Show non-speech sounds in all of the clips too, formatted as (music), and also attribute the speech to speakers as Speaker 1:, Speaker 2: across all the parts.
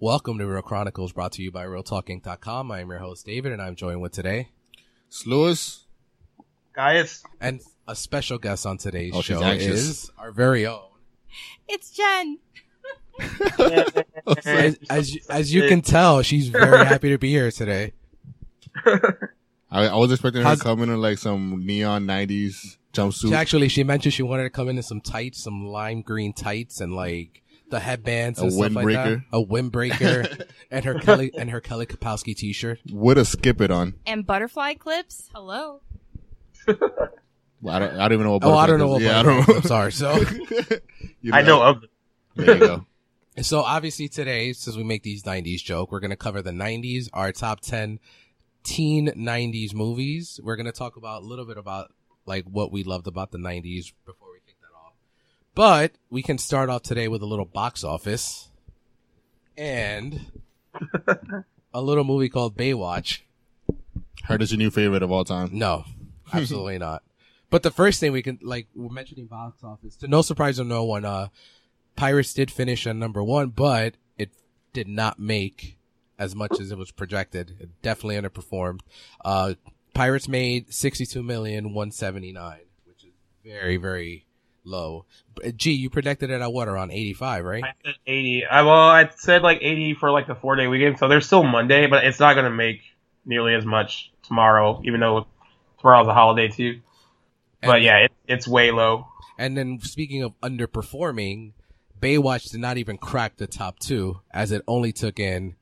Speaker 1: Welcome to Real Chronicles, brought to you by RealTalking.com. I am your host, David, and I'm joined with today (laughs)
Speaker 2: It's Lewis.
Speaker 3: Guys,
Speaker 1: and a special guest on today's
Speaker 2: Oh, she's
Speaker 1: show
Speaker 2: anxious.
Speaker 1: is our very own.
Speaker 4: It's Jen.
Speaker 1: As, as, you- as you can tell, she's very happy to be here today.
Speaker 2: I, I was expecting her
Speaker 1: How's-
Speaker 2: to come in in like some neon '90s jumpsuit.
Speaker 1: She actually, she mentioned she wanted to come in in some tights, some lime green tights, and like the headbands
Speaker 2: A
Speaker 1: and stuff like that.
Speaker 2: windbreaker.
Speaker 1: A
Speaker 2: (laughs)
Speaker 1: windbreaker and her Kelly and her Kelly Kapowski t-shirt.
Speaker 2: With a skip it on.
Speaker 4: And butterfly clips. Hello.
Speaker 2: Well, I don't, I don't even know what
Speaker 1: Oh, I don't know. What
Speaker 2: butterfly is. Yeah, I don't know.
Speaker 1: I'm sorry. So,
Speaker 2: (laughs) (laughs) You
Speaker 3: I know of them.
Speaker 2: There you
Speaker 3: (laughs)
Speaker 2: go.
Speaker 1: And so obviously today, since we make these 90s joke, we're going to cover the 90s, our top 10 teen 90s movies. We're going to talk about a little bit about like what we loved about the 90s before we kick that off. But we can start off today with a little box office and a little movie called Baywatch.
Speaker 2: Heard it's your new favorite of all time.
Speaker 1: No, absolutely not. But the first thing we can like we're mentioning box office. To no surprise of no one, uh, Pirates did finish on number one, but it did not make as much as it was projected. It definitely underperformed. Uh, Pirates made sixty-two million one seventy-nine, which is very very low. But, Gee, you predicted it at what around eighty-five, right?
Speaker 3: I said 80. I, well, I said like 80 for like the four day weekend, so there's still Monday, but it's not going to make nearly as much tomorrow, even though tomorrow's a holiday too. But
Speaker 1: And-
Speaker 3: yeah, it, it's way low.
Speaker 1: And then speaking of underperforming, Baywatch did not even crack the top two as it only took in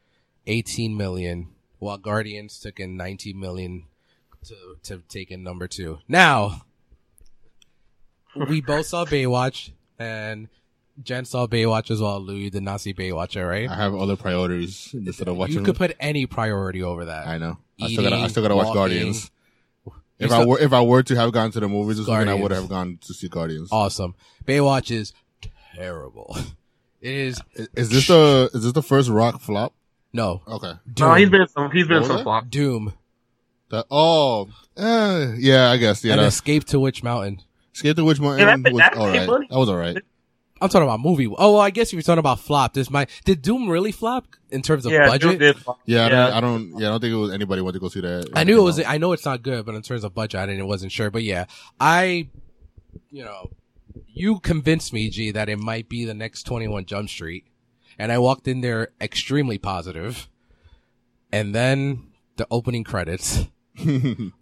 Speaker 1: 18 million while Guardians took in 19 million to, to take in number two. Now, we both saw Baywatch and Jen saw Baywatch as well. Lou, you did not see Baywatch, all right?
Speaker 2: I have other priorities instead of watching.
Speaker 1: You could put any priority over that.
Speaker 2: I know. I still gotta. I
Speaker 1: Eating,
Speaker 2: still gotta watch
Speaker 1: walking.
Speaker 2: Guardians. If
Speaker 1: You
Speaker 2: I
Speaker 1: still-
Speaker 2: were, if I were to have gone to the movies this weekend, I
Speaker 1: Guardians. Oh.
Speaker 2: would have gone to see Guardians.
Speaker 1: Awesome. Baywatch is terrible. (laughs) It is,
Speaker 2: Is- Is this the is this the first Rock flop?
Speaker 1: no.
Speaker 2: Okay.
Speaker 1: Doom.
Speaker 3: No, he's been in some, he's been in
Speaker 2: What was
Speaker 3: some
Speaker 2: that?
Speaker 3: flops.
Speaker 1: Doom.
Speaker 2: That- oh, eh, yeah, I guess. Yeah,
Speaker 1: and
Speaker 2: that-
Speaker 1: Escape to Witch Mountain.
Speaker 2: Escape the Witch
Speaker 3: Yeah,
Speaker 2: Mountain
Speaker 3: that-
Speaker 2: was
Speaker 3: that made
Speaker 2: all right.
Speaker 3: money.
Speaker 2: That was all right.
Speaker 1: I'm talking about movie. Oh, well, I guess you were talking about flop. This might did Doom really flop in terms of
Speaker 3: Yeah,
Speaker 1: budget?
Speaker 3: Doom did flop.
Speaker 2: Yeah,
Speaker 3: Yeah.
Speaker 2: I, don't, I don't. Yeah, I don't think it was anybody went to go see that.
Speaker 1: I knew it was. I know it's not good, but in terms of budget, I didn't. Wasn't sure, but yeah, I, you know, you convinced me, G, that it might be the next Twenty One Jump Street, and I walked in there extremely positive, and then the opening credits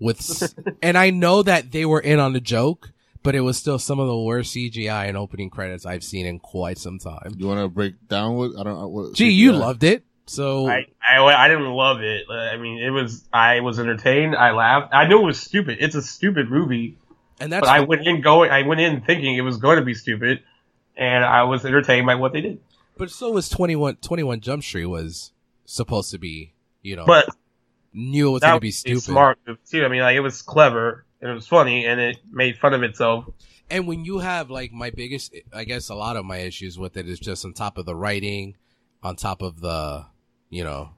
Speaker 1: with,
Speaker 3: (laughs)
Speaker 1: s- and I know that they were in on the joke, but it was still some of the worst CGI and opening credits I've seen in quite some time.
Speaker 2: (laughs) you want to break down what? I don't. What,
Speaker 1: Gee, you
Speaker 2: yeah.
Speaker 1: loved it. So
Speaker 3: I, I, I didn't love it. Uh, I mean, it was, I was entertained. I laughed. I knew it was stupid. It's a stupid movie,
Speaker 1: and that's
Speaker 3: but I went in going, I went in thinking it was going to be stupid, and I was entertained by what they did.
Speaker 1: but so was 21, 21 Jump Street was supposed to be, you know,
Speaker 3: But
Speaker 1: knew it was
Speaker 3: that
Speaker 1: going to
Speaker 3: would
Speaker 1: be
Speaker 3: a
Speaker 1: stupid.
Speaker 3: smart move too. I mean, like it was clever and it was funny and it made fun of itself.
Speaker 1: And when you have like my biggest, I guess a lot of my issues with it is just on top of the writing, on top of the, you know,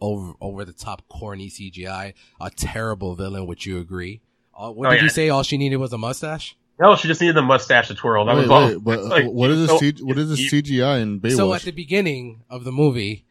Speaker 1: over over the top corny CGI, a terrible villain. Would you agree? Uh, what
Speaker 3: Oh,
Speaker 1: did
Speaker 3: yeah.
Speaker 1: you say? All she needed was a mustache.
Speaker 3: No, she just needed the mustache to twirl. That
Speaker 2: Wait,
Speaker 3: was all.
Speaker 2: wait, but
Speaker 3: (laughs) Like,
Speaker 2: uh, what is
Speaker 3: so-
Speaker 2: this? C- what is this CGI in Baywatch?
Speaker 1: So at the beginning of the movie,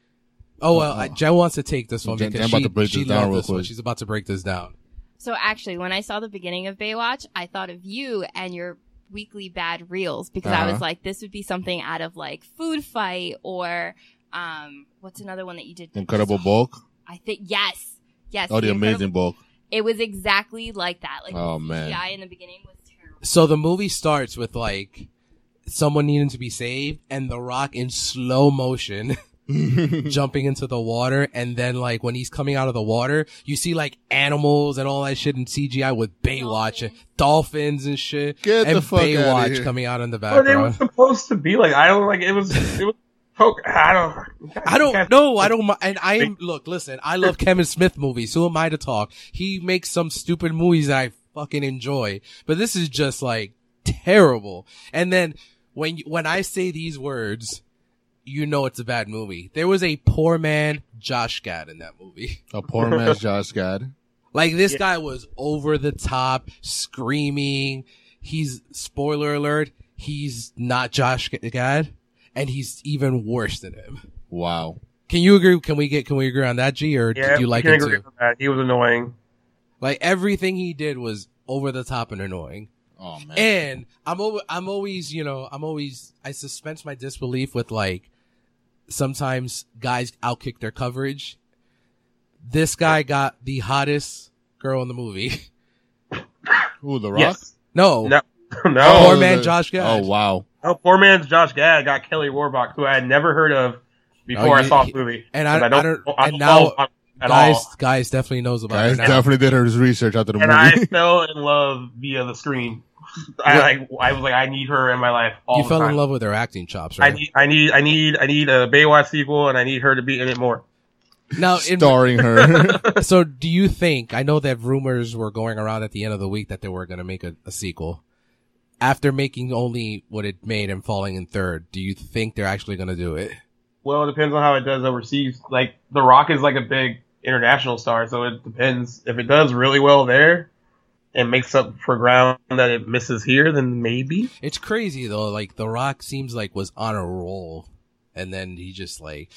Speaker 1: oh well,
Speaker 2: Uh-uh.
Speaker 1: I, Jen wants to take this one
Speaker 2: Jen-
Speaker 1: because
Speaker 2: Jen about
Speaker 1: she,
Speaker 2: to break
Speaker 1: she
Speaker 2: this down
Speaker 1: loved
Speaker 2: real
Speaker 1: this one.
Speaker 2: quick.
Speaker 1: She's about to break this down.
Speaker 4: So actually, when I saw the beginning of Baywatch, I thought of you and your weekly bad reels because I
Speaker 2: Uh-huh.
Speaker 4: was like, this would be something out of like Food Fight or um, what's another one that you did? that
Speaker 2: Incredible
Speaker 4: just-
Speaker 2: Bulk.
Speaker 4: I think yes, yes.
Speaker 2: Oh, the
Speaker 4: Incredible-
Speaker 2: Amazing Bulk. (laughs)
Speaker 4: It was exactly like that. Like
Speaker 2: Oh,
Speaker 4: the
Speaker 2: man.
Speaker 4: CGI in the beginning was terrible.
Speaker 1: So the movie starts with like someone needing to be saved and The Rock in slow
Speaker 2: (laughs)
Speaker 1: motion (laughs) jumping into the water. And then like when he's coming out of the water, you see like animals and all that shit in CGI with Baywatch and dolphins and shit.
Speaker 2: Get
Speaker 1: and
Speaker 2: the fuck outta
Speaker 1: Baywatch
Speaker 2: here.
Speaker 1: coming out in the
Speaker 3: But it was
Speaker 1: background.
Speaker 3: supposed to be like I don't like it was it was poke. I don't.
Speaker 1: I don't know. I don't. mi- And I am. Look, listen. I love Kevin Smith movies. Who am I to talk? He makes some stupid movies that I fucking enjoy. But this is just like terrible. And then when you- when I say these words, you know it's a bad movie. There was a poor man Josh Gad in that movie. (laughs)
Speaker 2: A poor man's Josh Gad.
Speaker 1: Like this
Speaker 3: Yeah.
Speaker 1: guy was over the top, screaming. He's spoiler alert. He's not Josh Gad, and he's even worse than him.
Speaker 2: Wow.
Speaker 1: Can you agree? Can we get? Can we agree on that, G? Or
Speaker 3: Yeah,
Speaker 1: did you like
Speaker 3: can
Speaker 1: it
Speaker 3: agree
Speaker 1: too?
Speaker 3: with that. He was annoying.
Speaker 1: Like everything he did was over the top and annoying.
Speaker 2: Oh man.
Speaker 1: And I'm always, I'm always, you know, I'm always, I suspend my disbelief with like, sometimes guys outkick their coverage. This guy got the hottest girl in the movie. (laughs)
Speaker 2: Ooh, The Rock.
Speaker 3: Yes.
Speaker 1: No,
Speaker 3: No.
Speaker 2: Oh,
Speaker 3: (laughs) no.
Speaker 1: poor man
Speaker 2: the-
Speaker 1: Josh Gad.
Speaker 2: Oh wow.
Speaker 3: Oh, poor man's Josh Gad got Kelly Warbach, who I had never heard of before
Speaker 1: Oh,
Speaker 3: I
Speaker 1: you-
Speaker 3: saw
Speaker 1: he-
Speaker 3: the movie.
Speaker 1: and I,
Speaker 3: Because
Speaker 1: I don't, and
Speaker 3: follow
Speaker 1: now
Speaker 3: him at
Speaker 1: guys,
Speaker 3: all.
Speaker 1: guys definitely knows about
Speaker 2: Guys
Speaker 1: it now.
Speaker 2: definitely did his research after the
Speaker 3: And I
Speaker 2: movie. (laughs)
Speaker 3: fell in love via the screen. I like. I was like, I need her in my life all
Speaker 1: you
Speaker 3: the
Speaker 1: fell
Speaker 3: time.
Speaker 1: in love with her acting chops,
Speaker 3: I
Speaker 1: right?
Speaker 3: need, I need, I need, I need a Baywatch sequel, and I need her to be in it more.
Speaker 1: now, in,
Speaker 2: (laughs) Starring her.
Speaker 1: (laughs) so do you think? I know that rumors were going around at the end of the week that they were going to make a, a sequel. After making only what it made and falling in third, do you think they're actually going to do it?
Speaker 3: Well, it depends on how it does overseas. Like The Rock is like a big international star, so it depends. If it does really well there and makes up for ground that it misses here, then maybe.
Speaker 1: It's crazy though. Like The Rock seems like was on a roll, and then he just like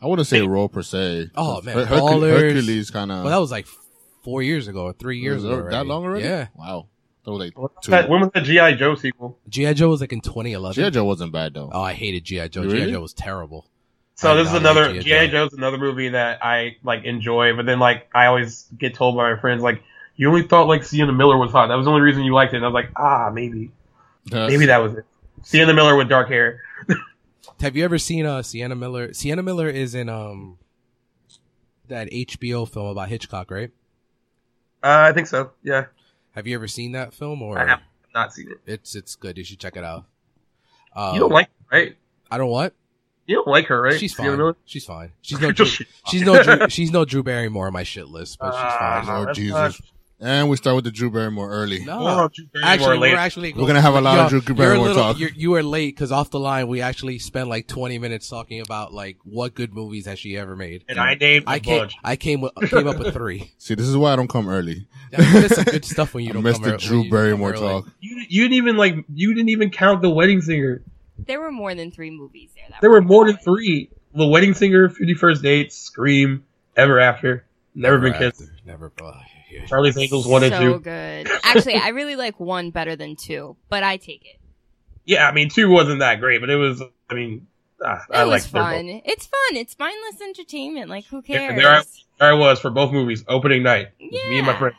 Speaker 2: I wouldn't say role per se.
Speaker 1: Oh, man,
Speaker 2: Her- Hercu-
Speaker 1: ballers.
Speaker 2: Hercules kind of.
Speaker 1: well, that was like four years ago or three years ago.
Speaker 2: Uh. that long already?
Speaker 1: Yeah,
Speaker 2: Wow. That was like two.
Speaker 3: That- When was the GI Joe sequel?
Speaker 1: GI Joe was like in 2011.
Speaker 2: G.I. Joe wasn't bad though.
Speaker 1: Oh, I hated GI Joe.
Speaker 2: Really?
Speaker 1: GI Joe was terrible.
Speaker 3: So
Speaker 1: I
Speaker 3: this is
Speaker 1: know,
Speaker 3: another
Speaker 1: G.I.
Speaker 3: GI
Speaker 1: Joe.
Speaker 3: Joe's another movie that I like enjoy, but then like I always get told by my friends like you only thought like Sienna Miller was hot. That was the only reason you liked it. And I was like, ah, maybe, maybe that was it. Sienna Miller with dark hair.
Speaker 1: Have you ever seen uh Sienna Miller? Sienna Miller is in um that HBO film about Hitchcock, right?
Speaker 3: Uh, I think so. Yeah,
Speaker 1: Have you ever seen that film?
Speaker 3: I
Speaker 1: Or
Speaker 3: have not seen it.
Speaker 1: it's it's good. You should check it out. Um,
Speaker 3: You don't like her, right?
Speaker 1: I don't what?
Speaker 3: You don't like her, right?
Speaker 1: She's
Speaker 3: Sienna
Speaker 1: fine.
Speaker 3: Miller?
Speaker 1: She's fine. She's
Speaker 3: (laughs)
Speaker 1: no. Drew,
Speaker 3: Just-
Speaker 1: she's no.
Speaker 3: (laughs)
Speaker 1: Drew, (laughs) she's no Drew Barrymore on my shit list, but she's fine.
Speaker 2: Ah, Lord
Speaker 3: that's
Speaker 2: Jesus.
Speaker 3: not-
Speaker 2: And we start with the Drew Barrymore early.
Speaker 1: No,
Speaker 3: Oh, Drew Barrymore
Speaker 1: Ah. actually,
Speaker 3: later.
Speaker 1: we're actually
Speaker 2: We're gonna have a lot of
Speaker 1: Yo,
Speaker 2: Drew
Speaker 1: you're a
Speaker 2: Barrymore
Speaker 1: little-
Speaker 2: talk.
Speaker 1: you're- You were late because off the line we actually spent like 20 minutes talking about like what good movies has she ever made.
Speaker 3: and I named
Speaker 1: I
Speaker 3: a
Speaker 1: came,
Speaker 3: bunch.
Speaker 1: I came, with, came up
Speaker 3: (laughs)
Speaker 1: with three.
Speaker 2: See, this is why I don't come early.
Speaker 1: I missed some good stuff when you
Speaker 2: I
Speaker 1: don't
Speaker 2: missed
Speaker 1: come
Speaker 2: the
Speaker 1: ear-
Speaker 2: Drew
Speaker 1: when you don't come
Speaker 2: Barrymore
Speaker 1: early.
Speaker 2: talk.
Speaker 3: You, you didn't even like. You didn't even count the wedding singer.
Speaker 4: There were more than three movies there. That
Speaker 3: There were more than three. The wedding singer, Fifty First Dates, Scream, Ever After, Never, Been
Speaker 1: Never
Speaker 3: Kissed,
Speaker 1: after, Never. oh, yeah.
Speaker 3: Charlie's Angels one and
Speaker 4: so
Speaker 3: two.
Speaker 4: good. Actually, I really like one better than two, but I take it.
Speaker 3: Yeah, I mean two wasn't that great, but it was. I mean, ah,
Speaker 4: It
Speaker 3: I
Speaker 4: was
Speaker 3: liked
Speaker 4: fun.
Speaker 3: fun.
Speaker 4: It's fun. It's mindless entertainment. Like who
Speaker 3: Yeah,
Speaker 4: cares?
Speaker 3: there I- There I was for both movies opening night. It was Me and my
Speaker 4: Yeah.
Speaker 3: friend.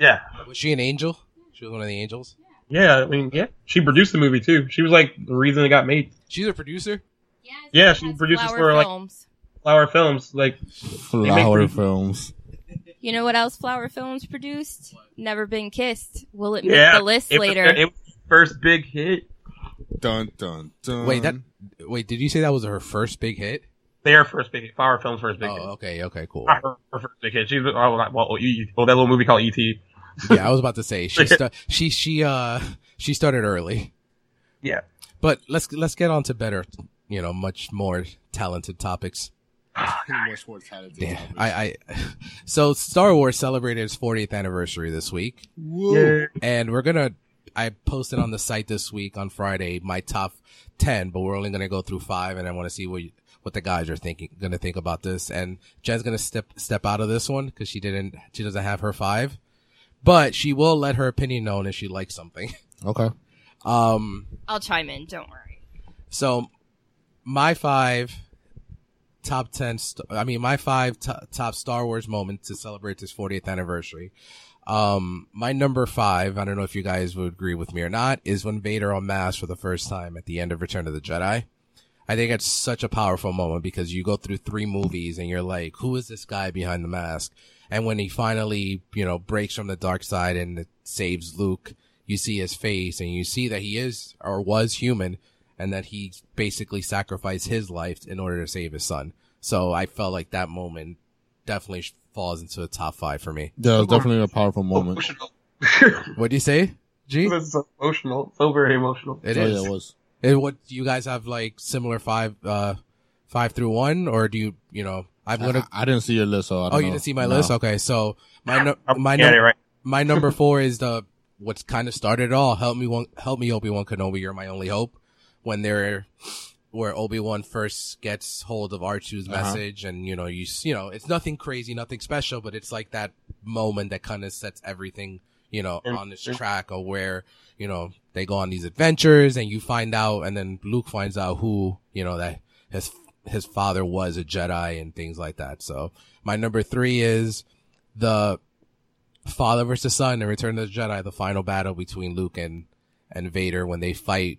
Speaker 3: Yeah,
Speaker 1: Was she an angel? She was one of the angels.
Speaker 3: yeah. I mean, yeah. She produced the movie too. She was like the reason it got made.
Speaker 1: She's a producer.
Speaker 3: Yeah, she produces
Speaker 4: Flower
Speaker 3: for, like-
Speaker 4: films.
Speaker 3: Flower Films, like
Speaker 2: Flower
Speaker 3: Drew-
Speaker 2: films.
Speaker 4: You know what else Flower Films produced? Never Been Kissed. Will it make
Speaker 3: yeah.
Speaker 4: the list
Speaker 3: it was
Speaker 4: later?
Speaker 3: their- it was their first big hit.
Speaker 2: Dun dun dun.
Speaker 1: Wait, that. Wait, did you say that was her first big hit?
Speaker 3: Their first big hit. Flower Films' first big hit. Ah.
Speaker 1: Oh, okay, okay, cool.
Speaker 3: Not her, her first big hit. She's oh, not- well, you, you- well, that little movie called E E.T.
Speaker 1: (laughs) yeah, I was about to
Speaker 3: (laughs)
Speaker 1: say she sta- she she uh she started early.
Speaker 3: Yeah.
Speaker 1: But let's let's get on to better, you know, much more talented topics.
Speaker 2: Much more talented
Speaker 1: Damn,
Speaker 2: topics.
Speaker 1: I (laughs) I so Star Wars celebrated its 40th anniversary this week,
Speaker 2: Woo.
Speaker 1: and we're gonna I posted on the site this week on Friday my top 10, but we're only gonna go through five, and I want to see what you, what the guys are thinking gonna think about this. And Jen's gonna step step out of this one because she didn't she doesn't have her five, but she will let her opinion known if she likes something. (laughs)
Speaker 2: Okay.
Speaker 1: Um,
Speaker 4: I'll chime in. Don't worry.
Speaker 1: so my five top 10, st- I mean, my five to top Star Wars moments to celebrate this 40th anniversary. Um, my number five, I don't know if you guys would agree with me or not, is when Vader unmasked for the first time at the end of Return of the Jedi. I think it's such a powerful moment because you go through three movies and you're like, who is this guy behind the mask? And when he finally, you know, breaks from the dark side and saves Luke, you see his face and you see that he is or was human and that he basically sacrificed his life in order to save his son. So I felt like that moment definitely sh- falls into the top five for me.
Speaker 2: Yeah, it was definitely a powerful moment.
Speaker 3: (laughs) Emotional.
Speaker 1: What do you say, G?
Speaker 3: this is so emotional. So very emotional.
Speaker 1: It
Speaker 2: oh,
Speaker 1: is.
Speaker 2: yeah, it was.
Speaker 1: And what do you guys have like similar five, uh, five through one, or do you, you know, I'm
Speaker 2: I,
Speaker 1: gonna.
Speaker 2: I didn't see your list, so I don't
Speaker 1: Oh, you
Speaker 2: know.
Speaker 1: didn't see my
Speaker 2: No.
Speaker 1: list. Okay, so my nu-
Speaker 3: I'm
Speaker 1: my
Speaker 3: getting
Speaker 1: nu-
Speaker 3: it right.
Speaker 1: my number four is the what's kind of started it all. Help me, one, help me, Obi Wan Kenobi. You're my only hope. When they're where Obi Wan first gets hold of R 2s
Speaker 2: Uh-huh.
Speaker 1: message, and you know, you s- you know, it's nothing crazy, nothing special, but it's like that moment that kind of sets everything, you know,
Speaker 3: Mm,
Speaker 1: on this
Speaker 3: mm.
Speaker 1: track of where you know they go on these adventures, and you find out, and then Luke finds out who you know that his his father was a Jedi and things like that. So my number three is the father versus son in Return of the Jedi, the final battle between Luke and and Vader when they fight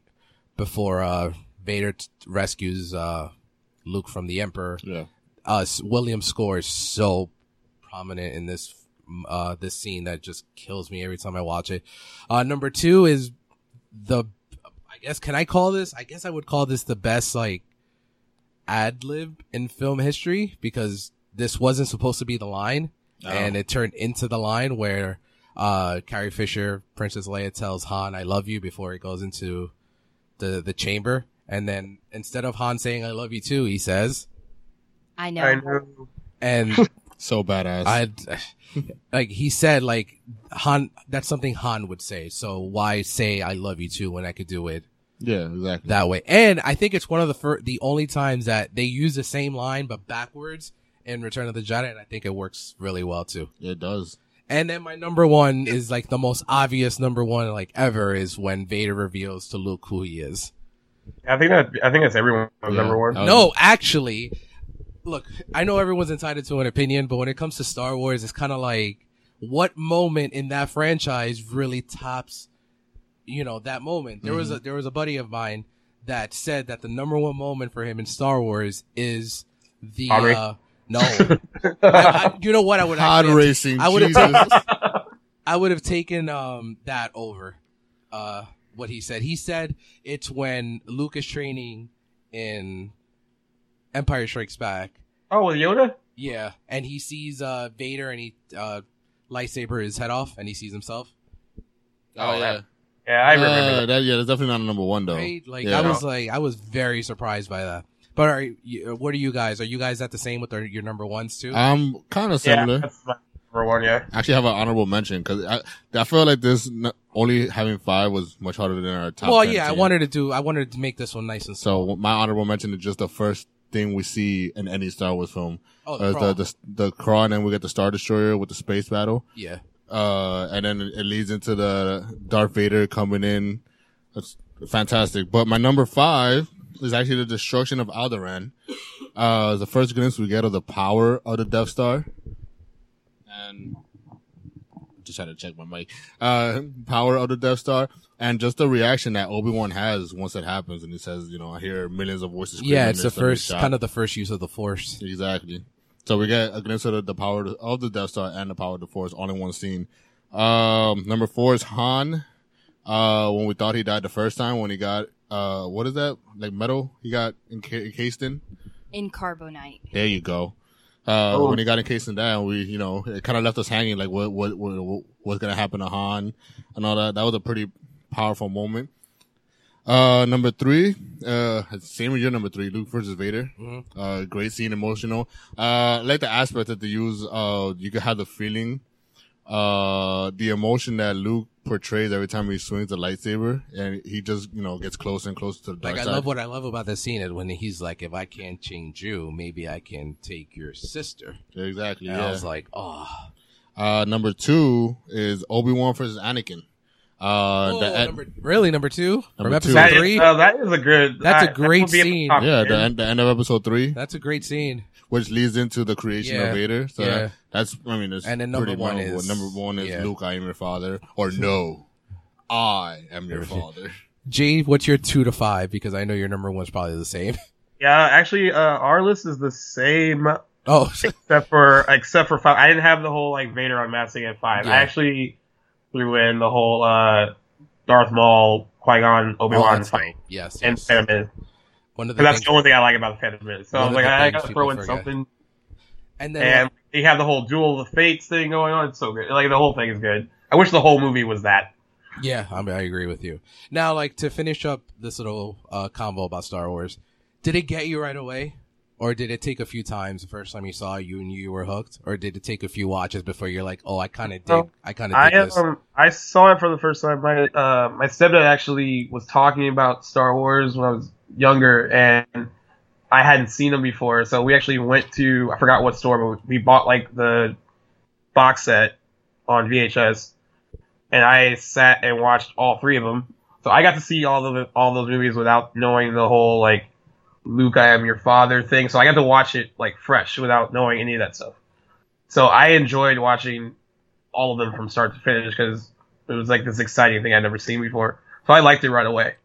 Speaker 1: before uh Vader t- rescues uh Luke from the Emperor.
Speaker 2: Yeah.
Speaker 1: Uh s- William score is so prominent in this mm, uh this scene that just kills me every time I watch it. Uh number 2 is the I guess can I call this? I guess I would call this the best like ad lib in film history because this wasn't supposed to be the line
Speaker 2: Oh.
Speaker 1: and it turned into the line where uh Carrie Fisher, Princess Leia tells Han I love you before it goes into the the chamber and then instead of Han saying I love you too, he says
Speaker 4: I know.
Speaker 3: I know.
Speaker 1: and
Speaker 2: Oh, so badass.
Speaker 1: I like he said like Han that's something Han would say. So why say I love you too when I could do it
Speaker 2: yeah, exactly.
Speaker 1: that way. And I think it's one of the fir- the only times that they use the same line but backwards in Return of the Jedi, and I think it works really well too.
Speaker 2: it does.
Speaker 1: And then my number one is like the most obvious number one like ever is when Vader reveals to Luke who he is.
Speaker 3: I think that I think that's everyone's
Speaker 2: Yeah.
Speaker 3: number one.
Speaker 2: Oh.
Speaker 1: No, actually, look, I know everyone's entitled to an opinion, but when it comes to Star Wars, it's kind of like what moment in that franchise really tops, you know, that moment. There
Speaker 2: Mm-hmm.
Speaker 1: was a there was a buddy of mine that said that the number one moment for him in Star Wars is the
Speaker 3: Pottery.
Speaker 1: uh, no. I, I- you know what I
Speaker 2: (laughs)
Speaker 1: would
Speaker 2: Pod
Speaker 1: actually have to-
Speaker 2: racing.
Speaker 1: I would (laughs)
Speaker 2: Jesus.
Speaker 1: have I would have taken um that over uh what he said. He said it's when Luke is training in Empire Strikes Back.
Speaker 3: (laughs) Oh, with Yoda?
Speaker 1: Yeah, and he sees uh Vader and he uh lightsaber his head off and he sees himself.
Speaker 2: oh yeah.
Speaker 3: Yeah, I remember.
Speaker 2: Uh, that. Yeah, that's definitely not a number one though.
Speaker 1: Right? Like
Speaker 2: Yeah.
Speaker 1: I was like I was very surprised by that. But are you, what are you guys? Are you guys at the same with their, your number ones too?
Speaker 2: I'm kind of
Speaker 3: that. Yeah,
Speaker 2: similar.
Speaker 3: that's my number one. Yeah,
Speaker 2: I actually have an honorable mention because I, I feel like this n- only having five was much harder than our top.
Speaker 1: well,
Speaker 2: 10
Speaker 1: yeah, I
Speaker 2: team.
Speaker 1: wanted to do I wanted to make this one nice and s-
Speaker 2: So my honorable mention is just the first thing we see in any Star Wars film.
Speaker 1: oh,
Speaker 2: Uh,
Speaker 1: crawl.
Speaker 2: the, the the crawl, and then we get the Star Destroyer with the space battle.
Speaker 1: yeah.
Speaker 2: Uh, and then it leads into the Darth Vader coming in. That's fantastic. But my number five is actually the destruction of Alderaan. Uh, the first glimpse we get of the power of the Death Star. And just had to check my mic. Uh, power of the Death Star and just the reaction that Obi-Wan has once it happens. And he says, you know, I hear millions of voices. screaming
Speaker 1: Yeah, it's
Speaker 2: and
Speaker 1: the
Speaker 2: somebody
Speaker 1: first
Speaker 2: shot.
Speaker 1: kind of the first use of the force.
Speaker 2: Exactly. So we get a glimpse of the, the power of the Death Star and the power of the Force all in one scene. Um, number four is Han. Uh, when we thought he died the first time, when he got uh, what is that like metal? He got enca- encased in.
Speaker 4: In Carbonite.
Speaker 2: (laughs) There you go. Uh,
Speaker 3: Oh.
Speaker 2: when he got encased in that, we you know it kind of left us hanging. Like what what what what's gonna happen to Han and all that. That was a pretty powerful moment. Uh, number three, uh, same as your number three, Luke versus Vader.
Speaker 1: Mhm.
Speaker 2: Uh, great scene, emotional. Uh, I like the aspect that they use, uh, you can have the feeling, uh, the emotion that Luke portrays every time he swings the lightsaber and he just, you know, gets closer and closer to the dark
Speaker 1: Like I
Speaker 2: side.
Speaker 1: love what I love about this scene is when he's like, "If I can't change you, maybe I can take your sister."
Speaker 2: exactly.
Speaker 1: And
Speaker 2: yeah.
Speaker 1: I was like, "Oh,
Speaker 2: Uh, number two is Obi Wan versus Anakin. Uh,
Speaker 1: Oh,
Speaker 2: the end-
Speaker 1: number, really number two from
Speaker 2: Number two.
Speaker 1: episode
Speaker 3: that is,
Speaker 1: three?
Speaker 3: uh, that is a good.
Speaker 1: That's a
Speaker 3: that- that
Speaker 1: great
Speaker 3: would be at the
Speaker 1: scene.
Speaker 3: top
Speaker 2: yeah, the
Speaker 3: ten.
Speaker 2: end, the end of episode three,
Speaker 1: That's a great scene.
Speaker 2: which leads into the creation
Speaker 1: Yeah,
Speaker 2: of Vader. So
Speaker 1: yeah.
Speaker 2: that- that's, I mean, it's
Speaker 1: And then number
Speaker 2: pretty
Speaker 1: one
Speaker 2: memorable.
Speaker 1: is-
Speaker 2: number one is
Speaker 1: yeah.
Speaker 2: Luke, I am your father, or no, I am your father.
Speaker 1: Jay, what's your two to five? Because I know your number one's probably the same. (laughs)
Speaker 3: yeah, actually, uh, our list is the same
Speaker 1: Oh,
Speaker 3: except for except for five. I didn't have the whole like Vader unmasking at five.
Speaker 1: Yeah.
Speaker 3: I actually threw in the whole uh, Darth Maul, Qui Gon, Obi
Speaker 1: Oh,
Speaker 3: Wan
Speaker 1: that's
Speaker 3: fight,
Speaker 1: dope. Yes,
Speaker 3: and
Speaker 1: yes.
Speaker 3: Phantom Menace.
Speaker 1: One of the
Speaker 3: Because that's
Speaker 1: things-
Speaker 3: the only thing I like about the Phantom Menace. So I
Speaker 1: One
Speaker 3: was
Speaker 1: of
Speaker 3: like,
Speaker 1: the
Speaker 3: I
Speaker 1: things
Speaker 3: gotta
Speaker 1: people
Speaker 3: throw in
Speaker 1: forget.
Speaker 3: something.
Speaker 1: and then
Speaker 3: And they have the whole Duel of the Fates thing going on. It's so good. Like the whole thing is good. I wish the whole movie was that.
Speaker 1: Yeah, I, mean, I agree with you. Now, like to finish up this little uh, combo about Star Wars, did it get you right away, or did it take a few times? The first time you saw it, you knew you were hooked, or did it take a few watches before you're like, "Oh, I kind of did,
Speaker 3: No,
Speaker 1: I kind of
Speaker 3: I
Speaker 1: did this."
Speaker 3: um I saw it for the first time. My uh my stepdad actually was talking about Star Wars when I was younger, and I hadn't seen them before. So we actually went to I forgot what store, but we bought like the box set on VHS, and I sat and watched all three of them. So I got to see all the all those movies without knowing the whole like Luke, I am your father thing. So I got to watch it like fresh without knowing any of that stuff. So I enjoyed watching all of them from start to finish because it was like this exciting thing I'd never seen before. So I liked it right away.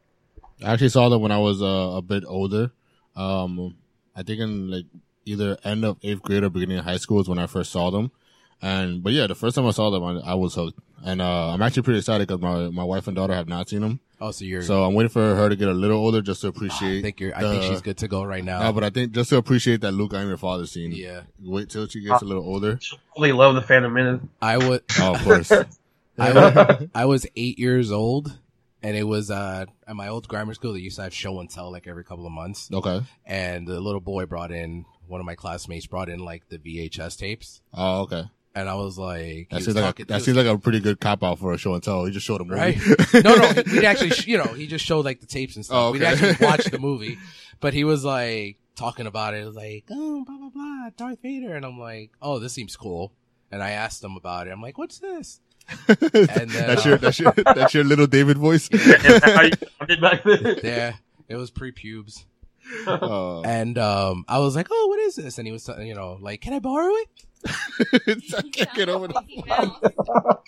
Speaker 2: I actually saw them when I was uh, a bit older. Um, I think in like either end of eighth grade or beginning of high school is when I first saw them. And but yeah, the first time I saw them, I, I was hooked. And uh, I'm actually pretty excited because my my wife and daughter have not seen them,
Speaker 1: Oh, so you're.
Speaker 2: so I'm waiting for her to get a little older just to
Speaker 1: I
Speaker 2: appreciate.
Speaker 1: think you're. I think
Speaker 2: the-
Speaker 1: she's good to go right now.
Speaker 2: No, but I think just to appreciate that Luke, I'm your father scene.
Speaker 1: yeah,
Speaker 2: Wait till she
Speaker 4: Uh.
Speaker 2: gets a little
Speaker 4: (laughs)
Speaker 2: older.
Speaker 3: Really love the Phantom (laughs) Menace.
Speaker 1: I would.
Speaker 2: Oh, of course.
Speaker 1: (laughs) I was, I was eight years old, and it was uh at my old grammar school. They used to have show and tell like every couple of months,
Speaker 2: okay.
Speaker 1: and the little boy brought in one of my classmates brought in like the VHS tapes,
Speaker 2: Oh, okay.
Speaker 1: and I was like, he
Speaker 2: That
Speaker 1: was
Speaker 2: seems like a,
Speaker 1: talking-
Speaker 2: that
Speaker 1: he
Speaker 2: seems
Speaker 1: was-
Speaker 2: like a pretty good cop out for a show and tell. You just showed him,
Speaker 1: Right.
Speaker 2: (laughs)
Speaker 1: no, no, he, he'd actually, sh- you know, he just showed like the tapes and stuff.
Speaker 2: Oh,
Speaker 1: We'd
Speaker 2: okay. (laughs)
Speaker 1: actually watch the movie, but he was like talking about it. It was like, oh, blah blah blah, Darth Vader, and I'm like, oh, this seems cool. And I asked him about it. I'm like, what's this? And then,
Speaker 2: that's your
Speaker 1: uh, (laughs)
Speaker 2: that's your that's your little David voice.
Speaker 3: That's how you found it back then.
Speaker 1: Yeah, it was pre pubes.
Speaker 2: (laughs) Oh. (laughs)
Speaker 1: And um, I was like, oh, what is this? And he was, uh, you know, like, can I borrow it?
Speaker 2: I can't get over
Speaker 4: (laughs)
Speaker 2: that. (laughs) Yeah, that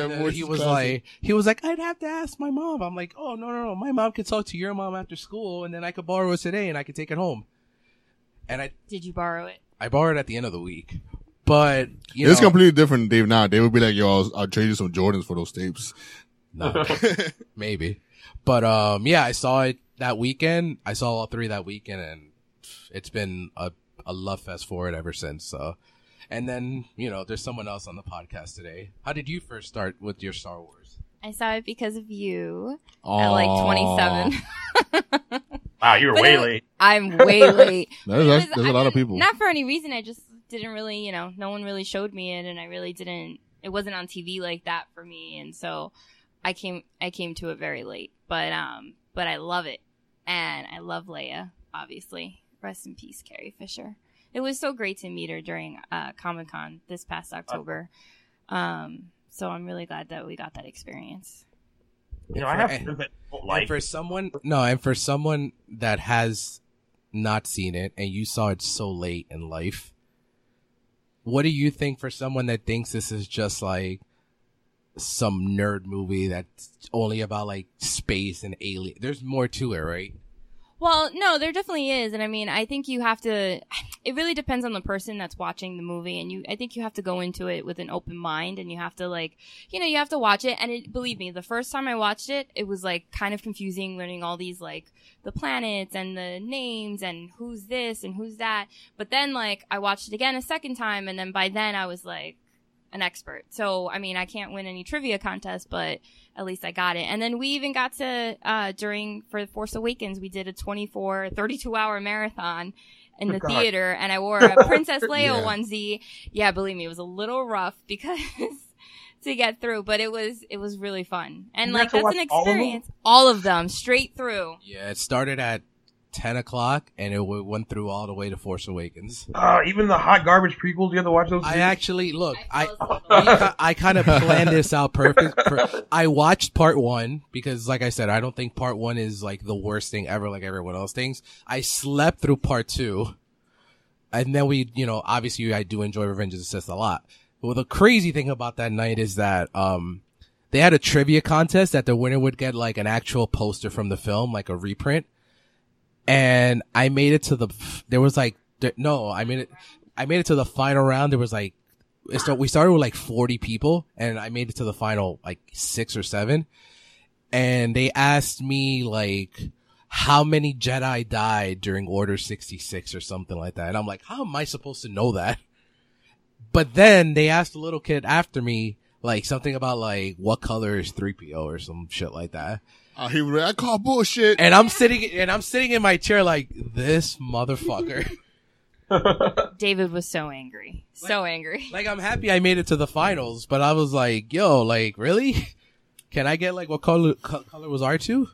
Speaker 1: And then
Speaker 2: voice
Speaker 1: he
Speaker 2: is
Speaker 1: was
Speaker 2: classic.
Speaker 1: like, he was like, I'd have to ask my mom. I'm like, oh no no no, my mom could talk to your mom after school, and then I could borrow it today, and I could take it home. And I
Speaker 4: Did you borrow it?
Speaker 1: I borrowed it at the end of the week, but you
Speaker 2: it's
Speaker 1: know,
Speaker 2: completely different, Dave. Now they would be like, "Yo, I'll, I'll trade you some Jordans for those
Speaker 4: (laughs)
Speaker 2: tapes."
Speaker 1: no, (laughs) maybe. But um, yeah, I saw it that weekend. I saw all three that weekend, and it's been a a love fest for it ever since. So, and then you know, there's someone else on the podcast today. How did you first start with your Star Wars?
Speaker 4: I saw it because of you at like 27.
Speaker 3: (laughs) Wow, you were
Speaker 4: But
Speaker 3: way
Speaker 4: it-
Speaker 3: late.
Speaker 4: I'm way
Speaker 3: (laughs)
Speaker 4: late.
Speaker 2: That is,
Speaker 4: (laughs) It
Speaker 2: that's,
Speaker 4: was-
Speaker 2: there's
Speaker 4: I
Speaker 2: a lot of
Speaker 4: didn't-
Speaker 2: people.
Speaker 4: Not for any reason. I just didn't really, you know, no one really showed me it, and I really didn't. It wasn't on TV like that for me, and so I came, I came to it very late. But um, but I love it, and I love Leia. Obviously, rest in peace, Carrie Fisher. It was so great to meet her during uh, Comic Con this past October. Um, so I'm really glad that we got that experience.
Speaker 3: You know, I
Speaker 1: For-
Speaker 3: have friends that don't
Speaker 1: and
Speaker 3: like.
Speaker 1: for someone no and for someone that has not seen it and you saw it so late in life what do you think for someone that thinks this is just like some nerd movie that's only about like space and alien there's more to it right
Speaker 4: Well, no, there definitely is. And I mean, I think you have to, it really depends on the person that's watching the movie. And you, I think you have to go into it with an open mind and you have to like, you know, you have to watch it. And it, believe me, the first time I watched it, it was like kind of confusing learning all these like the planets and the names and who's this and who's that. But then like I watched it again a second time. And then by then I was like an expert. So, I mean, I can't win any trivia contest, but at least I got it. And then we even got to, uh, during, for Force Awakens, we did a 24, 32 hour marathon in
Speaker 3: Oh,
Speaker 4: the
Speaker 3: God.
Speaker 4: theater and I wore
Speaker 3: (laughs)
Speaker 4: a Princess Leia
Speaker 2: Yeah.
Speaker 4: onesie. Yeah, believe me, it was a little rough because (laughs) to get through, but it was, it was really fun. And
Speaker 3: You
Speaker 4: like,
Speaker 3: got to
Speaker 4: that's an
Speaker 3: watch all of them?
Speaker 4: experience. All of them straight through.
Speaker 1: yeah it started at 10 o'clock and it w- went through all the way to force awakens
Speaker 3: Uh, even the hot garbage prequels, you have to watch those.
Speaker 1: i
Speaker 3: too?
Speaker 1: actually look i
Speaker 4: fell asleep
Speaker 1: I
Speaker 4: a lot.
Speaker 1: ki- I kind of planned this out perfect. per- I watched part one because, like I said, I don't think part one is like the worst thing ever, like everyone else thinks. I slept through part two, and then we, you know, obviously I do enjoy Revenge of the Sith a lot. Well, the crazy thing about that night is that um, they had a trivia contest that the winner would get like an actual poster from the film, like a reprint. And I made it to the. There was like there, no, I made it. I made it to the final round. There was like it start, we started with like 40 people and I made it to the final like six or seven. And they asked me like how many Jedi died during Order 66 or something like that. And I'm like, how am I supposed to know that? But then they asked the little kid after me like something about like what color is 3PO or some shit like that.
Speaker 2: Oh, he would- I call bullshit.
Speaker 1: And I'm sitting and I'm sitting in my chair like this motherfucker.
Speaker 4: David was so angry. So angry.
Speaker 1: like I'm happy I made it to the finals, but I was like, (laughs)
Speaker 2: (laughs)
Speaker 1: yo, like really? Can I get like what color co- color was R two?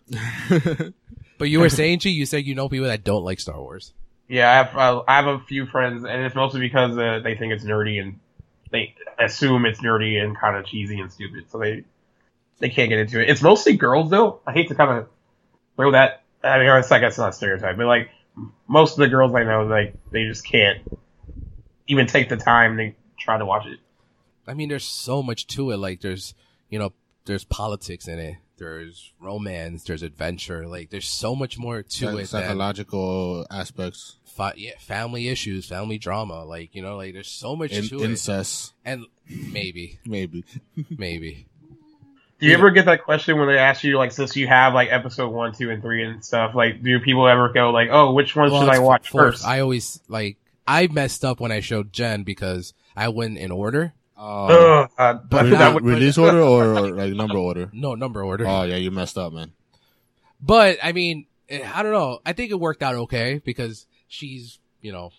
Speaker 1: But you were saying, G, you said you know people that don't like Star Wars.
Speaker 3: Yeah, I have uh, I have a few friends, and it's mostly because uh, they think it's nerdy and they assume it's nerdy and kind of cheesy and stupid, so they they can't get into it. It's mostly girls though. I hate to kind of throw that. I mean, it's like that's not a stereotype, but like most of the girls I know, like they just can't even take the time to try to watch it.
Speaker 1: I mean, there's so much to it. Like, there's, you know, there's politics in it. There's romance. There's adventure. Like, there's so much more to
Speaker 2: Psych-
Speaker 1: it. than
Speaker 2: psychological aspects,
Speaker 1: fa- yeah, family issues, family drama. Like, you know, like there's so much
Speaker 2: in-
Speaker 1: to it.
Speaker 2: incest,
Speaker 1: And maybe,
Speaker 2: maybe.
Speaker 1: maybe.
Speaker 3: Do you ever get that question when they ask you, like, since you have like episode one, two, and three and stuff? Like, do people ever go like, "Oh, which one
Speaker 1: Well,
Speaker 3: should I
Speaker 1: it's
Speaker 3: watch
Speaker 1: fourth.
Speaker 3: first?
Speaker 1: I always like I messed up when I showed Jen because I went in order.
Speaker 2: Uh,
Speaker 3: Ugh, uh,
Speaker 2: but
Speaker 3: that
Speaker 2: re-
Speaker 3: would-
Speaker 2: release order or, or like number
Speaker 1: (laughs)
Speaker 2: order?
Speaker 1: No number order.
Speaker 3: Uh,
Speaker 2: Oh yeah, you messed up, man.
Speaker 1: But I mean, eh, I don't know. I think it worked out okay because she's, you know,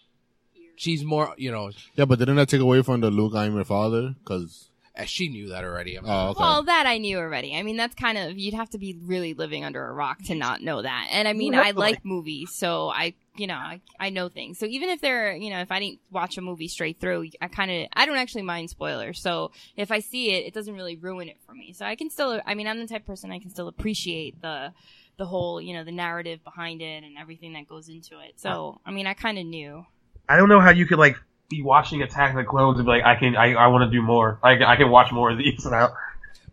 Speaker 1: she's more, you know,
Speaker 2: Yeah, but didn't that take away from the Luke, I am your father? Because
Speaker 1: eh, she knew that already.
Speaker 3: Uh,
Speaker 1: I'm
Speaker 2: oh, okay. (laughs)
Speaker 4: Well, that I knew already. I mean, that's kind of you'd have to be really living under a rock to not know that. And I mean, I like movies, so I, you know, I, I know things. So even if they're, you know, if I didn't watch a movie straight through, I kind of, I don't actually mind spoilers. So if I see it, it doesn't really ruin it for me. So I can still, I mean, I'm the type of person I can still appreciate the, the whole, you know, the narrative behind it and everything that goes into it. So I mean, I kind of knew.
Speaker 3: I don't know how you could like be watching Attack of the Clones and be like, I can, I, I want to do more. I, I can watch more of these. And I,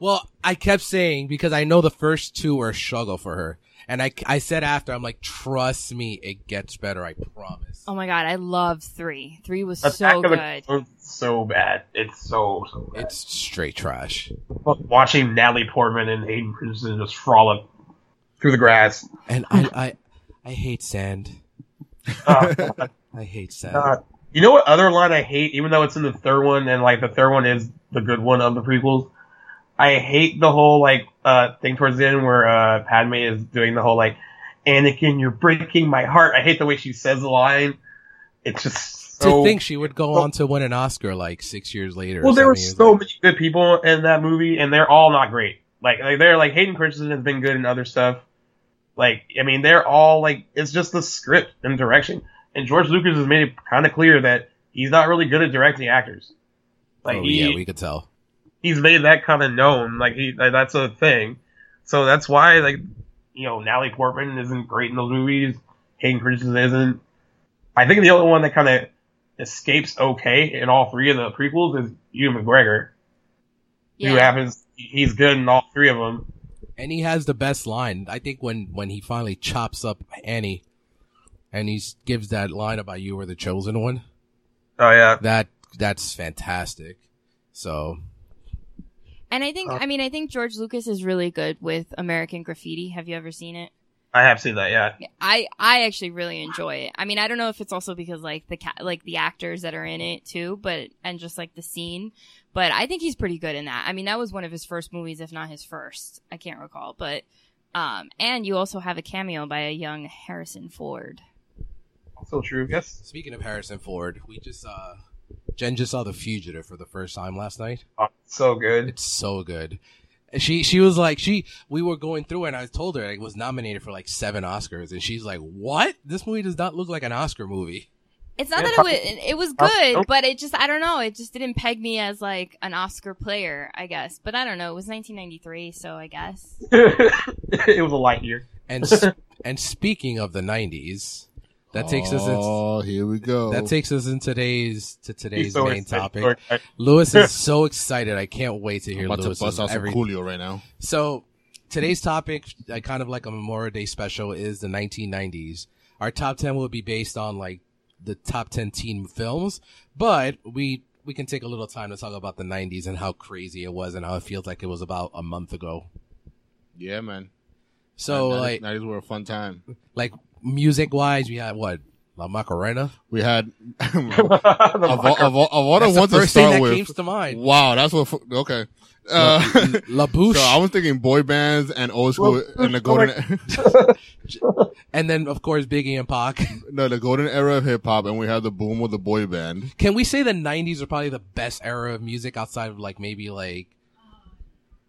Speaker 1: Well, I kept saying because I know the first two are a struggle for her. And I, I said after, I'm like, trust me, it gets better. I promise.
Speaker 4: Oh my god, I love three. Three was
Speaker 3: Attack
Speaker 4: so
Speaker 3: of the
Speaker 4: good.
Speaker 3: Clones is so bad. It's so so bad.
Speaker 1: It's straight trash.
Speaker 3: watching Natalie Portman and Hayden Christensen just frolic through the grass.
Speaker 1: And I, I, I hate sand.
Speaker 2: Oh,
Speaker 3: Uh,
Speaker 1: I hate sand.
Speaker 3: uh, you know what other line I hate, even though it's in the third one, and like the third one is the good one of the prequels. I hate the whole like uh thing towards the end where uh Padme is doing the whole like, Anakin, you're breaking my heart. I hate the way she says the line. It's just
Speaker 1: to
Speaker 3: so
Speaker 1: think she would go
Speaker 3: Well-
Speaker 1: on to win an Oscar like six years later. or
Speaker 3: Well, there were
Speaker 1: something. It's
Speaker 3: so
Speaker 1: like-
Speaker 3: many good people in that movie, and they're all not great. Like, like they're like Hayden Christensen has been good in other stuff. Like, I mean, they're all like it's just the script and direction. And George Lucas has made it kind of clear that he's not really good at directing actors. Like
Speaker 1: oh,
Speaker 3: he,
Speaker 1: yeah, we could tell.
Speaker 3: he's made that kind of known. Like he like, that's a thing. So that's why like you know Natalie Portman isn't great in those movies. Hayden Christensen isn't. I think the only one that kind of escapes okay in all three of the prequels is Ewan McGregor who happens he's good in all three of them.
Speaker 1: And he has the best line. I think when when he finally chops up Annie, and he gives that line about you were the chosen one.
Speaker 3: Oh yeah,
Speaker 1: That that's fantastic. So
Speaker 4: And I think,
Speaker 3: Uh,
Speaker 4: I mean, I think George Lucas is really good with American Graffiti. Have you ever seen it?
Speaker 3: I have seen that. Yeah,
Speaker 4: I, I actually really enjoy it. I mean, I don't know if it's also because like the ca- like the actors that are in it too, but and just like the scene. But I think he's pretty good in that. I mean, that was one of his first movies, if not his first. I can't recall, but um, and you also have a cameo by a young Harrison Ford.
Speaker 3: so true. Yes.
Speaker 1: speaking of Harrison Ford, we just uh Jen just saw The Fugitive for the first time last night.
Speaker 3: Oh, so good. (laughs)
Speaker 1: It's so good. She she was like she we were going through it and I told her it was nominated for like seven Oscars and she's like what this movie does not look like an Oscar movie.
Speaker 4: It's not
Speaker 3: Yeah.
Speaker 4: that it was, it was
Speaker 3: Oh.
Speaker 4: good, but it just, I don't know. It just didn't peg me as like an Oscar player, I guess. But I don't know. It was 1993, so I guess.
Speaker 3: it was a light year.
Speaker 1: And s- and speaking of the '90s, that takes us in,
Speaker 2: Oh, here we go.
Speaker 1: that takes us in today's to
Speaker 3: He's
Speaker 1: today's
Speaker 3: so
Speaker 1: main
Speaker 3: excited. (laughs)
Speaker 1: topic.
Speaker 3: Sorry. I-
Speaker 1: Lewis is so excited. I can't wait to
Speaker 2: I'm
Speaker 1: hear
Speaker 2: about to
Speaker 1: Lewis.
Speaker 2: bust out some
Speaker 1: every-
Speaker 2: Coolio right now.
Speaker 1: So today's topic, uh, kind of like a Memorial Day special, is the 1990s. Our top 10 will be based on like the top 10 teen films, but we we can take a little time to talk about the 90s and how crazy it was and how it feels like it was about a month ago.
Speaker 2: Yeah, man.
Speaker 1: So
Speaker 2: Nineties-
Speaker 1: like
Speaker 2: nineties were a fun time.
Speaker 1: like music wise, we had what La Macarena.
Speaker 2: We had (laughs)
Speaker 1: (laughs)
Speaker 3: The
Speaker 2: of, all,
Speaker 3: fucker.
Speaker 2: of, all, of all the
Speaker 1: That's
Speaker 2: ones
Speaker 1: the
Speaker 2: to
Speaker 1: first thing that
Speaker 2: start with.
Speaker 1: comes to mind.
Speaker 2: Wow, that's what. fu- Okay. Uh,
Speaker 1: La
Speaker 2: (laughs) so
Speaker 1: Bouche,
Speaker 2: I was thinking boy bands and old school and the golden
Speaker 1: and then of course Biggie and Pac.
Speaker 2: (laughs)
Speaker 1: (laughs)
Speaker 2: no the golden era of hip hop, and we had the boom of the boy band.
Speaker 1: Can we say the '90s are probably the best era of music outside of like maybe like,
Speaker 3: Uh,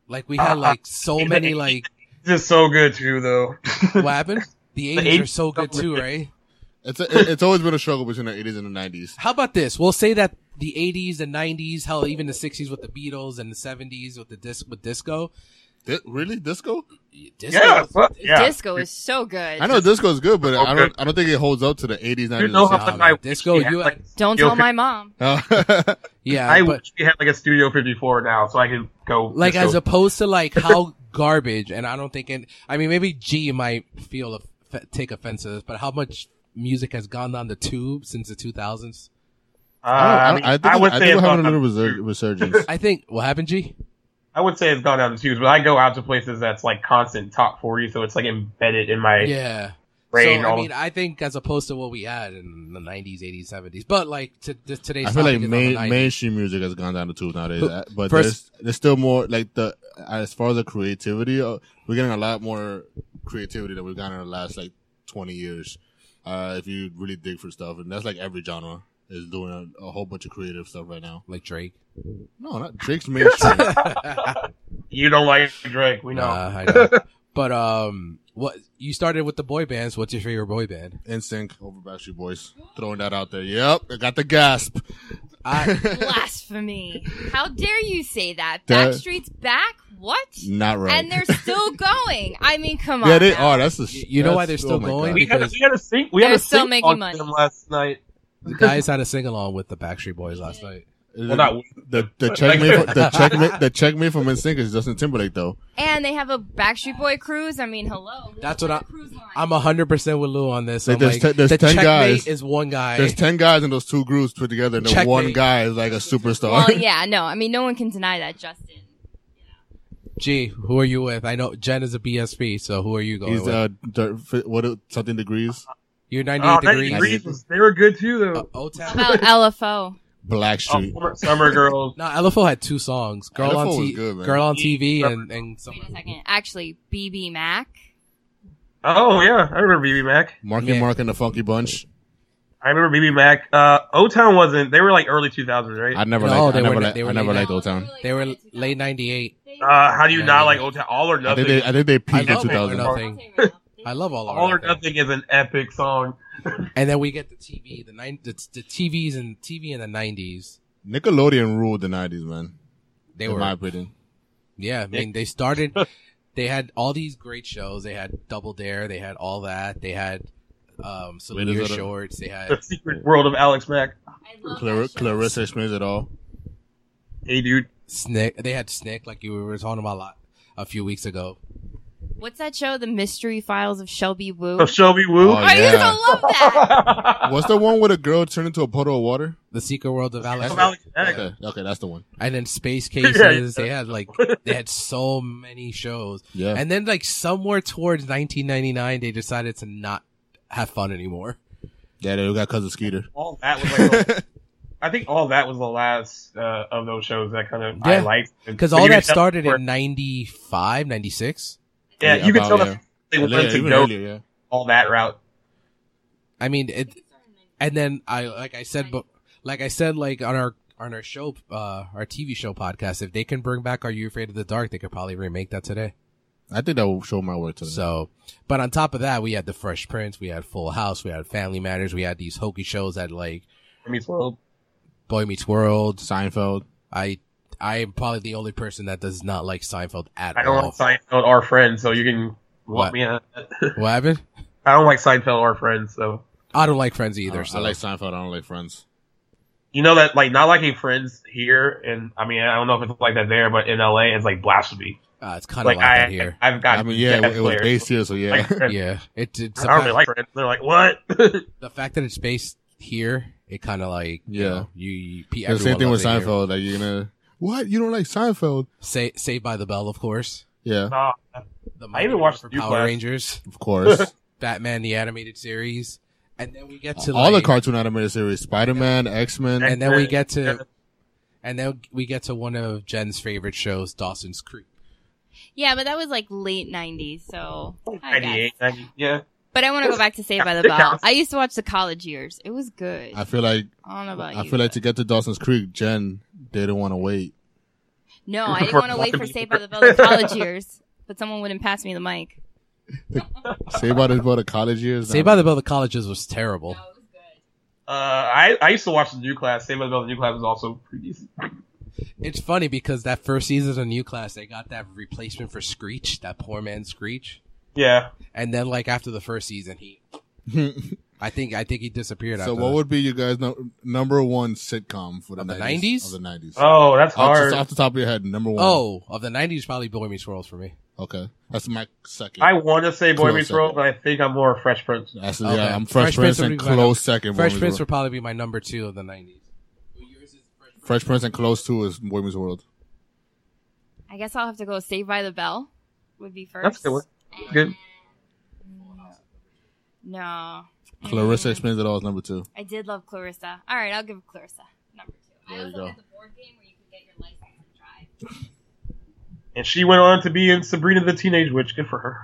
Speaker 1: like we had like so many like
Speaker 3: (laughs) It's just so good too, though. (laughs)
Speaker 1: what happened? The
Speaker 3: The
Speaker 1: 80s are
Speaker 3: 80s
Speaker 1: so good
Speaker 3: stuff-
Speaker 1: too, right?
Speaker 2: It's a, it's always been a struggle between the 80s and the 90s.
Speaker 1: How about this? We'll say that the 80s and 90s, hell, even the 60s with the Beatles and the 70s with the disc with disco.
Speaker 2: Di- really, disco?
Speaker 1: disco
Speaker 3: Yeah, fuck, yeah.
Speaker 4: Disco is so good.
Speaker 2: I know disco is good, but I
Speaker 3: Okay.
Speaker 2: don't. I don't think it holds up to the 80s, 90s.
Speaker 3: You know how
Speaker 1: Nah,
Speaker 3: much
Speaker 1: man.
Speaker 3: I wish
Speaker 1: Disco,
Speaker 3: we had,
Speaker 1: you-
Speaker 3: like,
Speaker 4: Don't
Speaker 3: Yo,
Speaker 4: tell
Speaker 3: can-
Speaker 4: my mom. (laughs)
Speaker 2: (laughs) Uh,
Speaker 1: yeah,
Speaker 3: I
Speaker 1: but
Speaker 3: wish we had like a Studio 54 now, so I could go
Speaker 1: like
Speaker 3: disco. Uh,
Speaker 1: as opposed to
Speaker 3: (laughs)
Speaker 1: like how garbage, and I don't think, it, I mean, maybe G might feel of, take offense to this, but how much music has gone down the tube since the 2000s? Oh,
Speaker 3: Uh,
Speaker 2: I,
Speaker 3: I,
Speaker 2: don't-
Speaker 3: mean,
Speaker 2: I think,
Speaker 3: I would
Speaker 2: I
Speaker 3: say
Speaker 2: think
Speaker 3: it's
Speaker 2: we're
Speaker 3: gone
Speaker 2: having a
Speaker 3: down
Speaker 2: little
Speaker 3: the
Speaker 2: reser-
Speaker 3: tubes.
Speaker 2: resurgence.
Speaker 1: I think, what happened, G?
Speaker 3: I would say it's gone down the tubes, but I go out to places that's like constant top 40, so it's like embedded in my
Speaker 1: Yeah.
Speaker 3: brain.
Speaker 1: so, I
Speaker 3: all
Speaker 1: mean, I think as opposed to what we had in the 90s, 80s, 70s, but like to, to today's
Speaker 2: I feel like
Speaker 1: topic is on the
Speaker 2: main,
Speaker 1: 90s.
Speaker 2: mainstream music has gone down the tubes nowadays,
Speaker 1: Who-
Speaker 2: uh, but
Speaker 1: first-
Speaker 2: there's, there's still more like the as far as the creativity, uh, we're getting a lot more creativity than we've gotten in the last like 20 years. Uh, if you really dig for stuff, and that's like every genre is doing a, a whole bunch of creative stuff right now.
Speaker 1: like Drake. (laughs)
Speaker 2: No, not Drake's mainstream.
Speaker 3: you don't like Drake, we know.
Speaker 1: Nah, I know. but um, what you started with the boy bands. What's your favorite boy band?
Speaker 2: NSYNC over Backstreet Boys, throwing that out there. Yep, I got the gasp.
Speaker 1: I
Speaker 4: Blasphemy. How dare you say that?
Speaker 2: That-
Speaker 4: Backstreet's back? What?
Speaker 2: (laughs) not right.
Speaker 4: And they're
Speaker 2: (laughs)
Speaker 4: still going. I mean, come on.
Speaker 2: yeah, they
Speaker 4: now.
Speaker 2: are. That's the.
Speaker 1: You- you know why
Speaker 2: that's- oh
Speaker 1: they're still
Speaker 2: my
Speaker 1: going?
Speaker 2: God.
Speaker 3: we had a,
Speaker 1: because-
Speaker 3: we had a sing we had
Speaker 4: They're
Speaker 3: a
Speaker 4: still
Speaker 3: sing
Speaker 4: making
Speaker 3: on
Speaker 4: money.
Speaker 3: them last night.
Speaker 1: the guys had a sing along with the Backstreet Boys last night.
Speaker 3: Well, not we.
Speaker 2: The the
Speaker 3: Like-
Speaker 2: checkmate for, the checkmate the checkmate from NSYNC is Justin Timberlake though.
Speaker 4: And they have a Backstreet Boy cruise. I mean, hello.
Speaker 1: That's what I-
Speaker 4: Cruise line.
Speaker 1: I'm hundred percent with Lou on this.
Speaker 2: Like,
Speaker 1: I'm
Speaker 2: there's
Speaker 1: like,
Speaker 2: te- there's
Speaker 1: the
Speaker 2: 10
Speaker 1: checkmate
Speaker 2: guys.
Speaker 1: is one guy.
Speaker 2: There's ten guys in those two groups put together, and the
Speaker 1: Checkmate.
Speaker 2: one guy is like a superstar. (laughs)
Speaker 4: (laughs) Well, yeah, no. I mean, no one can deny
Speaker 1: (laughs)
Speaker 4: that, Justin.
Speaker 1: Gee, who are you with? I know Jen is a BSP, so who are you going
Speaker 2: He's
Speaker 1: with?
Speaker 2: uh dirt, fi- what uh, something degrees
Speaker 1: You're ninety eight
Speaker 3: Oh, 90
Speaker 1: degrees.
Speaker 3: degrees. was- They were good too,
Speaker 1: Uh,
Speaker 2: Oh,
Speaker 3: though.
Speaker 4: How
Speaker 1: O-Town.
Speaker 4: about LFO?
Speaker 2: Black
Speaker 3: Oh,
Speaker 2: Street.
Speaker 3: summer, summer girls.
Speaker 1: No, LFO had two songs: "Girl
Speaker 2: LFO
Speaker 1: on
Speaker 2: was
Speaker 1: T-
Speaker 2: good, man.
Speaker 1: Girl on TV" and and some,
Speaker 4: Wait a second. Actually, BB Mac.
Speaker 3: Oh yeah, I remember BB Mac.
Speaker 2: Marky
Speaker 1: Yeah.
Speaker 2: Mark and the Funky Bunch.
Speaker 3: I remember BB Mac. Uh, O Town wasn't. They were like early 2000s, right?
Speaker 2: I never
Speaker 1: No,
Speaker 2: liked.
Speaker 1: they
Speaker 2: I never,
Speaker 1: were-
Speaker 2: liked,
Speaker 1: they were
Speaker 2: I never
Speaker 1: late.
Speaker 2: liked Old Town. Ah.
Speaker 1: they were late ninety eight.
Speaker 3: Uh, how do you
Speaker 1: Yeah,
Speaker 3: not
Speaker 1: yeah.
Speaker 3: like Old Town? All or
Speaker 2: I
Speaker 3: Nothing.
Speaker 2: think they I think they
Speaker 1: I
Speaker 2: peaked in
Speaker 1: love
Speaker 2: two
Speaker 1: All or
Speaker 2: thousand.
Speaker 1: Nothing. (laughs) I love all
Speaker 3: All or
Speaker 1: or nothing.
Speaker 3: Nothing is an epic song.
Speaker 1: And then we get the TV, the nine, the, the TVs and TV in the nineties.
Speaker 2: Nickelodeon ruled the nineties, man.
Speaker 1: They
Speaker 2: in
Speaker 1: were,
Speaker 2: my opinion.
Speaker 1: yeah. I mean, they
Speaker 2: (laughs)
Speaker 1: started. they had all these great shows. They had Double Dare. They had all that. They had um, Salute
Speaker 2: Wait, is
Speaker 1: Your
Speaker 2: that a-
Speaker 1: Shorts. They had
Speaker 2: (laughs)
Speaker 3: The Secret World of Alex Mack.
Speaker 2: Clar- Clarissa explains it all.
Speaker 3: Hey, dude.
Speaker 1: Snick. They had Snick, like you were talking about a lot a few weeks ago.
Speaker 4: What's that show? The Mystery Files of Shelby Woo.
Speaker 2: (laughs)
Speaker 3: Oh, Shelby Woo.
Speaker 2: Oh,
Speaker 4: I used to
Speaker 2: yeah.
Speaker 4: love
Speaker 3: (laughs)
Speaker 4: that.
Speaker 2: What's the one where the girl turned into a puddle of water?
Speaker 1: The Secret World of Alex,
Speaker 3: Of Alex Mack.
Speaker 2: Okay, okay, that's the one.
Speaker 1: and then Space Cases.
Speaker 3: yeah.
Speaker 1: They had like they had so many shows.
Speaker 2: Yeah.
Speaker 1: And then like somewhere towards 1999, they decided to not have fun anymore.
Speaker 2: Yeah, they got cousin Skeeter.
Speaker 3: All that was
Speaker 2: (laughs)
Speaker 3: like. the- I think all that was the last uh, of those shows that kind of
Speaker 1: Yeah.
Speaker 3: I liked.
Speaker 1: Because all that started in 95, 96.
Speaker 3: Yeah, you could
Speaker 2: about,
Speaker 3: tell
Speaker 2: yeah.
Speaker 3: that they
Speaker 2: Earlier,
Speaker 3: wanted to
Speaker 2: even
Speaker 3: go
Speaker 2: earlier, yeah.
Speaker 3: all that route.
Speaker 1: I mean, it, and then I, like I said, but like I said, like on our, on our show, uh, our TV show podcast, if they can bring back Are You Afraid of the Dark, they could probably remake that today.
Speaker 2: I think that will show my work today.
Speaker 1: So, but on top of that, we had The Fresh Prince, we had Full House, we had Family Matters, we had these hokey shows that like
Speaker 3: I mean, well,
Speaker 1: Boy Meets World.
Speaker 2: Seinfeld.
Speaker 1: I, I am probably the only person that does not like Seinfeld at
Speaker 3: I don't
Speaker 1: all.
Speaker 3: like Seinfeld or Friends, so you can
Speaker 1: What?
Speaker 3: what? me at.
Speaker 1: what happened?
Speaker 3: I don't like Seinfeld or Friends, so
Speaker 1: I don't like Friends
Speaker 2: I
Speaker 3: Oh,
Speaker 1: either.
Speaker 2: don't-
Speaker 1: So
Speaker 2: I like Seinfeld. I don't like Friends.
Speaker 3: you know that like not liking Friends here, and I mean I don't know if it's like that there, but in LA it's like blasphemy.
Speaker 1: uh, it's kind of
Speaker 3: Like
Speaker 1: like,
Speaker 3: I,
Speaker 1: that here.
Speaker 3: I've got.
Speaker 2: I mean, yeah, it, it was based here, so yeah.
Speaker 3: Like, Friends.
Speaker 1: yeah, it, it's
Speaker 3: I don't really
Speaker 1: about-
Speaker 3: like Friends. They're
Speaker 1: (laughs)
Speaker 3: like what? Oh,
Speaker 1: the fact that it's based here, it kind of like yeah, you,
Speaker 2: Yeah.
Speaker 1: know, you, you pe-
Speaker 2: (laughs) the same
Speaker 1: everyone
Speaker 2: thing with
Speaker 1: loves it here.
Speaker 2: Seinfeld. Like you're gonna what? You don't like Seinfeld?
Speaker 1: Say Saved by the Bell, of course.
Speaker 2: Yeah,
Speaker 3: Nah.
Speaker 1: The
Speaker 3: I even
Speaker 1: Mighty
Speaker 3: watched
Speaker 1: Morphin
Speaker 3: the new
Speaker 1: Power
Speaker 3: class.
Speaker 1: Rangers,
Speaker 2: of course.
Speaker 1: Batman the animated series, and then we get (laughs) to
Speaker 2: All the
Speaker 1: like,
Speaker 2: cartoon animated series: Spider Man, X Men.
Speaker 1: and then we get to, and then we get to one of Jen's favorite shows, Dawson's Creek.
Speaker 4: Yeah, but that was like late '90s, so. I guess.
Speaker 3: 98, 90, yeah.
Speaker 4: But I want to go back to Saved by the
Speaker 3: (laughs) It
Speaker 4: Bell.
Speaker 3: counts.
Speaker 4: I used to watch the college years. It was good.
Speaker 2: I
Speaker 4: I,
Speaker 2: feel like
Speaker 4: don't know about
Speaker 2: I
Speaker 4: you.
Speaker 2: feel like
Speaker 4: but-
Speaker 2: to get to Dawson's Creek, Jen didn't want to wait.
Speaker 4: No, I didn't
Speaker 3: For
Speaker 4: want to wait for
Speaker 2: (laughs)
Speaker 3: Bobby.
Speaker 4: Saved by the Bell the college years, but someone wouldn't pass me the mic.
Speaker 2: Say about it about the college years.
Speaker 1: Saved by the Bell, the colleges was terrible.
Speaker 3: Uh, I I used to watch the new class. Same as the new class was also pretty decent.
Speaker 1: It's funny because that first season of New Class, they got that replacement for Screech, that poor man Screech,
Speaker 3: Yeah,
Speaker 1: and then like after the first season, he,
Speaker 2: Bell.
Speaker 1: I think, I think he disappeared.
Speaker 2: (laughs) so
Speaker 1: after
Speaker 2: what
Speaker 1: that.
Speaker 2: would be your guys' num- number one sitcom for the
Speaker 1: Of the
Speaker 2: 90s?
Speaker 1: 90s?
Speaker 2: Of the nineties.
Speaker 3: Oh, that's
Speaker 2: off,
Speaker 3: hard.
Speaker 2: the, off the top of your head, number one.
Speaker 1: Oh, of the '90s, probably Boy Meets World for me.
Speaker 2: okay. That's my second.
Speaker 3: I want to say Boy
Speaker 2: Close
Speaker 3: Meets
Speaker 2: second.
Speaker 3: World, but I think I'm more a Fresh Prince.
Speaker 2: That's,
Speaker 1: Okay.
Speaker 2: Yeah, I'm Fresh,
Speaker 1: Fresh
Speaker 2: Prince,
Speaker 1: Prince would
Speaker 2: and
Speaker 1: be my
Speaker 2: close second. Boy
Speaker 1: Fresh
Speaker 2: Meets
Speaker 1: Prince
Speaker 2: World.
Speaker 1: would probably be my number two of the '90s.
Speaker 2: Fresh Prince and close two is Boy Meets World.
Speaker 4: I guess I'll have to go Saved by the Bell would be first.
Speaker 3: That's a good one. Good.
Speaker 4: No.
Speaker 2: Clarissa explains it all is number two.
Speaker 4: I did love Clarissa. All right, I'll give Clarissa number two.
Speaker 2: There
Speaker 4: I
Speaker 2: you
Speaker 4: also
Speaker 2: go.
Speaker 4: had the board game where you could get your license and drive.
Speaker 3: And she went on to be in Sabrina the Teenage Witch. Good for her.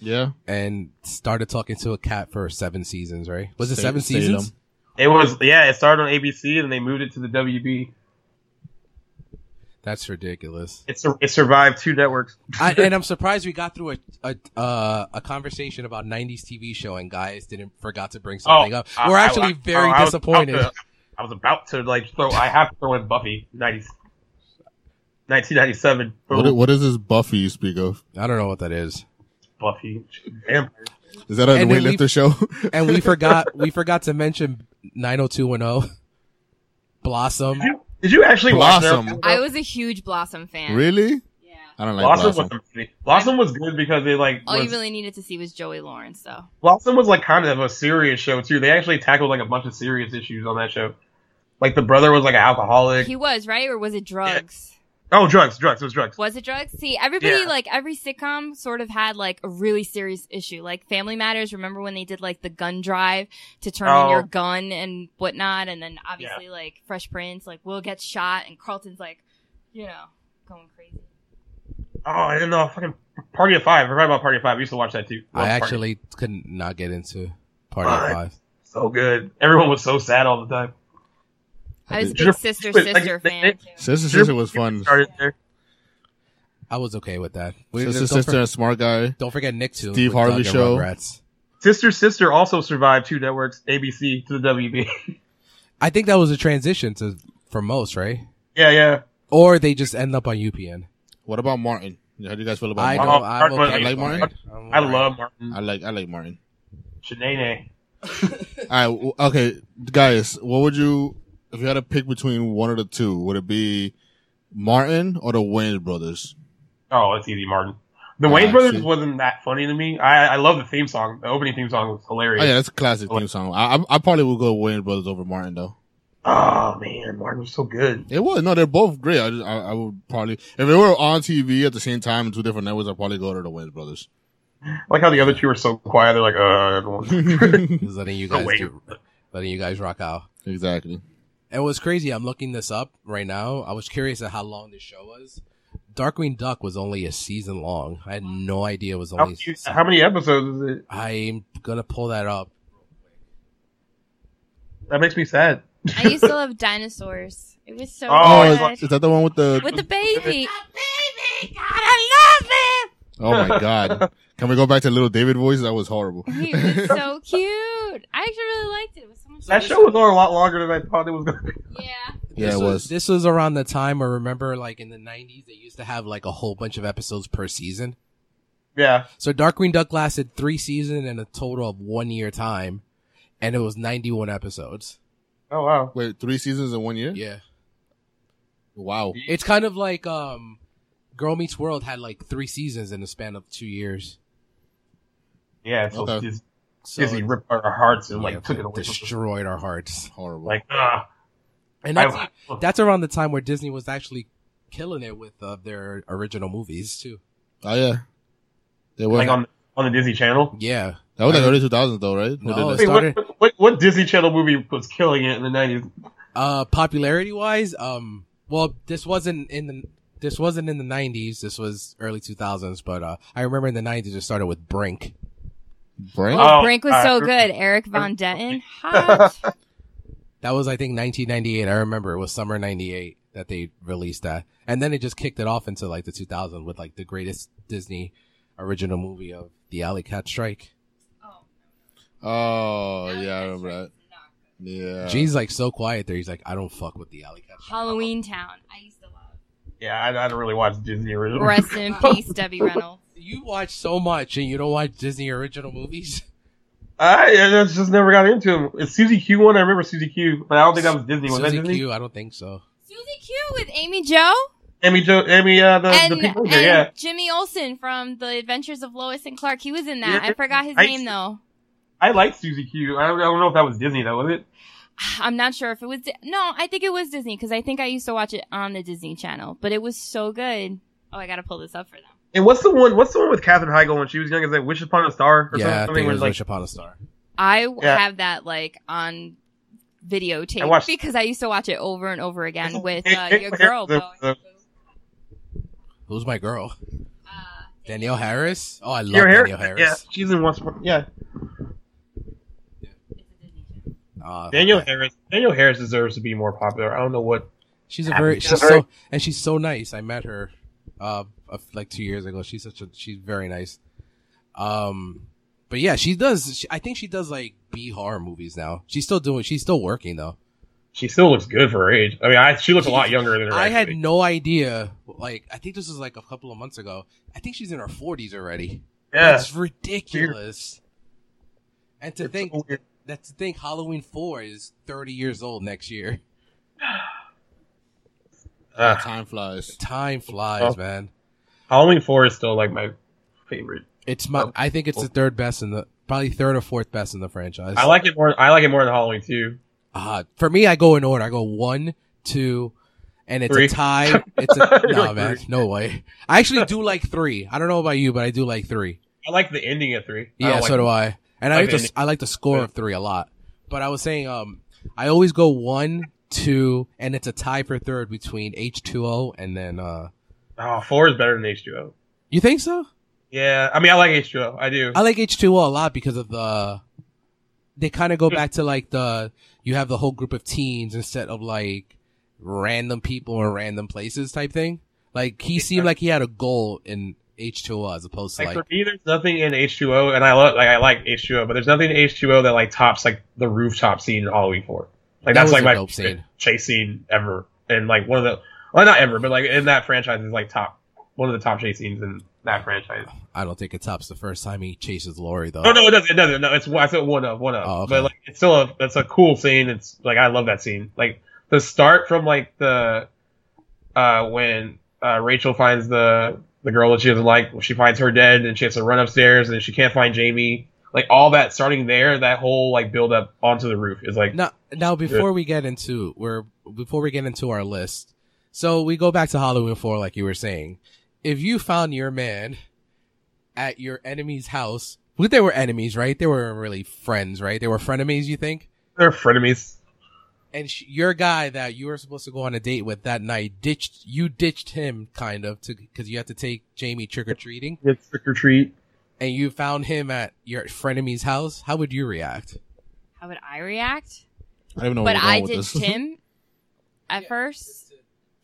Speaker 2: Yeah.
Speaker 1: And started talking to a cat for seven seasons, right? Was it
Speaker 2: Sta-
Speaker 1: seven
Speaker 2: Statham.
Speaker 1: seasons?
Speaker 3: It was yeah. It started on ABC and they moved it to the WB.
Speaker 1: That's ridiculous.
Speaker 3: It, sur- it survived two networks.
Speaker 1: I, and I'm surprised we got through a a uh, a conversation about '90s TV show and guys didn't forgot to bring something up.
Speaker 3: Oh, I-
Speaker 1: We're
Speaker 3: I-
Speaker 1: actually
Speaker 3: I-
Speaker 1: very
Speaker 3: I was about
Speaker 1: disappointed.
Speaker 3: to- I was about to like throw. I have to throw in Buffy nineties, nineteen ninety seven.
Speaker 2: What, i- what is this Buffy you speak of?
Speaker 1: I don't know what that is.
Speaker 3: Buffy, vampire.
Speaker 2: Is that a
Speaker 1: And then
Speaker 2: weightlifter
Speaker 1: we-
Speaker 2: show? (laughs)
Speaker 1: And we forgot we forgot to mention 90210, Blossom.
Speaker 3: Did you actually watch
Speaker 2: Blossom.
Speaker 3: that?
Speaker 4: I was a huge Blossom fan.
Speaker 2: really?
Speaker 4: Yeah.
Speaker 2: I don't like
Speaker 3: Blossom,
Speaker 2: Blossom.
Speaker 3: was amazing. Blossom was good because they like
Speaker 4: All Oh, you
Speaker 3: was,
Speaker 4: really needed to see was Joey Lawrence, though.
Speaker 3: Blossom was like kind of a serious show too. They actually tackled like a bunch of serious issues on that show. Like the brother was like an alcoholic.
Speaker 4: He was right, or was it drugs?
Speaker 3: oh, drugs, drugs, it was drugs.
Speaker 4: Was it drugs? See, everybody
Speaker 3: Yeah.
Speaker 4: like every sitcom sort of had like a really serious issue. Like Family Matters, remember when they did like the gun drive to turn
Speaker 3: Oh.
Speaker 4: in your gun and whatnot, and then obviously like Fresh Prince, like Will gets shot and Carlton's like, you know, going crazy.
Speaker 3: Oh, I didn't know. Fucking Party of Five. I forgot about Party of Five. I used to watch that too.
Speaker 1: I
Speaker 3: Loved Party.
Speaker 1: actually could not get into Party
Speaker 3: Alright.
Speaker 1: of Five.
Speaker 3: so good. Everyone was so sad all the time.
Speaker 4: I was a
Speaker 2: did-
Speaker 4: big sister
Speaker 3: Wait, like,
Speaker 4: sister
Speaker 3: they-
Speaker 4: fan. too.
Speaker 2: Sister Sister was fun.
Speaker 3: Started there.
Speaker 1: I was okay with that. We-
Speaker 2: Sister
Speaker 1: don't,
Speaker 2: Sister
Speaker 1: for-
Speaker 2: and Smart Guy.
Speaker 1: don't forget Nicktoons. with Doug
Speaker 2: Steve Harvey
Speaker 1: and
Speaker 2: Show.
Speaker 1: Rugrats.
Speaker 3: Sister Sister also survived two networks, ABC to the WB.
Speaker 1: I think that was a transition to for most, right?
Speaker 3: (laughs) yeah, yeah.
Speaker 1: Or they just end up on UPN.
Speaker 2: What about Martin? How do you guys feel about
Speaker 1: I
Speaker 2: Martin?
Speaker 1: don't.
Speaker 3: Oh,
Speaker 1: I'm
Speaker 3: Martin.
Speaker 1: okay.
Speaker 2: I like Martin.
Speaker 1: I'm
Speaker 3: I
Speaker 1: alright.
Speaker 3: love Martin.
Speaker 2: I like I like Martin.
Speaker 3: Shanae.
Speaker 2: All right, w- okay, guys, what would you if you had to pick between one of the two? Would it be Martin or the Wayne brothers?
Speaker 3: Oh, it's easy, Martin. The
Speaker 2: Ah,
Speaker 3: Wayne
Speaker 2: I
Speaker 3: Brothers
Speaker 2: see.
Speaker 3: wasn't that funny to me. I I love the theme song. The opening theme song was
Speaker 2: Oh yeah,
Speaker 3: hilarious.
Speaker 2: that's a classic theme song. I I, I probably would go Wayne brothers over Martin though.
Speaker 3: Oh, man, Martin was so good.
Speaker 2: It was no, they're both great. I just, I, I would probably if they were on TV at the same time in two different networks, I'd probably go to the Wayne
Speaker 3: (laughs)
Speaker 2: brothers.
Speaker 3: I like how the other two were so quiet. They're like, uh, I don't (laughs) want-
Speaker 1: Just letting you
Speaker 3: The
Speaker 1: guys
Speaker 3: Wayne
Speaker 1: do, letting you guys rock out.
Speaker 2: exactly.
Speaker 1: And what's crazy, I'm looking this up right now. I was curious at how long this show was. Darkwing Duck was only a season long. I had no idea it was
Speaker 3: how,
Speaker 1: only.
Speaker 3: few- how many episodes is it?
Speaker 1: I'm gonna pull that up.
Speaker 3: That makes me sad.
Speaker 4: I
Speaker 3: (laughs)
Speaker 4: used to love dinosaurs. It was so
Speaker 3: Oh,
Speaker 2: is-
Speaker 4: good.
Speaker 2: is, that the one with the?
Speaker 3: (laughs)
Speaker 4: with the baby. baby, God, I
Speaker 2: oh my
Speaker 3: (laughs)
Speaker 2: god! Can we go back to little David voice? That was horrible.
Speaker 4: love him.
Speaker 2: (laughs)
Speaker 4: He (laughs) was so cute. I actually really liked it. It was so much.
Speaker 3: That show was on a lot longer than I thought it was going to be.
Speaker 4: Yeah.
Speaker 2: yeah,
Speaker 1: this
Speaker 2: it was.
Speaker 1: This was around the time I remember, like in the '90s, they used to have like a whole bunch of episodes per season.
Speaker 3: Yeah.
Speaker 1: So Darkwing Duck lasted three seasons and a total of one year time, and it was 91 episodes.
Speaker 3: Oh, wow.
Speaker 2: Wait, three seasons in one year?
Speaker 1: Yeah,
Speaker 2: Wow.
Speaker 1: it's kind of like um, Girl Meets World had like three seasons in the span of two years.
Speaker 3: Yeah, so
Speaker 2: Okay.
Speaker 3: Dis-
Speaker 1: So
Speaker 3: Disney ripped our hearts and
Speaker 1: yeah,
Speaker 3: like took it away. from us.
Speaker 1: destroyed our hearts.
Speaker 2: Horrible.
Speaker 3: Like, ah.
Speaker 1: And
Speaker 3: I-
Speaker 1: that's, that's around the time where Disney was actually killing it with uh, their original movies too.
Speaker 2: oh yeah. They were
Speaker 3: like on on the Disney Channel.
Speaker 1: Yeah,
Speaker 2: That was like early 2000s though, right?
Speaker 1: No,
Speaker 2: Who did
Speaker 1: it's-
Speaker 2: that?
Speaker 3: Wait, what,
Speaker 1: started-
Speaker 3: what what Disney Channel movie was killing it in the nineties?
Speaker 1: uh popularity wise um well this wasn't in the this wasn't in the 90s this was early 2000s but uh i remember in the 90s it started with brink
Speaker 2: Brink?
Speaker 3: Oh,
Speaker 4: Brink was
Speaker 3: uh,
Speaker 4: so good. Eric Von
Speaker 3: (laughs)
Speaker 4: Detten,
Speaker 3: Oh,
Speaker 4: hot.
Speaker 1: that was i think 1998 i remember it was summer 98 that they released that and then it just kicked it off into like the 2000s with like the greatest disney original movie of The Alley Cat Strike.
Speaker 4: Oh,
Speaker 2: Oh yeah, I remember that. Yeah.
Speaker 1: G's like so quiet there. He's like, I don't fuck with the Alley Cat. Strike.
Speaker 4: Halloween Town. I used to love.
Speaker 3: Yeah, I, I don't really watch Disney original.
Speaker 4: Rest (laughs) in peace, Debbie Reynolds.
Speaker 1: You watch so much and you don't watch Disney original movies.
Speaker 3: I, I just- just never got into them. It's Suzy Q one. I remember Suzy Q, but I don't think that was
Speaker 1: (laughs)
Speaker 3: Disney. Was that
Speaker 1: Suzy
Speaker 3: Disney?
Speaker 1: Q, I don't think so.
Speaker 4: Susie Q with Amy Joe
Speaker 3: Amy Joe, Amy, uh, (laughs) the,
Speaker 4: and,
Speaker 3: the people
Speaker 4: and
Speaker 3: there, yeah.
Speaker 4: Jimmy Olsen from The Adventures of Lois and Clark. He was in that.
Speaker 3: Yeah.
Speaker 4: I forgot his
Speaker 3: I-
Speaker 4: name though. (sighs)
Speaker 3: I like Suzy Q. I don't, I don't know if that was Disney though, was it?
Speaker 4: I'm not sure if it was. Di- no, I think it was Disney because I think I used to watch it on the Disney Channel, but it was so good. Oh, I gotta pull this up for them.
Speaker 3: And what's the one? What's the one with Katherine Heigl when she was young? Is that Wish Upon a Star or
Speaker 1: yeah, I
Speaker 3: something?
Speaker 1: think it
Speaker 3: where
Speaker 1: was
Speaker 3: it's like-
Speaker 1: Wish Upon a Star.
Speaker 4: I w-
Speaker 3: Yeah.
Speaker 4: have that like on videotape
Speaker 3: I watched-
Speaker 4: because I used to watch it over and over
Speaker 3: (laughs)
Speaker 4: again with uh,
Speaker 3: It-
Speaker 4: your
Speaker 3: it-
Speaker 4: girl,
Speaker 3: the-
Speaker 4: Bo.
Speaker 3: the-
Speaker 1: Who's my girl?
Speaker 4: Uh,
Speaker 1: Danielle Harris. Oh, I love
Speaker 3: Your hair,
Speaker 1: Danielle Harris.
Speaker 3: yeah, she's in once. Upon- Yeah,
Speaker 4: it's a Disney channel.
Speaker 1: Uh,
Speaker 3: Daniel
Speaker 1: okay.
Speaker 3: Harris. Daniel Harris deserves to be more popular. I don't know what.
Speaker 1: She's a very
Speaker 3: She's
Speaker 1: she's,
Speaker 3: a very-
Speaker 1: so and she's so nice. I met her uh a- like 2 years ago. She's such a she's very nice. Um but yeah, she does she, I think she does like B horror movies now. She's still doing she's still working though.
Speaker 3: She still looks good for her age. I mean, I, she looks a lot younger than her.
Speaker 1: I had
Speaker 3: actually.
Speaker 1: no idea like I think this was like a couple of months ago. I think she's in her 40s already.
Speaker 3: yeah.
Speaker 1: That's ridiculous. And to think
Speaker 3: Weird.
Speaker 1: that to think Halloween 4 is 30 years old next year.
Speaker 3: Uh,
Speaker 2: Time flies.
Speaker 1: Time flies,
Speaker 3: Oh.
Speaker 1: man.
Speaker 3: Halloween Four is still like my favorite.
Speaker 1: It's my
Speaker 3: Oh.
Speaker 1: I think it's the third best in the probably third or fourth best in the franchise.
Speaker 3: I like it more. I like it more than Halloween Two.
Speaker 1: Uh, for me, I go in order. I go one, two, and it's
Speaker 3: Three.
Speaker 1: a
Speaker 3: (laughs)
Speaker 1: tie. It's a,
Speaker 3: You're
Speaker 1: no
Speaker 3: like
Speaker 1: man,
Speaker 3: three.
Speaker 1: no way. I actually do like three. I don't know about you, but I do like three.
Speaker 3: I like the ending of three.
Speaker 1: Yeah, so do I. And I
Speaker 3: like
Speaker 1: like
Speaker 3: the
Speaker 1: the
Speaker 3: ending.
Speaker 1: I like the score of three a lot. But I was saying, um, I always go one, two, and it's a tie for third between H two O and then uh,
Speaker 3: Oh, four is better than H two O.
Speaker 1: you think so?
Speaker 3: Yeah, I mean, I like H two O. I do.
Speaker 1: I like H two O a lot because of the they kind of go back to like the you have the whole group of teens instead of like random people or random places type thing. Like he seemed like he had a goal in H two O as opposed to
Speaker 3: Like,
Speaker 1: like,
Speaker 3: for me, there's nothing in H two O, and I love like I like H two O, but there's nothing in H two O that like tops like the rooftop scene in Halloween Four. Like
Speaker 1: That was
Speaker 3: that's like
Speaker 1: a
Speaker 3: my
Speaker 1: dope
Speaker 3: favorite
Speaker 1: scene.
Speaker 3: chase scene ever, and like one of the well not ever, but like in that franchise is like top one of the top chase scenes in that franchise.
Speaker 1: I don't think it tops the first time he chases Lori though.
Speaker 3: Oh, No, no, it doesn't. It doesn't. No, it's I said one of one of.
Speaker 1: Oh, okay.
Speaker 3: But like, it's still a it's a cool scene. It's like I love that scene. Like the start from like the uh when uh Rachel finds the the girl that she doesn't like. She finds her dead, and she has to run upstairs, and she can't find Jamie. Like all that starting there, that whole like build up onto the roof is like
Speaker 1: Now, now before we get into we're before we get into our list, so we go back to Halloween four, like you were saying. If you found your man at your enemy's house, but they were enemies, right? They were really friends, right? They were frenemies. You think?
Speaker 3: they're frenemies.
Speaker 1: And sh- your guy that you were supposed to go on a date with that night ditched you ditched him kind of to because you had to take Jamie trick or treating,
Speaker 3: It's trick or treat. (laughs)
Speaker 1: and you found him at your frenemy's house. How would you react?
Speaker 4: How would I react?
Speaker 2: I don't even know
Speaker 4: but
Speaker 2: where we're
Speaker 4: I
Speaker 2: going with
Speaker 1: (laughs)
Speaker 4: ditched
Speaker 2: this.
Speaker 4: him at first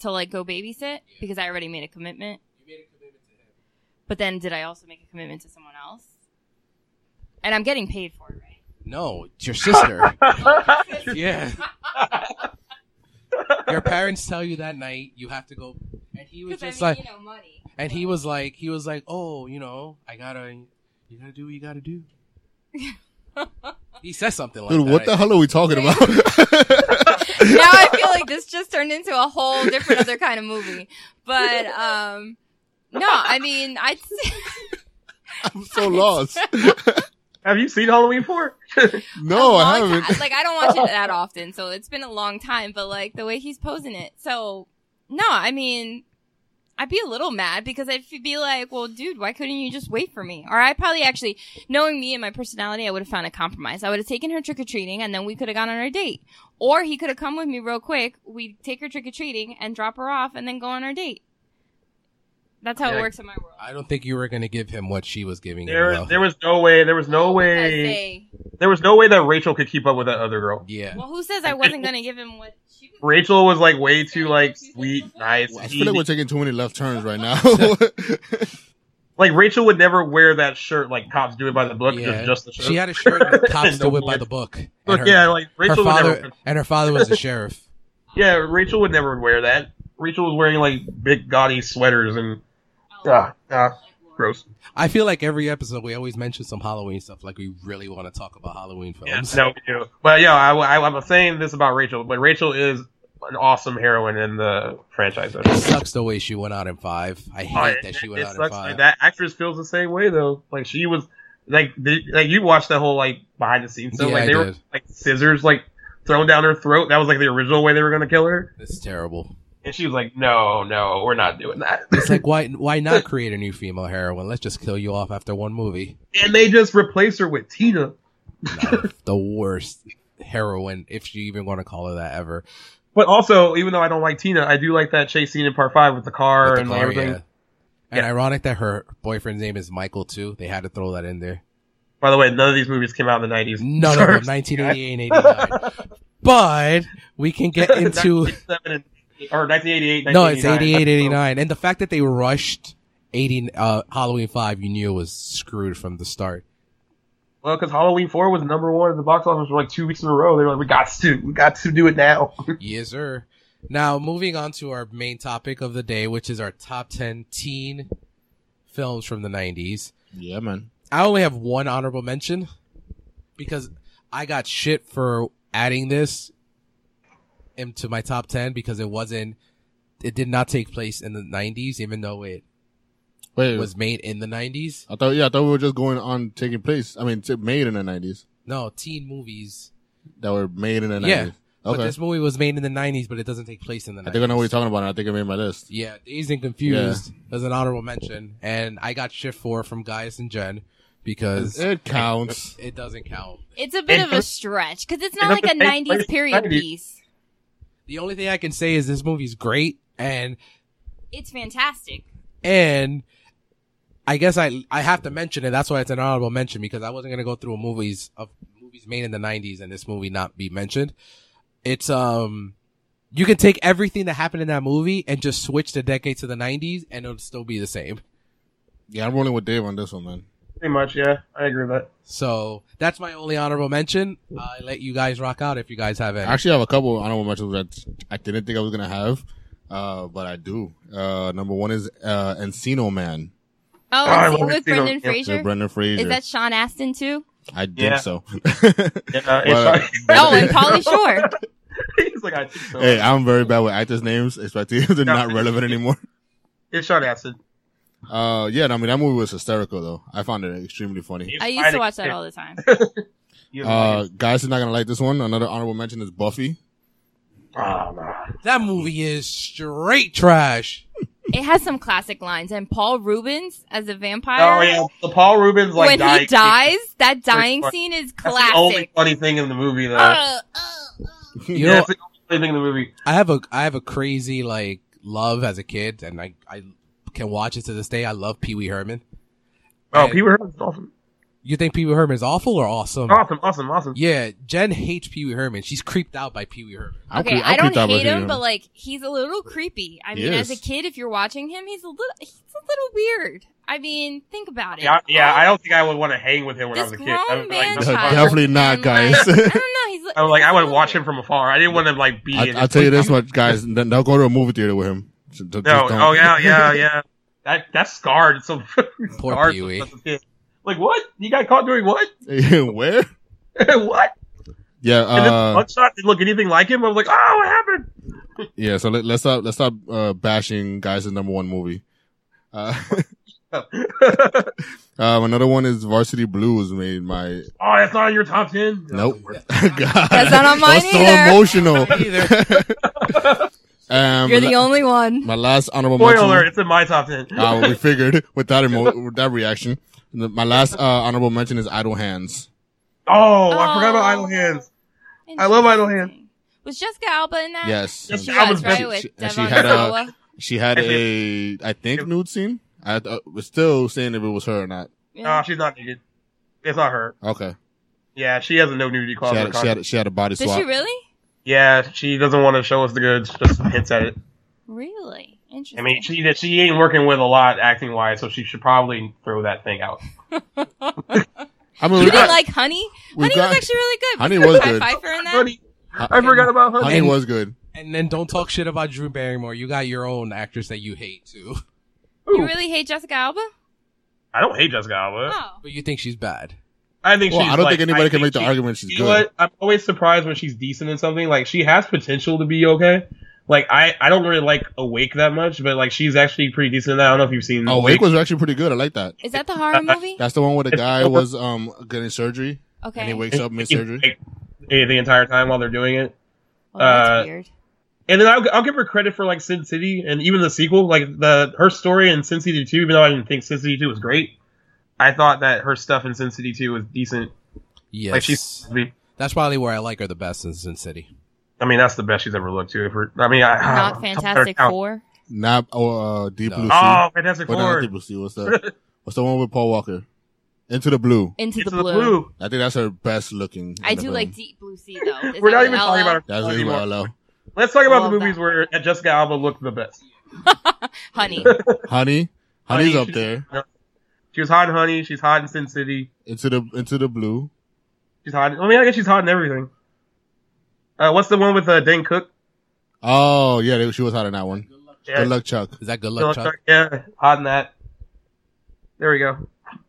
Speaker 4: to like go babysit because I already made a commitment. But then did I also make a commitment to someone else? And I'm getting paid for it, (laughs) right?
Speaker 1: No, it's your sister.
Speaker 4: (laughs)
Speaker 1: yeah. your parents tell you that night you have to go and he was just like
Speaker 4: know, money.
Speaker 1: and he was like he was like oh you know i gotta you gotta do what you gotta do he says something like
Speaker 2: Dude,
Speaker 1: that
Speaker 2: what the hell are we talking about?
Speaker 4: (laughs) now I feel like this just turned into a whole different other kind of movie. But um no, I mean I
Speaker 2: (laughs) I'm so lost.
Speaker 3: Have you seen Halloween Four?
Speaker 2: (laughs) No,
Speaker 4: a
Speaker 2: I
Speaker 4: long
Speaker 2: haven't.
Speaker 4: ti- like I don't watch
Speaker 2: (laughs)
Speaker 4: it that often, so it's been a long time. But like the way he's posing it, so no, I mean, I'd be a little mad because I'd f- be like, well, dude, why couldn't you just wait for me? Or I probably actually, knowing me and my personality, I would have found a compromise. I would have taken her trick or treating, and then we could have gone on our date. Or he could have come with me real quick. We take her trick or treating and drop her off, and then go on our date. That's how
Speaker 3: Yeah.
Speaker 4: it works in my world.
Speaker 1: i don't think you were gonna give him what she was giving
Speaker 3: There,
Speaker 1: him though.
Speaker 3: was- there was no way. There was no
Speaker 4: I
Speaker 3: way.
Speaker 4: say-
Speaker 3: There was no way that Rachel could keep up with that other girl.
Speaker 1: yeah
Speaker 4: well, who says I wasn't gonna give him what she was?
Speaker 3: Rachel was like way too like sweet, nice.
Speaker 2: (laughs) I feel like we're taking too many left turns right now.
Speaker 3: like Rachel would never wear that shirt like cops do it by the book,
Speaker 1: Yeah.
Speaker 3: just, just the shirt.
Speaker 1: She had a shirt
Speaker 3: (laughs)
Speaker 1: and cops
Speaker 3: No
Speaker 1: to whip by
Speaker 3: blood.
Speaker 1: the book. And
Speaker 3: But
Speaker 1: her-
Speaker 3: yeah, like
Speaker 1: her
Speaker 3: Rachel would
Speaker 1: father
Speaker 3: never.
Speaker 1: and her father
Speaker 3: (laughs)
Speaker 1: was a sheriff.
Speaker 3: Yeah, Rachel would never wear that. Rachel was wearing like big gaudy sweaters and ah, ah gross.
Speaker 1: I feel like every episode we always mention some Halloween stuff. Like we really want to talk about Halloween films.
Speaker 3: No, we do. But yeah, I, I, I'm saying this about Rachel, but Rachel is an awesome heroine in the franchise.
Speaker 1: It sucks the way she went out in five. I hate
Speaker 3: Oh,
Speaker 1: that
Speaker 3: it-
Speaker 1: she went
Speaker 3: it
Speaker 1: out in
Speaker 3: sucks.
Speaker 1: five.
Speaker 3: Like, that actress feels the same way though. Like she was like the, like you watched the whole like behind the scenes stuff.
Speaker 1: Yeah,
Speaker 3: like
Speaker 1: I
Speaker 3: they were
Speaker 1: did.
Speaker 3: like scissors like thrown down her throat. That was like the original way they were gonna kill her.
Speaker 1: It's terrible.
Speaker 3: And she was like, "No, no, we're not doing that."
Speaker 1: It's like why why not create a new female heroine? Let's just kill you off after one movie.
Speaker 3: (laughs) and they just replaced her with Tina.
Speaker 1: No, the worst heroine, if you even want to call her that ever.
Speaker 3: But also, even though I don't like Tina, I do like that chase scene in part five with the car
Speaker 1: With the
Speaker 3: and
Speaker 1: car,
Speaker 3: everything.
Speaker 1: yeah. And
Speaker 3: Yeah.
Speaker 1: ironic that her boyfriend's name is Michael too. They had to throw that in there.
Speaker 3: By the way, none of these movies came out in the nineties.
Speaker 1: None of
Speaker 3: (laughs)
Speaker 1: them, 1988 and 89. but we can
Speaker 3: (laughs)
Speaker 1: get into
Speaker 3: or 1988.
Speaker 1: no, it's 88,
Speaker 3: 1989.
Speaker 1: 89, and the fact that they rushed 80 uh, Halloween five, you knew was screwed from the start.
Speaker 3: Well, because Halloween four was number one at the box office for like two weeks in a row. They were like, "We got to, we got to do it now." (laughs)
Speaker 1: yes, sir. Now moving on to our main topic of the day, which is our top 10 teen films from the 90s.
Speaker 2: Yeah, man.
Speaker 1: I only have one honorable mention because I got shit for adding this into my top 10 because it wasn't, it did not take place in the 90s, even though it
Speaker 2: Wait,
Speaker 1: was made in the 90s.
Speaker 2: I thought yeah, I thought we were just going on taking place. I mean, t- made in the nineties
Speaker 1: No, teen movies.
Speaker 2: that were made in the
Speaker 1: Yeah,
Speaker 2: nineties.
Speaker 1: But
Speaker 2: okay,
Speaker 1: this movie was made in the 90s, but it doesn't take place in the 90s.
Speaker 2: I think I know what you're talking about. and I think I made my list.
Speaker 1: Yeah, Dazed and Confused as an honorable mention. And I got shit for from Gaius and Jen because it,
Speaker 2: It counts.
Speaker 1: doesn't count.
Speaker 4: It's a bit of a stretch because it's not
Speaker 3: It's
Speaker 4: like a
Speaker 3: not the same
Speaker 4: '90s
Speaker 3: place,
Speaker 4: period
Speaker 3: 90s.
Speaker 4: piece.
Speaker 1: The only thing I can say is this movie's great and
Speaker 4: It's fantastic.
Speaker 1: and I guess I I have to mention it. That's why it's an honorable mention because I wasn't gonna go through movies of movies made in the '90s and this movie not be mentioned. It's um, you can take everything that happened in that movie and just switch the decade to the '90s and it'll still be the same.
Speaker 2: Yeah, I'm rolling with Dave on this one, man.
Speaker 3: Pretty much, yeah, I agree with that.
Speaker 1: So that's my only honorable mention. I let you guys rock out if you guys have any.
Speaker 2: I actually have a couple honorable mentions that I didn't think I was gonna have, uh, but I do. Uh, number one is uh, Encino Man
Speaker 4: Oh,
Speaker 3: Oh, I
Speaker 4: and see,
Speaker 3: love
Speaker 4: with
Speaker 3: it, too.
Speaker 4: Brendan
Speaker 3: Yeah,
Speaker 4: Fraser.
Speaker 2: with Brendan Fraser.
Speaker 4: Is that Sean Astin too?
Speaker 2: I think
Speaker 3: Yeah.
Speaker 2: so.
Speaker 3: Yeah,
Speaker 2: Well,
Speaker 3: it's
Speaker 4: Oh, and Polly Shore.
Speaker 3: uh, (laughs) He's like, I think
Speaker 2: (laughs)
Speaker 3: so.
Speaker 2: hey, I'm very bad with actors' names, especially (laughs) if they're not
Speaker 3: No.
Speaker 2: relevant anymore.
Speaker 3: it's shot acid.
Speaker 2: Uh, yeah, I mean that movie was hysterical though. I found it extremely funny.
Speaker 4: I used to watch that all the time.
Speaker 2: Uh, guys are not gonna like this one. Another honorable mention is Buffy.
Speaker 3: oh, nah.
Speaker 1: that movie is straight trash.
Speaker 4: It has some classic lines, and Paul Rubens as a vampire.
Speaker 3: oh yeah, the Paul Rubens like
Speaker 4: when
Speaker 3: dying-
Speaker 4: he dies, that dying
Speaker 3: funny.
Speaker 4: scene is
Speaker 3: That's the only
Speaker 4: classic.
Speaker 3: funny thing in the movie though.
Speaker 4: Uh, uh, uh.
Speaker 1: You
Speaker 3: yeah,
Speaker 1: know,
Speaker 3: that's the only thing in the movie.
Speaker 1: I have a I have a crazy like love as a kid, and I I can watch it to this day. I love Pee Wee Herman.
Speaker 3: Oh,
Speaker 1: And-
Speaker 3: Pee Wee Herman's awesome,
Speaker 1: You think Pee Wee Herman is awful or awesome?
Speaker 3: awesome, awesome, awesome.
Speaker 1: Yeah, Jen hates Pee Wee Herman. She's creeped out by Pee Wee
Speaker 3: (laughs)
Speaker 1: Herman.
Speaker 2: (laughs) I'm
Speaker 4: okay,
Speaker 2: cre- I'm
Speaker 4: I don't
Speaker 2: creeped out by
Speaker 4: hate
Speaker 2: Pee Wee
Speaker 4: him,
Speaker 2: Herman.
Speaker 4: but like he's a little creepy. I
Speaker 2: He
Speaker 4: mean,
Speaker 2: is.
Speaker 4: as a kid, if you're watching him, he's a little he's a little weird. I mean, think about it.
Speaker 3: Yeah, yeah, I don't think I would want to hang with him when I
Speaker 4: This
Speaker 3: was a kid.
Speaker 4: grown
Speaker 3: I was
Speaker 4: man
Speaker 3: like,
Speaker 2: No,
Speaker 4: child,
Speaker 2: uh, definitely not,
Speaker 4: and,
Speaker 2: guys. (laughs)
Speaker 3: (laughs)
Speaker 4: Like, Oh, I don't know. He's.
Speaker 3: I was like, I would watch him from afar. I didn't want to like be.
Speaker 2: I,
Speaker 3: in
Speaker 2: I'll
Speaker 3: it.
Speaker 2: tell you this much, guys. n- Don't go to a movie theater with him. Just- just
Speaker 3: No.
Speaker 2: don't.
Speaker 3: Oh yeah, yeah, yeah. That that's scarred. It's So (laughs)
Speaker 1: Poor
Speaker 3: scarred
Speaker 1: Pee Wee.
Speaker 3: as a kid. Like what? You got caught doing what?
Speaker 2: (laughs)
Speaker 3: (laughs)
Speaker 2: Where?
Speaker 3: what?
Speaker 2: Yeah.
Speaker 3: And then
Speaker 2: Uh,
Speaker 3: Bloodshot didn't look anything like him. I was like, oh, what happened? (laughs)
Speaker 2: yeah. So let, let's stop. Let's stop uh, bashing guys' number one movie. Uh, (laughs) um, another one is Varsity Blues. Made my
Speaker 3: oh, that's not in your top ten.
Speaker 2: nope. (laughs) God, that's
Speaker 4: not on mine
Speaker 2: so
Speaker 3: (laughs)
Speaker 4: either.
Speaker 2: emotional. (laughs) um,
Speaker 4: You're the
Speaker 2: la-
Speaker 4: only one.
Speaker 2: my last honorable
Speaker 3: Spoiler
Speaker 2: mention-
Speaker 3: alert! It's in my top ten.
Speaker 2: Uh, we figured (laughs) with that emo- with that reaction. The- My last uh, honorable mention is Idle Hands.
Speaker 3: oh, I forgot
Speaker 4: Oh.
Speaker 3: about Idle Hands. I love Idle Hand.
Speaker 4: Interesting. Was Jessica Alba in that?
Speaker 2: Yes,
Speaker 3: Yes,
Speaker 4: She
Speaker 3: That
Speaker 4: was,
Speaker 3: was Uh,
Speaker 4: right
Speaker 3: good.
Speaker 4: with
Speaker 2: She- and she
Speaker 4: Devon
Speaker 2: had a
Speaker 4: Sawa.
Speaker 2: she had a I think nude scene. I th- was still saying if it was her or not.
Speaker 4: Yeah.
Speaker 3: No, she's not naked. It's not her.
Speaker 2: Okay,
Speaker 3: Yeah, she has a no nudity
Speaker 2: she
Speaker 3: clause. in her
Speaker 2: had, she
Speaker 3: contract.
Speaker 2: had she had a body
Speaker 4: Did
Speaker 2: swap.
Speaker 4: she really?
Speaker 3: yeah, she doesn't want to show us the goods. Just hints at it.
Speaker 4: Really Interesting.
Speaker 3: I mean, she that she ain't working with a lot acting wise, so she should probably throw that thing out.
Speaker 2: I mean,
Speaker 4: you
Speaker 2: we
Speaker 4: didn't
Speaker 2: got,
Speaker 4: like Honey?
Speaker 2: we
Speaker 4: honey
Speaker 2: got,
Speaker 4: was actually really good.
Speaker 2: Honey
Speaker 4: Wasn't
Speaker 2: was
Speaker 4: Pied
Speaker 2: good.
Speaker 4: Piper in that?
Speaker 3: Honey, I
Speaker 1: And-
Speaker 3: forgot about her.
Speaker 2: Honey was good.
Speaker 1: And then don't talk shit about Drew Barrymore. You got your own actress that you hate too, (laughs)
Speaker 4: You
Speaker 3: Ooh. Uh,
Speaker 4: really hate Jessica Alba?
Speaker 3: I don't hate Jessica Alba.
Speaker 4: Oh.
Speaker 1: but you think she's bad.
Speaker 3: I think
Speaker 2: Well,
Speaker 3: she's
Speaker 2: I don't
Speaker 3: like-
Speaker 2: think anybody
Speaker 3: I
Speaker 2: can make the
Speaker 3: she-
Speaker 2: argument she's
Speaker 3: You
Speaker 2: good.
Speaker 3: know what? I'm always surprised when she's decent in something. Like she has potential to be okay. Like I, I don't really like Awake that much, but like she's actually pretty decent in that. I don't know if you've seen
Speaker 2: Oh, Wake was actually pretty good. I like that.
Speaker 4: Is that the
Speaker 3: uh,
Speaker 4: horror movie?
Speaker 2: That's the one where the
Speaker 3: It's
Speaker 2: guy
Speaker 3: over.
Speaker 2: was um getting surgery and
Speaker 4: Okay.
Speaker 2: he wakes up mid surgery.
Speaker 3: (laughs) Like, eh, the entire time while they're doing it.
Speaker 4: Oh, that's
Speaker 3: uh,
Speaker 4: weird.
Speaker 3: And then I'll, I'll give her credit for like Sin City and even the sequel, like the her story in Sin City 2. Even though I didn't think Sin City 2 was great, I thought that her stuff in Sin City 2 was decent.
Speaker 1: Yes,
Speaker 3: Like she's,
Speaker 1: that's probably where I like her the best in Sin City.
Speaker 3: I mean, that's the best she's ever looked to. If we're, I mean, I,
Speaker 4: Not
Speaker 3: I-
Speaker 4: Fantastic
Speaker 3: I-
Speaker 4: Four.
Speaker 2: Not oh, uh, Deep
Speaker 1: No.
Speaker 2: Blue Sea.
Speaker 3: Oh, Fantastic
Speaker 2: Wait, no, not
Speaker 3: Four.
Speaker 2: Deep Blue Sea.
Speaker 3: (laughs)
Speaker 2: What's that? What's the one with Paul Walker? Into the Blue.
Speaker 4: Into,
Speaker 3: Into
Speaker 4: the, blue.
Speaker 2: I think that's her best looking.
Speaker 4: I
Speaker 2: in the
Speaker 4: do
Speaker 2: film.
Speaker 4: like Deep Blue Sea though. Is
Speaker 3: We're
Speaker 4: that
Speaker 3: not
Speaker 4: with
Speaker 3: even
Speaker 4: LL?
Speaker 3: talking about her
Speaker 2: That's really
Speaker 3: anymore.
Speaker 2: what I love.
Speaker 3: Let's talk about
Speaker 4: Love
Speaker 3: the movies
Speaker 4: that.
Speaker 3: where Jessica Alba looked the best. (laughs)
Speaker 4: Honey.
Speaker 2: Honey, honey's
Speaker 3: Honey,
Speaker 2: up there.
Speaker 3: She was hot in Honey. She's hot in Sin City.
Speaker 2: Into the Into the Blue.
Speaker 3: She's hot. In, I mean, I guess she's hot in everything. Uh, what's the one with uh, Dan Cook?
Speaker 2: Oh yeah, they- she was hot in that one.
Speaker 3: Yeah.
Speaker 2: Good luck, Chuck.
Speaker 1: Is that good
Speaker 3: Good
Speaker 1: luck,
Speaker 3: luck,
Speaker 1: Chuck?
Speaker 3: Chuck. Yeah, hot in that. There we go.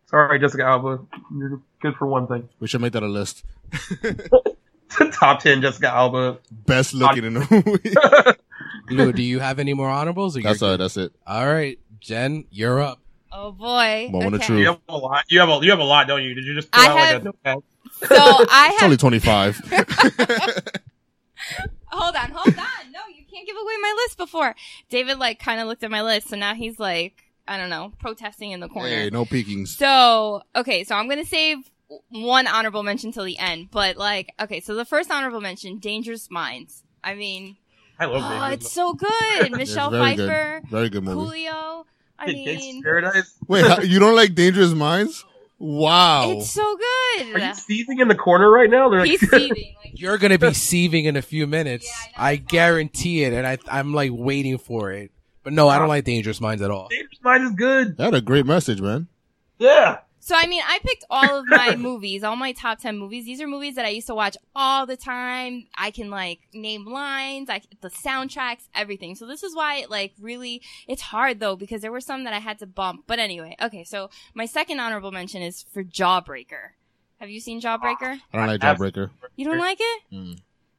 Speaker 3: Sorry, Jessica Alba. You're good for one thing.
Speaker 2: We should make that a list.
Speaker 3: (laughs) Top ten, Jessica Alba.
Speaker 2: Best looking in the
Speaker 3: (laughs)
Speaker 2: movie.
Speaker 1: Lou, do you have any more honorables? Or you're
Speaker 2: that's all.
Speaker 1: good?
Speaker 2: right, That's it.
Speaker 1: All right, Jen, you're up.
Speaker 4: Oh boy.
Speaker 2: Moment of
Speaker 4: Okay.
Speaker 2: truth.
Speaker 3: You have a lot. You have a you have a lot, don't you? Did you just pull
Speaker 4: I
Speaker 3: out
Speaker 4: have-
Speaker 3: like a notepad?
Speaker 4: So I
Speaker 2: It's
Speaker 4: have
Speaker 2: only twenty
Speaker 4: (laughs)
Speaker 2: five.
Speaker 4: hold on, hold on. No, you can't give away my list before. David like kinda looked at my list, so now he's like, I don't know, protesting in the corner.
Speaker 2: hey, no peekings.
Speaker 4: So, okay, so I'm gonna save one honorable mention till the end, but like, okay, so the first honorable mention, Dangerous Minds. I mean,
Speaker 3: I
Speaker 4: (gasps)
Speaker 3: love
Speaker 4: oh,
Speaker 3: Dangerous.
Speaker 4: it's
Speaker 2: (laughs)
Speaker 4: so good. Michelle
Speaker 2: very good.
Speaker 4: Pfifer,
Speaker 2: Very good movie.
Speaker 4: Julio. I mean,
Speaker 3: Paradise.
Speaker 2: Wait, how- you don't like Dangerous Minds? Wow.
Speaker 4: it's so
Speaker 3: Are you
Speaker 4: good.
Speaker 3: seething in the corner right now? They're like, (laughs)
Speaker 4: He's seething.
Speaker 2: (laughs)
Speaker 4: Like,
Speaker 1: You're gonna be seething in a few minutes.
Speaker 4: Yeah, I know.
Speaker 1: I, guarantee it, and I I'm like waiting for it. But no, I don't like Dangerous Minds at all.
Speaker 3: Dangerous Mind is good.
Speaker 2: that had a great message, man.
Speaker 3: Yeah.
Speaker 4: So I mean, I picked all of my movies, all my top ten movies. These are movies that I used to watch all the time. I can like name lines, like the soundtracks, everything. So this is why it like really it's hard though because there were some that I had to bump. But anyway, okay. So my second honorable mention is for Jawbreaker. Have you seen Jawbreaker?
Speaker 2: I don't like
Speaker 3: Abs-
Speaker 2: Jawbreaker.
Speaker 4: You don't like it?
Speaker 2: Mm.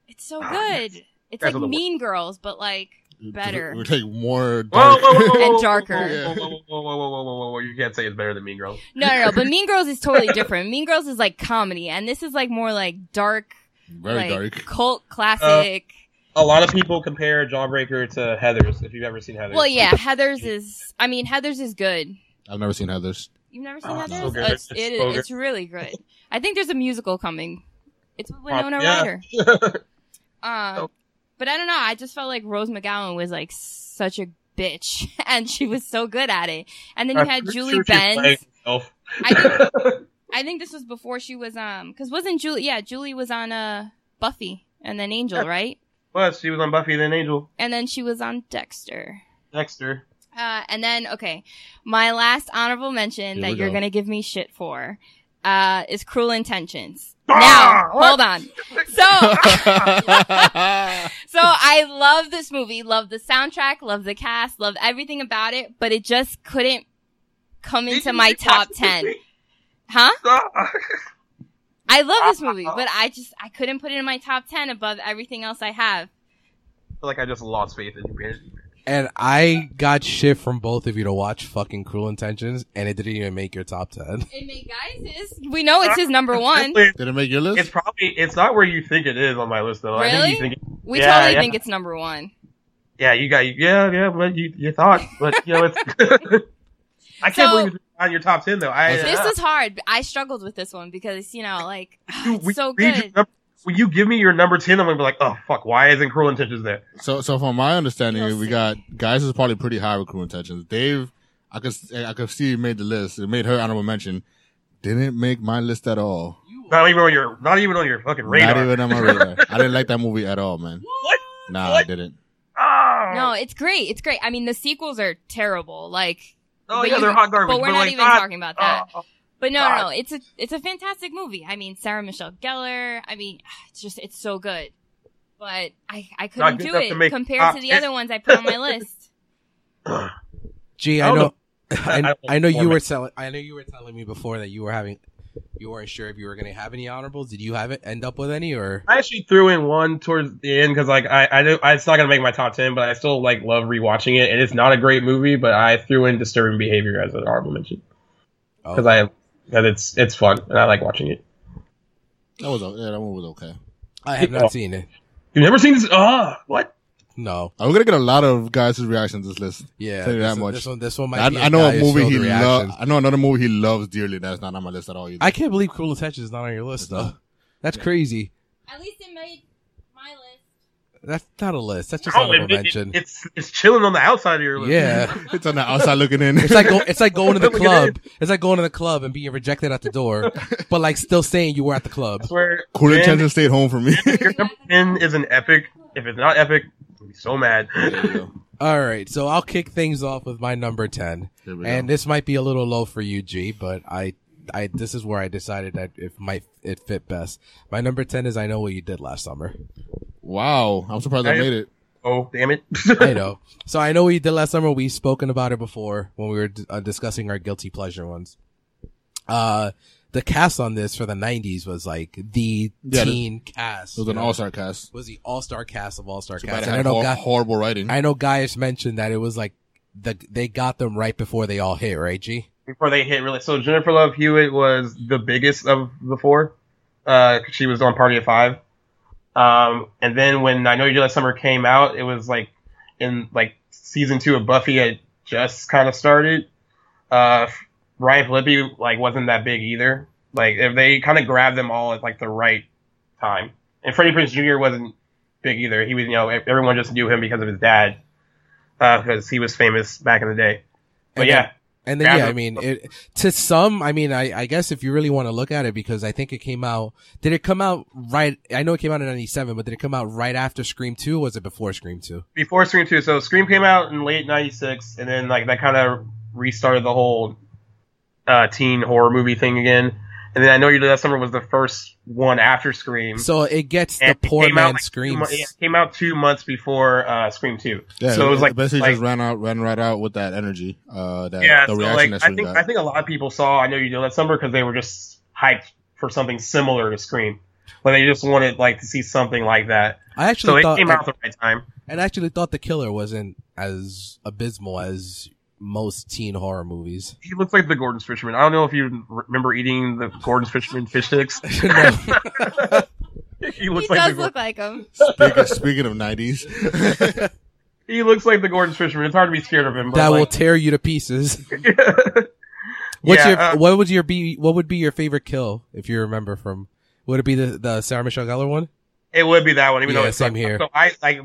Speaker 4: It's so
Speaker 3: Ah,
Speaker 4: good.
Speaker 3: Guys
Speaker 4: It's like
Speaker 3: are the worst.
Speaker 4: Mean Girls, but like Better.
Speaker 2: We take more.
Speaker 3: Whoa,
Speaker 2: Dark.
Speaker 3: whoa, whoa, whoa,
Speaker 4: And
Speaker 3: whoa,
Speaker 4: darker.
Speaker 2: Yeah.
Speaker 3: Whoa, whoa, whoa, whoa, whoa, whoa, whoa, whoa! You can't say it's better than Mean Girls.
Speaker 4: no, no, no. But Mean Girls is totally different. Mean Girls is like comedy, and this is like more like dark,
Speaker 2: (laughs) Very
Speaker 4: like
Speaker 2: dark.
Speaker 4: cult classic.
Speaker 3: A lot of people compare Jawbreaker to Heather's. If you've ever seen Heather's,
Speaker 4: Well, yeah, Heather's is. I mean, Heather's is good.
Speaker 2: I've never seen
Speaker 3: (laughs)
Speaker 2: Heather's.
Speaker 4: You've never seen
Speaker 3: Oh, it's
Speaker 4: Heather's?
Speaker 3: so good.
Speaker 4: Oh, it's,
Speaker 3: It's
Speaker 4: it-
Speaker 3: so good.
Speaker 4: it's really good. I think there's a musical coming. It's with Winona
Speaker 3: Uh, yeah.
Speaker 4: Ryder.
Speaker 3: (laughs)
Speaker 4: Um,
Speaker 3: So-
Speaker 4: but I don't know. I just felt like Rose McGowan was like such a bitch, (laughs) and she was so good at it. And then you
Speaker 3: Uh, I'm
Speaker 4: had
Speaker 3: pretty
Speaker 4: Julie
Speaker 3: sure she's playing
Speaker 4: Benz.
Speaker 3: herself.
Speaker 4: I think,
Speaker 3: (laughs)
Speaker 4: I think this was before she was um, because wasn't Julie? Yeah, Julie was on uh Buffy and then Angel,
Speaker 2: Oh.
Speaker 3: Yeah.
Speaker 4: right?
Speaker 3: Plus, she was on Buffy then Angel,
Speaker 4: And then she was on Dexter.
Speaker 3: Dexter.
Speaker 4: Uh, and then, okay, my last honorable mention
Speaker 2: Here
Speaker 4: that
Speaker 2: we
Speaker 4: you're
Speaker 2: go.
Speaker 4: gonna give me shit for uh, is Cruel Intentions.
Speaker 3: Ah,
Speaker 4: now,
Speaker 3: what?
Speaker 2: (laughs)
Speaker 4: hold on. So,
Speaker 2: That's
Speaker 4: so I love this movie, love the soundtrack, love the cast, love everything about it, but it just couldn't come into my top ten, huh?
Speaker 3: Ah.
Speaker 4: I love
Speaker 2: (laughs)
Speaker 4: this movie, but I just I couldn't put it in my top ten above everything else I have.
Speaker 3: I feel (laughs) like I just lost faith in humanity.
Speaker 1: And I got shit from both of you to watch fucking Cruel Intentions, and it didn't even make your top ten.
Speaker 4: It made guys we know it's his
Speaker 3: (laughs)
Speaker 4: number
Speaker 2: (laughs)
Speaker 4: one.
Speaker 2: Did it make your list?
Speaker 3: It's probably it's not where you think it is on my list though. I think you
Speaker 4: Really?
Speaker 3: think it,
Speaker 4: We
Speaker 3: Yeah,
Speaker 4: totally
Speaker 3: yeah.
Speaker 4: think it's number one.
Speaker 3: yeah, you got yeah yeah, but you you thought, but you know
Speaker 4: (laughs)
Speaker 3: it's. (laughs) I can't
Speaker 4: So-
Speaker 3: believe it's on your top ten though. I
Speaker 4: This
Speaker 3: uh,
Speaker 4: was hard. I struggled with this one because you know, like
Speaker 3: Dude, (laughs)
Speaker 4: it's
Speaker 3: we
Speaker 4: so
Speaker 3: read your
Speaker 4: good.
Speaker 3: number- when you give me your number 10, I'm going to be like, oh, fuck, why isn't Cruel Intentions there?
Speaker 2: So, so from my understanding,
Speaker 4: You'll
Speaker 2: we
Speaker 4: see.
Speaker 2: got guys is probably pretty high with crew intentions. Dave, I could I could see he made the list. It made her honorable mention. Didn't make my list at all.
Speaker 3: Not even on your, not even on your fucking radar.
Speaker 2: Not even on my radar. I didn't like that movie at all, man.
Speaker 3: what?
Speaker 2: Nah, I
Speaker 3: What?
Speaker 2: didn't.
Speaker 3: Ah, ah.
Speaker 4: No, it's great. It's great. I mean, the sequels are terrible. Like,
Speaker 3: Oh
Speaker 4: but
Speaker 3: yeah,
Speaker 4: you-
Speaker 3: they're hot garbage.
Speaker 4: but we're not
Speaker 3: like,
Speaker 4: even
Speaker 3: ah,
Speaker 4: talking about that.
Speaker 3: ah,
Speaker 4: But no, no,
Speaker 3: God.
Speaker 4: no, it's a it's a fantastic movie. I mean, Sarah Michelle Gellar. I mean, (sighs) it's just it's so good. But I I couldn't
Speaker 3: good
Speaker 4: do
Speaker 3: enough to
Speaker 4: it
Speaker 3: make
Speaker 4: compared
Speaker 3: top
Speaker 4: to the
Speaker 3: ten.
Speaker 4: other ones I put on
Speaker 3: (laughs)
Speaker 4: my list.
Speaker 1: Gee, I
Speaker 3: I don't
Speaker 1: know.
Speaker 3: Oh,
Speaker 1: (laughs)
Speaker 3: I
Speaker 1: I,
Speaker 3: don't
Speaker 1: I know you
Speaker 3: format.
Speaker 1: were telling. I know you were telling me before that you were having. You weren't sure if you were going to have any honorables. Did you have it end up with any or?
Speaker 3: I actually threw in one towards the end because like I, I, don't- I it's not gonna make my top ten, but I still like love rewatching it, and it's not a great movie, but I threw in Disturbing Behavior as an honorable mention
Speaker 1: Oh.
Speaker 3: because I because it's it's fun and I like watching it.
Speaker 2: That was o- yeah, that one was okay.
Speaker 1: I have
Speaker 3: Oh.
Speaker 1: not seen it.
Speaker 3: You've never seen this? Ah, what?
Speaker 1: No.
Speaker 2: I'm gonna get a lot of guys' reactions to this list.
Speaker 1: Yeah.
Speaker 2: Tell you
Speaker 1: this
Speaker 2: that
Speaker 1: is-
Speaker 2: much.
Speaker 1: This one. This one might.
Speaker 2: I,
Speaker 1: be
Speaker 2: I know a
Speaker 1: guy's
Speaker 2: movie
Speaker 1: field
Speaker 2: he
Speaker 1: reaction.
Speaker 2: loves. I know another movie he loves dearly. That's not on my list at all. Either.
Speaker 1: I can't believe Cruel Intentions is not on your list though. That's crazy.
Speaker 4: At least it made my list.
Speaker 1: That's not a list. That's just
Speaker 3: Oh,
Speaker 1: honorable
Speaker 3: it- it-
Speaker 1: mention.
Speaker 3: it's it's chilling on the outside of your list.
Speaker 1: yeah.
Speaker 2: it's on the outside looking in.
Speaker 1: It's
Speaker 2: (laughs)
Speaker 1: like go, it's like going to the
Speaker 3: Look at
Speaker 1: club. It's like going to the club and being rejected at the door, but like still saying you were at the club.
Speaker 3: (laughs) I swear.
Speaker 2: Cool
Speaker 3: Jen,
Speaker 2: intentions stayed
Speaker 1: (laughs)
Speaker 2: home for me.
Speaker 3: Your number ten is an epic. If it's not epic, I'll be so mad. (laughs)
Speaker 1: All right, so I'll kick things off with my number ten,
Speaker 2: Here we go.
Speaker 1: and this might be a little low for you, G, but I, I this is where I decided that it might it fit best. My number ten is I know what you did last summer.
Speaker 2: wow, I'm surprised I,
Speaker 3: I-
Speaker 2: made it.
Speaker 3: oh damn it!
Speaker 1: I know. So I know what you did last summer. We've spoken about it before when we were uh, discussing our guilty pleasure ones. Uh, the cast on this for the '90s was like the
Speaker 2: Yeah,
Speaker 1: teen cast.
Speaker 2: It was
Speaker 1: you
Speaker 2: an
Speaker 1: know?
Speaker 2: all star cast.
Speaker 1: was the all star cast of all star
Speaker 2: Too bad
Speaker 1: cast.
Speaker 2: it
Speaker 1: And I
Speaker 2: had
Speaker 1: know,
Speaker 2: hor-
Speaker 1: Ga-
Speaker 2: horrible writing.
Speaker 1: I know Gaius mentioned that it was like the they got them right before they all hit, right, G?
Speaker 3: Before they hit really, so Jennifer Love Hewitt was the biggest of the four. Uh, 'cause she was on Party of Five. Um, and then when I Know You Did Last Summer came out, it was like in like season two of Buffy had just kind of started. Uh, Ryan Phillippe like wasn't that big either. Like if they kind of grabbed them all at like the right time, and Freddie Prince Jr. wasn't big either. He was you know e-, everyone just knew him because of his dad, because he was famous back in the day. But
Speaker 1: And
Speaker 3: yeah.
Speaker 1: then- And then
Speaker 3: Yeah,
Speaker 1: yeah,
Speaker 3: no-
Speaker 1: I mean, it, to some, I mean, I, I guess if you really want to look at it, because I think it came out. Did it come out right? I know it came out in '97, but did it come out right after Scream Two? or Was it before Scream Two?
Speaker 3: before Scream 2. So Scream came out in late 96 and then like that kind of restarted the whole uh, teen horror movie thing again. And then I know you did that summer was the first one after Scream.
Speaker 1: So it gets
Speaker 3: And
Speaker 1: the
Speaker 3: Mm-hmm. it
Speaker 1: poor
Speaker 3: came out,
Speaker 1: man
Speaker 3: like, two
Speaker 1: screams.
Speaker 3: mo- yeah, it came out 2 months before uh, Scream 2.
Speaker 2: Yeah,
Speaker 3: so it was like
Speaker 2: basically
Speaker 3: like-
Speaker 2: just ran out, ran right out with that energy. Uh, that
Speaker 3: yeah,
Speaker 2: the
Speaker 3: so
Speaker 2: reaction
Speaker 3: like
Speaker 2: that
Speaker 3: I
Speaker 2: she
Speaker 3: think
Speaker 2: got.
Speaker 3: I think a lot of people saw I know you did that summer cuz they were just hyped for something similar to Scream. Like they just wanted like to see something like that.
Speaker 1: I actually
Speaker 3: So it
Speaker 1: thought,
Speaker 3: came out
Speaker 1: I,
Speaker 3: at the right time.
Speaker 1: and I actually thought the killer wasn't as abysmal as most teen horror movies. (laughs)
Speaker 3: (laughs) He looks like the Gordon's fisherman. I don't know if you remember eating the Gordon's fisherman fish sticks. (laughs)
Speaker 1: No.
Speaker 3: he
Speaker 4: He
Speaker 3: looks like the
Speaker 4: does
Speaker 3: Gor-
Speaker 4: look like him.
Speaker 2: speaking, speaking of
Speaker 3: (laughs)
Speaker 2: '90s,
Speaker 3: he looks like the Gordon Fisherman. It's hard to be scared of him. But
Speaker 1: that will
Speaker 3: like, (laughs)
Speaker 1: tear you to pieces. What's
Speaker 3: Yeah,
Speaker 1: your
Speaker 3: uh,
Speaker 1: what would your be what would be your favorite kill if you remember from would it be the, the Sarah Michelle Gellar one?
Speaker 3: it would be that one. Even
Speaker 1: Yeah,
Speaker 3: though it
Speaker 1: same
Speaker 3: sucks.
Speaker 1: here.
Speaker 3: So I like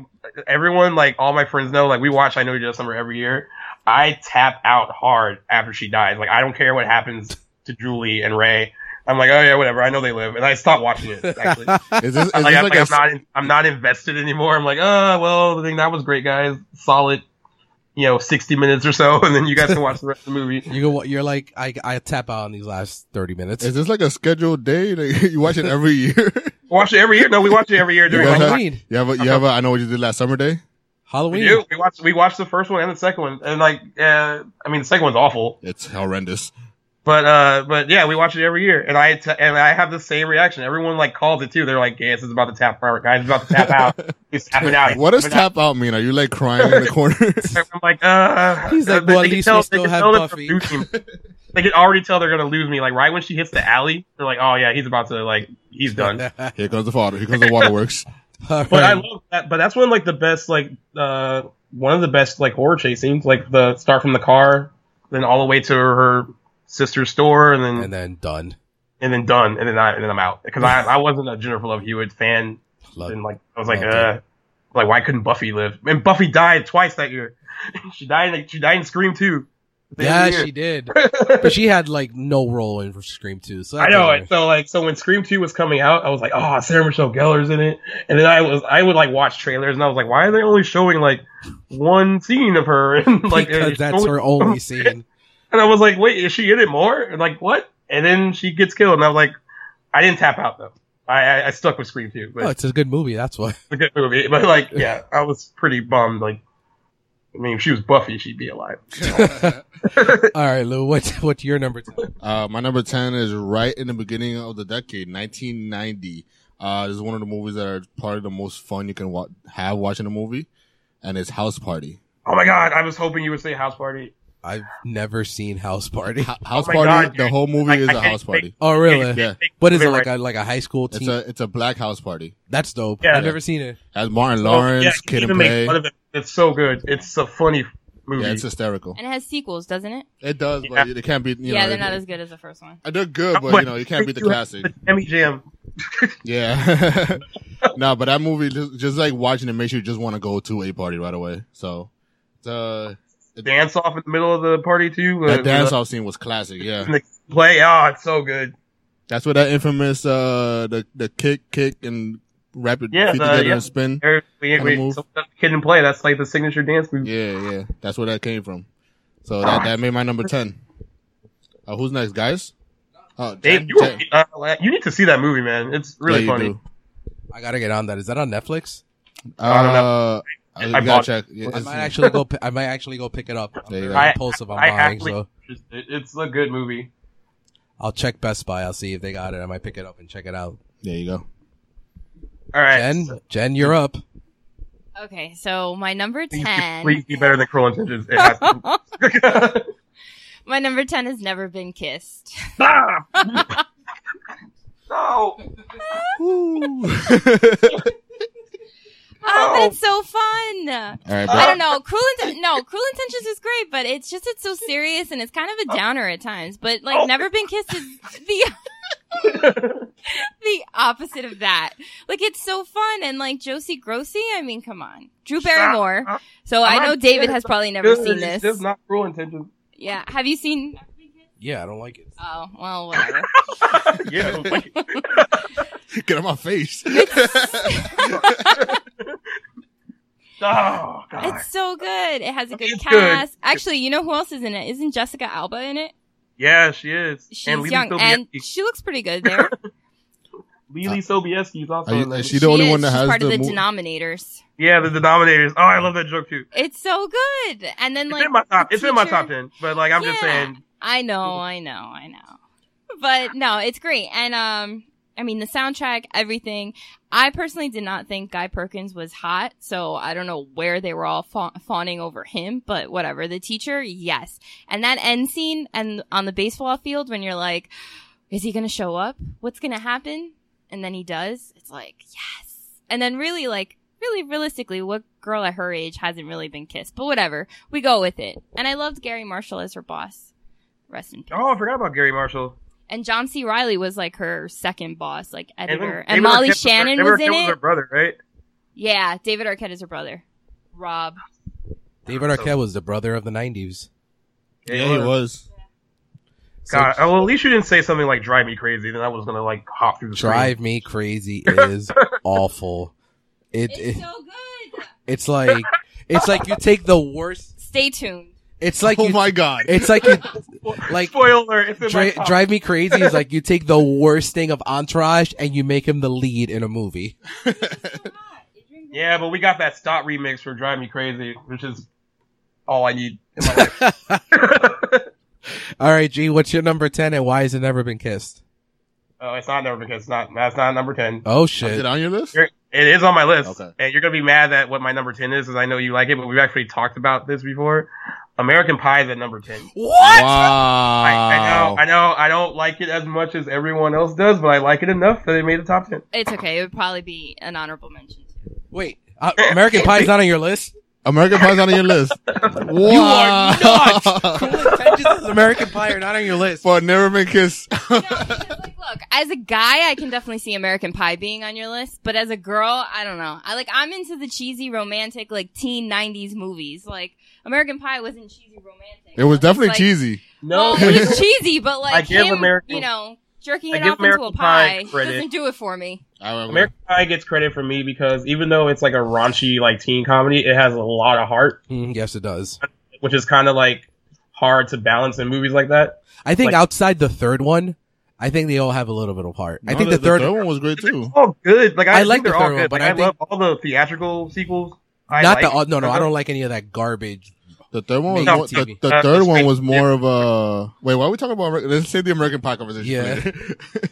Speaker 3: everyone, like all my friends know. Like we watch I Know You Did It Summer every year. I tap out hard after she dies. Like I don't care what happens to Julie and Ray. I'm like, oh yeah, whatever. I know they live, and I stop
Speaker 1: (laughs)
Speaker 3: watching it. Actually, like,
Speaker 2: is this, is
Speaker 3: I'm,
Speaker 2: this
Speaker 3: like,
Speaker 2: like
Speaker 3: I'm
Speaker 2: a,
Speaker 3: not, in, I'm not invested anymore. I'm like, oh well, the thing that was great, guys. Solid, you know, 60 minutes or so, (laughs) and then you guys can watch the rest of the movie.
Speaker 1: You go, you're like I I tap out on these last thirty minutes.
Speaker 2: is this like a scheduled day? (laughs) Like, you watch it every year. (laughs)
Speaker 3: Watch it every year. No, we watch it every year during
Speaker 1: (laughs)
Speaker 2: guys have-
Speaker 3: Halloween.
Speaker 1: Halloween,
Speaker 2: You have a, you have a, I know what you did last summer day.
Speaker 1: Halloween.
Speaker 3: We do. We watched. We watched the first one and the second one, and like, uh, I mean, the second one's awful,
Speaker 2: It's horrendous.
Speaker 3: but uh, but yeah, we watch it every year, and I t- and I have the same reaction. Everyone like calls it too. They're like, "Gaius is about to tap out. Guys, is about to tap out. (laughs) He's tapping out."
Speaker 2: (laughs)
Speaker 3: He's
Speaker 2: What does
Speaker 3: tapping out."
Speaker 2: tap out mean? Are you like crying in the corner? (laughs)
Speaker 3: I'm like, uh,
Speaker 1: He's like,
Speaker 3: uh,
Speaker 1: "Well, at
Speaker 3: they
Speaker 1: least
Speaker 3: can
Speaker 1: we
Speaker 3: tell-
Speaker 1: still
Speaker 3: they can
Speaker 1: have
Speaker 3: tell that
Speaker 1: Buffy."
Speaker 3: they're
Speaker 1: (laughs)
Speaker 3: losing. They can already tell they're gonna lose me. Like right when she hits the alley, they're like, "Oh yeah, he's about to like, he's
Speaker 1: (laughs)
Speaker 3: done."
Speaker 2: Here comes the water. Here comes the waterworks. (laughs)
Speaker 1: All
Speaker 3: But I
Speaker 1: right.
Speaker 3: love that. But that's one of, like the best, like uh, one of the best like horror chase scenes. Like the start from the car, then all the way to her sister's store, and then
Speaker 1: and
Speaker 3: and,
Speaker 1: then done.
Speaker 3: then done, and then I and then I'm out because I I wasn't a Jennifer Love Hewitt fan,
Speaker 1: Love.
Speaker 3: and like I was like
Speaker 1: Oh,
Speaker 3: uh, (laughs) like why couldn't Buffy live? And Buffy died twice that year. she died like she died in Scream too. same
Speaker 1: yeah,
Speaker 3: year.
Speaker 1: she
Speaker 3: (laughs)
Speaker 1: did. But she had like no role in Scream 2. So
Speaker 3: I
Speaker 1: that's
Speaker 3: know
Speaker 1: another-
Speaker 3: it. So like, so when Scream Two was coming out, I was like, oh, Sarah Michelle Gellar's in it, and then I was, I would like watch trailers, and I was like, why are they only showing like one scene of her? (laughs) And like,
Speaker 1: because
Speaker 3: it's
Speaker 1: that's
Speaker 3: only-
Speaker 1: her
Speaker 3: (laughs)
Speaker 1: only scene.
Speaker 3: And I was like, wait, is she in it more? And like, what? And then she gets killed, and I was like, I didn't tap out though. I, I, I stuck with Scream Two, but
Speaker 1: Oh, it's a good movie. That's
Speaker 3: (laughs)
Speaker 1: why.
Speaker 3: it's a good movie.
Speaker 1: (laughs)
Speaker 3: But like, yeah, I was pretty bummed. Like, I mean, if she was Buffy, she'd be alive.
Speaker 1: All right, Lou. What's what's your number? 10?
Speaker 2: Uh, my number 10 is right in the beginning of the decade, 1990. Uh, this is one of the movies that are part of the most fun you can wa- have watching a movie, and it's House Party.
Speaker 3: Oh my god, I was hoping you would say House Party.
Speaker 1: I've never seen House Party.
Speaker 2: Ho- house
Speaker 3: Oh my
Speaker 2: Party,
Speaker 3: God,
Speaker 2: the
Speaker 3: dude.
Speaker 2: whole movie
Speaker 3: I-
Speaker 2: is
Speaker 3: I
Speaker 2: a
Speaker 3: can't
Speaker 2: house
Speaker 3: think-
Speaker 2: party.
Speaker 1: Oh, really?
Speaker 2: Yeah.
Speaker 1: What is it
Speaker 3: Right.
Speaker 1: like? A like a high school
Speaker 2: It's
Speaker 1: team?
Speaker 2: a, it's a black house party.
Speaker 1: that's dope.
Speaker 3: Yeah.
Speaker 1: I've never seen it.
Speaker 2: It has Martin
Speaker 3: Oh,
Speaker 2: Lawrence,
Speaker 3: yeah, you
Speaker 2: Kid
Speaker 3: can
Speaker 2: and
Speaker 3: make
Speaker 2: Play.
Speaker 3: fun of it. It's so good. It's a funny movie.
Speaker 2: Yeah, it's hysterical.
Speaker 4: And it has sequels, doesn't it?
Speaker 2: It does, but
Speaker 3: Yeah.
Speaker 2: it can't be, you
Speaker 4: yeah,
Speaker 2: know,
Speaker 4: they're not
Speaker 2: it-
Speaker 4: as good as the first one.
Speaker 2: They're good, but you know you can't beat the classic.
Speaker 3: Emmy Jam.
Speaker 2: Yeah, (laughs) no, but that movie just, just like watching it makes you just want to go to a party right away. So the
Speaker 3: Dance off in the middle of the party too.
Speaker 2: that dance off scene was classic. Yeah,
Speaker 3: And the play. Oh, it's so good.
Speaker 2: that's where that infamous uh the the kick, kick, and wrap it
Speaker 3: Yeah,
Speaker 2: feet
Speaker 3: the-
Speaker 2: together
Speaker 3: yeah.
Speaker 2: and spin.
Speaker 3: There- We,
Speaker 2: Kinda
Speaker 3: we,
Speaker 2: move.
Speaker 3: so that's kid and play. That's like the signature dance move.
Speaker 2: Yeah, yeah, that's where that came from. So that that made my number ten. Uh, who's next, guys? Oh,
Speaker 3: Dave,
Speaker 2: 10?
Speaker 3: you, were,
Speaker 2: 10.
Speaker 3: uh, la- you need to see that movie, man. It's really
Speaker 2: Yeah, you
Speaker 3: funny.
Speaker 2: do.
Speaker 1: I gotta get on that. Is that on Netflix?
Speaker 3: I don't know.
Speaker 2: Uh, I,
Speaker 3: I
Speaker 2: gotta
Speaker 3: bought it.
Speaker 2: check. Yeah,
Speaker 1: I
Speaker 2: it's-
Speaker 1: might actually
Speaker 3: (laughs)
Speaker 1: go. pi- I might actually go pick it up. I'm
Speaker 2: There you
Speaker 1: very
Speaker 2: go.
Speaker 3: I-
Speaker 1: impulsive on
Speaker 3: I
Speaker 1: buying,
Speaker 3: actually-
Speaker 1: so
Speaker 3: It- It's a good movie.
Speaker 1: I'll check Best Buy. I'll see if they got it. I might pick it up and check it out.
Speaker 2: there you
Speaker 1: (laughs)
Speaker 2: go.
Speaker 3: All right.
Speaker 1: Jen,
Speaker 3: So,
Speaker 1: Jen, you're up.
Speaker 4: Okay, so my number
Speaker 3: please,
Speaker 4: ten.
Speaker 3: please be better than Cruel Intentions. It has to be.
Speaker 4: (laughs)
Speaker 3: (laughs)
Speaker 4: my number ten has never been kissed. (laughs)
Speaker 3: Ah! no.
Speaker 2: (laughs)
Speaker 1: Woo.
Speaker 4: Oh,
Speaker 3: No.
Speaker 4: but it's so fun.
Speaker 2: All right,
Speaker 3: Uh,
Speaker 4: I
Speaker 2: bro.
Speaker 4: don't know. Cruel Inten- no, Cruel Intentions is great, but it's just it's so serious and it's kind of a downer at times. But like,
Speaker 3: Oh.
Speaker 4: Never Been Kissed is (laughs)
Speaker 3: (laughs)
Speaker 4: the the opposite of that. Like, it's so fun and like Josie Grossi. I mean, come on, Drew Barrymore.
Speaker 3: Stop. Uh,
Speaker 4: So I
Speaker 3: I'm
Speaker 4: know David has
Speaker 3: serious.
Speaker 4: probably never
Speaker 3: Good.
Speaker 4: seen
Speaker 3: It's
Speaker 4: this.
Speaker 3: just not Cruel Intentions.
Speaker 4: Yeah, have you seen?
Speaker 1: yeah, I don't like it.
Speaker 4: Oh well, whatever.
Speaker 3: yeah. like-
Speaker 2: Get on my face. (laughs)
Speaker 3: oh, God.
Speaker 4: It's so good. It has a good
Speaker 3: It's good.
Speaker 4: cast. Actually, you know who else is in it? Isn't Jessica Alba in it?
Speaker 3: yeah, she is.
Speaker 4: She's
Speaker 3: and Lily
Speaker 4: young and
Speaker 3: Sobieski.
Speaker 4: she looks pretty good
Speaker 3: (laughs)
Speaker 4: there.
Speaker 3: Lily Sobieski is also
Speaker 2: Are you-
Speaker 3: in that
Speaker 2: is she the only
Speaker 4: is.
Speaker 2: one that
Speaker 4: She's
Speaker 2: has
Speaker 4: part
Speaker 2: the
Speaker 4: of
Speaker 2: mo-
Speaker 4: the denominators.
Speaker 3: Yeah, the denominators. Oh, I love that joke too.
Speaker 4: It's so good. And then
Speaker 3: It's
Speaker 4: like
Speaker 3: in my top.
Speaker 4: the
Speaker 3: It's in my
Speaker 4: teacher-
Speaker 3: top ten. But like, I'm just
Speaker 4: Yeah.
Speaker 3: saying.
Speaker 4: I know, I know, I know. But no, it's great. And um I mean the soundtrack, everything. I personally did not think Guy Perkins was hot, so I don't know where they were all fa- fawning over him, but whatever. The teacher, yes. And that end scene and on the baseball field when you're like, is he going to show up? What's going to happen? And then he does. It's like, yes. And then really like really realistically, what girl at her age hasn't really been kissed? But whatever. We go with it. And I loved Gary Marshall as her boss. Rest in peace.
Speaker 3: Oh, I forgot about Gary Marshall.
Speaker 4: And John C. Riley was like her second boss, like
Speaker 3: And then
Speaker 4: editor. And,
Speaker 3: David
Speaker 4: Molly
Speaker 3: Arquette was her-
Speaker 4: Shannon
Speaker 3: David
Speaker 4: was in
Speaker 3: Arquette
Speaker 4: it.
Speaker 3: her brother, right?
Speaker 4: yeah, David Arquette is her brother. Rob.
Speaker 1: David Arquette was the brother of the '90s.
Speaker 2: yeah, he was.
Speaker 1: So
Speaker 3: God, oh, well, at least you didn't say something like "drive me crazy." Then I was gonna like hop through the screen.
Speaker 1: Drive Me Crazy is awful. It, it
Speaker 4: so good.
Speaker 1: it's like it's like you take the worst.
Speaker 4: Stay tuned.
Speaker 1: It's like
Speaker 2: oh
Speaker 1: you,
Speaker 2: my god.
Speaker 1: it's like
Speaker 3: (laughs)
Speaker 1: you like
Speaker 3: (laughs) Spoiler, it's in my
Speaker 1: Dri-
Speaker 3: top.
Speaker 1: Drive Me Crazy is like you take
Speaker 3: (laughs)
Speaker 1: the worst thing of Entourage and you make him the lead in a movie.
Speaker 3: Yeah, but we got that stop remix for "Drive Me Crazy," which is all I need
Speaker 2: (laughs)
Speaker 3: in my life. (laughs)
Speaker 1: All right, G, what's your number 10 and why has it never been kissed?
Speaker 3: oh, it's not number because it's not that's not number ten.
Speaker 1: Oh
Speaker 2: Is it
Speaker 1: shit.
Speaker 2: on your list?
Speaker 3: You're- It is on my list,
Speaker 2: Okay.
Speaker 3: and you're gonna be mad at what my number ten is, because I know you like it, but we've actually talked about this before. American Pie is at number ten.
Speaker 1: What?
Speaker 2: (laughs) Wow.
Speaker 3: I, I
Speaker 1: Oh.
Speaker 3: know, I know, I don't like it as much as everyone else does, but I like it enough that it made the top ten.
Speaker 4: It's okay. It would probably be an honorable mention. too.
Speaker 1: Wait, uh, American Pie's not on your list?
Speaker 2: American Pie's not on your
Speaker 3: (laughs)
Speaker 2: list. wow. You
Speaker 1: are nuts. Cool Intentions is American Pie are not on your list.
Speaker 2: (laughs) But never been kissed.
Speaker 4: (laughs) No, because, like, look, Look, as a guy, I can definitely see American Pie being on your list, but as a girl, I don't know. I like I'm into the cheesy romantic like teen 90s movies. Like American Pie wasn't cheesy romantic.
Speaker 2: It was
Speaker 4: It's
Speaker 2: definitely
Speaker 4: like-
Speaker 2: cheesy.
Speaker 4: No,
Speaker 1: Oh,
Speaker 3: No,
Speaker 4: well, (laughs)
Speaker 3: (laughs)
Speaker 4: it's cheesy, but like
Speaker 3: I give
Speaker 4: him,
Speaker 3: American-
Speaker 4: you know, jerking
Speaker 3: I
Speaker 4: it
Speaker 3: give
Speaker 4: off into a
Speaker 3: American Pie
Speaker 4: pie
Speaker 3: credit.
Speaker 4: doesn't do it for me.
Speaker 2: I, I,
Speaker 3: American Pie gets credit for me because even though it's like a raunchy like teen comedy, it has a lot of heart,
Speaker 1: Mm, yes, it does.
Speaker 3: which is kind of like hard to balance in movies like that.
Speaker 1: I think
Speaker 3: Like-
Speaker 1: outside the third one, I think they all have a little bit of heart. I
Speaker 2: no,
Speaker 1: think the, third,
Speaker 2: one was great too.
Speaker 3: all good. Like
Speaker 1: I
Speaker 3: I, think
Speaker 1: like the
Speaker 3: they're all
Speaker 1: third
Speaker 3: good.
Speaker 1: one, but
Speaker 3: like,
Speaker 1: I
Speaker 3: I,
Speaker 1: think-
Speaker 3: love all the theatrical sequels. I
Speaker 1: not
Speaker 3: like
Speaker 1: the uh, no no. I
Speaker 3: They're-
Speaker 1: don't like any of that garbage.
Speaker 2: The third one was
Speaker 1: No,
Speaker 2: more, the,
Speaker 1: TV.
Speaker 2: the
Speaker 3: Uh,
Speaker 2: third
Speaker 3: it's
Speaker 2: one
Speaker 3: like-
Speaker 2: was more of a wait. Why are we talking about? Amer- Let's save the American Pie conversation. for
Speaker 1: Yeah.
Speaker 2: later. (laughs)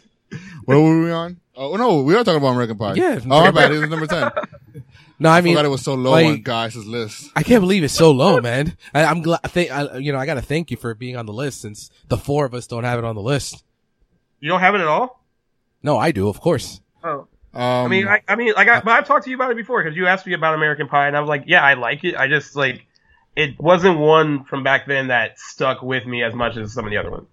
Speaker 2: Where were we on? Oh no, we are talking about American Pie.
Speaker 1: Yeah.
Speaker 2: Oh my bad. It was number ten.
Speaker 1: No, I
Speaker 2: I
Speaker 1: mean
Speaker 2: forgot it was so low on
Speaker 1: like-
Speaker 2: guys' list.
Speaker 1: I can't believe it's so low, man. I, I'm glad. I think I, you know I gotta thank you for being on the list since the four of us don't have it on the list.
Speaker 3: You don't have it at all.
Speaker 1: No, I do, of course.
Speaker 3: Oh,
Speaker 2: Um,
Speaker 3: I mean, I, I mean, like, I, but I've talked to you about it before because you asked me about American Pie, and I was like, yeah, I like it. I just like it wasn't one from back then that stuck with me as much as some of the other ones.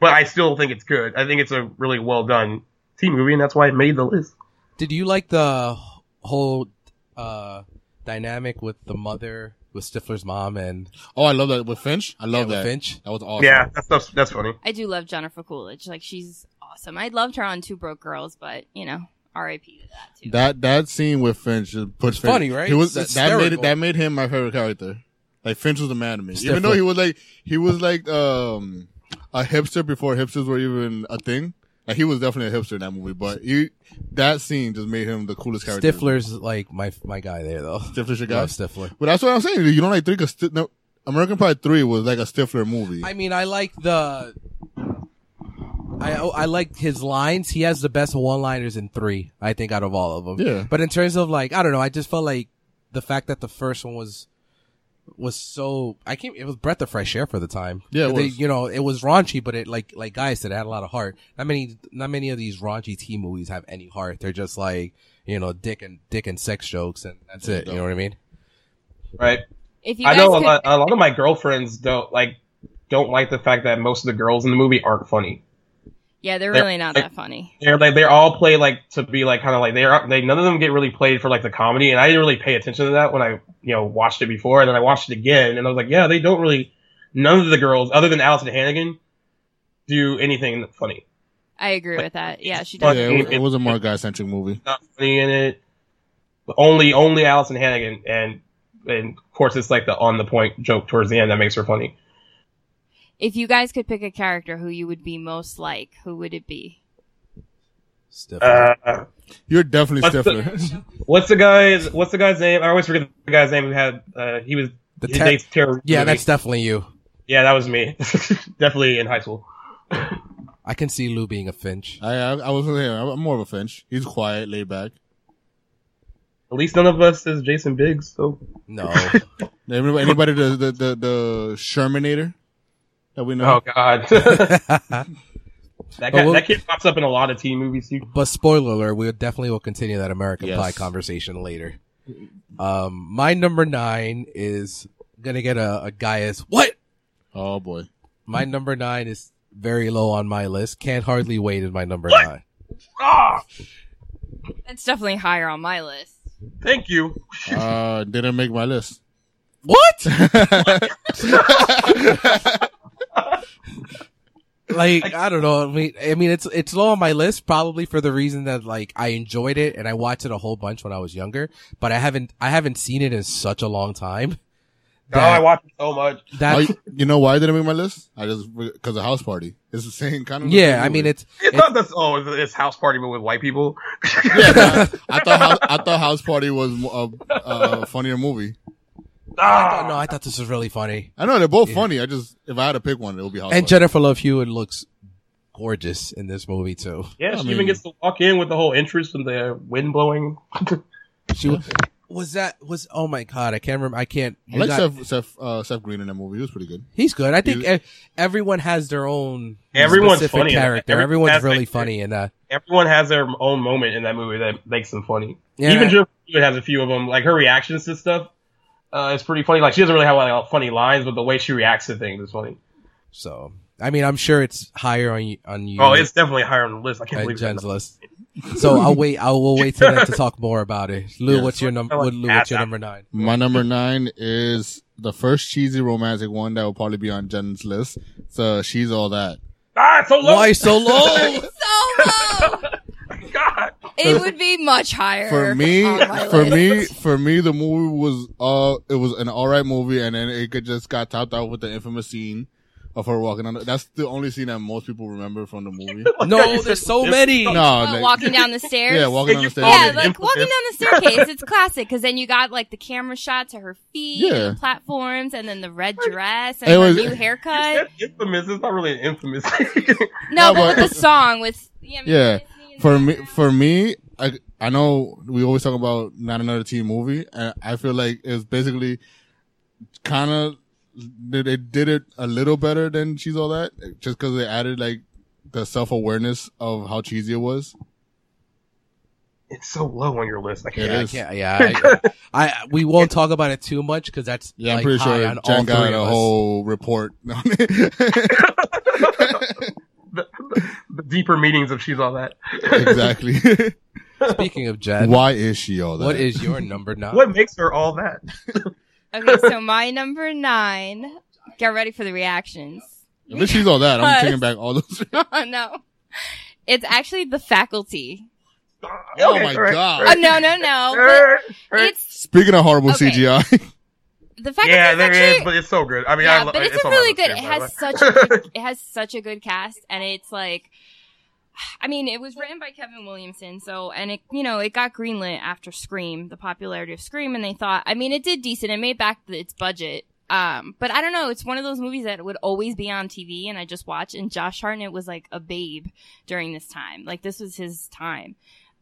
Speaker 3: But I still think it's good. I think it's a really well done teen movie, and that's why it made the list.
Speaker 1: Did you like the whole uh dynamic with the mother with Stifler's mom and
Speaker 2: oh, I love that with Finch. I love
Speaker 1: and with
Speaker 2: that.
Speaker 1: Finch?
Speaker 2: That was awesome.
Speaker 3: Yeah, that's that's, that's funny.
Speaker 4: I do love Jennifer Coolidge. Like she's awesome. I loved her on Two Broke Girls, but you know, R.I.P. to that too.
Speaker 2: That that scene with Finch just put
Speaker 1: It's
Speaker 2: Finch-
Speaker 1: funny, right?
Speaker 2: He was that,
Speaker 1: It's
Speaker 2: that made it,
Speaker 1: hysterical.
Speaker 2: that made him my favorite character. Like Finch was the man to me,
Speaker 1: It's
Speaker 2: even though
Speaker 1: different.
Speaker 2: he was like he was like um a hipster before hipsters were even a thing. Like he was definitely a hipster in that movie, but you that scene just made him the coolest character.
Speaker 1: Stifler's like my my guy there though.
Speaker 2: Stifler's your guy.
Speaker 1: Love Stifler.
Speaker 2: But that's what I'm saying. You don't like three because sti- no, American Pie three was like a Stifler movie.
Speaker 1: I mean, I like the. I oh, I like his lines. He has the best one-liners in three, I think, out of all of them.
Speaker 2: Yeah.
Speaker 1: But in terms of like, I don't know. I just felt like the fact that the first one was was so I can't. It was breath of fresh air for the time.
Speaker 2: Yeah, it
Speaker 1: They-
Speaker 2: was.
Speaker 1: you know, it was raunchy, but it like like guys said, it had a lot of heart. Not many, not many of these raunchy teen movies have any heart. They're just like you know, dick and dick and sex jokes, and that's it. You know what I mean?
Speaker 3: Right.
Speaker 4: If you
Speaker 3: I
Speaker 4: guys
Speaker 3: know a
Speaker 4: could-
Speaker 3: lot, a lot of my girlfriends don't like don't like the fact that most of the girls in the movie aren't funny.
Speaker 4: yeah, they're
Speaker 3: they're-
Speaker 4: really not that funny.
Speaker 3: They're like they're all played like to be like kind of like they're they none of them get really played for like the comedy, and I didn't really pay attention to that when I you know watched it before, and then I watched it again, and I was like, yeah, they don't really none of the girls other than Allison Hannigan do anything funny.
Speaker 4: I agree with that. Yeah, she
Speaker 2: yeah,
Speaker 4: does.
Speaker 3: But-
Speaker 2: it, was, it was a more guy centric movie.
Speaker 3: Not funny in it. Only only Allison Hannigan, and and of course it's like the on the point joke towards the end that makes her funny.
Speaker 4: If you guys could pick a character who you would be most like, who would it be?
Speaker 1: Stifler.
Speaker 3: Uh,
Speaker 2: You're definitely
Speaker 3: What's the-
Speaker 2: Stifler. (laughs)
Speaker 3: What's the guy's What's the guy's name? I always forget the guy's name who had. Uh, he was
Speaker 1: The
Speaker 3: he
Speaker 1: ter-
Speaker 3: dates terror.
Speaker 1: yeah,
Speaker 3: movie.
Speaker 1: that's definitely you.
Speaker 3: yeah, that was me. (laughs) Definitely in high school.
Speaker 1: I can see Lou being a Finch.
Speaker 2: I I, I was saying I'm I'm more of a Finch. He's quiet, laid back.
Speaker 3: At least none of us is Jason Biggs. So
Speaker 1: (laughs) No,
Speaker 2: Anybody, anybody the, the the the Shermanator that we know?
Speaker 3: oh god, (laughs) that
Speaker 1: but
Speaker 3: guy,
Speaker 1: well-
Speaker 3: that kid pops up in a lot of teen movies too.
Speaker 1: spoiler alert: we definitely will continue that American
Speaker 2: Yes.
Speaker 1: Pie conversation later. Um, my number nine is gonna get a, a guy as what?
Speaker 2: Oh boy.
Speaker 1: My number nine is very low on my list. Can't hardly wait is my number nine.
Speaker 3: Ah,
Speaker 4: That's definitely higher on my list.
Speaker 3: thank you.
Speaker 2: Uh, didn't make
Speaker 1: (laughs)
Speaker 2: my list.
Speaker 1: What?
Speaker 2: I
Speaker 1: Like I don't know. I mean, I mean, it's it's low on my list probably for the reason that like I enjoyed it and I watched it a whole bunch when I was younger, but I haven't I haven't seen it in such a long time.
Speaker 3: Oh, I watched it so much.
Speaker 1: that
Speaker 2: you, you know why I didn't make my list? I just because of House Party. It's the same kind
Speaker 1: (laughs)
Speaker 2: of.
Speaker 1: yeah, I mean it's
Speaker 3: It's not this. Oh, it's- it's house party, but with white people.
Speaker 2: Yeah, nah, I thought House, I thought House Party was mo- a, a funnier movie.
Speaker 1: I
Speaker 3: Ah,
Speaker 1: thought, no, I thought this was really funny.
Speaker 2: I know they're both
Speaker 1: Yeah.
Speaker 2: funny. I just if I had to pick one, it would be House
Speaker 1: And
Speaker 2: Party.
Speaker 1: Jennifer Love Hewitt looks gorgeous in this movie too.
Speaker 3: yeah,
Speaker 2: I
Speaker 3: she
Speaker 2: mean-
Speaker 3: even gets to walk in with the whole interest and the wind blowing.
Speaker 1: She was, was that was oh my god, I can't remember. I can't.
Speaker 2: I
Speaker 1: you
Speaker 2: like
Speaker 1: got-
Speaker 2: Seth, Seth, uh, Seth Green in that movie. He was pretty good.
Speaker 1: he's good. I think
Speaker 2: You-
Speaker 1: e- everyone has their own
Speaker 3: Everyone's
Speaker 1: specific
Speaker 3: funny in that.
Speaker 1: character.
Speaker 3: Every-
Speaker 1: Everyone's
Speaker 3: that's
Speaker 1: really
Speaker 3: like-
Speaker 1: funny in uh, that.
Speaker 3: Everyone has their own moment in that movie that makes them funny.
Speaker 1: Yeah,
Speaker 3: Even Jennifer Hewitt has a few of them. Like her reactions to stuff uh, is pretty funny. Like she doesn't really have like, funny lines, but the way she reacts to things is funny.
Speaker 1: so I mean, I'm sure it's higher on you on you
Speaker 3: Oh, it's definitely higher on the list. I can't
Speaker 1: and
Speaker 3: believe that.
Speaker 1: Jen's list. So I'll wait. I will wait till then to talk more about it. Lou,
Speaker 2: Yeah.
Speaker 1: what's your number?
Speaker 3: I like
Speaker 1: Lou, what's your
Speaker 3: that.
Speaker 1: number nine?
Speaker 2: My number nine is the first cheesy romantic one that will probably be on Jen's list. So she's all that.
Speaker 3: Ah, it's so low.
Speaker 1: Why (laughs) so low?
Speaker 3: (laughs)
Speaker 4: So low.
Speaker 3: God.
Speaker 4: It would be much higher.
Speaker 2: For me,
Speaker 4: on my
Speaker 2: for
Speaker 4: list.
Speaker 2: me, for me, the movie was uh, it was an alright movie, and then it could- just got topped out with the infamous scene of her walking on. The, that's the only scene that most people remember from the
Speaker 4: (laughs)
Speaker 2: movie.
Speaker 3: God, you
Speaker 1: No, there's
Speaker 3: said-
Speaker 1: so many.
Speaker 2: No,
Speaker 4: What,
Speaker 2: like,
Speaker 4: walking down the stairs.
Speaker 2: Oh, yeah, walking
Speaker 3: Hey,
Speaker 2: on
Speaker 3: you
Speaker 2: the stairs.
Speaker 4: Yeah,
Speaker 3: Oh, the
Speaker 4: like
Speaker 3: infamous.
Speaker 4: walking down the staircase. It's classic because then you got like the camera shot to her feet, and
Speaker 2: Yeah.
Speaker 4: the platforms, and then the red dress and
Speaker 2: It
Speaker 4: her
Speaker 2: was-
Speaker 4: new
Speaker 3: You said (laughs)
Speaker 4: haircut.
Speaker 3: infamous. It's not really an infamous. (laughs)
Speaker 4: No,
Speaker 2: No,
Speaker 4: but
Speaker 2: but-
Speaker 4: with the song with yeah, I mean,
Speaker 2: Yeah.
Speaker 4: Disney in the
Speaker 2: for me,
Speaker 4: background.
Speaker 2: for me, I I know we always talk about not another teen movie, and I feel like it's basically kind of they they did it a little better than she's all that, just because they added like the self awareness of how cheesy it was.
Speaker 3: it's so low on your list. I can't.
Speaker 2: It
Speaker 1: Yeah, I
Speaker 2: is. (laughs)
Speaker 1: can't- yeah. I, I- we won't talk about it too much because that's
Speaker 2: Yeah, I'm
Speaker 1: like,
Speaker 2: pretty
Speaker 1: high
Speaker 2: sure
Speaker 1: on all
Speaker 2: Jen got
Speaker 1: three
Speaker 2: a
Speaker 1: of us.
Speaker 2: whole report. on it. (laughs)
Speaker 3: The, (laughs) the deeper meanings of she's all that.
Speaker 2: exactly.
Speaker 1: (laughs) Speaking of Jen,
Speaker 2: Why is she all that?
Speaker 1: what is your number nine?
Speaker 3: (laughs) What makes her all that?
Speaker 4: (laughs) Okay, so my number nine. Get ready for the reactions. (laughs)
Speaker 2: If it's she's all that, I'm
Speaker 4: Because-
Speaker 2: taking back all those. (laughs)
Speaker 4: Oh no, it's actually the faculty.
Speaker 2: Oh
Speaker 3: Okay,
Speaker 2: my
Speaker 3: all right,
Speaker 2: God.
Speaker 3: all
Speaker 4: Oh
Speaker 3: right.
Speaker 4: no, no, no.
Speaker 3: Alright, (laughs)
Speaker 4: But
Speaker 3: alright.
Speaker 4: it's
Speaker 2: Speaking of horrible
Speaker 4: Okay.
Speaker 2: CGI,
Speaker 4: the faculty.
Speaker 3: yeah, there
Speaker 4: actually,
Speaker 3: is, but it's so good. I mean, I,
Speaker 4: yeah,
Speaker 3: lo-
Speaker 4: but it's, a
Speaker 3: on my
Speaker 4: really
Speaker 3: list
Speaker 4: good. It
Speaker 3: too,
Speaker 4: has
Speaker 3: by
Speaker 4: such
Speaker 3: the
Speaker 4: a
Speaker 3: way. (laughs)
Speaker 4: good, it has such a good cast, and it's like, I mean, it was written by Kevin Williamson, so and it you know it got greenlit after Scream, the popularity of Scream, and they thought, I mean, it did decent. It made back its budget. Um, but I don't know. It's one of those movies that would always be on TV, and I just watch. And Josh Hartnett was like a babe during this time. Like this was his time.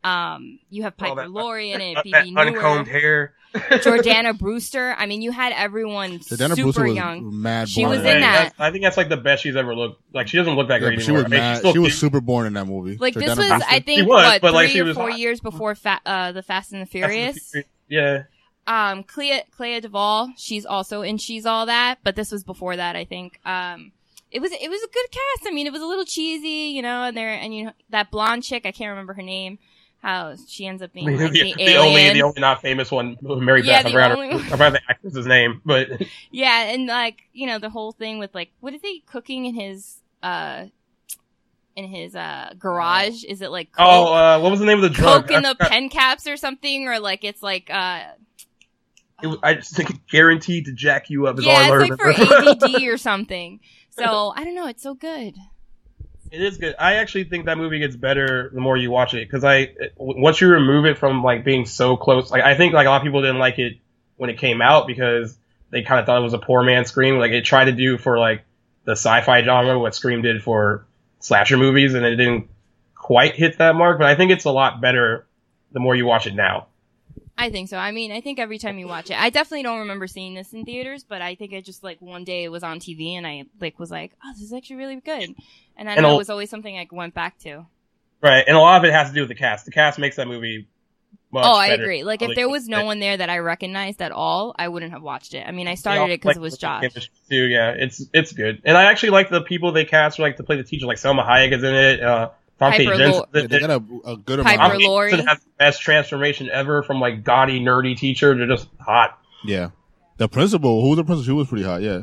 Speaker 4: Um, you have
Speaker 3: All
Speaker 4: Piper
Speaker 3: that- uh,
Speaker 4: Laurie in it,
Speaker 3: That-
Speaker 4: BB
Speaker 3: that uncombed (laughs)
Speaker 4: Newer,
Speaker 3: hair. (laughs)
Speaker 4: Jordana Brewster. I mean, you had everyone
Speaker 2: the (laughs) Dana
Speaker 4: super
Speaker 2: Brewster was
Speaker 4: young.
Speaker 2: mad.
Speaker 4: She
Speaker 2: boring.
Speaker 4: was in
Speaker 3: Hey,
Speaker 4: that.
Speaker 3: that's- I think that's like the best she's ever looked. Like she doesn't look that
Speaker 2: Yeah,
Speaker 3: great
Speaker 2: but she
Speaker 3: anymore.
Speaker 2: was
Speaker 3: I mean,
Speaker 2: mad. (laughs)
Speaker 3: still
Speaker 2: She was
Speaker 3: cute.
Speaker 2: super boring in that movie.
Speaker 4: Like this
Speaker 2: Jordana
Speaker 4: was,
Speaker 2: Brewster.
Speaker 4: I think,
Speaker 3: She was,
Speaker 4: what
Speaker 3: but, like,
Speaker 4: three
Speaker 3: she
Speaker 4: or
Speaker 3: was
Speaker 4: four
Speaker 3: hot.
Speaker 4: years before fa- uh, the Fast and the
Speaker 3: Fast and
Speaker 4: Furious.
Speaker 3: Furious. Yeah.
Speaker 4: Um, Clea Clea Duvall, she's also in She's All That, but this was before that, I think. Um, it was it was a good cast. I mean, it was a little cheesy, you know, and there and you know, that blonde chick, I can't remember her name, how she ends
Speaker 3: (laughs)
Speaker 4: up being like, the,
Speaker 3: the, the
Speaker 4: alien.
Speaker 3: only, the only not famous one, Mary
Speaker 4: Yeah,
Speaker 3: Beth.
Speaker 4: the
Speaker 3: I forgot, her-
Speaker 4: only one.
Speaker 3: I forgot the actress's name,
Speaker 4: (laughs)
Speaker 3: but
Speaker 4: Yeah, and like you know the whole thing with like what is he cooking in his uh in his uh garage? Is it like coke?
Speaker 3: oh, uh, what was the name of the drug?
Speaker 4: Coke in
Speaker 3: I
Speaker 4: the
Speaker 3: forgot.
Speaker 4: pen caps or something, or like it's like uh
Speaker 3: It was- I just think guaranteed to jack you up. Is all I
Speaker 4: yeah, it's like
Speaker 3: remember.
Speaker 4: for
Speaker 3: (laughs)
Speaker 4: ADD or something. So I don't know. It's so good.
Speaker 3: It is good. I actually think that movie gets better the more you watch it because I w- once you remove it from like being so close. Like I think like a lot of people didn't like it when it came out because they kind of thought it was a poor man Scream. Like it tried to do for like the sci-fi genre what Scream did for slasher movies, and it didn't quite hit that mark. But I think it's a lot better the more you watch it now.
Speaker 4: I think so. I mean, I think every time you watch it, I definitely don't remember seeing this in theaters, but I think I just like one day it was on TV and I like was like, oh, this is actually really good, and I
Speaker 3: And
Speaker 4: don't know,
Speaker 3: I'll-
Speaker 4: it was always something I went back to.
Speaker 3: Right, and a lot of it has to do with the cast. The cast makes that movie. Much
Speaker 4: oh, I
Speaker 3: better.
Speaker 4: agree. Like if
Speaker 3: Like,
Speaker 4: there was no
Speaker 3: it-
Speaker 4: one there that I recognized at all, I wouldn't have watched it. I mean, I
Speaker 3: They
Speaker 4: started
Speaker 3: all
Speaker 4: it because
Speaker 3: like
Speaker 4: it was
Speaker 3: the
Speaker 4: Josh.
Speaker 3: chemistry Too, yeah, it's it's good, and I actually like the people they cast like to play the teacher, like Selma Hayek is in it. Uh, Dante
Speaker 4: Piper
Speaker 3: Jensen.
Speaker 4: Lord.
Speaker 2: Yeah, they got a, a good
Speaker 4: Piper
Speaker 2: amount.
Speaker 3: Dante
Speaker 2: Of,
Speaker 4: Lord. Laurie.
Speaker 3: Jensen has the best transformation ever from like gaudy, nerdy teacher to just hot.
Speaker 2: yeah, the principal. Who was the principal? She was pretty hot. Yeah,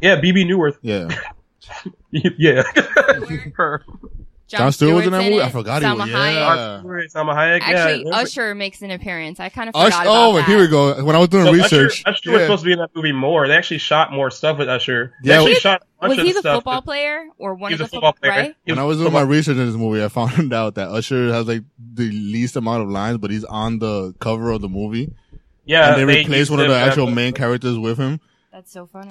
Speaker 3: Yeah, BB Newworth. (laughs)
Speaker 2: yeah.
Speaker 3: yeah, her.
Speaker 4: John,
Speaker 2: John Stewart was in that
Speaker 4: Stewart's
Speaker 2: movie? I forgot he was-
Speaker 4: Salma
Speaker 2: yeah.
Speaker 4: Hayek.
Speaker 2: Uh.
Speaker 3: Selma Hayek.
Speaker 4: Actually,
Speaker 3: yeah.
Speaker 4: Usher makes an appearance. I kind of forgot
Speaker 2: Ush,
Speaker 4: about
Speaker 2: oh,
Speaker 4: that.
Speaker 2: here we go. When I was doing
Speaker 3: So
Speaker 2: research,
Speaker 3: Usher, Usher was
Speaker 2: yeah.
Speaker 3: supposed to be in that movie more. They actually shot more stuff with Usher. They
Speaker 2: Yeah,
Speaker 3: actually
Speaker 4: was-
Speaker 3: shot a bunch
Speaker 4: Was
Speaker 3: of
Speaker 4: he the
Speaker 3: stuff
Speaker 4: football
Speaker 3: that-
Speaker 4: player or one
Speaker 3: He
Speaker 4: of
Speaker 3: was
Speaker 4: the
Speaker 3: a football player.
Speaker 4: right?
Speaker 3: He
Speaker 2: when I was
Speaker 3: a
Speaker 2: doing my
Speaker 3: football-
Speaker 2: research in this movie, I (laughs) found out that Usher has like the least amount of lines, but he's on the cover of the movie,
Speaker 3: yeah,
Speaker 2: and they, replaced
Speaker 3: used
Speaker 2: one of
Speaker 3: him
Speaker 2: the
Speaker 3: as
Speaker 2: actual
Speaker 3: a-
Speaker 2: main characters with him.
Speaker 4: That's
Speaker 2: (laughs)
Speaker 4: so funny.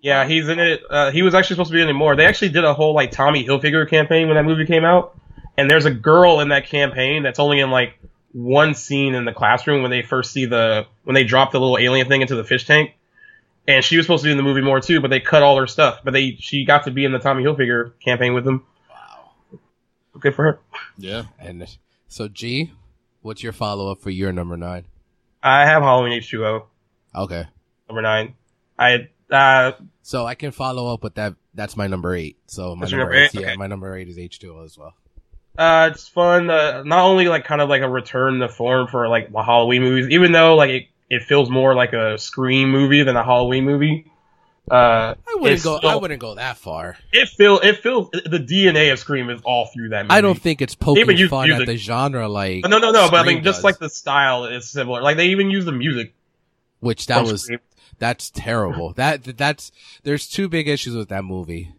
Speaker 3: Yeah, he's in it. Uh, he was actually supposed to be in it more. They actually did a whole like Tommy Hilfiger campaign when that movie came out, and there's a girl in that campaign that's only in like one scene in the classroom when they first see the when they drop the little alien thing into the fish tank, and she was supposed to be in the movie more too, but they cut all her stuff. But they she got to be in the Tommy Hilfiger campaign with them. Wow, good for her.
Speaker 2: Yeah,
Speaker 1: And so, G, what's your follow up for your number nine?
Speaker 3: I have Halloween H two O
Speaker 1: Okay,
Speaker 3: number nine. I uh
Speaker 1: so I can follow up with that that's my number eight. So my
Speaker 3: That's
Speaker 1: number,
Speaker 3: your number
Speaker 1: eight,
Speaker 3: eight?
Speaker 1: yeah,
Speaker 3: Okay.
Speaker 1: my number eight is H two O as well.
Speaker 3: Uh, it's fun. Uh, not only like kind of like a return to form for like the Halloween movies, even though like it, it feels more like a Scream movie than a Halloween movie. Uh,
Speaker 1: I wouldn't
Speaker 3: It's
Speaker 1: go. I
Speaker 3: still-
Speaker 1: wouldn't go that far.
Speaker 3: it feel it feels the DNA of Scream is all through that. movie.
Speaker 1: I don't think it's poking
Speaker 3: Even you-
Speaker 1: fun
Speaker 3: you
Speaker 1: at
Speaker 3: did-
Speaker 1: the genre, like
Speaker 3: No, no, no. but I
Speaker 1: Scream
Speaker 3: mean, just
Speaker 1: does.
Speaker 3: like the style is similar. Like they even use the music.
Speaker 1: which that
Speaker 3: from
Speaker 1: was
Speaker 3: Scream.
Speaker 1: that's
Speaker 3: (laughs)
Speaker 1: terrible. That that's there's two big issues with that movie: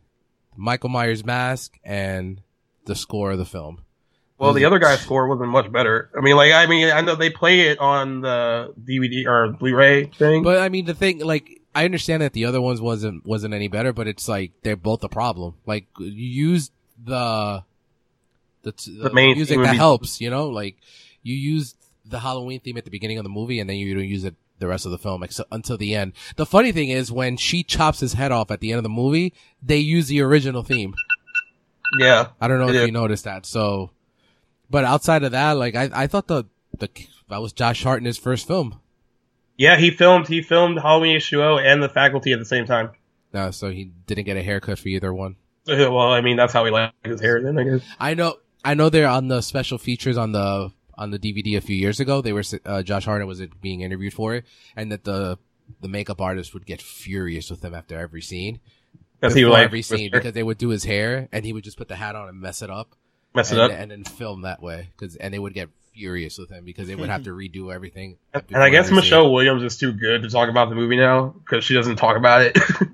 Speaker 1: Michael Myers' mask and the score of the film.
Speaker 3: Well, the other guy's score wasn't much better. I mean, like I mean, I know they play it on the DVD or Blu-ray thing.
Speaker 1: But I mean, the thing, like, I understand that the other ones wasn't wasn't any better, but it's like they're both a problem. Like, you use the the, t- the
Speaker 3: main
Speaker 1: music
Speaker 3: theme would
Speaker 1: that
Speaker 3: be-
Speaker 1: helps, you know, like you use the Halloween theme at the beginning of the movie, and then you don't use it the rest of the film except until the end. The funny thing is when she chops his head off at the end of the movie, they use the original theme.
Speaker 3: yeah,
Speaker 1: I don't know if
Speaker 3: Yeah.
Speaker 1: you noticed that. So, but outside of that, like I I thought the the that was Josh Hartnett's first film.
Speaker 3: yeah. He filmed. He filmed Halloween H2O and The Faculty at the same time.
Speaker 1: No, Uh, so he didn't get a haircut for either one.
Speaker 3: Well, I mean, that's how he liked his hair then, I guess.
Speaker 1: I know, I know they're on the special features on the on the DVD a few years ago. They were uh, Josh Hartnett was being interviewed for it, and that the the makeup artist would get furious with him after every scene,
Speaker 3: Because he
Speaker 1: before
Speaker 3: like
Speaker 1: every scene, because they would do his hair and he would just put the hat on and mess it up,
Speaker 3: mess it
Speaker 1: and,
Speaker 3: up.
Speaker 1: and then film that way. Cause, and they would get furious with him because they would have to redo everything.
Speaker 3: And I
Speaker 1: before
Speaker 3: guess
Speaker 1: every scene.
Speaker 3: Michelle Williams is too good to talk about the movie now because she doesn't talk about it. (laughs)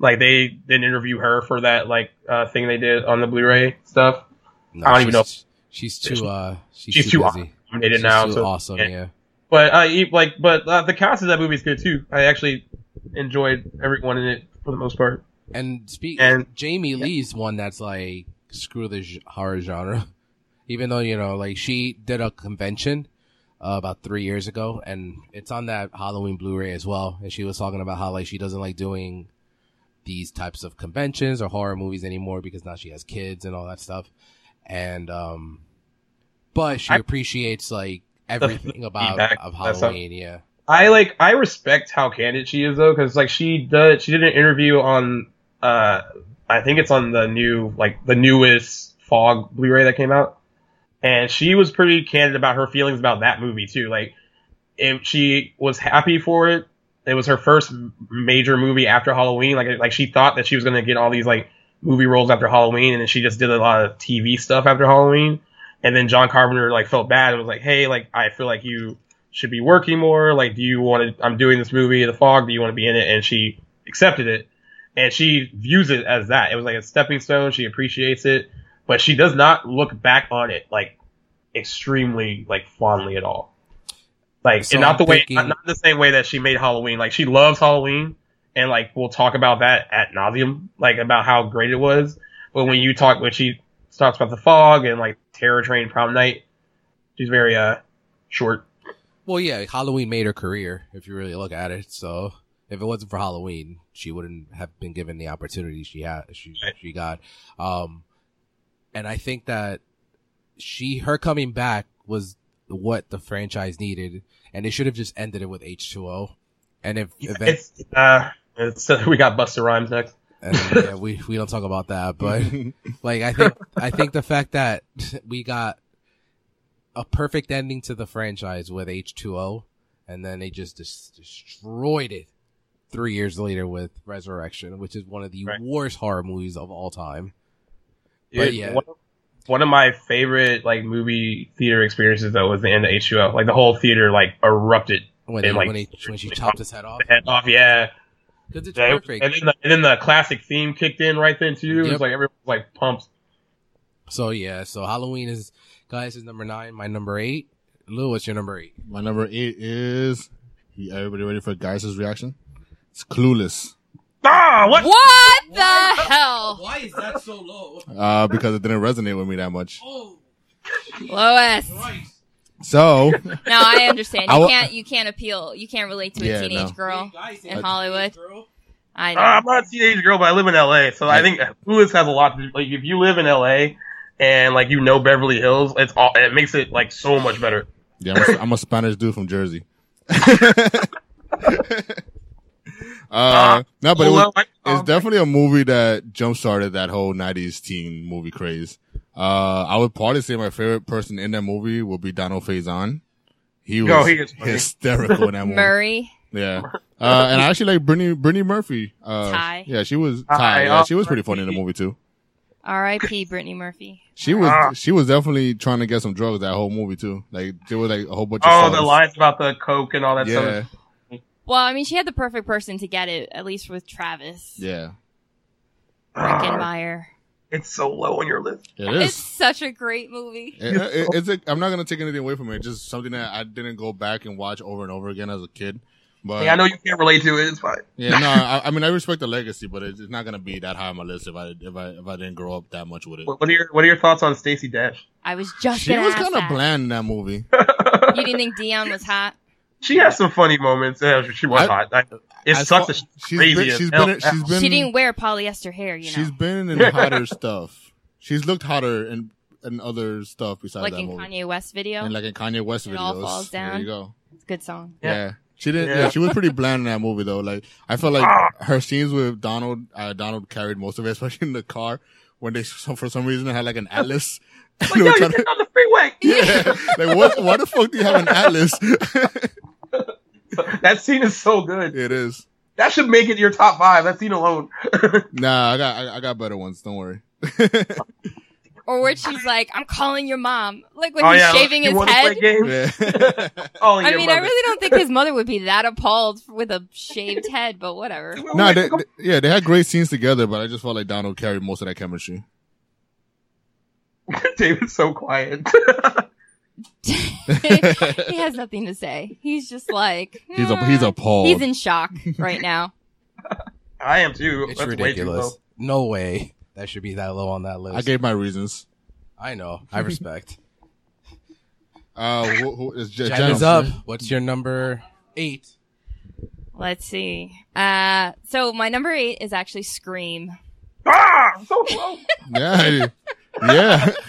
Speaker 3: like they didn't interview her for that like uh, thing they did on the Blu-ray stuff.
Speaker 1: No,
Speaker 3: I don't even
Speaker 1: she's- She's too. Uh, she's,
Speaker 3: She's
Speaker 1: too
Speaker 3: too
Speaker 1: busy.
Speaker 3: I mean, they did
Speaker 1: she's
Speaker 3: now.
Speaker 1: too
Speaker 3: so-
Speaker 1: awesome.
Speaker 3: yeah.
Speaker 1: yeah.
Speaker 3: But I eat like, but uh, the cast of that movie is good too. I actually enjoyed everyone in it for the most part.
Speaker 1: And speak
Speaker 3: And-
Speaker 1: Jamie Lee's one that's like screw the g- horror genre, (laughs) even though you know like she did a convention uh, about three years ago, and it's on that Halloween Blu-ray as well. And she was talking about how like she doesn't like doing these types of conventions or horror movies anymore because now she has kids and all that stuff. And um, but she
Speaker 3: I-
Speaker 1: appreciates like everything about
Speaker 3: feedback,
Speaker 1: of
Speaker 3: that stuff.
Speaker 1: Halloween. Yeah,
Speaker 3: I like, I respect how candid she is though, because like she does, she did an interview on, uh, I think it's on the new, like the newest Fog Blu-ray that came out, and she was pretty candid about her feelings about that movie too. Like, if she was happy for it, it was her first m- major movie after Halloween. Like, like she thought that she was gonna get all these like movie roles after Halloween, and then she just did a lot of TV stuff after Halloween. And then John Carpenter like felt bad and was like, "Hey, like I feel like you should be working more. Like, do you want to? I'm doing this movie, The Fog. Do you want to be in it?" And she accepted it, and she views it as that. It was like a stepping stone. She appreciates it, but she does not look back on it like extremely like fondly at all. Like,
Speaker 1: So
Speaker 3: and not
Speaker 1: I'm
Speaker 3: the way,
Speaker 1: thinking-
Speaker 3: not, not the same way that she made Halloween. Like, she loves Halloween, and like we'll talk about that at nauseum, like about how great it was. But when you talk, when she talks about the fog and like Terror Train Prom Night, she's very uh short.
Speaker 1: Well, yeah, Halloween made her career, if you really look at it. So, if it wasn't for Halloween, she wouldn't have been given the opportunity she had, she,
Speaker 3: Right.
Speaker 1: she got. Um, and I think that she, her coming back was what the franchise needed, and they should have just ended it with H2O. And if, if
Speaker 3: (laughs) It's uh, it's, (laughs) we got Buster Rhymes next.
Speaker 1: and yeah, we, we don't talk about that, (laughs) but like I think I think the fact that we got a perfect ending to the franchise with H2O and then they just des- destroyed it 3 years later with Resurrection, which is one of the
Speaker 3: Right.
Speaker 1: worst horror movies of all time. But
Speaker 3: It-
Speaker 1: yeah.
Speaker 3: one, one of my favorite like movie theater experiences though was the end of H2O. Like the whole theater like erupted
Speaker 1: When
Speaker 3: They,
Speaker 1: they,
Speaker 3: like,
Speaker 1: when, they, when she chopped his head off
Speaker 3: the head off. Yeah,
Speaker 1: cuz it's
Speaker 3: Yeah, it-
Speaker 1: perfect.
Speaker 3: and then the, and then the classic theme kicked in right then too. It
Speaker 1: Yep.
Speaker 3: was like everyone was like pumped.
Speaker 1: So yeah, so Halloween is guys is number 9, my number 8. Lou, what's your number 8?
Speaker 2: (laughs) My number eight is. Everybody ready for Geis's reaction? It's Clueless.
Speaker 3: Ah, what?
Speaker 4: What the hell?
Speaker 1: Why is that so low?
Speaker 2: Uh, because it didn't resonate with me that much.
Speaker 1: Oh,
Speaker 4: Lois.
Speaker 2: So,
Speaker 4: No, I understand. You
Speaker 2: I wa-
Speaker 4: can't. You can't appeal. You can't relate to a
Speaker 2: Yeah,
Speaker 4: teenage
Speaker 2: no.
Speaker 4: girl in
Speaker 2: I-
Speaker 4: Hollywood. I know.
Speaker 3: Ah, I'm not a teenage girl, but I live in L.A., so I think Lewis has a lot to do. Like, if you live in L.A. and like you know Beverly Hills, it's all it makes it like so much better.
Speaker 2: yeah, I'm a, I'm a Spanish dude from Jersey. (laughs) uh, no, but it
Speaker 3: Well,
Speaker 2: was,
Speaker 3: I,
Speaker 2: it's definitely a movie that jump started that whole '90s teen movie craze. Uh, I would probably say my favorite person in that movie would be Donald Faison. He was
Speaker 3: No, he is funny.
Speaker 2: hysterical in
Speaker 4: (laughs)
Speaker 2: that movie.
Speaker 4: Murray.
Speaker 2: Yeah. Uh, and I actually like Brittany, Brittany Murphy. Uh,
Speaker 4: Ty.
Speaker 2: Yeah, she was,
Speaker 3: Ty,
Speaker 2: Ty, yeah,
Speaker 3: oh,
Speaker 2: she was pretty funny in the movie too.
Speaker 4: R.I.P. Brittany Murphy.
Speaker 2: She was,
Speaker 3: Ah.
Speaker 2: she was definitely trying to get some drugs that whole movie too. Like, there was like a whole bunch of
Speaker 3: Oh, the
Speaker 2: songs.
Speaker 3: lines about the coke and all that
Speaker 2: Yeah,
Speaker 3: stuff.
Speaker 4: Well, I mean, she had the perfect person to get it, at least with Travis
Speaker 2: yeah.
Speaker 3: Ah,
Speaker 4: Breckenmeyer.
Speaker 3: it's so low on your list.
Speaker 2: It
Speaker 4: It's
Speaker 2: is.
Speaker 4: such a great movie.
Speaker 2: It, it, it's a, I'm not gonna take anything away from it. It's just something that I didn't go back and watch over and over again as a kid. But
Speaker 3: Hey, I know you can't relate to it. It's fine.
Speaker 2: yeah, no, I, I mean I respect the legacy, but it's it's not gonna be that high on my list if I if I if I didn't grow up that much with it.
Speaker 3: What what are your What are your thoughts on Stacey (laughs) Dash?
Speaker 4: I was just
Speaker 2: She
Speaker 4: gonna
Speaker 2: was
Speaker 4: ask
Speaker 2: kind of
Speaker 4: that.
Speaker 2: bland in that movie.
Speaker 4: You didn't think Dion was hot?
Speaker 3: She has some funny moments. Yeah, she- she was
Speaker 2: I-
Speaker 3: hot. I, it
Speaker 2: I
Speaker 3: sucks
Speaker 2: saw-
Speaker 3: that she's
Speaker 2: she's
Speaker 3: crazy.
Speaker 2: been,
Speaker 3: as
Speaker 2: she's
Speaker 3: hell
Speaker 2: been,
Speaker 3: now.
Speaker 2: she's been,
Speaker 4: she didn't wear polyester hair, you
Speaker 2: she's
Speaker 4: know,
Speaker 2: been in hotter stuff. She's looked hotter in in other stuff besides
Speaker 4: like
Speaker 2: that
Speaker 4: in
Speaker 2: movie.
Speaker 4: Kanye West video.
Speaker 2: And like in Kanye West
Speaker 4: It
Speaker 2: videos.
Speaker 4: all falls
Speaker 2: There
Speaker 4: down.
Speaker 2: you go.
Speaker 4: it's a good song.
Speaker 2: Yeah.
Speaker 3: Yeah.
Speaker 2: She didn't. Yeah.
Speaker 3: Yeah.
Speaker 2: she was pretty bland in that movie though. Like I felt like (laughs)
Speaker 3: Ah.
Speaker 2: her scenes with Donald, uh, Donald carried most of it, (laughs) especially in the car when they so- for some reason had like an atlas. And
Speaker 3: Like,
Speaker 2: (laughs) they
Speaker 3: yo,
Speaker 2: were
Speaker 3: you're
Speaker 2: trying to-
Speaker 3: (laughs) sitting on the
Speaker 4: (laughs)
Speaker 3: freeway.
Speaker 2: yeah. like what? Why the fuck do you have an atlas? (laughs)
Speaker 3: (laughs) that scene is so good.
Speaker 2: it is.
Speaker 3: That should make it your top five. That scene alone.
Speaker 2: Nah, I got I, I got better ones. Don't worry. (laughs)
Speaker 4: Or where she's like, "I'm calling your mom," like when
Speaker 3: oh
Speaker 4: he's
Speaker 3: yeah,
Speaker 4: shaving
Speaker 3: you
Speaker 4: his
Speaker 3: wanna
Speaker 4: head.
Speaker 3: Play games?
Speaker 2: yeah.
Speaker 3: Oh,
Speaker 4: I
Speaker 3: yeah,
Speaker 4: mean, I
Speaker 3: brother.
Speaker 4: really don't
Speaker 3: (laughs)
Speaker 4: think his mother would be that appalled with a shaved head, but whatever.
Speaker 3: Wait,
Speaker 2: No,
Speaker 3: wait,
Speaker 2: they,
Speaker 3: (laughs) come-
Speaker 2: they- yeah, they had great scenes together, but I just felt like Donald carried most of that chemistry. (laughs)
Speaker 3: David's so quiet. (laughs)
Speaker 4: he has nothing to say. He's just like
Speaker 2: He's a
Speaker 4: "Ah."
Speaker 2: he's appalled.
Speaker 4: (laughs) He's in shock right now.
Speaker 3: I am too.
Speaker 1: It's
Speaker 3: That's Way too
Speaker 1: ridiculous.
Speaker 3: low.
Speaker 1: No way that should be that low on that list.
Speaker 2: I gave my reasons.
Speaker 1: I know. I (laughs) respect.
Speaker 2: Uh, who, who is Jen,
Speaker 1: Jen is up. What's your number eight?
Speaker 4: Let's see. Uh, so my number eight is actually Scream.
Speaker 3: Ah, I'm
Speaker 4: (laughs)
Speaker 3: so low.
Speaker 2: Yeah, (laughs) yeah.
Speaker 4: (laughs)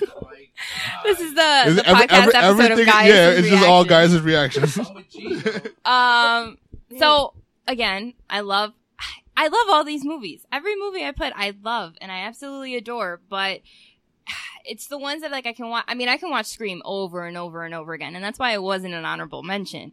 Speaker 4: This is the,
Speaker 2: Is
Speaker 4: the
Speaker 2: it every-
Speaker 4: podcast
Speaker 2: every-
Speaker 4: episode of guys.
Speaker 2: yeah, it's just all
Speaker 4: Reactions.
Speaker 2: guys' reactions.
Speaker 4: Um. So again, I love, I love all these movies. Every movie I put, I love and I absolutely adore. But it's the ones that like I can watch. I mean, I can watch Scream over and over and over again, and that's why it wasn't an honorable mention.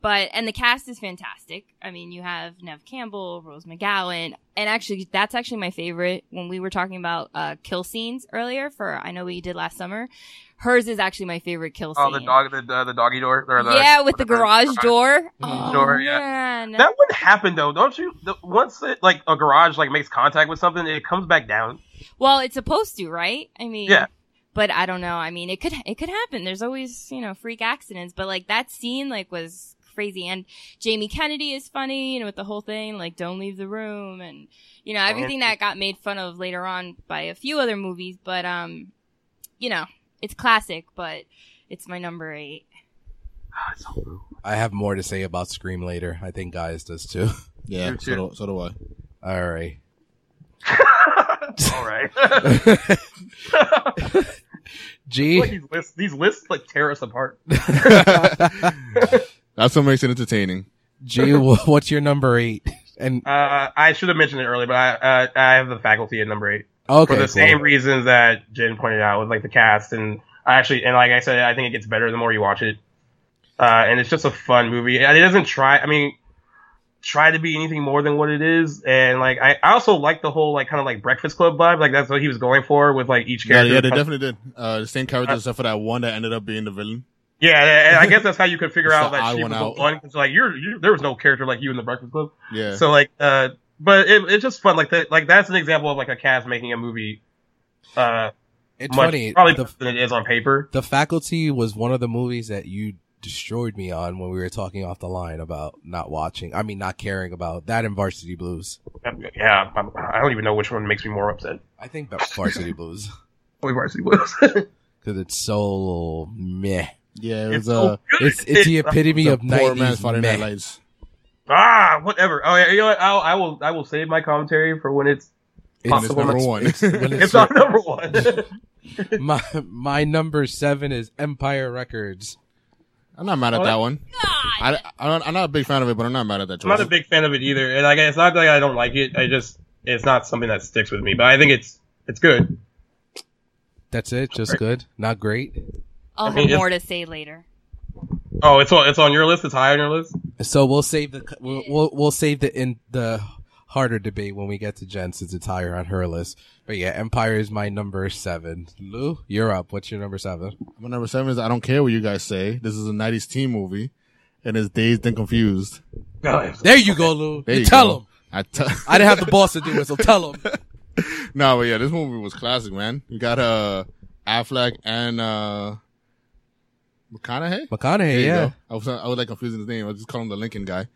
Speaker 4: But and the cast is fantastic. I mean, you have Nev Campbell, Rose McGowan, and actually, that's actually my favorite. When we were talking about uh, kill scenes earlier for I know what you did last summer, hers is actually my favorite kill
Speaker 3: Oh,
Speaker 4: scene.
Speaker 3: the dog, the uh, the doggy door, or the,
Speaker 4: yeah, with the
Speaker 3: whatever.
Speaker 4: garage door.
Speaker 3: Garage
Speaker 4: Oh,
Speaker 3: door, yeah.
Speaker 4: man.
Speaker 3: That wouldn't happen though, don't you? The, once it, like a garage like makes contact with something, it comes back down.
Speaker 4: Well, it's supposed to, right? I mean,
Speaker 3: Yeah.
Speaker 4: But I don't know. I mean, it could it could happen. There's always you know freak accidents. But like that scene, like was crazy. And Jamie Kennedy is funny, you know, with the whole thing, like don't leave the room, and you
Speaker 3: Oh,
Speaker 4: know everything that got made fun of later on by a few other movies. But um, you know, it's classic, but it's my number eight.
Speaker 3: Ah, it's so low.
Speaker 1: (laughs) I have more to say about Scream later. I think guys does too.
Speaker 2: (laughs)
Speaker 1: (laughs)
Speaker 2: Yeah,
Speaker 3: You
Speaker 2: so
Speaker 3: too.
Speaker 2: do, so do I.
Speaker 1: All (laughs) right.
Speaker 3: (laughs) All right. (laughs)
Speaker 1: G. (laughs)
Speaker 3: Like, these lists, these lists like tear us apart.
Speaker 2: That's what makes it entertaining.
Speaker 1: G. wh- What's your number eight? And
Speaker 3: Uh, I should have mentioned it earlier, but I uh, I have the faculty at number eight
Speaker 1: okay,
Speaker 3: for the
Speaker 1: cool.
Speaker 3: same reasons that Jen pointed out with like the cast and I actually and like I said, I think it gets better the more you watch it. Uh, and it's just a fun movie, and it doesn't try. I mean, try to be anything more than what it is. And like I, I also like the whole like kind of like Breakfast Club vibe. Like that's what he was going for with like each
Speaker 2: Yeah,
Speaker 3: character.
Speaker 2: yeah, they definitely did. Uh, the same character except for that one that ended up being the villain.
Speaker 3: Yeah, and I guess that's how you could
Speaker 2: (laughs)
Speaker 3: figure
Speaker 2: It's
Speaker 3: out
Speaker 2: the odd
Speaker 3: that she
Speaker 2: one
Speaker 3: was the
Speaker 2: out.
Speaker 3: one because like you're, you there was no character like you in the Breakfast Club.
Speaker 2: Yeah,
Speaker 3: So like, uh, but it, it's just fun. Like that, like that's an example of like a cast making a movie. Uh,
Speaker 1: It's
Speaker 3: much,
Speaker 1: funny.
Speaker 3: probably
Speaker 1: The,
Speaker 3: better than it is on paper.
Speaker 1: the faculty was one of the movies that you destroyed me on when we were talking off the line about not watching. I mean, not caring about that and Varsity Blues.
Speaker 3: Um, Yeah, I'm, I don't even know which one makes me more upset.
Speaker 1: I think that Varsity Blues
Speaker 3: Probably Varsity (laughs) Blues.
Speaker 1: because it's so meh.
Speaker 2: yeah, it was
Speaker 3: It's so
Speaker 2: uh,
Speaker 3: good.
Speaker 1: It's it's the epitome
Speaker 2: the
Speaker 1: of
Speaker 2: poor man's
Speaker 1: nineties
Speaker 2: Friday Night
Speaker 1: meh.
Speaker 2: Lights.
Speaker 3: ah, whatever. Oh, yeah, you know what? I'll, I will. I will save my commentary for when it's
Speaker 1: It's-
Speaker 2: It's
Speaker 3: Possible
Speaker 2: number
Speaker 1: (laughs)
Speaker 3: it's-
Speaker 2: one.
Speaker 1: when
Speaker 2: (laughs)
Speaker 3: it's
Speaker 1: your-
Speaker 3: on number one.
Speaker 1: (laughs) my my number seven is Empire Records.
Speaker 2: I'm not mad at
Speaker 3: Oh,
Speaker 2: that one.
Speaker 4: God.
Speaker 2: I, I don't, I'm not a big fan of it, but I'm not mad at that choice.
Speaker 3: I'm not a big fan of it either, and like it's not like I don't like it. I just it's not something that sticks with me. But I think it's it's good.
Speaker 1: That's it. Just good. Not great.
Speaker 4: I'll
Speaker 3: mean,
Speaker 4: have
Speaker 3: it's-
Speaker 4: more to say later.
Speaker 3: Oh, it's on it's on your list. It's high on your list.
Speaker 1: So we'll save the we'll we'll, we'll save the in the harder debate when we get to Jen since it's higher on her list. But yeah, Empire is my number seven. Lou, you're up. What's your number seven?
Speaker 2: My number seven is I don't care what you guys say. This is a '90s teen movie, and it's Dazed and Confused.
Speaker 3: God,
Speaker 1: There you go, Lou.
Speaker 2: There
Speaker 1: you,
Speaker 2: you
Speaker 1: tell
Speaker 2: go.
Speaker 1: him.
Speaker 2: I tell. (laughs)
Speaker 1: I didn't have the boss to do it, so tell him.
Speaker 2: no, but yeah, this movie was classic, man. You got uh Affleck and uh McConaughey. There
Speaker 1: McConaughey,
Speaker 2: you
Speaker 1: yeah,
Speaker 2: go. I was I was like confusing his name. I just call him the Lincoln guy.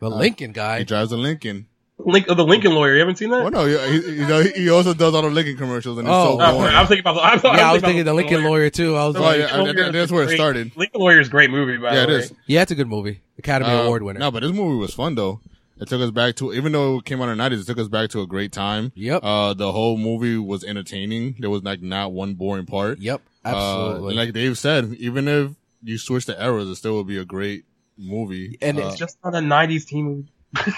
Speaker 1: the
Speaker 2: Uh,
Speaker 1: Lincoln
Speaker 2: He
Speaker 1: guy.
Speaker 2: drives a Lincoln.
Speaker 3: Link, oh, the Lincoln Lawyer. You haven't seen that?
Speaker 2: Well, no, he, he, you know, he also does all the Lincoln commercials, and it's
Speaker 1: Oh.
Speaker 2: so
Speaker 3: Oh,
Speaker 2: boring.
Speaker 3: sorry, I was thinking about the. I'm
Speaker 2: (laughs)
Speaker 3: sorry,
Speaker 1: Yeah, I was
Speaker 3: about
Speaker 1: thinking the Lincoln Lawyer too. I was
Speaker 2: Oh,
Speaker 1: like,
Speaker 2: yeah, and- and that's where it
Speaker 3: Great-
Speaker 2: started.
Speaker 3: Lincoln Lawyer is a great movie, by
Speaker 2: Yeah, it
Speaker 3: the way.
Speaker 2: is.
Speaker 1: yeah, it's a good movie, Academy
Speaker 2: Uh,
Speaker 1: Award winner.
Speaker 2: No, but this movie was fun though. It took us back to even though it came out in the nineties, it took us back to a great time.
Speaker 1: Yep.
Speaker 2: Uh, the whole movie was entertaining. There was like not one boring part.
Speaker 1: Yep,
Speaker 2: Uh,
Speaker 1: absolutely.
Speaker 2: and like Dave said, even if you switch the eras, it still would be a great movie.
Speaker 1: And
Speaker 2: Uh,
Speaker 1: it's
Speaker 3: It's just not a '90s teen movie.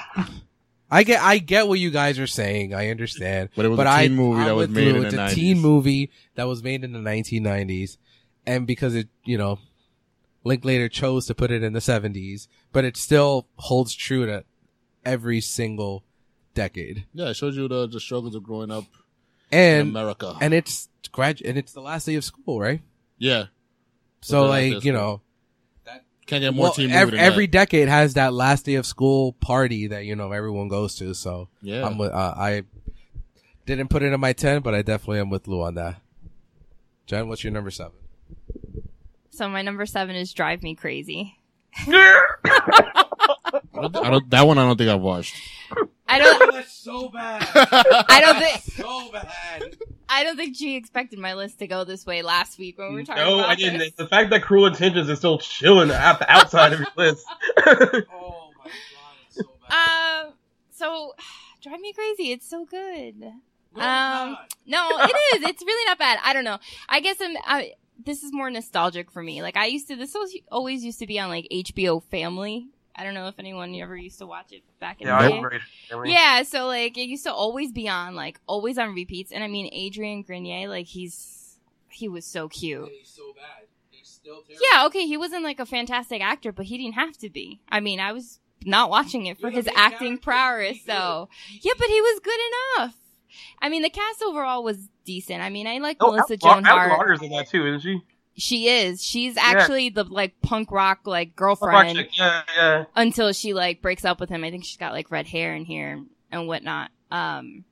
Speaker 1: I get I get what you guys are saying. I understand.
Speaker 2: But it was
Speaker 1: but
Speaker 2: a
Speaker 1: I,
Speaker 2: teen movie
Speaker 1: I'm
Speaker 2: that was
Speaker 1: with
Speaker 2: made
Speaker 1: Lou.
Speaker 2: in
Speaker 1: it's
Speaker 2: the
Speaker 1: a
Speaker 2: 90s.
Speaker 1: teen movie that was made in the 1990s, and because it you know, Linklater chose to put it in the 70s, but it still holds true to every single decade.
Speaker 2: yeah, it shows you the, the struggles of growing up in
Speaker 1: And
Speaker 2: America.
Speaker 1: and it's grad and it's the last day of school, right?
Speaker 2: yeah,
Speaker 1: So
Speaker 2: the last day
Speaker 1: like
Speaker 2: of
Speaker 1: you
Speaker 2: school.
Speaker 1: know,
Speaker 2: can't get more
Speaker 1: well,
Speaker 2: teen movie
Speaker 1: ev-
Speaker 2: than
Speaker 1: every
Speaker 2: that.
Speaker 1: decade has that last day of school party that you know everyone goes to. So
Speaker 2: Yeah,
Speaker 1: I'm with, uh, I didn't put it in my 10, but I definitely am with Lou on that. Jen, what's your number seven?
Speaker 4: So my number seven is Drive Me Crazy.
Speaker 2: I don't, I don't- that one I don't think I've watched.
Speaker 4: I don't.
Speaker 1: That's so bad.
Speaker 4: I don't think.
Speaker 1: (laughs) so bad.
Speaker 4: I don't think she expected my list to go this way last week when we were talking
Speaker 3: No,
Speaker 4: about
Speaker 3: I didn't.
Speaker 4: this.
Speaker 3: The fact that Cruel Intentions is still chilling at the outside
Speaker 4: (laughs)
Speaker 3: of your list.
Speaker 1: Oh my god, it's so
Speaker 4: Um. So, (sighs) drive me crazy. It's so good.
Speaker 1: No, it's
Speaker 4: um,
Speaker 1: not.
Speaker 3: (laughs)
Speaker 4: No, it is. It's really not bad. I don't know. I guess I'm. I, this is more nostalgic for me. Like I used to. This was always used to be on like HBO Family. I don't know if anyone ever used to watch it back in
Speaker 3: yeah,
Speaker 4: the
Speaker 3: I
Speaker 4: day.
Speaker 3: agree. I mean,
Speaker 4: Yeah, so like it used to always be on, like always on repeats. And I mean, Adrian Grenier, like he's he was so cute.
Speaker 1: He's so bad. He's still terrible.
Speaker 4: Yeah, okay, he wasn't like a fantastic actor, but he didn't have to be. I mean, I was not watching it for
Speaker 1: You're the
Speaker 4: his
Speaker 1: main
Speaker 4: acting
Speaker 1: character.
Speaker 4: prowess,
Speaker 1: Be good.
Speaker 4: so yeah, but he was good enough. I mean, the cast overall was decent. I mean, I like
Speaker 3: Oh,
Speaker 4: Melissa
Speaker 3: Outlaw-
Speaker 4: Joan Hart.
Speaker 3: Outlaw's in that too, isn't she?
Speaker 4: She is. She's
Speaker 3: Yeah.
Speaker 4: actually the like punk rock like
Speaker 3: Fuck,
Speaker 4: girlfriend
Speaker 3: chick. Yeah, yeah.
Speaker 4: until she like breaks up with him. I think she's got like red hair in here and whatnot. Um,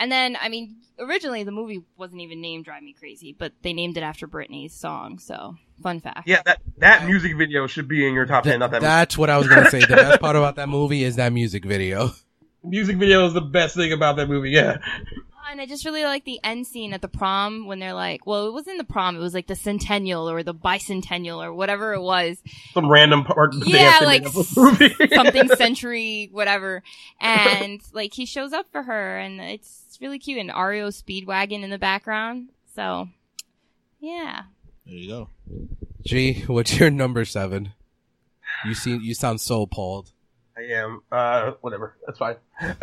Speaker 4: and then I mean, originally the movie wasn't even named "Drive Me Crazy," but they named it after Britney's song. So, fun fact.
Speaker 3: Yeah, that that music video should be in your top ten. Not that,
Speaker 1: that's what I was gonna say. The best part about that movie is that music video. (laughs)
Speaker 3: music video is the best thing about that movie. Yeah,
Speaker 4: And I just really like the end scene at the prom when they're like, well, it wasn't the prom; it was like the centennial or the bicentennial or whatever it was.
Speaker 3: (laughs) some random part.
Speaker 4: Yeah, like
Speaker 3: (laughs) movie.
Speaker 4: something century, whatever. And like he shows up for her, and it's really cute. And Ario Speedwagon in the background. So, yeah.
Speaker 2: There you go.
Speaker 1: G, what's your number seven? You seem you sound so appalled.
Speaker 3: (laughs) I am. Uh, whatever. That's fine. (laughs) uh,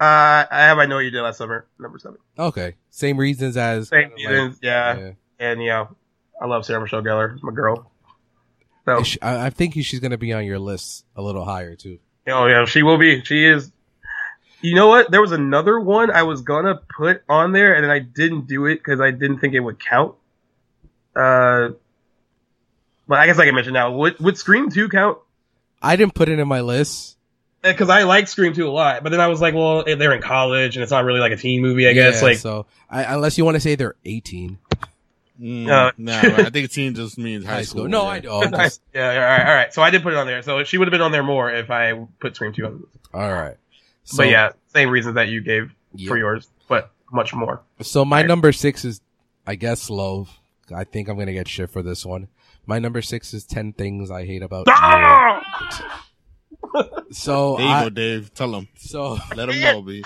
Speaker 3: I have. I know what you did last summer. Number seven.
Speaker 1: Okay, same reasons as
Speaker 3: Same
Speaker 1: kinda like-
Speaker 3: seasons. yeah.
Speaker 1: yeah.
Speaker 3: and you know, I love Sarah Michelle Gellar. My girl. So,
Speaker 1: Is she- I, I think she's gonna be on your list a little higher too.
Speaker 3: Oh yeah, she will be. She is. You know what? There was another one I was gonna put on there, and then I didn't do it because I didn't think it would count. Uh, but I guess I can mention now. Would would Scream Two count?
Speaker 1: I didn't put it in my list.
Speaker 3: Because Uh, I like Scream Two a lot, but then I was like, well, eh, they're in college, and it's not really like a teen movie. I guess
Speaker 1: Yeah,
Speaker 3: like
Speaker 1: so. I, unless you want to say they're 18,
Speaker 2: Mm,
Speaker 3: Uh,
Speaker 2: nah, I think teen just means
Speaker 1: high school. No, I
Speaker 3: (laughs)
Speaker 1: know. I'm just-
Speaker 3: yeah. All right, all right. So I did put it on there. So she would have been on there more if I put Scream Two on.
Speaker 1: all right. So,
Speaker 3: but yeah, same reasons that you gave
Speaker 1: yeah.
Speaker 3: for yours, but much more.
Speaker 1: So my number six is, I guess, low. I think I'm gonna get shit for this one. My number six is 10 things I hate about you.
Speaker 3: Ah!
Speaker 1: So,
Speaker 2: There you
Speaker 1: I,
Speaker 2: go, Dave. Tell him.
Speaker 3: (laughs)
Speaker 1: so (laughs)
Speaker 2: Let him know, B.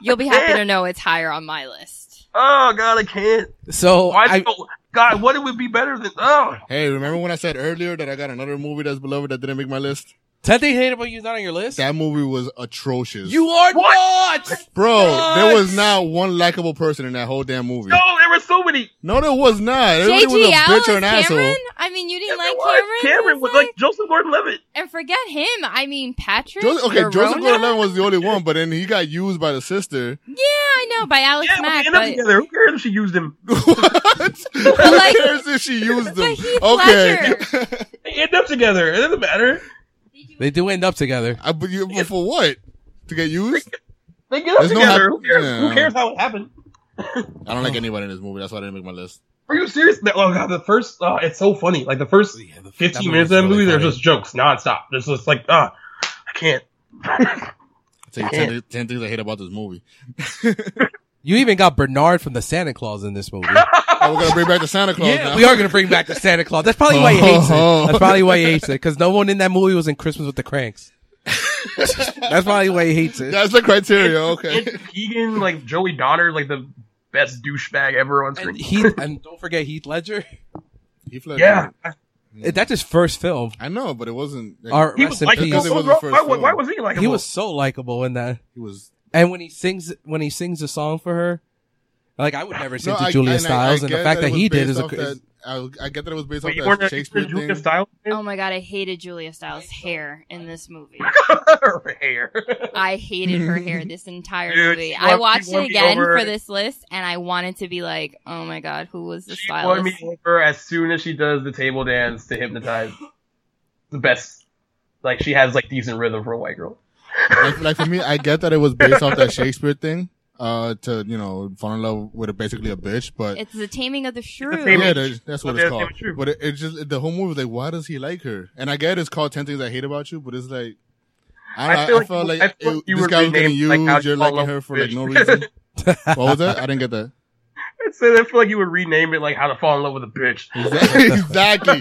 Speaker 4: You'll be happy to know it's higher on my list.
Speaker 3: (laughs) Oh god, I can't.
Speaker 1: so
Speaker 3: Why?
Speaker 1: I,
Speaker 3: don't- god, what it would be better than? Oh,
Speaker 2: Hey, remember when I said earlier that I got another movie that's beloved that didn't make my list?
Speaker 1: Ten Things Hated About You is not on your list.
Speaker 2: That movie was atrocious.
Speaker 1: you are
Speaker 3: What?
Speaker 1: not.
Speaker 2: Bro, there was
Speaker 1: What?
Speaker 2: not one likable person in that whole damn movie.
Speaker 3: No, there were so many.
Speaker 2: No, there was not. Everybody was a
Speaker 4: JGL
Speaker 2: bitch
Speaker 4: is
Speaker 2: or an asshole.
Speaker 4: Cameron. I mean, you
Speaker 3: Yes,
Speaker 4: didn't
Speaker 3: there
Speaker 4: like
Speaker 3: was.
Speaker 4: Cameron.
Speaker 3: Cameron
Speaker 4: It's
Speaker 3: was like Joseph Gordon-Levitt.
Speaker 4: and forget him. I mean, Patrick.
Speaker 2: Joseph, okay, Joseph
Speaker 4: Yorona?
Speaker 2: Gordon-Levitt was the only one, but then he got used by the sister.
Speaker 4: Yeah, I know by Alex
Speaker 3: Yeah,
Speaker 4: Mack,
Speaker 3: we end up
Speaker 4: but
Speaker 3: together. Who cares if she used him?
Speaker 2: (laughs) what? Who
Speaker 4: like-
Speaker 2: cares if she used them?
Speaker 4: but Heath
Speaker 2: okay, (laughs)
Speaker 3: They end up together. It doesn't matter.
Speaker 1: They do end up together.
Speaker 2: I, Uh, but, you, but for what? To get used?
Speaker 3: They get up
Speaker 2: There's no
Speaker 3: together.
Speaker 2: hap-
Speaker 3: Who cares?
Speaker 2: Yeah.
Speaker 3: Who cares how it happened?
Speaker 2: I don't like anybody in this movie. That's why I didn't make my list.
Speaker 3: Are you serious? No, Oh god, the first. Uh, it's so funny. Like the first
Speaker 1: Yeah, the- that
Speaker 3: 15
Speaker 1: movie
Speaker 3: minutes
Speaker 1: was
Speaker 3: of that
Speaker 1: really
Speaker 3: movie, they're
Speaker 1: funny.
Speaker 3: just jokes nonstop. There's just like, ah, I can't.
Speaker 2: I'll tell you 10, thi- 10 things I hate about this movie.
Speaker 1: You even got Bernard from the Santa Claus in this movie.
Speaker 2: (laughs) Oh, we're gonna bring back the Santa Claus
Speaker 1: yeah,
Speaker 2: now.
Speaker 1: we are gonna bring back the Santa Claus. That's probably why he hates
Speaker 2: Oh.
Speaker 1: it.
Speaker 2: (laughs)
Speaker 1: That's probably why he hates it because no one in that movie was in Christmas with the Cranks. That's probably why he hates it.
Speaker 2: (laughs) That's the criteria. Okay.
Speaker 3: It's Keegan, like Joey Donner, like the best douchebag ever on
Speaker 1: And
Speaker 3: screen.
Speaker 1: Heath, and don't forget Heath Ledger.
Speaker 2: Heath Ledger.
Speaker 3: Yeah,
Speaker 1: That's his first film.
Speaker 2: I know, but it wasn't. Like,
Speaker 1: Our
Speaker 3: he
Speaker 1: rest
Speaker 3: was
Speaker 1: in
Speaker 3: like,
Speaker 1: peace.
Speaker 3: why,
Speaker 2: Because it was the first
Speaker 3: why-
Speaker 2: film.
Speaker 3: why was he like?
Speaker 1: He was so likable in that.
Speaker 2: he was.
Speaker 1: And when he sings, when he sings a song for her, like I would never sing
Speaker 2: No,
Speaker 1: to
Speaker 2: I-
Speaker 1: Julia
Speaker 2: and I- I
Speaker 1: Stiles, and the
Speaker 2: get
Speaker 1: fact
Speaker 2: it
Speaker 1: that,
Speaker 2: was
Speaker 1: he did
Speaker 2: based
Speaker 1: is, a,
Speaker 2: off
Speaker 1: is
Speaker 2: that- (laughs) I, I get that it was based off
Speaker 3: Wait, you
Speaker 2: that
Speaker 3: weren't a
Speaker 2: Shakespeare
Speaker 3: Shakespeare Julia
Speaker 2: thing.
Speaker 3: Stiles
Speaker 4: Oh my god, I hated Julia Stiles' hair in
Speaker 3: (laughs)
Speaker 4: this movie.
Speaker 3: Her hair.
Speaker 4: I hated her hair this entire
Speaker 3: Dude,
Speaker 4: movie.
Speaker 3: she
Speaker 4: I
Speaker 3: won-
Speaker 4: watched
Speaker 3: she won
Speaker 4: it
Speaker 3: me
Speaker 4: again
Speaker 3: over.
Speaker 4: for this list, and I wanted to be like, "Oh my god, who was the
Speaker 3: She won me
Speaker 4: stylist?"
Speaker 3: over as soon as she does the table dance to hypnotize. The best. Like she has like decent rhythm for a white girl.
Speaker 2: like, like for me, I get that it was based off that Shakespeare thing. Uh, to you know, fall in love with a, basically a bitch, but
Speaker 4: It's the Taming of the Shrew.
Speaker 3: Taming
Speaker 2: yeah,
Speaker 3: of
Speaker 2: that- that's what it's
Speaker 3: But that's
Speaker 2: called.
Speaker 3: not true.
Speaker 2: But it, it's just the whole movie was like, why does he like her? And I get it's called Ten Things I Hate About You, but it's like. I, don't know,
Speaker 3: I feel
Speaker 2: I felt
Speaker 3: like-
Speaker 2: like,
Speaker 3: I feel
Speaker 2: it-
Speaker 3: like you
Speaker 2: this
Speaker 3: were
Speaker 2: guy was getting
Speaker 3: renamed,
Speaker 2: used.
Speaker 3: like, how you
Speaker 2: you're
Speaker 3: fall
Speaker 2: liking
Speaker 3: in
Speaker 2: her
Speaker 3: love
Speaker 2: for
Speaker 3: with
Speaker 2: like no
Speaker 3: bitch.
Speaker 2: reason.
Speaker 3: (laughs)
Speaker 2: what was that? I didn't get that.
Speaker 3: I said I feel like you would rename it like How to Fall in Love with a Bitch.
Speaker 2: exactly.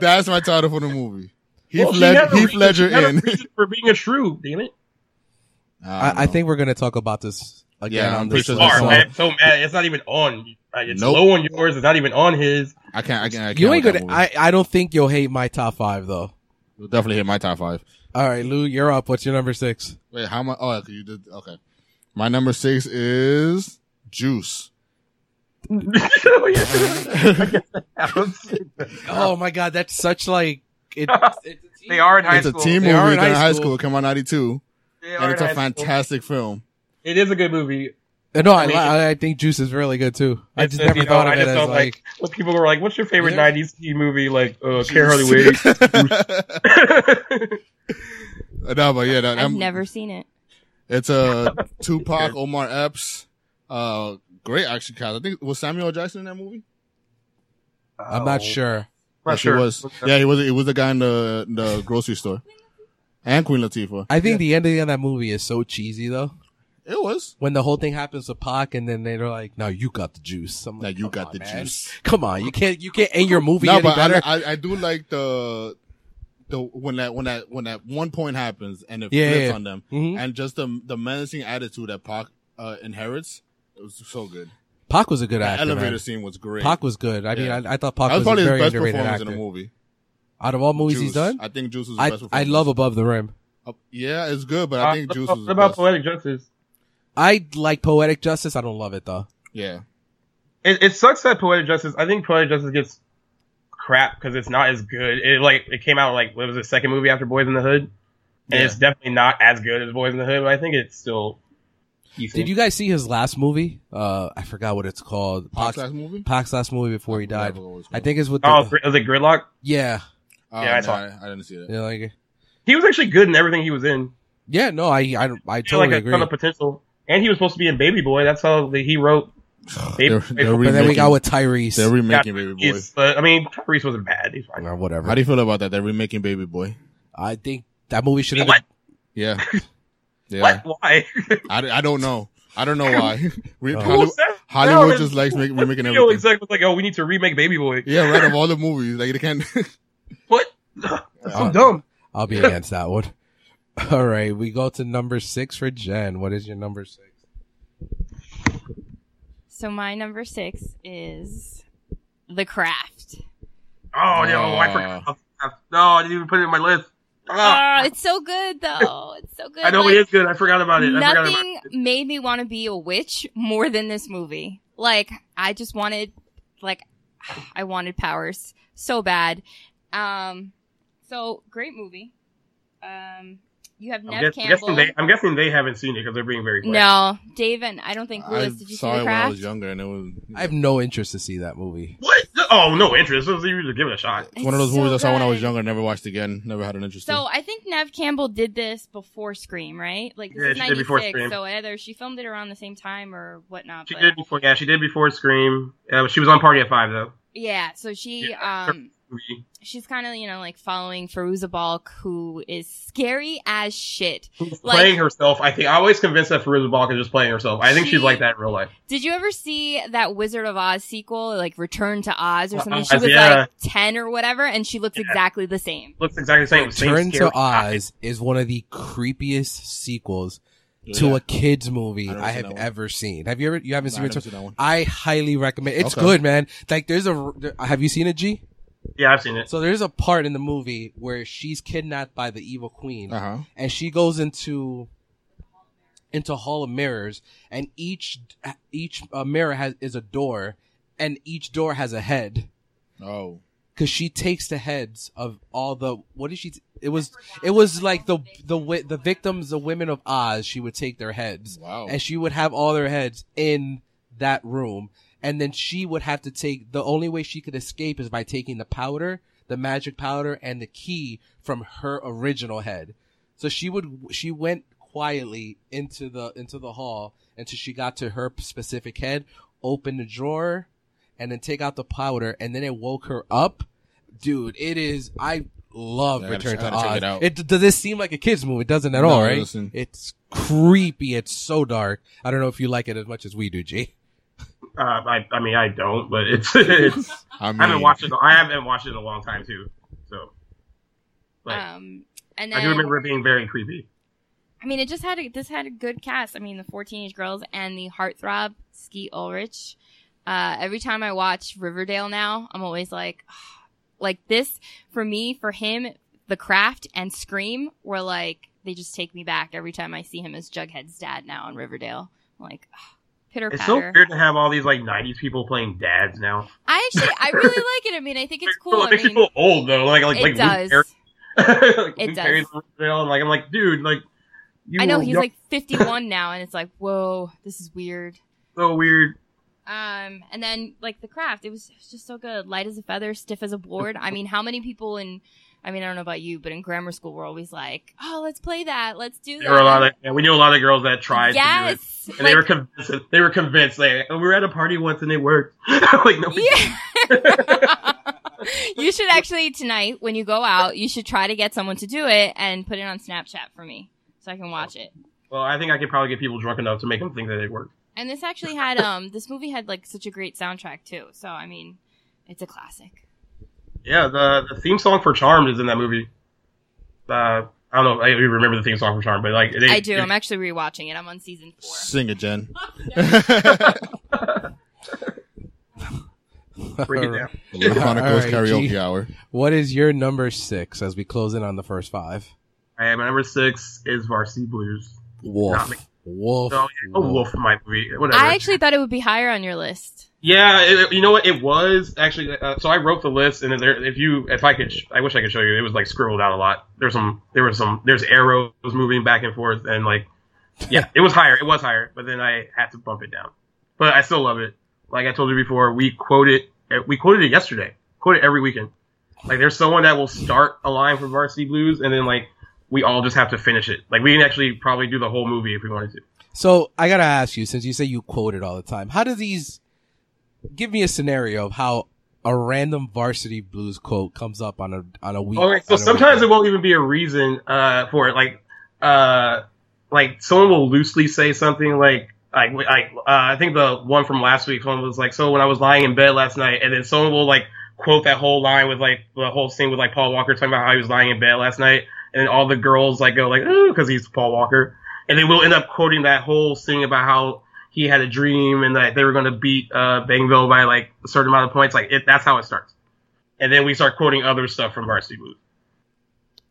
Speaker 2: That's my title for the movie. Heath,
Speaker 3: Well, she
Speaker 2: Led-
Speaker 3: had a
Speaker 2: Heath
Speaker 3: reason-
Speaker 2: Ledger
Speaker 3: she had a
Speaker 2: in.
Speaker 3: reason for being a shrew, damn it.
Speaker 1: I, I think we're gonna talk about this again.
Speaker 2: Yeah,
Speaker 1: on
Speaker 2: I'm
Speaker 1: this
Speaker 2: pretty sure
Speaker 1: list.
Speaker 2: that's
Speaker 3: Sorry,
Speaker 1: So-
Speaker 2: all.
Speaker 3: man, I'm so mad. It's not even on. Like, It's
Speaker 2: Nope.
Speaker 3: low on yours. It's not even on his. (laughs)
Speaker 2: I can't. I can't. I can't
Speaker 1: You ain't
Speaker 2: with that
Speaker 1: gonna.
Speaker 2: movie.
Speaker 1: I, I don't think you'll hate my top five though.
Speaker 2: It'll definitely hit my top five.
Speaker 1: All right, Lou, you're up. What's your number six?
Speaker 2: Wait, how much? Oh, you did. Okay, my number six is Juice.
Speaker 3: Oh, yeah.
Speaker 1: Oh my God, that's such like it,
Speaker 3: (laughs)
Speaker 1: it's a team-
Speaker 3: they are in high
Speaker 2: it's a
Speaker 3: school.
Speaker 2: teen
Speaker 1: They
Speaker 2: movie.
Speaker 1: are in
Speaker 2: They're in
Speaker 1: high
Speaker 2: high
Speaker 1: school.
Speaker 2: school. It came out ninety two,
Speaker 3: They are
Speaker 2: and it's
Speaker 3: in
Speaker 2: a
Speaker 3: high school.
Speaker 2: fantastic film.
Speaker 3: It is a good movie.
Speaker 1: Uh, No, I,
Speaker 3: I mean-
Speaker 1: I, I think Juice is really good too. I
Speaker 3: It's-
Speaker 1: just
Speaker 3: it's,
Speaker 1: never
Speaker 3: you know,
Speaker 1: thought of
Speaker 3: I
Speaker 1: it
Speaker 3: just
Speaker 1: as
Speaker 3: don't
Speaker 1: like.
Speaker 3: like- When people were like, "What's your favorite
Speaker 1: Yeah.
Speaker 3: '90s teen movie?" Like, uh, Care Harley Wade.
Speaker 2: (laughs) no, but yeah, that, that-
Speaker 4: I've never seen it.
Speaker 2: It's
Speaker 4: (laughs)
Speaker 2: a uh, Tupac, Omar Epps. Uh, great action cast. I think was Samuel L. Jackson in that movie.
Speaker 1: I'm
Speaker 3: Oh.
Speaker 1: not sure.
Speaker 3: Not
Speaker 2: Yes, he
Speaker 3: sure.
Speaker 2: was. Yeah, he was. It was the guy in the the grocery store, and Queen Latifah.
Speaker 1: I think the ending of that movie is so cheesy though.
Speaker 2: It was.
Speaker 1: When the whole thing happens to Pac, and then they're like, "No, you got the juice." I'm
Speaker 2: Now
Speaker 1: like,
Speaker 2: you
Speaker 1: "Come
Speaker 2: got
Speaker 1: on,
Speaker 2: the
Speaker 1: man.
Speaker 2: juice.
Speaker 1: Come on, you can't. You
Speaker 2: (laughs)
Speaker 1: can't end your movie
Speaker 2: No,
Speaker 1: any
Speaker 2: but
Speaker 1: better.
Speaker 2: I, I, I do like the the when that when that when that one point happens and it
Speaker 1: Yeah,
Speaker 2: flips
Speaker 1: yeah.
Speaker 2: on them,
Speaker 1: Mhm.
Speaker 2: and just the the menacing attitude that Pac uh, inherits. It was so good.
Speaker 1: Pac was a good
Speaker 2: The
Speaker 1: actor.
Speaker 2: elevator
Speaker 1: man.
Speaker 2: scene was great.
Speaker 1: Pac was good. I mean,
Speaker 2: Yeah.
Speaker 1: I, I thought
Speaker 2: that
Speaker 1: Pac
Speaker 2: was
Speaker 1: was, a
Speaker 2: probably his
Speaker 1: very
Speaker 2: best
Speaker 1: underrated
Speaker 2: performance
Speaker 1: actor.
Speaker 2: in the movie.
Speaker 1: Out of all movies
Speaker 2: Juice.
Speaker 1: he's done,
Speaker 2: I think Juice was his
Speaker 1: I,
Speaker 2: best
Speaker 1: I
Speaker 2: performance.
Speaker 1: love Above the Rim.
Speaker 2: Uh, yeah, it's good, but I
Speaker 3: Uh,
Speaker 2: think
Speaker 3: what
Speaker 2: Juice
Speaker 3: about-
Speaker 2: was
Speaker 3: What
Speaker 2: the
Speaker 3: about
Speaker 2: best.
Speaker 3: Poetic Justice?
Speaker 1: I like Poetic Justice. I don't love it though.
Speaker 2: Yeah,
Speaker 3: It, it sucks that Poetic Justice. I think Poetic Justice gets crap because it's not as good. It like it came out like what was the second movie after Boys in the Hood, and
Speaker 2: Yeah.
Speaker 3: it's definitely not as good as Boys in the Hood. But I think it's still. Decent.
Speaker 1: Did you guys see his last movie? Uh, I forgot what it's called.
Speaker 2: Pac's
Speaker 1: Pac's,
Speaker 2: last movie.
Speaker 1: Pac's last movie before he died.
Speaker 2: Whatever it was
Speaker 1: I
Speaker 2: called.
Speaker 1: think it's with the,
Speaker 3: Oh, was it Gridlock?
Speaker 1: yeah,
Speaker 2: Oh,
Speaker 3: yeah,
Speaker 2: nah,
Speaker 3: I saw
Speaker 2: I didn't see that.
Speaker 1: yeah, like,
Speaker 3: He was actually good in everything he was in.
Speaker 1: yeah. No, I I, I
Speaker 3: He had,
Speaker 1: totally
Speaker 3: like a
Speaker 1: agree.
Speaker 3: ton of potential, and he was supposed to be in Baby Boy. That's how the, he wrote.
Speaker 2: (sighs)
Speaker 3: Baby
Speaker 2: They're- they're
Speaker 1: But then we got
Speaker 2: remaking-
Speaker 1: with Tyrese
Speaker 2: They're remaking Baby Boy.
Speaker 3: He's, uh, I mean, Tyrese wasn't bad. He's fine.
Speaker 1: or whatever.
Speaker 2: How do you feel about that? They're remaking Baby Boy.
Speaker 1: I think that movie should have.
Speaker 3: What? (laughs)
Speaker 2: Yeah. Yeah.
Speaker 3: What? Why? (laughs)
Speaker 2: I, I don't know. I don't know
Speaker 1: (laughs)
Speaker 2: why. Re-
Speaker 1: Oh.
Speaker 2: Hollywood,
Speaker 3: Who said-
Speaker 2: Hollywood
Speaker 3: No,
Speaker 2: just likes make,
Speaker 4: (laughs)
Speaker 2: remaking
Speaker 3: Yo,
Speaker 2: everything.
Speaker 3: exactly. Like, oh, we need to remake Baby Boy.
Speaker 2: Yeah, right. Of all the movies, like they
Speaker 4: (laughs)
Speaker 2: can't.
Speaker 3: What? That's so dumb.
Speaker 1: I'll be against that one. (laughs) All right, we go to number six for Jen. What is your number six?
Speaker 4: So my number six is The Craft.
Speaker 3: Oh no, I forgot. about that. No, I didn't even put it in my list. Ah,
Speaker 4: Ah, it's so good though. It's so good.
Speaker 3: I know
Speaker 4: Like,
Speaker 3: it is good. I forgot about it. I forgot about
Speaker 4: nothing made me want to be a witch more than this movie. Like, I just wanted, like, (sighs) I wanted powers so bad. Um, so great movie. Um, you have
Speaker 3: I'm,
Speaker 4: Nev
Speaker 3: guess, I'm
Speaker 4: Campbell.
Speaker 3: guessing they, I'm guessing they haven't seen it because they're being very quiet.
Speaker 4: no, Dave and I don't think
Speaker 2: (laughs) I
Speaker 4: Lewis. Did you see
Speaker 2: saw it
Speaker 4: the
Speaker 2: when I
Speaker 4: craft?
Speaker 2: was younger, and it was
Speaker 1: I have no interest to see that movie.
Speaker 3: What? Oh, no interest. Let's even give it a shot.
Speaker 2: it's one of those
Speaker 4: It's so
Speaker 2: movies I saw when I was
Speaker 4: good.
Speaker 2: younger. Never watched again. Never had an interest. in.
Speaker 4: So I think Nev Campbell did this before Scream, right? Like this
Speaker 3: Yeah,
Speaker 4: is
Speaker 3: she did before
Speaker 4: 96,
Speaker 3: Scream.
Speaker 4: so either she filmed it around the same time or whatnot.
Speaker 3: She
Speaker 4: but-
Speaker 3: did before. Yeah, she did before Scream. Uh, she was on Party at Five though.
Speaker 4: Yeah, so she
Speaker 3: Yeah.
Speaker 4: um she's kind of you know like following Feruza Balk, who is scary as shit.
Speaker 3: She's
Speaker 4: Like-
Speaker 3: playing herself. I think I always convinced that Feruza Balk is just playing herself. I think
Speaker 4: She-
Speaker 3: she's like that in real life.
Speaker 4: Did you ever see that Wizard of Oz sequel, like Return to Oz or
Speaker 3: Uh,
Speaker 4: something? She was
Speaker 3: yeah.
Speaker 4: like ten or whatever, and she looks exactly the same.
Speaker 3: Looks exactly the same. same
Speaker 1: Return
Speaker 3: scary
Speaker 1: to Oz is one of the creepiest sequels
Speaker 2: Yeah.
Speaker 1: to a kids movie
Speaker 2: I've never
Speaker 1: I
Speaker 2: seen
Speaker 1: have
Speaker 2: that one.
Speaker 1: ever seen. Have you ever? You haven't
Speaker 2: Nah, I
Speaker 1: seen
Speaker 2: never
Speaker 1: Return?
Speaker 2: seen that one.
Speaker 1: I highly recommend. It's
Speaker 2: Okay.
Speaker 1: good, man. Like there's a. there- Have you seen it, G?
Speaker 3: Yeah, I've seen it.
Speaker 1: So there's a part in the movie where she's kidnapped by the evil queen,
Speaker 2: Uh huh.
Speaker 1: and she goes into into hall of mirrors, and each each uh, mirror has is a door, and each door has a head.
Speaker 2: Oh,
Speaker 1: because she takes the heads of all the what did she? it was it was like the the wi- the victims, the women of Oz. She would take their heads,
Speaker 2: wow.
Speaker 1: and she would have all their heads in that room, and then she would have to take. The only way she could escape is by taking the powder, the magic powder, and the key from her original head. So she would she went quietly into the into the hall until she got to her specific head, open the drawer, and then take out the powder, and then it woke her up. Dude, it is I love
Speaker 2: Yeah, I gotta-
Speaker 1: Return
Speaker 2: I
Speaker 1: to
Speaker 2: gotta check
Speaker 1: Oz.
Speaker 2: it out.
Speaker 1: It does this seem like a kids movie? It doesn't at
Speaker 2: No,
Speaker 1: all,
Speaker 2: it
Speaker 1: right?
Speaker 2: doesn't.
Speaker 1: It's creepy. It's so dark. I don't know if you like it as much as we do, G.
Speaker 3: Uh, I, I mean, I don't, but it's, (laughs) it's
Speaker 2: I, mean,
Speaker 3: I haven't watched it. I haven't watched it in a long time too. So, but
Speaker 4: Um, and
Speaker 3: I do
Speaker 4: then
Speaker 3: remember it being very creepy.
Speaker 4: I mean, it just had a, this had a good cast. I mean, the four teenage girls and the heartthrob Skeet Ulrich. Uh, every time I watch Riverdale now, I'm always like, like this for me, for him, The Craft and Scream were like they just take me back every time I see him as Jughead's dad now on Riverdale. I'm like pitter
Speaker 3: It's so
Speaker 4: patter.
Speaker 3: weird to have all these like '90s people playing dads now.
Speaker 4: I actually, I really like it. I mean,
Speaker 3: (laughs)
Speaker 4: I think it's cool.
Speaker 3: It
Speaker 4: I
Speaker 3: makes
Speaker 4: mean,
Speaker 3: you feel old though. Like like
Speaker 4: it
Speaker 3: like Luke
Speaker 4: does.
Speaker 3: Perry- (laughs) like,
Speaker 4: It
Speaker 3: Luke
Speaker 4: does.
Speaker 3: Perry's on Riverdale, and, like I'm like, dude, like you
Speaker 4: I know
Speaker 3: were
Speaker 4: he's
Speaker 3: young,
Speaker 4: like 51 now, and it's like, whoa, this is weird.
Speaker 3: so weird.
Speaker 4: Um, and then like the craft, it was, it was just so good. Light as a feather, stiff as a board. I mean, how many people in, I mean, I don't know about you, but in grammar school, we're always like, oh, let's play that. Let's do that.
Speaker 3: There were a lot of yeah, we knew a lot of girls that tried to do it.
Speaker 4: yes.
Speaker 3: And they were
Speaker 4: Like,
Speaker 3: convinced. They were convinced. Like we were at a party once and it worked. (laughs) like no,
Speaker 4: yeah.
Speaker 3: (laughs)
Speaker 4: (laughs) you should actually tonight when you go out, you should try to get someone to do it and put it on Snapchat for me so I can watch it.
Speaker 3: well, I think I could probably get people drunk enough to make them think that it worked.
Speaker 4: And this actually had um this movie had like such a great soundtrack too. So I mean, it's a classic.
Speaker 3: Yeah, the the theme song for Charmed is in that movie. Uh, I don't know. I remember the theme song for Charmed, but like they,
Speaker 4: I do.
Speaker 3: they-
Speaker 4: I'm actually rewatching it. I'm on season 4.
Speaker 2: Sing it, Jen.
Speaker 4: (laughs)
Speaker 2: (laughs)
Speaker 1: (laughs)
Speaker 3: break it down.
Speaker 2: Little Chronicles
Speaker 1: Alright,
Speaker 2: karaoke
Speaker 1: G.
Speaker 2: hour.
Speaker 1: What is your number six as we close in on the first five?
Speaker 3: All right, my number six is Varsity Blues. Not me.
Speaker 1: Wolf. Wolf.
Speaker 3: So yeah, a wolf in my movie, whatever.
Speaker 4: I actually thought it would be higher on your list.
Speaker 3: yeah, it, it- you know what? It was actually. Uh, so I wrote the list, and there, if you, if I could, sh- I wish I could show you. It was like scribbled out a lot. There's some, there was some, there's arrows moving back and forth, and like, yeah, it was higher. It was higher, but then I had to bump it down. But I still love it. Like I told you before, we quote it. uh, We quoted it yesterday. Quote it every weekend. Like there's someone that will start a line from Varsity Blues, and then like we all just have to finish it. Like we can actually probably do the whole movie if we wanted to.
Speaker 1: So I gotta ask you, since you say you quote it all the time, how do these? Give me a scenario of how a random Varsity Blues quote comes up on a on a week.
Speaker 3: All right, so
Speaker 1: on a
Speaker 3: sometimes it
Speaker 1: weekend.
Speaker 3: won't even be a reason uh, for it. Like, uh, like someone will loosely say something like, like, like uh, I think the one from last week, someone was like, "So when I was lying in bed last night," and then someone will like quote that whole line with like the whole scene with like Paul Walker talking about how he was lying in bed last night, and then all the girls like go like, "Ooh," because he's Paul Walker, and then we'll end up quoting that whole thing about how he had a dream and that they were going to beat uh, Bangville by like a certain amount of points. Like, it, that's how it starts. And then we start quoting other stuff from Varsity Blues.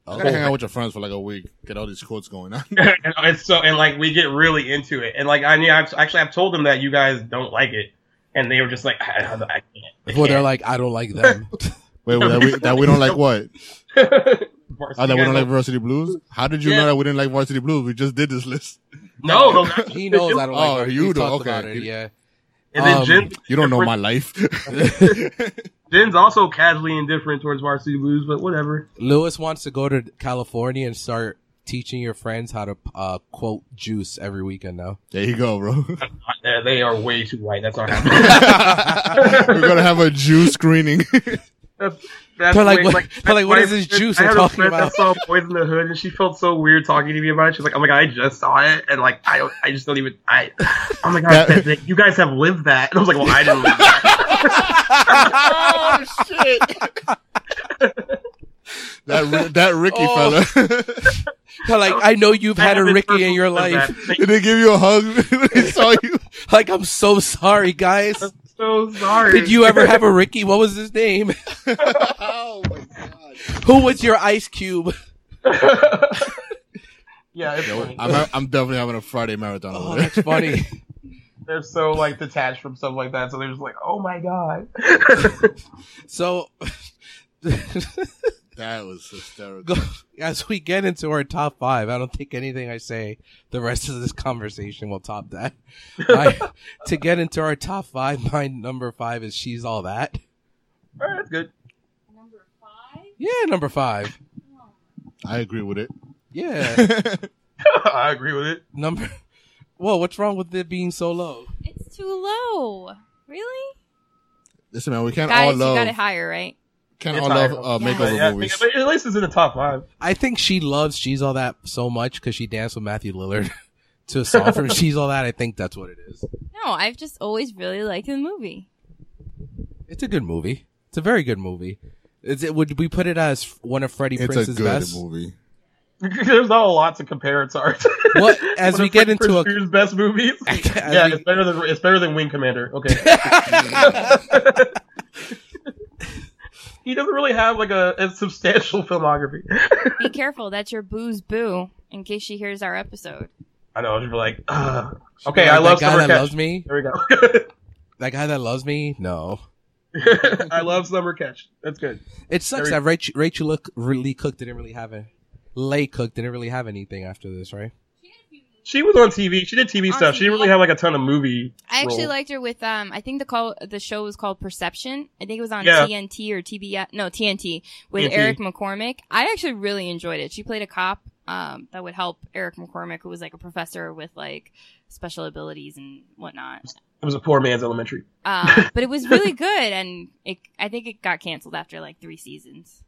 Speaker 1: Oh.
Speaker 2: I gotta hang out with your friends for like a week. Get all these quotes going
Speaker 4: (laughs)
Speaker 2: on.
Speaker 3: (laughs) and it's so and like we get really into it. And like I mean, I've, actually I've told them that you guys don't like it, and they were just like, I, I can't. I
Speaker 1: Well, they're like, I don't like
Speaker 3: (laughs)
Speaker 1: them.
Speaker 2: Wait, wait, that, we, that we
Speaker 4: (laughs)
Speaker 2: don't like what?
Speaker 3: can't.
Speaker 2: Oh, that we don't like
Speaker 3: no,
Speaker 2: Varsity Blues? How did you
Speaker 3: Yeah.
Speaker 2: know that we didn't like Varsity Blues? We just did this list.
Speaker 3: no, no.
Speaker 1: he knows I don't like
Speaker 2: Oh,
Speaker 1: them.
Speaker 2: you
Speaker 1: We've
Speaker 2: do,
Speaker 1: talked
Speaker 2: okay.
Speaker 1: about it, yeah.
Speaker 3: And then
Speaker 1: Um,
Speaker 3: Jim,
Speaker 2: You don't know my life. (laughs)
Speaker 3: Jen's also casually indifferent towards Varsity Blues, but whatever.
Speaker 1: Lewis wants to go to California and start teaching your friends how to uh, quote juice every weekend now. (laughs)
Speaker 2: there you go, bro. (laughs)
Speaker 3: Uh, They are way too white. That's not happening.
Speaker 2: We're gonna have a Jew screening. (laughs)
Speaker 3: That's, that's
Speaker 1: They're like,
Speaker 3: way-
Speaker 1: what- they're like, what
Speaker 3: my
Speaker 1: is this
Speaker 3: friend-
Speaker 1: juice
Speaker 3: I
Speaker 1: they're
Speaker 3: had a
Speaker 1: talking
Speaker 3: friend
Speaker 1: about?
Speaker 3: That
Speaker 1: (laughs)
Speaker 3: saw Boys in the Hood, and she felt so weird talking to me about it. She's like, "Oh my god, I just saw it, and like, I don't, I just don't even, I, oh my god,
Speaker 2: That-
Speaker 3: that- that- you guys have lived that." And I was like, "Well, I didn't live
Speaker 1: (laughs)
Speaker 3: that."
Speaker 2: oh shit! that Ri- that Ricky
Speaker 1: Oh.
Speaker 2: fella. (laughs)
Speaker 1: They're like, I know you've
Speaker 3: I
Speaker 1: had a
Speaker 3: haven't
Speaker 1: Ricky in your
Speaker 3: lived
Speaker 1: life.
Speaker 3: that.
Speaker 2: Did they give you a hug (laughs) when they saw you? (laughs)
Speaker 1: Like, I'm so sorry, guys.
Speaker 3: so sorry.
Speaker 1: Did you ever have a Ricky? What was his name?
Speaker 2: oh my god!
Speaker 1: Who was your ice cube?
Speaker 3: (laughs) yeah, it's funny.
Speaker 2: I'm, ha- I'm definitely having a Friday marathon
Speaker 1: (laughs) Oh,
Speaker 2: over there.
Speaker 1: that's funny.
Speaker 3: they're so like detached from stuff like that, so they're just like, "Oh my god."
Speaker 1: (laughs) So, (laughs)
Speaker 2: That was hysterical.
Speaker 1: go- as we get into our top five, I don't think anything I say the rest of this conversation will top that. (laughs) My- to get into our top five, my number five is She's All That.
Speaker 3: All right, that's good. (laughs)
Speaker 4: Number five.
Speaker 1: Yeah, number five.
Speaker 2: I agree with it.
Speaker 1: (laughs) Yeah,
Speaker 3: I agree with it.
Speaker 1: number. Whoa, what's wrong with it being so low?
Speaker 4: It's too low. Really?
Speaker 2: (laughs) Listen, man, we can't
Speaker 4: Guys,
Speaker 2: all
Speaker 4: you got
Speaker 2: love
Speaker 4: it higher, right?
Speaker 2: can't
Speaker 3: It's
Speaker 2: all
Speaker 3: higher.
Speaker 2: love uh,
Speaker 4: Yeah.
Speaker 2: makeover
Speaker 3: yeah,
Speaker 2: movies.
Speaker 3: but at least it's in the top five. (laughs)
Speaker 1: I think she loves She's All That so much because she danced with Matthew Lillard (laughs) to a song (laughs) from She's All That. I think that's what it is.
Speaker 4: No, I've just always really liked the movie.
Speaker 1: It's a good movie. It's a very good movie. Is it, would we put it as one of Freddie
Speaker 2: It's a
Speaker 1: Prince's
Speaker 2: good
Speaker 1: best?
Speaker 2: movie.
Speaker 3: There's not a lot to compare it to. Art.
Speaker 1: Well,
Speaker 3: (laughs)
Speaker 1: as
Speaker 3: One
Speaker 1: we
Speaker 3: of
Speaker 1: get
Speaker 3: Frank
Speaker 1: into a-
Speaker 3: Pursuer's best movies.
Speaker 1: (laughs) As
Speaker 3: yeah,
Speaker 1: we-
Speaker 3: it's better than it's better than Wing Commander.
Speaker 1: (laughs)
Speaker 3: Okay. (laughs) he doesn't really have like a, a substantial filmography.
Speaker 4: (laughs) Be careful, that's your booze boo. In case she hears our episode,
Speaker 3: I know. I should be like, Ugh.
Speaker 1: Should
Speaker 3: okay,
Speaker 1: be
Speaker 3: I
Speaker 1: like,
Speaker 3: love
Speaker 1: that guy
Speaker 3: Summer
Speaker 1: that
Speaker 3: Catch.
Speaker 1: loves me.
Speaker 3: There we go.
Speaker 1: (laughs) That guy that loves me. No,
Speaker 3: (laughs) I love Summer Catch. That's good.
Speaker 1: it sucks
Speaker 3: There
Speaker 1: that Rachel, Rachel Look, Lee Cook didn't really have a Lay Cook didn't really have anything after this, right?
Speaker 3: She was on TV. She did TV
Speaker 4: On
Speaker 3: stuff. She didn't
Speaker 4: TV.
Speaker 3: really have like a ton of movie.
Speaker 4: I actually
Speaker 3: role.
Speaker 4: liked her with um. I think the call the show was called Perception. I think it was on
Speaker 3: Yeah.
Speaker 4: TNT or TBS. No TNT with
Speaker 3: TNT.
Speaker 4: Eric McCormick. I actually really enjoyed it. She played a cop um that would help Eric McCormick, who was like a professor with like special abilities and whatnot.
Speaker 3: It was a poor man's elementary. (laughs)
Speaker 4: Um, but it was really good, and it I think it got canceled after like three seasons.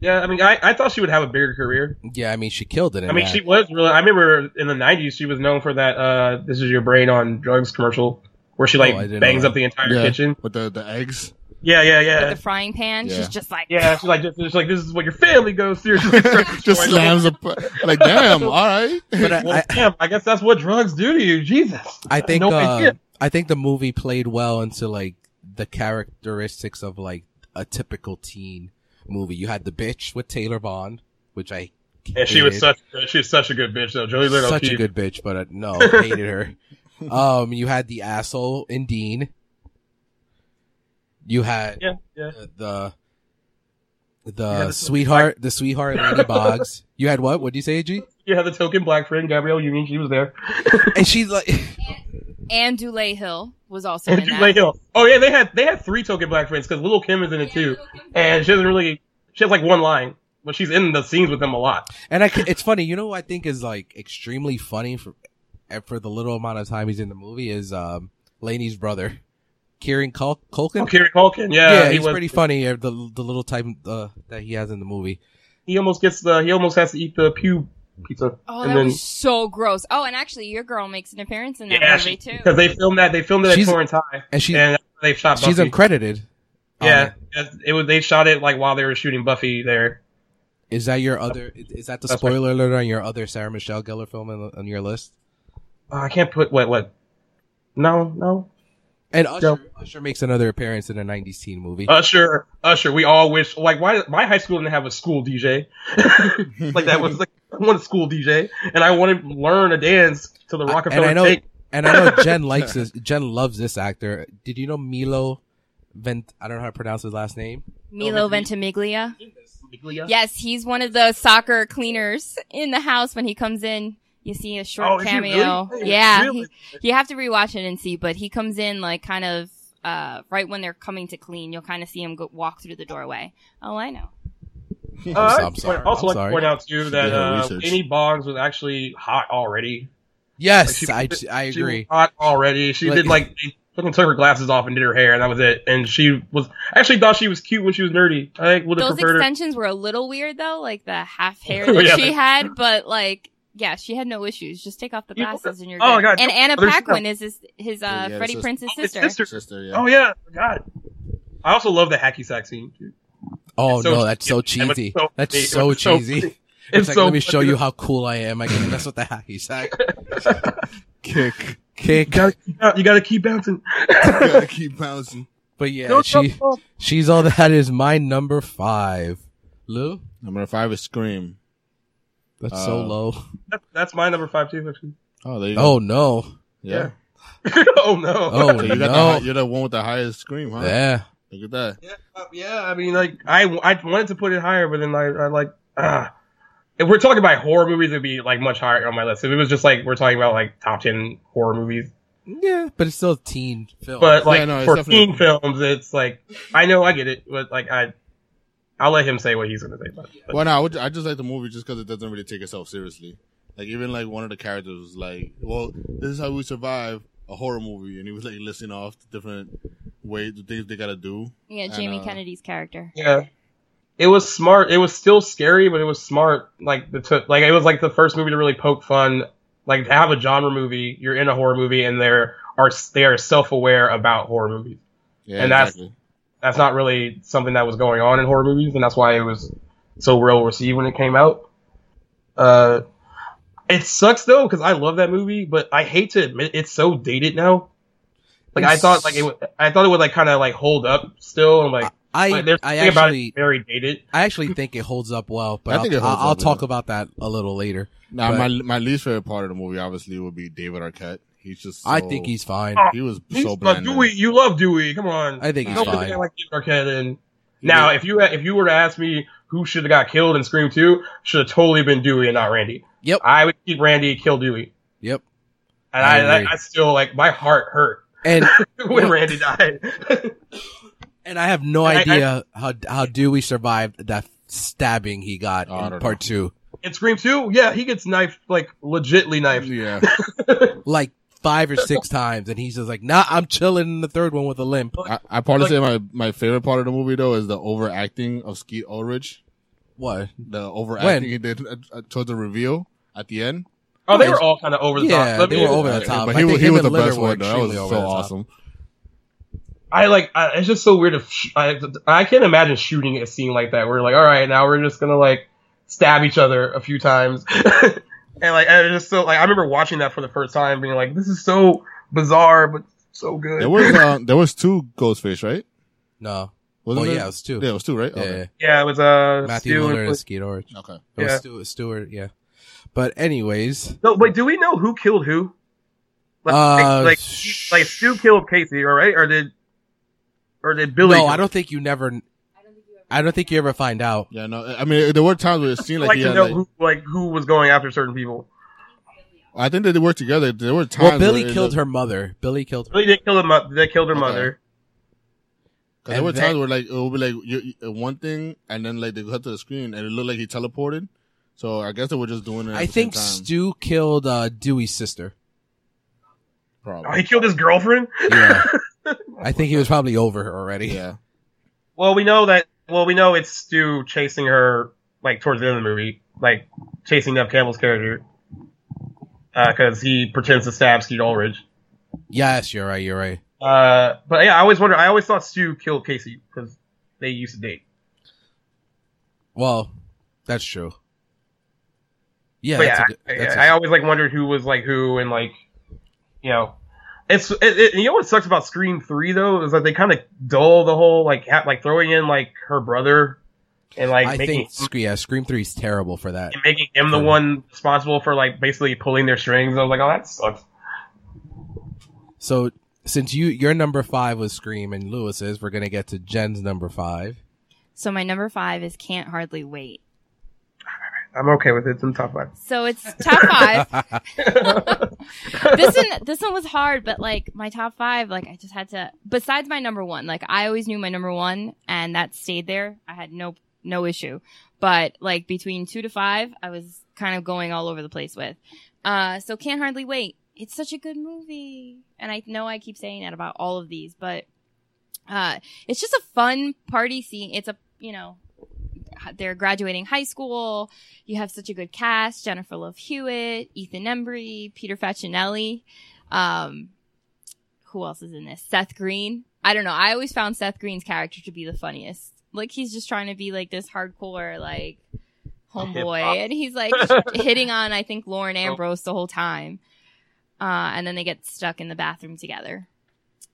Speaker 3: Yeah, I mean, I, I thought she would have a bigger career.
Speaker 1: Yeah, I mean she killed it. In
Speaker 3: I mean,
Speaker 1: that.
Speaker 3: she was really. I remember in the '90s, she was known for that uh, "This Is Your Brain on Drugs" commercial, where she like
Speaker 1: Oh, I didn't
Speaker 3: bangs
Speaker 1: know
Speaker 3: up the entire
Speaker 2: Yeah,
Speaker 3: kitchen.
Speaker 2: with the the eggs.
Speaker 3: Yeah, yeah,
Speaker 4: With
Speaker 3: yeah,
Speaker 4: the frying pan,
Speaker 2: Yeah.
Speaker 4: she's just
Speaker 3: (laughs)
Speaker 4: like
Speaker 3: yeah. She's like, just, she's like, this is what your family goes through. (laughs)
Speaker 2: just slams a like damn all right
Speaker 1: but I,
Speaker 3: Well,
Speaker 1: I,
Speaker 3: uh, damn, I guess that's what drugs do to you, Jesus.
Speaker 1: I think
Speaker 3: no
Speaker 1: uh,
Speaker 3: idea.
Speaker 1: I think the movie played well into like the characteristics of like a typical teen movie. You had the bitch with Taylor Bond, which I
Speaker 3: And she was
Speaker 1: hated.
Speaker 3: such, she was such a good bitch though. Jolie Lynn
Speaker 1: such a
Speaker 3: O'Keefe.
Speaker 1: good bitch, but uh,
Speaker 3: (laughs)
Speaker 1: no, hated her. Um, you had the asshole in Dean. You had
Speaker 3: Yeah, yeah.
Speaker 1: the the,
Speaker 3: had the-
Speaker 1: sweetheart, the sweetheart Lady Boggs. You had what? What did you say, G?
Speaker 3: You had the token black friend Gabrielle Union. She was there.
Speaker 1: And she's like,
Speaker 4: Anne Dulé Hill was also
Speaker 3: And
Speaker 4: in
Speaker 3: Julie
Speaker 4: that.
Speaker 3: Hill. Oh yeah, they had they had three token black friends because Little Kim is in it too, and she doesn't really. She has like one line, but she's in the scenes with them a lot.
Speaker 1: and I, ca- it's funny. You know, who I think is like extremely funny for and for the little amount of time he's in the movie is um Laney's brother, Kieran Cul- Culkin.
Speaker 3: Oh, Kieran Culkin, yeah,
Speaker 1: yeah,
Speaker 3: he
Speaker 1: he's
Speaker 3: was-
Speaker 1: pretty funny. uh, The the little type uh, that he has in the movie.
Speaker 3: He almost gets the. He almost has to eat the pew pizza.
Speaker 4: Oh,
Speaker 3: and
Speaker 4: that
Speaker 3: then
Speaker 4: was so gross. Oh, and actually, your girl makes an appearance in that
Speaker 3: yeah,
Speaker 4: movie too.
Speaker 3: because they filmed that. They filmed it
Speaker 1: She's-
Speaker 3: at Torrance High,
Speaker 1: And she
Speaker 3: and they shot. Buffy.
Speaker 1: she's uncredited.
Speaker 3: Yeah,
Speaker 1: Um,
Speaker 3: that's- it was. They shot it like while they were shooting Buffy there.
Speaker 1: is that your other? Is that the
Speaker 3: That's right.
Speaker 1: spoiler alert on your other Sarah Michelle Gellar film on, on your list?
Speaker 3: Uh, I can't put what what. No, no.
Speaker 1: And Usher, Usher makes another appearance in a '90s teen movie.
Speaker 3: Usher, Usher, we all wish like why my high school didn't have a school (laughs) DJ. like
Speaker 2: (laughs)
Speaker 3: that was like I wanted school DJ, and I wanted to learn a dance to the
Speaker 1: I-
Speaker 3: Rockefeller
Speaker 1: and I know,
Speaker 3: take.
Speaker 1: and I know Jen likes this. Jen loves this actor. Did you know Milo Vent? I don't know how to pronounce his last name.
Speaker 4: Milo
Speaker 3: Oh, maybe-
Speaker 4: Ventimiglia. Yes, he's one of the soccer cleaners in the house when he comes in. You see a short
Speaker 3: Oh, is he really?
Speaker 4: cameo.
Speaker 3: Hey,
Speaker 4: Yeah,
Speaker 3: really?
Speaker 4: he- you have to rewatch it and see, but he comes in like kind of uh, right when they're coming to clean. You'll kind of see him go- walk through the doorway. Oh, I know.
Speaker 3: Uh,
Speaker 1: I'm so-
Speaker 3: I'd
Speaker 1: I'm sorry,
Speaker 3: also
Speaker 1: I'm
Speaker 3: like
Speaker 1: sorry.
Speaker 3: to point out too that
Speaker 2: Yeah,
Speaker 3: uh,
Speaker 2: research.
Speaker 3: Amy Bonds was actually hot already. Like,
Speaker 1: Yes,
Speaker 3: she-
Speaker 1: I I
Speaker 3: She was
Speaker 1: agree.
Speaker 3: hot already. She
Speaker 1: Like-
Speaker 3: did like she fucking took her glasses off and did her hair, and that was it. And she was I actually thought she was cute when she was nerdy. I would have
Speaker 4: Those
Speaker 3: preferred her.
Speaker 4: extensions were a little weird though, like
Speaker 3: (laughs)
Speaker 4: the half hair that
Speaker 3: Oh, Yeah.
Speaker 4: she had, but like, yeah, she had no issues. Just take off the
Speaker 3: You-
Speaker 4: glasses and you're
Speaker 3: oh,
Speaker 4: good.
Speaker 3: God,
Speaker 4: and
Speaker 3: no,
Speaker 4: Anna
Speaker 3: there's-
Speaker 4: Paquin is his, his uh,
Speaker 2: Yeah, yeah,
Speaker 4: Freddie
Speaker 2: this is-
Speaker 4: Prince's
Speaker 3: Oh, his
Speaker 4: sister.
Speaker 3: sister.
Speaker 2: Sister, yeah.
Speaker 3: Oh yeah, God. I also love the hacky sack scene. Too.
Speaker 1: Oh
Speaker 3: so
Speaker 1: no, that's so
Speaker 3: cheesy, but
Speaker 1: cheesy.
Speaker 3: so
Speaker 1: That's
Speaker 3: funny.
Speaker 1: so
Speaker 3: It's so
Speaker 1: cheesy.
Speaker 3: funny.
Speaker 1: It's like, let me
Speaker 3: funny.
Speaker 1: show you how cool I am. I guess that's what the hacky sack
Speaker 3: (laughs)
Speaker 2: Kick.
Speaker 1: kick.
Speaker 3: You gotta keep bouncing.
Speaker 1: (laughs)
Speaker 3: (laughs)
Speaker 2: Gotta keep bouncing.
Speaker 1: But yeah,
Speaker 3: Go,
Speaker 1: she
Speaker 3: go, go.
Speaker 1: she's all that is my number five. Lou,
Speaker 2: Number five is Scream.
Speaker 1: that's so
Speaker 2: Uh,
Speaker 1: low.
Speaker 3: That- That's my number five too. Actually.
Speaker 2: Oh, there you go.
Speaker 1: Oh no.
Speaker 2: (laughs) yeah.
Speaker 3: (laughs) oh no.
Speaker 1: Oh
Speaker 2: So you got the,
Speaker 1: no.
Speaker 2: hi- you're the one with the highest scream, huh?
Speaker 1: Yeah.
Speaker 2: Look at that.
Speaker 3: Yeah, uh, yeah. I mean, like I, I wanted to put it higher, but then I, I like, ah. If we're talking about horror movies, it'd be like much higher on my list. If it was just like we're talking about like top ten horror movies,
Speaker 1: Yeah, but it's still a teen film.
Speaker 3: but like
Speaker 2: Yeah, no, it's
Speaker 3: for
Speaker 2: definitely-
Speaker 3: teen films, it's like I know I get it, but like I, I'll let him say what he's gonna say. About it. But
Speaker 2: Well, no, I, would, I just like the movie just because it doesn't really take itself seriously. Like even like one of the characters was like, "Well, this is how we survive a horror movie," and he was like listing off the different ways, the things they gotta do.
Speaker 4: Yeah,
Speaker 2: And,
Speaker 4: Jamie
Speaker 2: uh,
Speaker 4: Kennedy's character.
Speaker 3: yeah, it was smart. It was still scary, but it was smart. Like the t- like it was like the first movie to really poke fun. Like to have a genre movie, you're in a horror movie, and there are they are self aware about horror movies.
Speaker 2: Yeah,
Speaker 3: And that's-
Speaker 2: exactly.
Speaker 3: that's not really something that was going on in horror movies, and that's why it was so well received when it came out. Uh, it sucks though because I love that movie, but I hate to admit it's so dated now. Like I thought, like it, would- I thought it would like kind of like hold up still, and like,
Speaker 1: I
Speaker 3: like, there's
Speaker 1: I
Speaker 3: something about
Speaker 1: actually
Speaker 3: it very dated.
Speaker 1: I actually think it holds up well, but
Speaker 2: I
Speaker 1: I'll,
Speaker 2: think it holds
Speaker 1: I'll, I'll
Speaker 2: up,
Speaker 1: talk
Speaker 2: yeah.
Speaker 1: about that a little later.
Speaker 2: Now
Speaker 1: but-
Speaker 2: my my least favorite part of the movie obviously would be David Arquette. He's just
Speaker 1: I
Speaker 2: so-
Speaker 1: think he's fine.
Speaker 3: Oh,
Speaker 2: he was so
Speaker 3: You love
Speaker 2: bland. in
Speaker 3: Dewey,
Speaker 2: it.
Speaker 3: you love Dewey. Come on,
Speaker 1: I think he's
Speaker 3: Don't put
Speaker 1: fine.
Speaker 3: the guy like David Arquette in. Now, if you if you were to ask me who should have got killed in Scream Two, should have totally been Dewey and not Randy.
Speaker 1: Yep.
Speaker 3: I would keep Randy, kill Dewey.
Speaker 1: Yep.
Speaker 3: And
Speaker 1: I
Speaker 3: I,
Speaker 1: agree.
Speaker 3: I, I still like my heart hurt (laughs)
Speaker 1: And
Speaker 3: when Randy died. (laughs)
Speaker 1: and I have no
Speaker 3: I- I-
Speaker 1: idea how how Dewey survived that stabbing he got
Speaker 2: Oh, I
Speaker 1: in
Speaker 2: don't
Speaker 1: part
Speaker 2: know.
Speaker 1: two.
Speaker 3: in Scream Two, yeah, he gets knifed like legitly knifed.
Speaker 2: yeah,
Speaker 3: (laughs)
Speaker 1: Like five or six times and he's just like, nah, I'm chilling in the third one with a limp.
Speaker 2: I, I probably say my my favorite part of the movie though is the overacting of Skeet Ulrich.
Speaker 1: What?
Speaker 2: The overacting he did uh, uh, towards the reveal at the end.
Speaker 3: Oh, they
Speaker 1: Yeah,
Speaker 3: were all kind of over the
Speaker 1: yeah,
Speaker 3: top. Let
Speaker 1: they
Speaker 3: me-
Speaker 1: were over the top.
Speaker 2: But
Speaker 1: Uh, I
Speaker 2: he,
Speaker 1: think
Speaker 2: he
Speaker 1: him
Speaker 2: was the
Speaker 1: and Litter
Speaker 2: best
Speaker 1: were
Speaker 2: one. Though.
Speaker 1: extremely
Speaker 2: That was
Speaker 1: over
Speaker 2: so
Speaker 1: the top.
Speaker 2: awesome.
Speaker 3: I like. I, it's just so weird. If sh- I, I can't imagine shooting a scene like that. We're like, all right, now we're just gonna like stab each other a few times, (laughs) and like, I just so like I remember watching that for the first time, being like, this is so bizarre, but so good.
Speaker 2: There
Speaker 1: (laughs)
Speaker 2: was uh, there was two Ghostface, right?
Speaker 1: No. oh,
Speaker 2: Wasn't there?
Speaker 1: yeah, it was two.
Speaker 2: yeah, it was two, right?
Speaker 1: Yeah,
Speaker 2: Okay.
Speaker 3: yeah, it was uh
Speaker 1: Matthew
Speaker 3: Stu and-
Speaker 1: Miller and Skeet Ulrich.
Speaker 2: okay.
Speaker 1: It was
Speaker 3: Yeah.
Speaker 1: Stewart, Stewart, yeah. But anyways,
Speaker 3: No, wait. Do we know who killed who? Like,
Speaker 1: Uh,
Speaker 3: like,
Speaker 1: sh-
Speaker 3: like Stu killed Casey, all right? Or did, or did Billy?
Speaker 1: no,
Speaker 3: kill-
Speaker 1: I don't think you never. I don't think you ever find out.
Speaker 2: Yeah, no. I mean, there were times where it
Speaker 3: (laughs)
Speaker 2: seemed
Speaker 3: I'd
Speaker 2: like,
Speaker 3: like
Speaker 2: he
Speaker 3: to
Speaker 2: had,
Speaker 3: know
Speaker 2: like-
Speaker 3: who, like who was going after certain people.
Speaker 2: I think that they worked together. There were times.
Speaker 1: Well, Billy killed her mother. Billy killed her.
Speaker 3: Billy did kill her. They killed her
Speaker 2: Okay.
Speaker 3: mother.
Speaker 2: Because there were
Speaker 1: and
Speaker 2: times
Speaker 1: that-
Speaker 2: where like it would be like you, you- one thing, and then like they cut to the screen, and it looked like he teleported. So I guess they were just doing it. At
Speaker 1: I
Speaker 2: the
Speaker 1: think
Speaker 2: same time,
Speaker 1: Stu killed uh, Dewey's sister.
Speaker 3: Oh, he
Speaker 2: probably.
Speaker 3: killed his girlfriend.
Speaker 1: Yeah, I think he was probably over her already.
Speaker 2: Yeah,
Speaker 3: Well, we know that. Well, we know it's Stu chasing her like towards the end of the movie, like chasing up Campbell's character because he pretends to stab Skeet Ulrich.
Speaker 1: Yes, you're right. You're right.
Speaker 3: Uh, but yeah, I always wonder. I always thought Stu killed Casey because they used to date.
Speaker 1: Well, that's true. Yeah,
Speaker 3: But
Speaker 1: that's
Speaker 3: yeah,
Speaker 1: a good, that's
Speaker 3: I, I
Speaker 1: a-
Speaker 3: always like wondered who was like who and like, you know, It's it, it, you know what sucks about Scream Three though is that they kind of dull the whole like ha- like throwing in like her brother and like
Speaker 1: I
Speaker 3: making
Speaker 1: think Sc- yeah, Scream Three is terrible for that.
Speaker 3: and making him the one responsible for like basically pulling their strings. I was like, oh, that sucks.
Speaker 1: So since you your number five was Scream and Lewis's, we're gonna get to Jen's number five.
Speaker 4: So my number five is Can't Hardly Wait.
Speaker 3: I'm okay with it. It's in the top
Speaker 4: (laughs)
Speaker 3: five.
Speaker 4: So
Speaker 3: (laughs)
Speaker 4: it's top five. this one, this one was hard, but like my top five, like I just had to. Besides my number one, like I always knew my number one, and that stayed there. I had no no issue. But like between two to five, I was kind of going all over the place with. Uh, so can't hardly wait. It's such a good movie, and I know I keep saying that about all of these, but uh, it's just a fun party scene. It's a you know they're graduating high school. You have such a good cast: Jennifer Love Hewitt, Ethan Embry, Peter Facinelli. Um, who else is in this? Seth Green. I don't know. I always found Seth Green's character to be the funniest. Like he's just trying to be like this hardcore like
Speaker 3: Hip-hop.
Speaker 4: homeboy, and
Speaker 3: (laughs)
Speaker 4: he's like hitting on I think
Speaker 3: Oh.
Speaker 4: Lauren Ambrose the whole time. Uh, and then they get stuck in the bathroom together.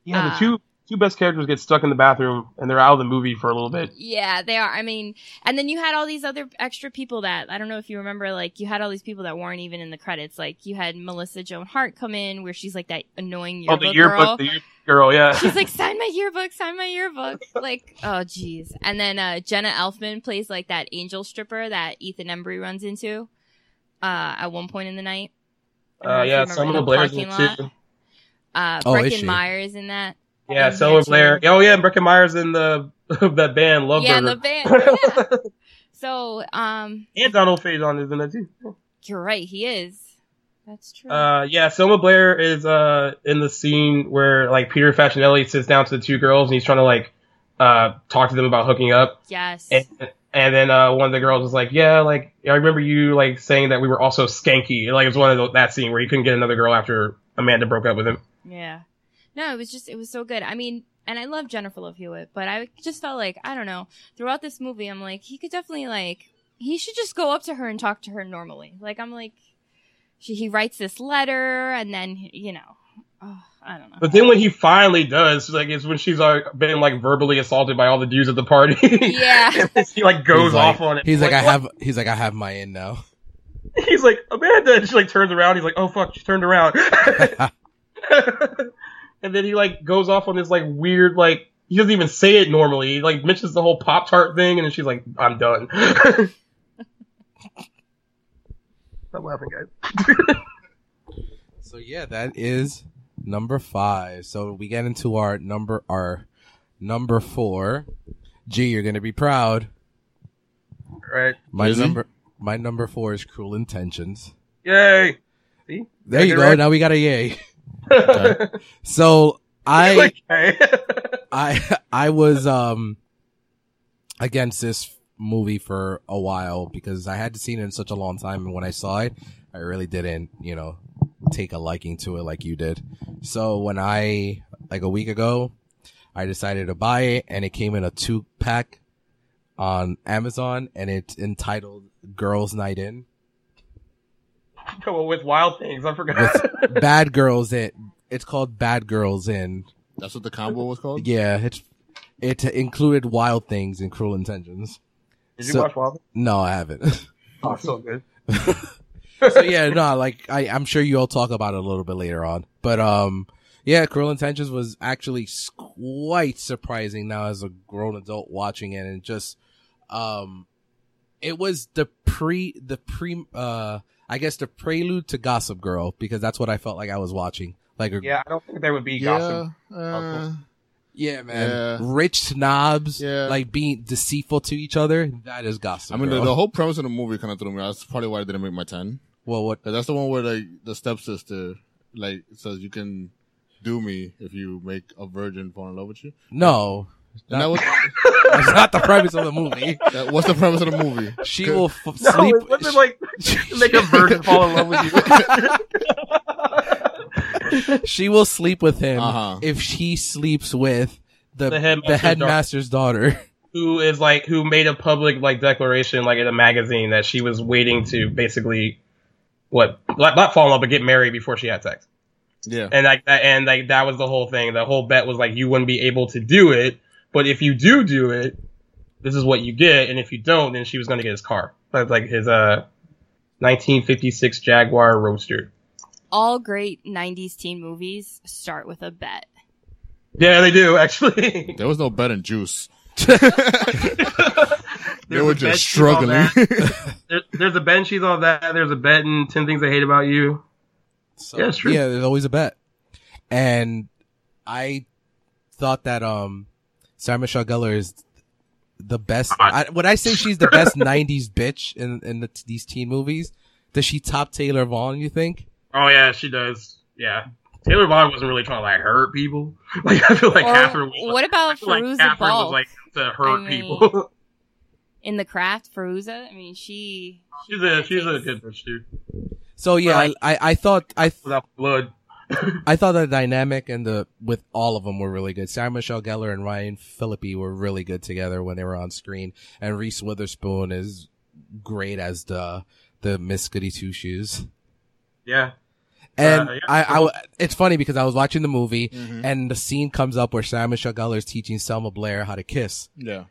Speaker 3: Yeah, the
Speaker 4: Ah.
Speaker 3: two two best characters get stuck in the bathroom and they're out of the movie for a little bit.
Speaker 4: Yeah, they are. I mean, and then you had all these other extra people that I don't know if you remember. Like you had all these people that weren't even in the credits. Like you had Melissa Joan Hart come in, where she's like that annoying
Speaker 3: Oh,
Speaker 4: yearbook,
Speaker 3: the yearbook,
Speaker 4: girl.
Speaker 3: the yearbook girl, yeah.
Speaker 4: (laughs) she's like, sign my yearbook, sign my yearbook. Like, oh jeez. And then uh, Jenna Elfman plays like that angel stripper that Ethan Embry runs into uh, at one point in the night. I don't know
Speaker 3: uh,
Speaker 4: if you
Speaker 3: yeah,
Speaker 4: remember, in
Speaker 3: Selma
Speaker 4: the
Speaker 3: Blair's in
Speaker 4: parking
Speaker 3: it,
Speaker 4: lot.
Speaker 3: too.
Speaker 4: Uh,
Speaker 1: Oh, is
Speaker 4: Breckin
Speaker 1: she?
Speaker 4: Meyer is in that.
Speaker 3: Yeah,
Speaker 4: And
Speaker 3: Selma
Speaker 4: Nancy.
Speaker 3: Blair. Oh yeah, Breckin Meyer's in the (laughs) that band Love
Speaker 4: yeah,
Speaker 3: Burger.
Speaker 4: the
Speaker 3: (laughs)
Speaker 4: band. Yeah. so, um,
Speaker 3: and Donald Faison is in it too.
Speaker 4: you're right. He is. That's true.
Speaker 3: Uh, yeah, Selma Blair is uh in the scene where like Peter Facinelli sits down to the two girls and he's trying to like uh talk to them about hooking up,
Speaker 4: yes.
Speaker 3: and and then uh one of the girls was like, yeah, like I remember you like saying that we were also skanky. Like it's one of the, that scene where he couldn't get another girl after Amanda broke up with him.
Speaker 4: Yeah. No, it was just it was so good. I mean, and I love Jennifer Love Hewitt, but I just felt like I don't know throughout this movie, I'm like he could definitely like he should just go up to her and talk to her normally. Like I'm like she he writes this letter and then you know oh, I don't know.
Speaker 3: But then when he finally does, like it's when she's like been like verbally assaulted by all the dudes at the party. (laughs)
Speaker 4: yeah, (laughs)
Speaker 3: And she like goes
Speaker 1: He's like-
Speaker 3: off on
Speaker 1: (laughs)
Speaker 3: it.
Speaker 1: He's like, I
Speaker 3: what?"
Speaker 1: have. He's like, I have my in now.
Speaker 3: (laughs) He's like Amanda. And she like turns around. He's like, oh fuck, she turned around. (laughs) and then he like goes off on this like weird like he doesn't even say it normally. He like mentions the whole Pop Tart thing, and then she's like, I'm done. (laughs) Stop laughing, guys. (laughs)
Speaker 1: So yeah, that is number five. So we get into our number our number four. Gee, you're gonna be proud.
Speaker 3: right?
Speaker 1: My
Speaker 2: Is he?
Speaker 1: number my number four is Cruel Intentions.
Speaker 3: Yay!
Speaker 1: There
Speaker 3: Yeah,
Speaker 1: you
Speaker 3: you're
Speaker 1: go.
Speaker 3: right.
Speaker 1: Now we got a yay. (laughs)
Speaker 3: (laughs)
Speaker 1: So I
Speaker 3: okay. (laughs)
Speaker 1: I (laughs) I was um against this movie for a while because I hadn't seen it in such a long time, and when I saw it, I really didn't, you know, take a liking to it like you did. So when I like a week ago, I decided to buy it, and it came in a two pack on Amazon, and it's entitled "Girls' Night In."
Speaker 3: Well, with Wild Things, I forgot.
Speaker 1: With Bad Girls In. It's called Bad Girls In.
Speaker 2: That's what the combo was called.
Speaker 1: Yeah, it's it included Wild Things and Cruel Intentions.
Speaker 3: Did you
Speaker 1: so-
Speaker 3: watch Wild Things?
Speaker 1: No, I haven't. (laughs)
Speaker 3: Oh, so good.
Speaker 1: so yeah, no, like I, I'm sure you all talk about it a little bit later on. But um, yeah, Cruel Intentions was actually s- quite surprising now as a grown adult watching it, and just um, it was the pre the pre uh, I guess the prelude to Gossip Girl because that's what I felt like I was watching. Like a,
Speaker 3: Yeah, I don't think there would be gossip.
Speaker 2: Yeah, uh,
Speaker 1: yeah,
Speaker 2: Yeah.
Speaker 1: man, rich snobs,
Speaker 2: Yeah.
Speaker 1: like being deceitful to each other. That is Gossip.
Speaker 2: I mean, the,
Speaker 1: Girl.
Speaker 2: the whole premise of the movie kind of threw me. off. That's probably why I didn't make my ten.
Speaker 1: well, what
Speaker 2: 'Cause that's the one where like the stepsister like says you can do me if you make a virgin fall in love with you.
Speaker 1: No,
Speaker 2: And that was
Speaker 1: (laughs) that's not the premise of the movie.
Speaker 2: that, what's the premise of the movie?
Speaker 1: She
Speaker 2: Good.
Speaker 1: will f-
Speaker 3: No,
Speaker 1: sleep.
Speaker 3: it
Speaker 1: (laughs)
Speaker 3: wasn't like make a virgin fall in love with you.
Speaker 1: she will sleep with him
Speaker 2: Uh-huh.
Speaker 1: if she sleeps with the
Speaker 3: The
Speaker 1: the,
Speaker 3: headmaster's
Speaker 1: headmaster's daughter.
Speaker 3: who is like who made a public like declaration like in a magazine that she was waiting to basically what not, not fall in love but get married before she had sex.
Speaker 2: Yeah.
Speaker 3: and like that, and like that was the whole thing. The whole bet was like you wouldn't be able to do it, but if you do do it, this is what you get, and if you don't, then she was gonna get his car. That's like his uh, 1956 Jaguar Roadster.
Speaker 4: All great '90s teen movies start with a bet.
Speaker 3: Yeah, they do
Speaker 2: (laughs)
Speaker 3: actually. (laughs)
Speaker 2: There was no bet in juice.
Speaker 1: (laughs)
Speaker 2: they (laughs)
Speaker 3: There's
Speaker 2: were
Speaker 3: a
Speaker 2: just
Speaker 3: bet she's on
Speaker 2: struggling.
Speaker 3: that.
Speaker 2: (laughs)
Speaker 3: There, there's a bet and she's on that. There's a bet and ten things I hate about you.
Speaker 1: So,
Speaker 3: Yeah, it's true.
Speaker 1: Yeah, there's always a bet. And I thought that um Sarah Michelle Gellar is the best. I, when I say she's the best (laughs) '90s bitch in in the, these teen movies, does she top Taylor Vaughn? You think?
Speaker 3: Oh yeah, she does. Yeah. Taylor Vaughn wasn't really trying to like hurt people. (laughs) Like I feel like
Speaker 4: or
Speaker 3: Catherine was
Speaker 4: what about
Speaker 3: like,
Speaker 4: Feruza
Speaker 3: Catherine
Speaker 4: Balk
Speaker 3: was like to hurt
Speaker 4: I mean-
Speaker 3: people. (laughs)
Speaker 4: in The Craft? Feruza, I mean, she.
Speaker 3: she's a she's a good bitch too.
Speaker 1: So yeah,
Speaker 3: Right.
Speaker 1: I, I thought I
Speaker 3: Without blood.
Speaker 1: I thought the dynamic and the with all of them were really good. Sarah Michelle Gellar and Ryan Phillippe were really good together when they were on screen, and Reese Witherspoon is great as the the Miss Goody Two Shoes.
Speaker 3: Yeah.
Speaker 1: And
Speaker 3: Uh, yeah.
Speaker 1: I, I w- it's funny because I was watching the movie
Speaker 2: Mhm.
Speaker 1: and the scene comes up where Sarah Michelle Gellar is teaching Selma Blair how to kiss,
Speaker 2: Yeah.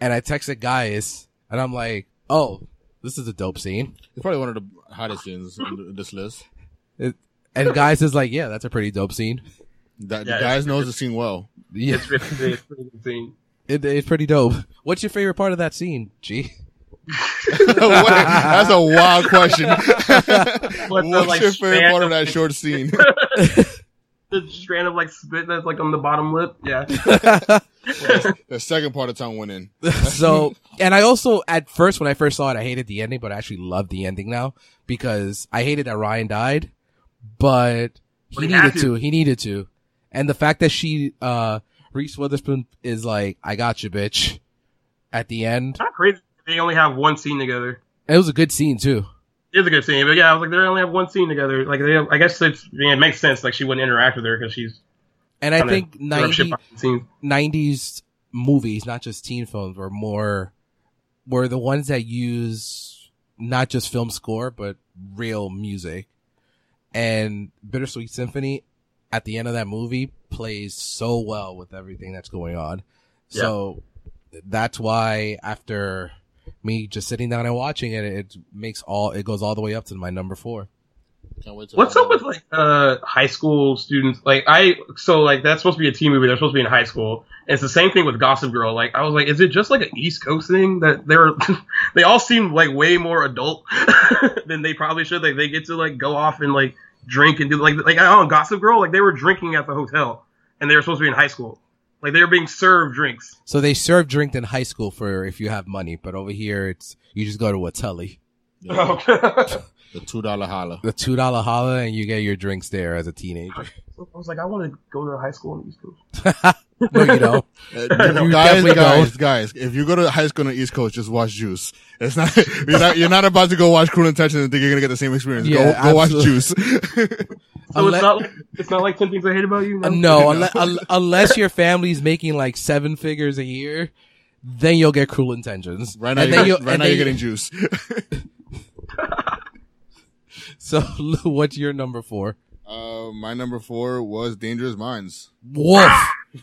Speaker 1: and I texted Gaius and I'm like, oh, this is a dope scene,
Speaker 2: It's probably one of the hottest scenes on th- this list.
Speaker 1: and
Speaker 3: (laughs)
Speaker 1: Gaius is like, yeah, that's a pretty dope scene.
Speaker 2: That,
Speaker 3: Yeah,
Speaker 2: the guys knows the scene well. (laughs)
Speaker 1: Yeah,
Speaker 3: It's really good. It's really good scene.
Speaker 1: it, it's pretty dope. What's your favorite part of that scene, G?
Speaker 3: (laughs)
Speaker 2: What- That's a wild
Speaker 3: (laughs)
Speaker 2: question.
Speaker 3: What
Speaker 2: What's
Speaker 3: the,
Speaker 2: your
Speaker 3: like,
Speaker 2: favorite
Speaker 3: span
Speaker 2: part of
Speaker 3: of
Speaker 2: that
Speaker 3: the-
Speaker 2: short
Speaker 3: (laughs)
Speaker 2: scene?
Speaker 3: The strand of like spit that's like on the bottom lip. Yeah.
Speaker 2: the second part of tongue went in.
Speaker 3: (laughs)
Speaker 1: so, and I also, at first, when I first saw it, I hated the ending, but I actually love the ending now because I hated that Ryan died, but he,
Speaker 3: But he had
Speaker 1: needed
Speaker 3: to.
Speaker 1: to. He needed to. And the fact that she, uh, Reese Witherspoon is like, I got you, bitch, at the end.
Speaker 3: It's not crazy. They only have one scene together.
Speaker 1: It was a good scene, too.
Speaker 3: It's a good scene, but yeah, I was like, they only have one scene together. Like, they, I guess it's, yeah, it makes sense. Like, she wouldn't interact with her because she's
Speaker 1: And I
Speaker 3: Kinda
Speaker 1: think
Speaker 3: doing shit
Speaker 1: 90,
Speaker 3: behind the scenes.
Speaker 1: 90s movies, not just teen films, were more, were the ones that use not just film score, but real music. And Bittersweet Symphony at the end of that movie plays so well with everything that's going on. So that's why after me just sitting down and watching it, it makes all, it goes all the way up to my number four.
Speaker 2: Can't wait to
Speaker 3: What's up with like uh high school students? Like I so like that's supposed to be a teen movie. They're supposed to be in high school. And it's the same thing with Gossip Girl. Like I was like, is it just like an East Coast thing that they're (laughs) they all seem like way more adult (laughs) than they probably should. Like they get to like go off and like drink and do like like I don't know, Gossip Girl. Like they were drinking at the hotel and they were supposed to be in high school. Like they were being served drinks.
Speaker 1: So they serve drink in high school for if you have money, but over here it's, you just go to a telly.
Speaker 2: Yeah, the two dollar holla?
Speaker 1: the two dollar holla and you get your drinks there as a teenager.
Speaker 3: I was like, I want to go to high school in the East Coast.
Speaker 1: no, you don't.
Speaker 2: Uh,
Speaker 1: (laughs) You
Speaker 2: guys,
Speaker 1: definitely
Speaker 2: guys, guys! If you go to high school on the East Coast, just watch Juice. It's not (laughs) you're not, you're not about to go watch Cruel Intentions and think you're gonna get the same experience.
Speaker 1: Yeah,
Speaker 2: go go watch
Speaker 1: absolutely.
Speaker 2: Juice. (laughs)
Speaker 3: So
Speaker 1: Unle-
Speaker 3: it's not like, it's not like ten things I hate about you.
Speaker 1: Uh, (laughs) no, unle- un- unless your family's making like seven figures a year, then you'll get cruel intentions.
Speaker 2: right now,
Speaker 1: And
Speaker 2: you're,
Speaker 1: then you-
Speaker 2: right
Speaker 1: and
Speaker 2: now
Speaker 1: then
Speaker 2: you're
Speaker 1: you-
Speaker 2: getting Juice.
Speaker 1: (laughs) So, Lou, what's your number four?
Speaker 2: Uh, my number four was Dangerous
Speaker 1: (laughs)
Speaker 2: Minds.
Speaker 1: Woof,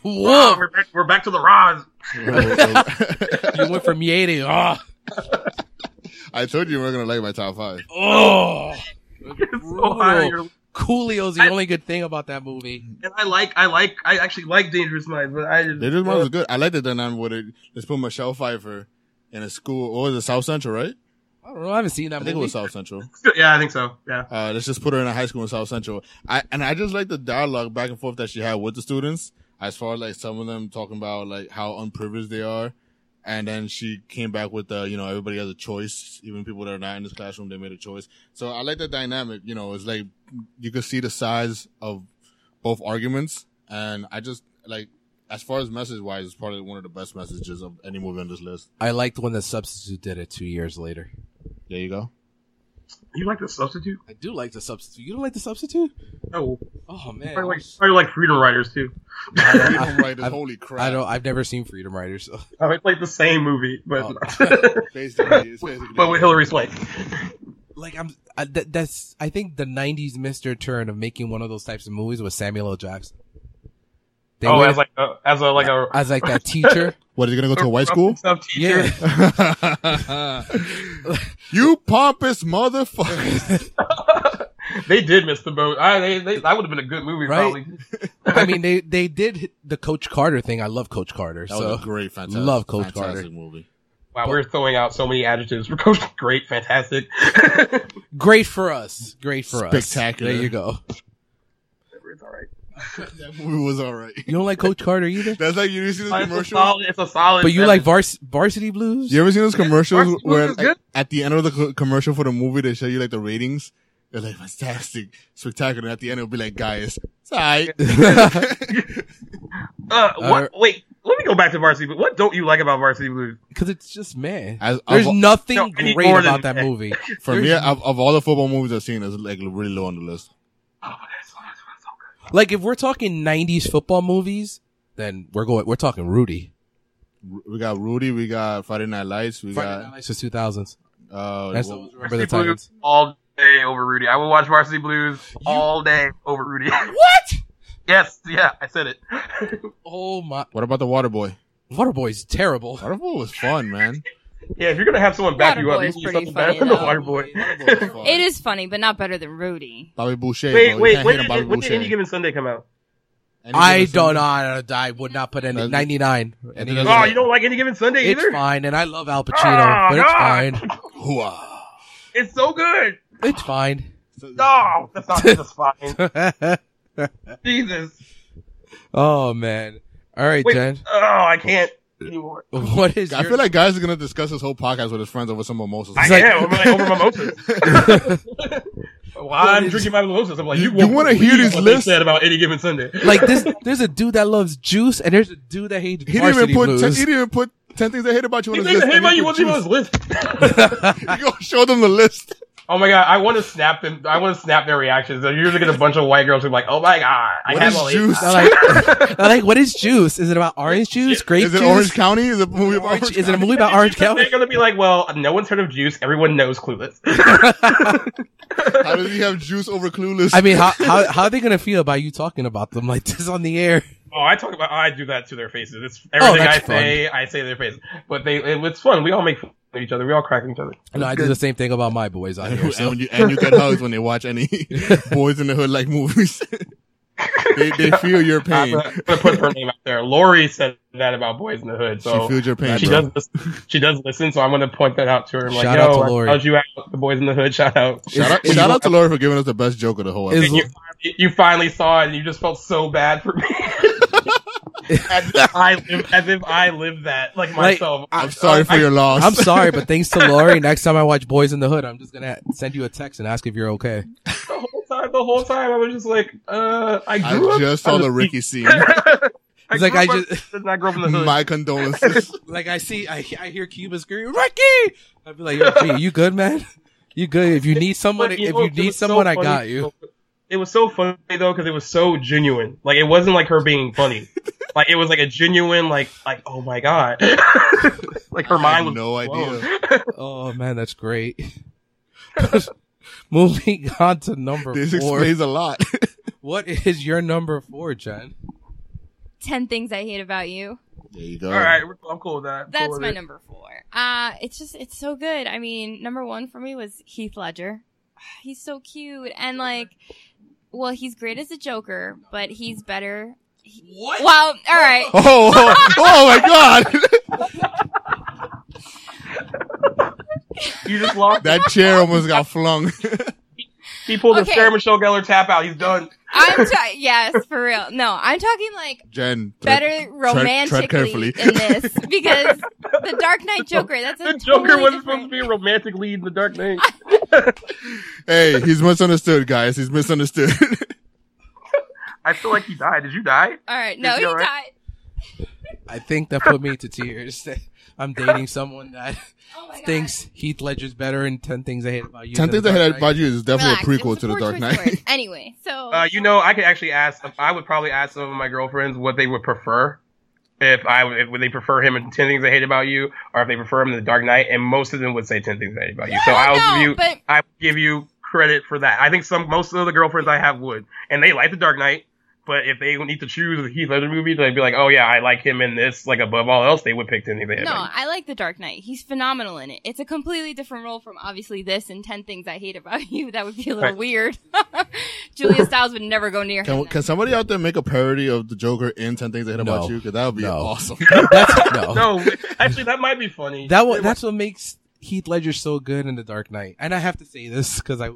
Speaker 3: Whoa, (laughs)
Speaker 1: woof.
Speaker 3: we're back, we're back to the Roz.
Speaker 2: (laughs)
Speaker 1: you went from yay to ah,
Speaker 2: I told you we were gonna like my top five.
Speaker 1: oh.
Speaker 3: It's so high on your-
Speaker 1: Coolio's the
Speaker 3: I-
Speaker 1: only good thing about that movie.
Speaker 3: and I like, I like, I actually like Dangerous Minds, but I just,
Speaker 2: Dangerous Minds was good. I like the dynamic with it. Let's put Michelle Pfeiffer in a school. What was it? South Central, right?
Speaker 1: I don't know. I haven't seen
Speaker 2: I
Speaker 1: that
Speaker 2: think it
Speaker 1: movie.
Speaker 2: was South Central.
Speaker 3: yeah, I think so. Yeah,
Speaker 2: Uh, let's just put her in a high school in South Central. I and I just like the dialogue back and forth that she had with the students, as far as like some of them talking about like how unprivileged they are, and then she came back with the you know everybody has a choice, even people that are not in this classroom they made a choice. So I like that dynamic. You know, it's like you could see the size of both arguments, and I just like as far as message wise, it's probably one of the best messages of any movie on this list.
Speaker 1: I liked when the substitute did it two years later.
Speaker 2: There
Speaker 1: (laughs)
Speaker 2: you go.
Speaker 3: you like the substitute?
Speaker 1: I do like the substitute. You don't like the substitute?
Speaker 3: No,
Speaker 1: Oh man,
Speaker 3: probably like, probably like Freedom Riders too.
Speaker 2: Freedom Riders,
Speaker 1: I've-
Speaker 2: holy crap!
Speaker 1: I don't. I've never seen Freedom Riders. So.
Speaker 3: I mean, played the same movie, but
Speaker 1: Oh.
Speaker 3: (laughs)
Speaker 2: (laughs) Basically, it's basically-
Speaker 3: but with Hillary Swank.
Speaker 1: like I'm uh, th- that's I think the '90s missed their turn of making one of those types of movies with Samuel L. Jackson. They
Speaker 3: oh,
Speaker 1: went-
Speaker 3: as like a, as a like a
Speaker 1: as like that
Speaker 3: (laughs)
Speaker 1: teacher.
Speaker 2: What is he gonna go to a white school?
Speaker 3: Stuff teacher.
Speaker 1: Yeah. Uh,
Speaker 2: (laughs) you pompous (laughs) motherfucker!
Speaker 3: (laughs) they did miss the boat. I they, they that would have been a good movie
Speaker 1: Right?
Speaker 3: probably.
Speaker 1: (laughs) I mean, they they did the Coach Carter thing. I love Coach Carter.
Speaker 2: That
Speaker 1: so
Speaker 2: was a great, fantastic,
Speaker 1: love Coach
Speaker 2: fantastic
Speaker 1: Carter.
Speaker 2: movie.
Speaker 3: Wow, we're throwing out so many adjectives (laughs) for Coach. Great, fantastic. (laughs)
Speaker 1: great for us. Great for us.
Speaker 2: Spectacular.
Speaker 1: There you go.
Speaker 3: it's all right.
Speaker 2: That movie was alright.
Speaker 1: You don't like Coach Carter
Speaker 3: (laughs)
Speaker 1: either,
Speaker 2: (laughs) That's like you ever seen those
Speaker 3: It's a
Speaker 2: commercials.
Speaker 3: solid. It's a solid.
Speaker 1: but you
Speaker 3: seven.
Speaker 1: like vars- Varsity Blues.
Speaker 2: You ever seen those commercials
Speaker 3: Varsity Blues
Speaker 2: where
Speaker 3: is good.
Speaker 2: at, at the end of the co- commercial for the movie they show you like the ratings? They're like fantastic, spectacular. And at the end it'll be like guys,
Speaker 1: (laughs)
Speaker 2: it's alright.
Speaker 3: Uh, what?
Speaker 1: Uh,
Speaker 3: wait, let me go back to Varsity. But what don't you like about Varsity Blues?
Speaker 1: Because it's just man.
Speaker 2: (laughs) As-
Speaker 1: There's
Speaker 2: of-
Speaker 1: nothing
Speaker 3: No, I need
Speaker 1: great
Speaker 3: more
Speaker 1: about that
Speaker 3: than-
Speaker 1: movie.
Speaker 2: For
Speaker 1: There's-
Speaker 2: me, of, of all the football movies I've seen, it's like really low on the list.
Speaker 3: Oh, that's, that's, that's so good.
Speaker 1: Like if we're talking '90s football movies, then we're going. We're talking Rudy.
Speaker 2: Ru- We got Rudy, we got Friday Night Lights, we
Speaker 1: Friday Night
Speaker 2: got
Speaker 1: Lights was 2000s.
Speaker 2: uh,
Speaker 1: That's
Speaker 2: what-
Speaker 1: remember the
Speaker 3: Varsity Blues
Speaker 1: titles.
Speaker 3: all day over Rudy. I will watch Varsity Blues all day over Rudy. (laughs)
Speaker 1: What?
Speaker 3: yes, yeah, I said it.
Speaker 1: Oh my!
Speaker 2: what about the Water Boy?
Speaker 1: Waterboy's terrible.
Speaker 2: Water Boy was fun, man.
Speaker 3: (laughs) yeah, if you're gonna have someone back you up,
Speaker 4: Waterboy
Speaker 3: you
Speaker 4: is
Speaker 3: need
Speaker 4: pretty
Speaker 3: something better
Speaker 4: funny,
Speaker 3: than the
Speaker 4: though.
Speaker 3: Waterboy.
Speaker 1: (laughs)
Speaker 2: Waterboy was fun.
Speaker 4: It is funny, but not better than Rudy.
Speaker 2: Bobby Boucher. bro.
Speaker 3: Wait,
Speaker 2: You
Speaker 3: wait,
Speaker 2: can't
Speaker 3: when
Speaker 2: hate on
Speaker 3: did,
Speaker 2: Bobby
Speaker 3: when did
Speaker 2: Boucher.
Speaker 3: Any Given Sunday come out?
Speaker 2: Any
Speaker 1: I
Speaker 2: given
Speaker 1: don't
Speaker 2: Sunday.
Speaker 1: know. I I would not put any
Speaker 2: That's-
Speaker 1: 99.
Speaker 2: That's-
Speaker 1: Any-
Speaker 2: that's-
Speaker 3: Oh, you don't like Any Given Sunday
Speaker 1: it's
Speaker 3: either?
Speaker 1: fine, and I love Al Pacino,
Speaker 3: Ah,
Speaker 1: but it's
Speaker 3: God.
Speaker 1: fine.
Speaker 2: Hooah.
Speaker 3: It's so good.
Speaker 1: It's fine.
Speaker 3: No,
Speaker 2: (laughs)
Speaker 3: that's not satisfying. Jesus.
Speaker 1: (laughs) oh man! All right,
Speaker 3: Wait.
Speaker 1: Jen. (laughs)
Speaker 3: Oh, I can't anymore.
Speaker 1: What is?
Speaker 2: I
Speaker 1: your-
Speaker 2: feel like guys are gonna discuss this whole podcast with his friends over some mimosas.
Speaker 3: I
Speaker 1: It's like-
Speaker 3: am. I'm like over mimosas.
Speaker 1: (laughs)
Speaker 3: While I'm drinking my mimosas, I'm like, you,
Speaker 2: You
Speaker 3: won't
Speaker 2: wanna hear
Speaker 3: believe
Speaker 2: these
Speaker 3: what they
Speaker 2: lists?
Speaker 3: said about any given Sunday.
Speaker 1: Like
Speaker 3: (laughs)
Speaker 1: this, there's a dude that loves juice, and there's a dude that hates
Speaker 2: He didn't
Speaker 1: varsity
Speaker 2: even put.
Speaker 1: blues.
Speaker 2: Ten, he didn't even put ten things I hate about you on
Speaker 3: you
Speaker 2: his
Speaker 3: think
Speaker 2: list.
Speaker 3: that hey,
Speaker 2: and
Speaker 3: man,
Speaker 2: he
Speaker 3: you
Speaker 2: put
Speaker 3: want to
Speaker 2: juice.
Speaker 3: on his list? (laughs)
Speaker 2: (laughs) You gonna show them the list?
Speaker 3: oh my god, I want to snap them. I want to snap their reactions. You're gonna get a bunch of white girls who are like, oh my god, I
Speaker 2: What
Speaker 3: have
Speaker 2: is
Speaker 3: all these.
Speaker 2: juice?
Speaker 1: They're like, (laughs) they're like, what is juice? Is it about orange juice? Grape
Speaker 2: Is
Speaker 1: juice?
Speaker 2: it Orange County? Is it a movie about
Speaker 1: Orange-
Speaker 2: Orange?
Speaker 1: is it a movie
Speaker 3: And
Speaker 1: about Orange County?
Speaker 3: (laughs) They're gonna be like, well, no one's heard of juice. Everyone knows Clueless. (laughs)
Speaker 2: County? How does he have juice over Clueless?
Speaker 1: I mean, how, how how are they gonna feel about you talking about them like this on the air?
Speaker 3: Oh, I talk about. I do that to their faces. It's
Speaker 2: Oh,
Speaker 3: everything I
Speaker 1: that's
Speaker 3: say. I say to their faces, but they. It, it's fun. We all make fun of each other. We all crack at each other.
Speaker 1: No, I do the same thing about my boys out (laughs) here. So.
Speaker 2: and, you, and you get hugs when they
Speaker 1: (laughs)
Speaker 2: watch any boys in the hood like
Speaker 3: (laughs)
Speaker 2: movies. they, they feel your
Speaker 3: I'm
Speaker 2: pain.
Speaker 3: gonna, I'm gonna put her name out there. Lori said that about Boys in the Hood. So
Speaker 2: she feels your pain.
Speaker 3: she
Speaker 2: bro.
Speaker 3: does. Listen, she does listen. So I'm gonna point that out to her. I'm like,
Speaker 1: Shout
Speaker 3: yo,
Speaker 1: out to
Speaker 3: I
Speaker 1: Lori.
Speaker 3: found you out the Boys in the Hood. Shout out.
Speaker 2: Shout out,
Speaker 1: Is-
Speaker 2: shout
Speaker 1: is-
Speaker 2: out to Laura for giving us the best joke of the whole
Speaker 1: Is-
Speaker 2: episode.
Speaker 3: You, you finally saw it, and you just felt so bad for me. (laughs) as, if I live, as if I lived that like
Speaker 1: Like,
Speaker 3: myself.
Speaker 2: I'm sorry for your loss.
Speaker 1: um, I'm sorry, but thanks to Lori, next time I watch Boys in the Hood, I'm just gonna send you a text and ask if you're okay.
Speaker 3: the whole time, the whole time, I was just like, uh, I grew
Speaker 2: I
Speaker 3: up.
Speaker 2: just saw the
Speaker 3: (laughs)
Speaker 2: Ricky scene.
Speaker 3: I
Speaker 1: It's like
Speaker 3: grew
Speaker 1: I
Speaker 3: up on-
Speaker 1: just-
Speaker 3: did not grow
Speaker 2: (laughs)
Speaker 3: up in the hood.
Speaker 2: My condolences.
Speaker 1: Like I see, I I hear Cuba screaming, Ricky. I'd be like, Yo, G, you good, man? You good? If you need someone,
Speaker 3: But,
Speaker 1: if
Speaker 3: you know,
Speaker 1: you
Speaker 3: it
Speaker 1: need
Speaker 3: was so
Speaker 1: someone, I
Speaker 3: funny.
Speaker 1: got you.
Speaker 3: It was so funny though because it was so genuine. Like it wasn't like her
Speaker 1: (laughs)
Speaker 3: being funny. like it was like a genuine like like oh my god. (laughs) like (laughs) her
Speaker 2: I
Speaker 3: mind
Speaker 2: had
Speaker 3: (laughs) was
Speaker 2: no idea.
Speaker 1: Oh man, that's great. (laughs) Moving on to number
Speaker 2: This
Speaker 1: four.
Speaker 2: explains a
Speaker 3: (laughs)
Speaker 2: lot.
Speaker 1: What is your number four, Jen?
Speaker 4: Ten things I hate about you.
Speaker 2: There you go.
Speaker 3: All right, we're- I'm cool with that. I'm cool
Speaker 4: That's
Speaker 3: with
Speaker 4: my
Speaker 3: it.
Speaker 4: number four. Uh, it's just it's so good. I mean, number one for me was Heath Ledger. (sighs) He's so cute and like, well, he's great as a Joker, but he's better. What? Well, all right.
Speaker 2: Oh, oh, oh my god! (laughs)
Speaker 3: You just lost.
Speaker 2: that chair almost got flung. (laughs)
Speaker 3: he pulled a
Speaker 4: Okay.
Speaker 3: Sarah Michelle Gellar tap out. He's done.
Speaker 4: I'm ta- yes, for real. No, I'm talking like
Speaker 2: Jen, thread-
Speaker 4: better
Speaker 2: tread
Speaker 4: romantically
Speaker 2: carefully. (laughs)
Speaker 4: in this because the Dark Knight Joker. That's
Speaker 3: The
Speaker 4: a
Speaker 3: Joker
Speaker 4: totally
Speaker 3: wasn't supposed to
Speaker 4: different-
Speaker 3: be a romantic lead in the Dark Knight.
Speaker 2: hey, he's misunderstood, guys. He's misunderstood. (laughs)
Speaker 3: I feel like he died. Did you die?
Speaker 4: All right, no,
Speaker 3: Is he
Speaker 4: he
Speaker 3: all right?
Speaker 4: died.
Speaker 1: I think that put me to tears. I'm dating someone that
Speaker 4: Oh my God.
Speaker 1: thinks Heath Ledger's better and 10 Things I Hate About You.
Speaker 2: Ten
Speaker 1: than
Speaker 2: Things
Speaker 1: The
Speaker 2: I Hate
Speaker 1: Dark Knight.
Speaker 2: About You is definitely
Speaker 4: Relax, it
Speaker 2: a prequel
Speaker 4: was
Speaker 2: to The
Speaker 4: poor
Speaker 2: Dark
Speaker 4: choice
Speaker 2: Knight.
Speaker 4: word. Anyway, so
Speaker 3: Uh, you know, I could actually ask. I would probably ask some of my girlfriends what they would prefer. If I if would they prefer him in Ten Things I Hate About You, or if they prefer him in The Dark Knight, and most of them would say Ten Things I Hate About You. so
Speaker 4: I
Speaker 3: I
Speaker 4: don't
Speaker 3: will
Speaker 4: know,
Speaker 3: give you,
Speaker 4: but
Speaker 3: I will give you credit for that. I think some most of the girlfriends I have would, and they like The Dark Knight. But if they need to choose a Heath Ledger movie, they'd be like, "Oh yeah, I like him in this." Like above all else, they would pick Timothy Van
Speaker 4: No,
Speaker 3: Dyke.
Speaker 4: I like The Dark Knight. He's phenomenal in it. It's a completely different role from obviously this and Ten Things I Hate About (laughs) You. That would be a little
Speaker 3: Right.
Speaker 4: weird. (laughs) Julia Stiles would never go near
Speaker 2: Can,
Speaker 4: him.
Speaker 2: can somebody out there make a parody of the Joker in Ten Things I Hate
Speaker 1: No.
Speaker 2: About You? Because that would be
Speaker 1: No.
Speaker 2: awesome.
Speaker 1: (laughs) That's, no.
Speaker 3: No, (laughs) actually, that might be funny.
Speaker 1: That what that's what makes Heath Ledger so good in The Dark Knight. And I have to say this because I, I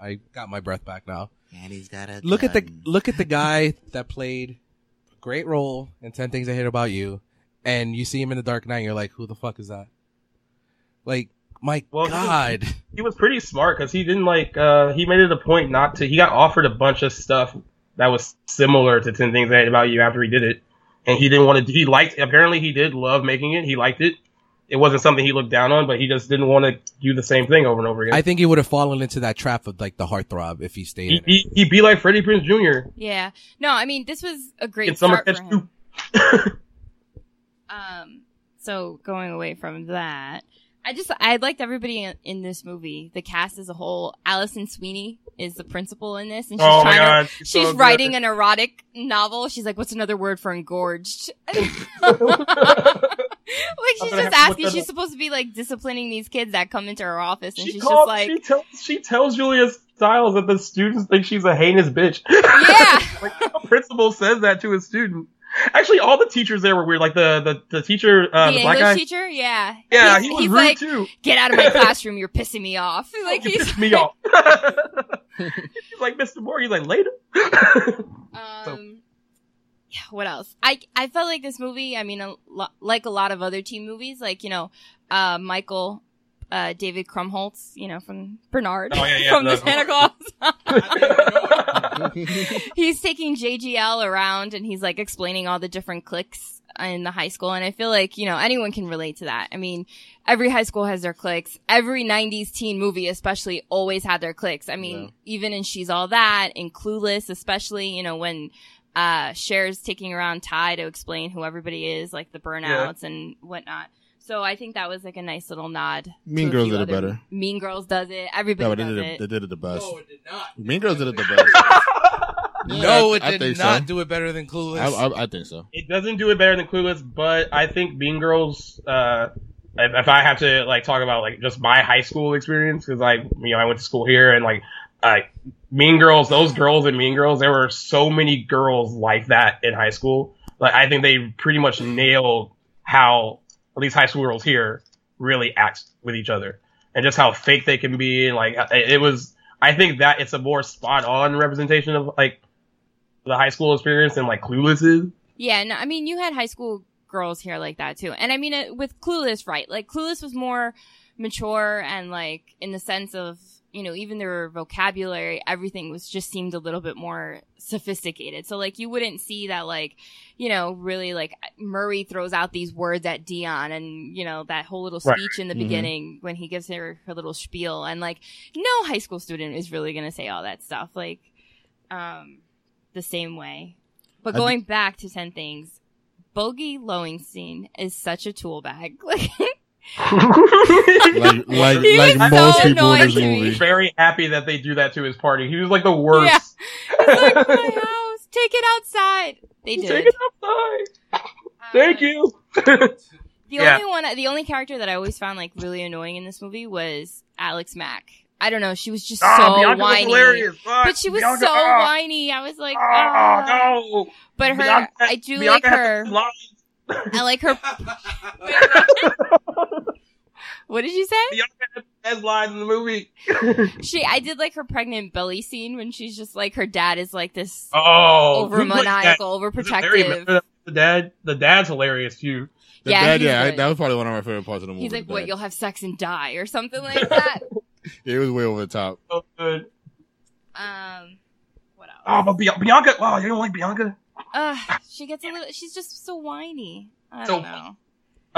Speaker 1: I got my breath back now.
Speaker 5: And he's got a
Speaker 1: Look at the
Speaker 5: gun.
Speaker 1: look at the guy that played a great role in Ten Things I Hate About You, and you see him in The Dark Knight, you're like, who the fuck is that? Like, my
Speaker 3: Well, he-
Speaker 1: God,
Speaker 3: he was pretty smart because he didn't like uh he made it a point not to he got offered a bunch of stuff that was similar to 10 things i hate about you after he did it and he didn't want to do- he liked apparently he did love making it he liked it it wasn't something he looked down on but he just didn't want to do the same thing over and over again
Speaker 1: I think he would have fallen into that trap of like the heartthrob if he stayed.
Speaker 3: he,
Speaker 1: in it.
Speaker 3: he, he'd be like freddie prince jr
Speaker 4: Yeah. No, I mean this was a great
Speaker 3: Can someone
Speaker 4: start for
Speaker 3: catch (laughs)
Speaker 4: him. Um. So going away from that, I just I liked everybody in, in this movie. The cast as a whole. Allison Sweeney is the principal in this, and she's
Speaker 3: oh my
Speaker 4: trying to
Speaker 3: god
Speaker 4: She's
Speaker 3: (laughs)
Speaker 4: writing an erotic novel. She's like, "What's another word for engorged?" (laughs) like
Speaker 3: I'm
Speaker 4: she's
Speaker 3: gonna have
Speaker 4: just
Speaker 3: to look
Speaker 4: asking.
Speaker 3: that
Speaker 4: She's
Speaker 3: up.
Speaker 4: supposed to be like disciplining these kids that come into her office, and
Speaker 3: she
Speaker 4: she's
Speaker 3: called,
Speaker 4: just like,
Speaker 3: she tells she tells Julia Stiles that the students think she's a heinous bitch.
Speaker 4: (laughs)
Speaker 3: (laughs)
Speaker 4: "Yeah,
Speaker 3: like Uh, the principal says that to his student. Actually, all the teachers there were weird. Like the the, the teacher, uh,
Speaker 4: the,
Speaker 3: the, black
Speaker 4: English
Speaker 3: guy.
Speaker 4: teacher, yeah,
Speaker 3: yeah,
Speaker 4: He's-
Speaker 3: he was
Speaker 4: he's
Speaker 3: rude
Speaker 4: like,
Speaker 3: too.
Speaker 4: get out of my classroom. You're pissing me off." (laughs)
Speaker 3: (laughs)
Speaker 4: Like
Speaker 3: he
Speaker 4: he's
Speaker 3: pissed me
Speaker 4: (laughs)
Speaker 3: off. (laughs) he's like Mr. Moore. He's like later. (laughs)
Speaker 4: Um, yeah, what else? I I felt like this movie. I mean, a lo- like a lot of other teen movies, like you know, uh, Michael, uh, David Krumholtz, you know, from Bernard,
Speaker 3: Oh, yeah, yeah,
Speaker 4: (laughs) from the
Speaker 3: no.
Speaker 4: Santa Claus. (laughs)
Speaker 3: I
Speaker 4: he's taking JGL around and he's like explaining all the different cliques in the high school. And I feel like, you know, anyone can relate to that. I mean, every high school has their cliques. Every 90s teen movie, especially, always had their cliques. I mean,
Speaker 2: Yeah.
Speaker 4: even in She's All That and Clueless, especially, you know, when, uh, Cher's taking around Ty to explain who everybody is, like the burnouts and whatnot. So I think that was like a nice little nod.
Speaker 2: Mean
Speaker 4: to a
Speaker 2: Girls
Speaker 4: few
Speaker 2: did it
Speaker 4: other-
Speaker 2: better.
Speaker 4: Mean Girls does it.
Speaker 2: (laughs) No, but
Speaker 4: Everybody
Speaker 2: they
Speaker 4: does
Speaker 2: did
Speaker 4: it.
Speaker 2: it, they did it the best.
Speaker 1: no, it did not.
Speaker 2: mean
Speaker 1: (laughs)
Speaker 2: Girls did it the best. Yeah,
Speaker 1: no,
Speaker 2: I-
Speaker 1: it
Speaker 2: I
Speaker 1: did
Speaker 2: think so.
Speaker 1: not do it better than Clueless.
Speaker 2: I, I, I think so.
Speaker 3: it doesn't do it better than Clueless, but I think Mean Girls. Uh, if, if I have to like talk about like just my high school experience, because I you know I went to school here and like I Mean Girls, those girls in Mean Girls, there were so many girls like that in high school. Like I think they pretty much nailed how at least high school girls here really act with each other and just how fake they can be. And like it it was, I think that it's a more spot on representation of like the high school experience than like Clueless is.
Speaker 4: Yeah, no, I mean, you had high school girls here like that too. And I mean, it, with Clueless, right? Like, Clueless was more mature and like in the sense of, you know, even their vocabulary, everything was just seemed a little bit more sophisticated. So, like, you wouldn't see that, like, you know, really like Murray throws out these words at Dion and, you know, that whole little speech
Speaker 3: Right.
Speaker 4: in the
Speaker 2: Mhm.
Speaker 4: beginning when he gives her her little spiel. And like, no high school student is really going to say all that stuff. Like, um, the same way. But
Speaker 2: I thi-
Speaker 4: going back to 10 things, Bogey Lowenstein is such a tool bag. (laughs) Like,
Speaker 2: (laughs) Like like
Speaker 4: He
Speaker 2: like
Speaker 4: was
Speaker 2: most
Speaker 4: so
Speaker 2: people in
Speaker 4: annoying
Speaker 2: this
Speaker 4: to me.
Speaker 2: movie.
Speaker 3: very happy that they do that to his party. He was like the worst.
Speaker 4: it's like "Oh
Speaker 3: (laughs)
Speaker 4: my house. Take it outside. They did.
Speaker 3: Take it outside. Thank
Speaker 4: Um,
Speaker 3: you.
Speaker 4: The
Speaker 3: Yeah.
Speaker 4: only one, the only character that I always found like really annoying in this movie was Alex Mack. I don't know. She was just so
Speaker 3: Ah, Bianca was
Speaker 4: whiny.
Speaker 3: hilarious. Ah,
Speaker 4: But she was
Speaker 3: Bianca,
Speaker 4: so
Speaker 3: ah,
Speaker 4: whiny. I was like,
Speaker 3: ah,
Speaker 4: ah.
Speaker 3: no.
Speaker 4: But her,
Speaker 3: Bianca-
Speaker 4: I do
Speaker 3: Bianca
Speaker 4: like
Speaker 3: had
Speaker 4: her.
Speaker 3: to lie.
Speaker 4: I like her. What did you say?
Speaker 3: Has lines in the movie.
Speaker 4: She, I did like her pregnant belly scene when she's just like her dad is like this
Speaker 3: Oh,
Speaker 4: over maniacal, overprotective.
Speaker 3: The dad, the dad's hilarious too.
Speaker 2: The
Speaker 4: Yeah,
Speaker 2: dad,
Speaker 4: he's
Speaker 2: yeah, I,
Speaker 4: good.
Speaker 2: that was probably one of my favorite parts of the movie.
Speaker 4: He's like,
Speaker 2: the
Speaker 4: "What?
Speaker 2: dad.
Speaker 4: You'll have sex and die, or something like (laughs) that."
Speaker 2: It was way over the top. (laughs)
Speaker 3: So good.
Speaker 4: um, what
Speaker 3: Oh,
Speaker 4: else?
Speaker 3: but Bia- Bianca. Wow, you don't like Bianca?
Speaker 4: Ugh, she gets a little. She's just so whiny. I
Speaker 3: So-
Speaker 4: don't know.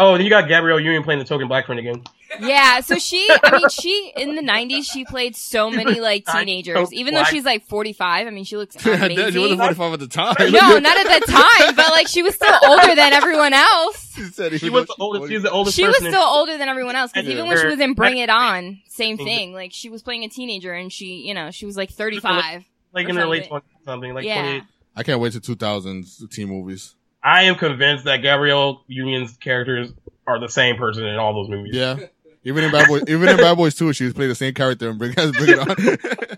Speaker 3: Oh, then you got Gabrielle Union playing the token black friend again.
Speaker 4: Yeah, so she, I mean, she in the '90s she played
Speaker 3: (laughs)
Speaker 4: so many like teenagers. Even though she's like 45, I mean, she (laughs) looks
Speaker 2: Yeah, she wasn't
Speaker 3: (laughs)
Speaker 4: amazing.
Speaker 2: 45 at the time.
Speaker 4: (laughs) No, not at that time, but like she was still older than everyone else.
Speaker 2: she said (laughs) he
Speaker 3: She was the oldest. She's the oldest
Speaker 4: She was
Speaker 3: person. in-
Speaker 4: still older than everyone else because
Speaker 3: Yeah.
Speaker 4: even when she was in Bring It On, same thing. Like she was playing a teenager and she, you know, she was like 35.
Speaker 3: like in
Speaker 4: or
Speaker 3: her late
Speaker 4: something.
Speaker 3: twenties, something like
Speaker 4: Yeah.
Speaker 3: 28.
Speaker 2: I can't wait to 2000s teen movies.
Speaker 3: I am convinced that Gabrielle Union's characters are the same person in all those movies.
Speaker 2: Yeah. Even in Bad Boys, even in Bad Boys 2, she was playing the same character and bring, (laughs) bring it on.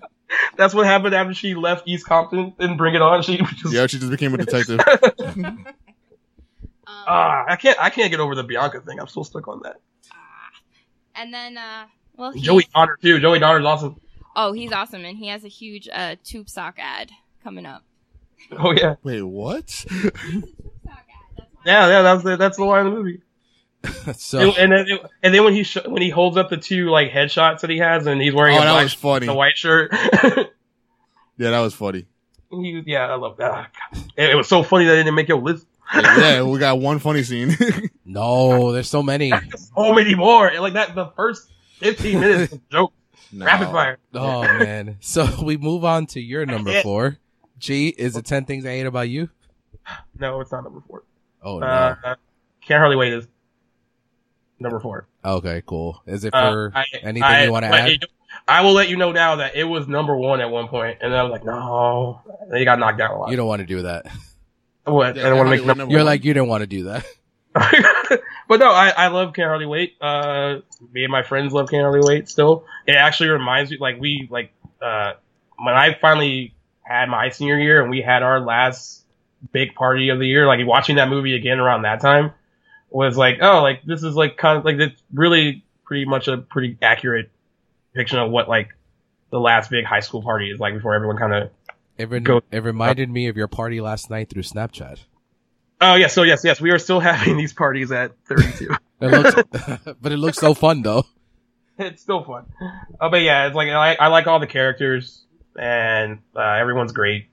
Speaker 3: That's what happened after she left East Compton and Bring It On. She just
Speaker 2: yeah, she just became a detective.
Speaker 4: Um,
Speaker 3: ah, I can't I can't get over the Bianca thing. I'm still stuck on that.
Speaker 4: and then, uh, well, he-
Speaker 3: Joey Donner too. Joey Donner's awesome.
Speaker 4: Oh, he's awesome, and he has a huge uh, tube sock ad coming up.
Speaker 3: Oh yeah,
Speaker 2: Wait, what?
Speaker 3: yeah, yeah. That's the, that's the line of the movie.
Speaker 1: (laughs) so
Speaker 3: And then and then when he sh- when he holds up the two like headshots that he has and he's
Speaker 2: Oh,
Speaker 3: wearing a
Speaker 2: that
Speaker 3: black
Speaker 2: was funny.
Speaker 3: the white shirt. (laughs)
Speaker 2: Yeah, that was funny.
Speaker 3: He- yeah, I love that. Ah, God. It, it was so funny that they didn't make your list.
Speaker 2: Yeah, we got one funny scene. (laughs)
Speaker 1: no, there's so many.
Speaker 3: So many more. And, Like that, the first fifteen
Speaker 1: (laughs)
Speaker 3: minutes was joke
Speaker 2: No.
Speaker 3: rapid fire.
Speaker 1: Oh man. So (laughs) we move on to your number four. G, is it ten things I hate about you?
Speaker 3: No, it's not number four.
Speaker 1: Oh no.
Speaker 3: uh, can't hardly wait is number four.
Speaker 1: okay, cool. Is it
Speaker 3: Uh,
Speaker 1: for
Speaker 3: I-
Speaker 1: anything
Speaker 3: I-
Speaker 1: you want to
Speaker 3: but
Speaker 1: add?
Speaker 3: it- I will let you know now that it was number one at one point, and I was like, no, they got knocked down a lot.
Speaker 1: You don't want to do
Speaker 3: (laughs)
Speaker 1: that.
Speaker 3: what?
Speaker 2: Yeah,
Speaker 3: I don't want to make
Speaker 2: Hollywood
Speaker 3: number.
Speaker 2: number
Speaker 1: You're
Speaker 2: one.
Speaker 1: like you didn't want to do that. (laughs)
Speaker 3: (laughs) but no, I, I love Can't Hardly Wait. Uh, me and my friends love Can't Hardly Wait still. It actually reminds me, like, we, like, uh, when I finally had my senior year and we had our last big party of the year, like, watching that movie again around that time was like, oh, like, this is, like, kind of, like, it's really pretty much a pretty accurate depiction of what, like, the last big high school party is like before everyone kind of.
Speaker 1: It, re-
Speaker 3: Go-
Speaker 1: it reminded me of your party last night through Snapchat.
Speaker 3: Oh, yes. So, yes, yes. We are still (laughs) having these parties at 32. (laughs)
Speaker 1: It looks, (laughs) but it looks so fun though.
Speaker 3: it's still fun. Uh, but yeah, it's like I, I like all the characters and uh, everyone's great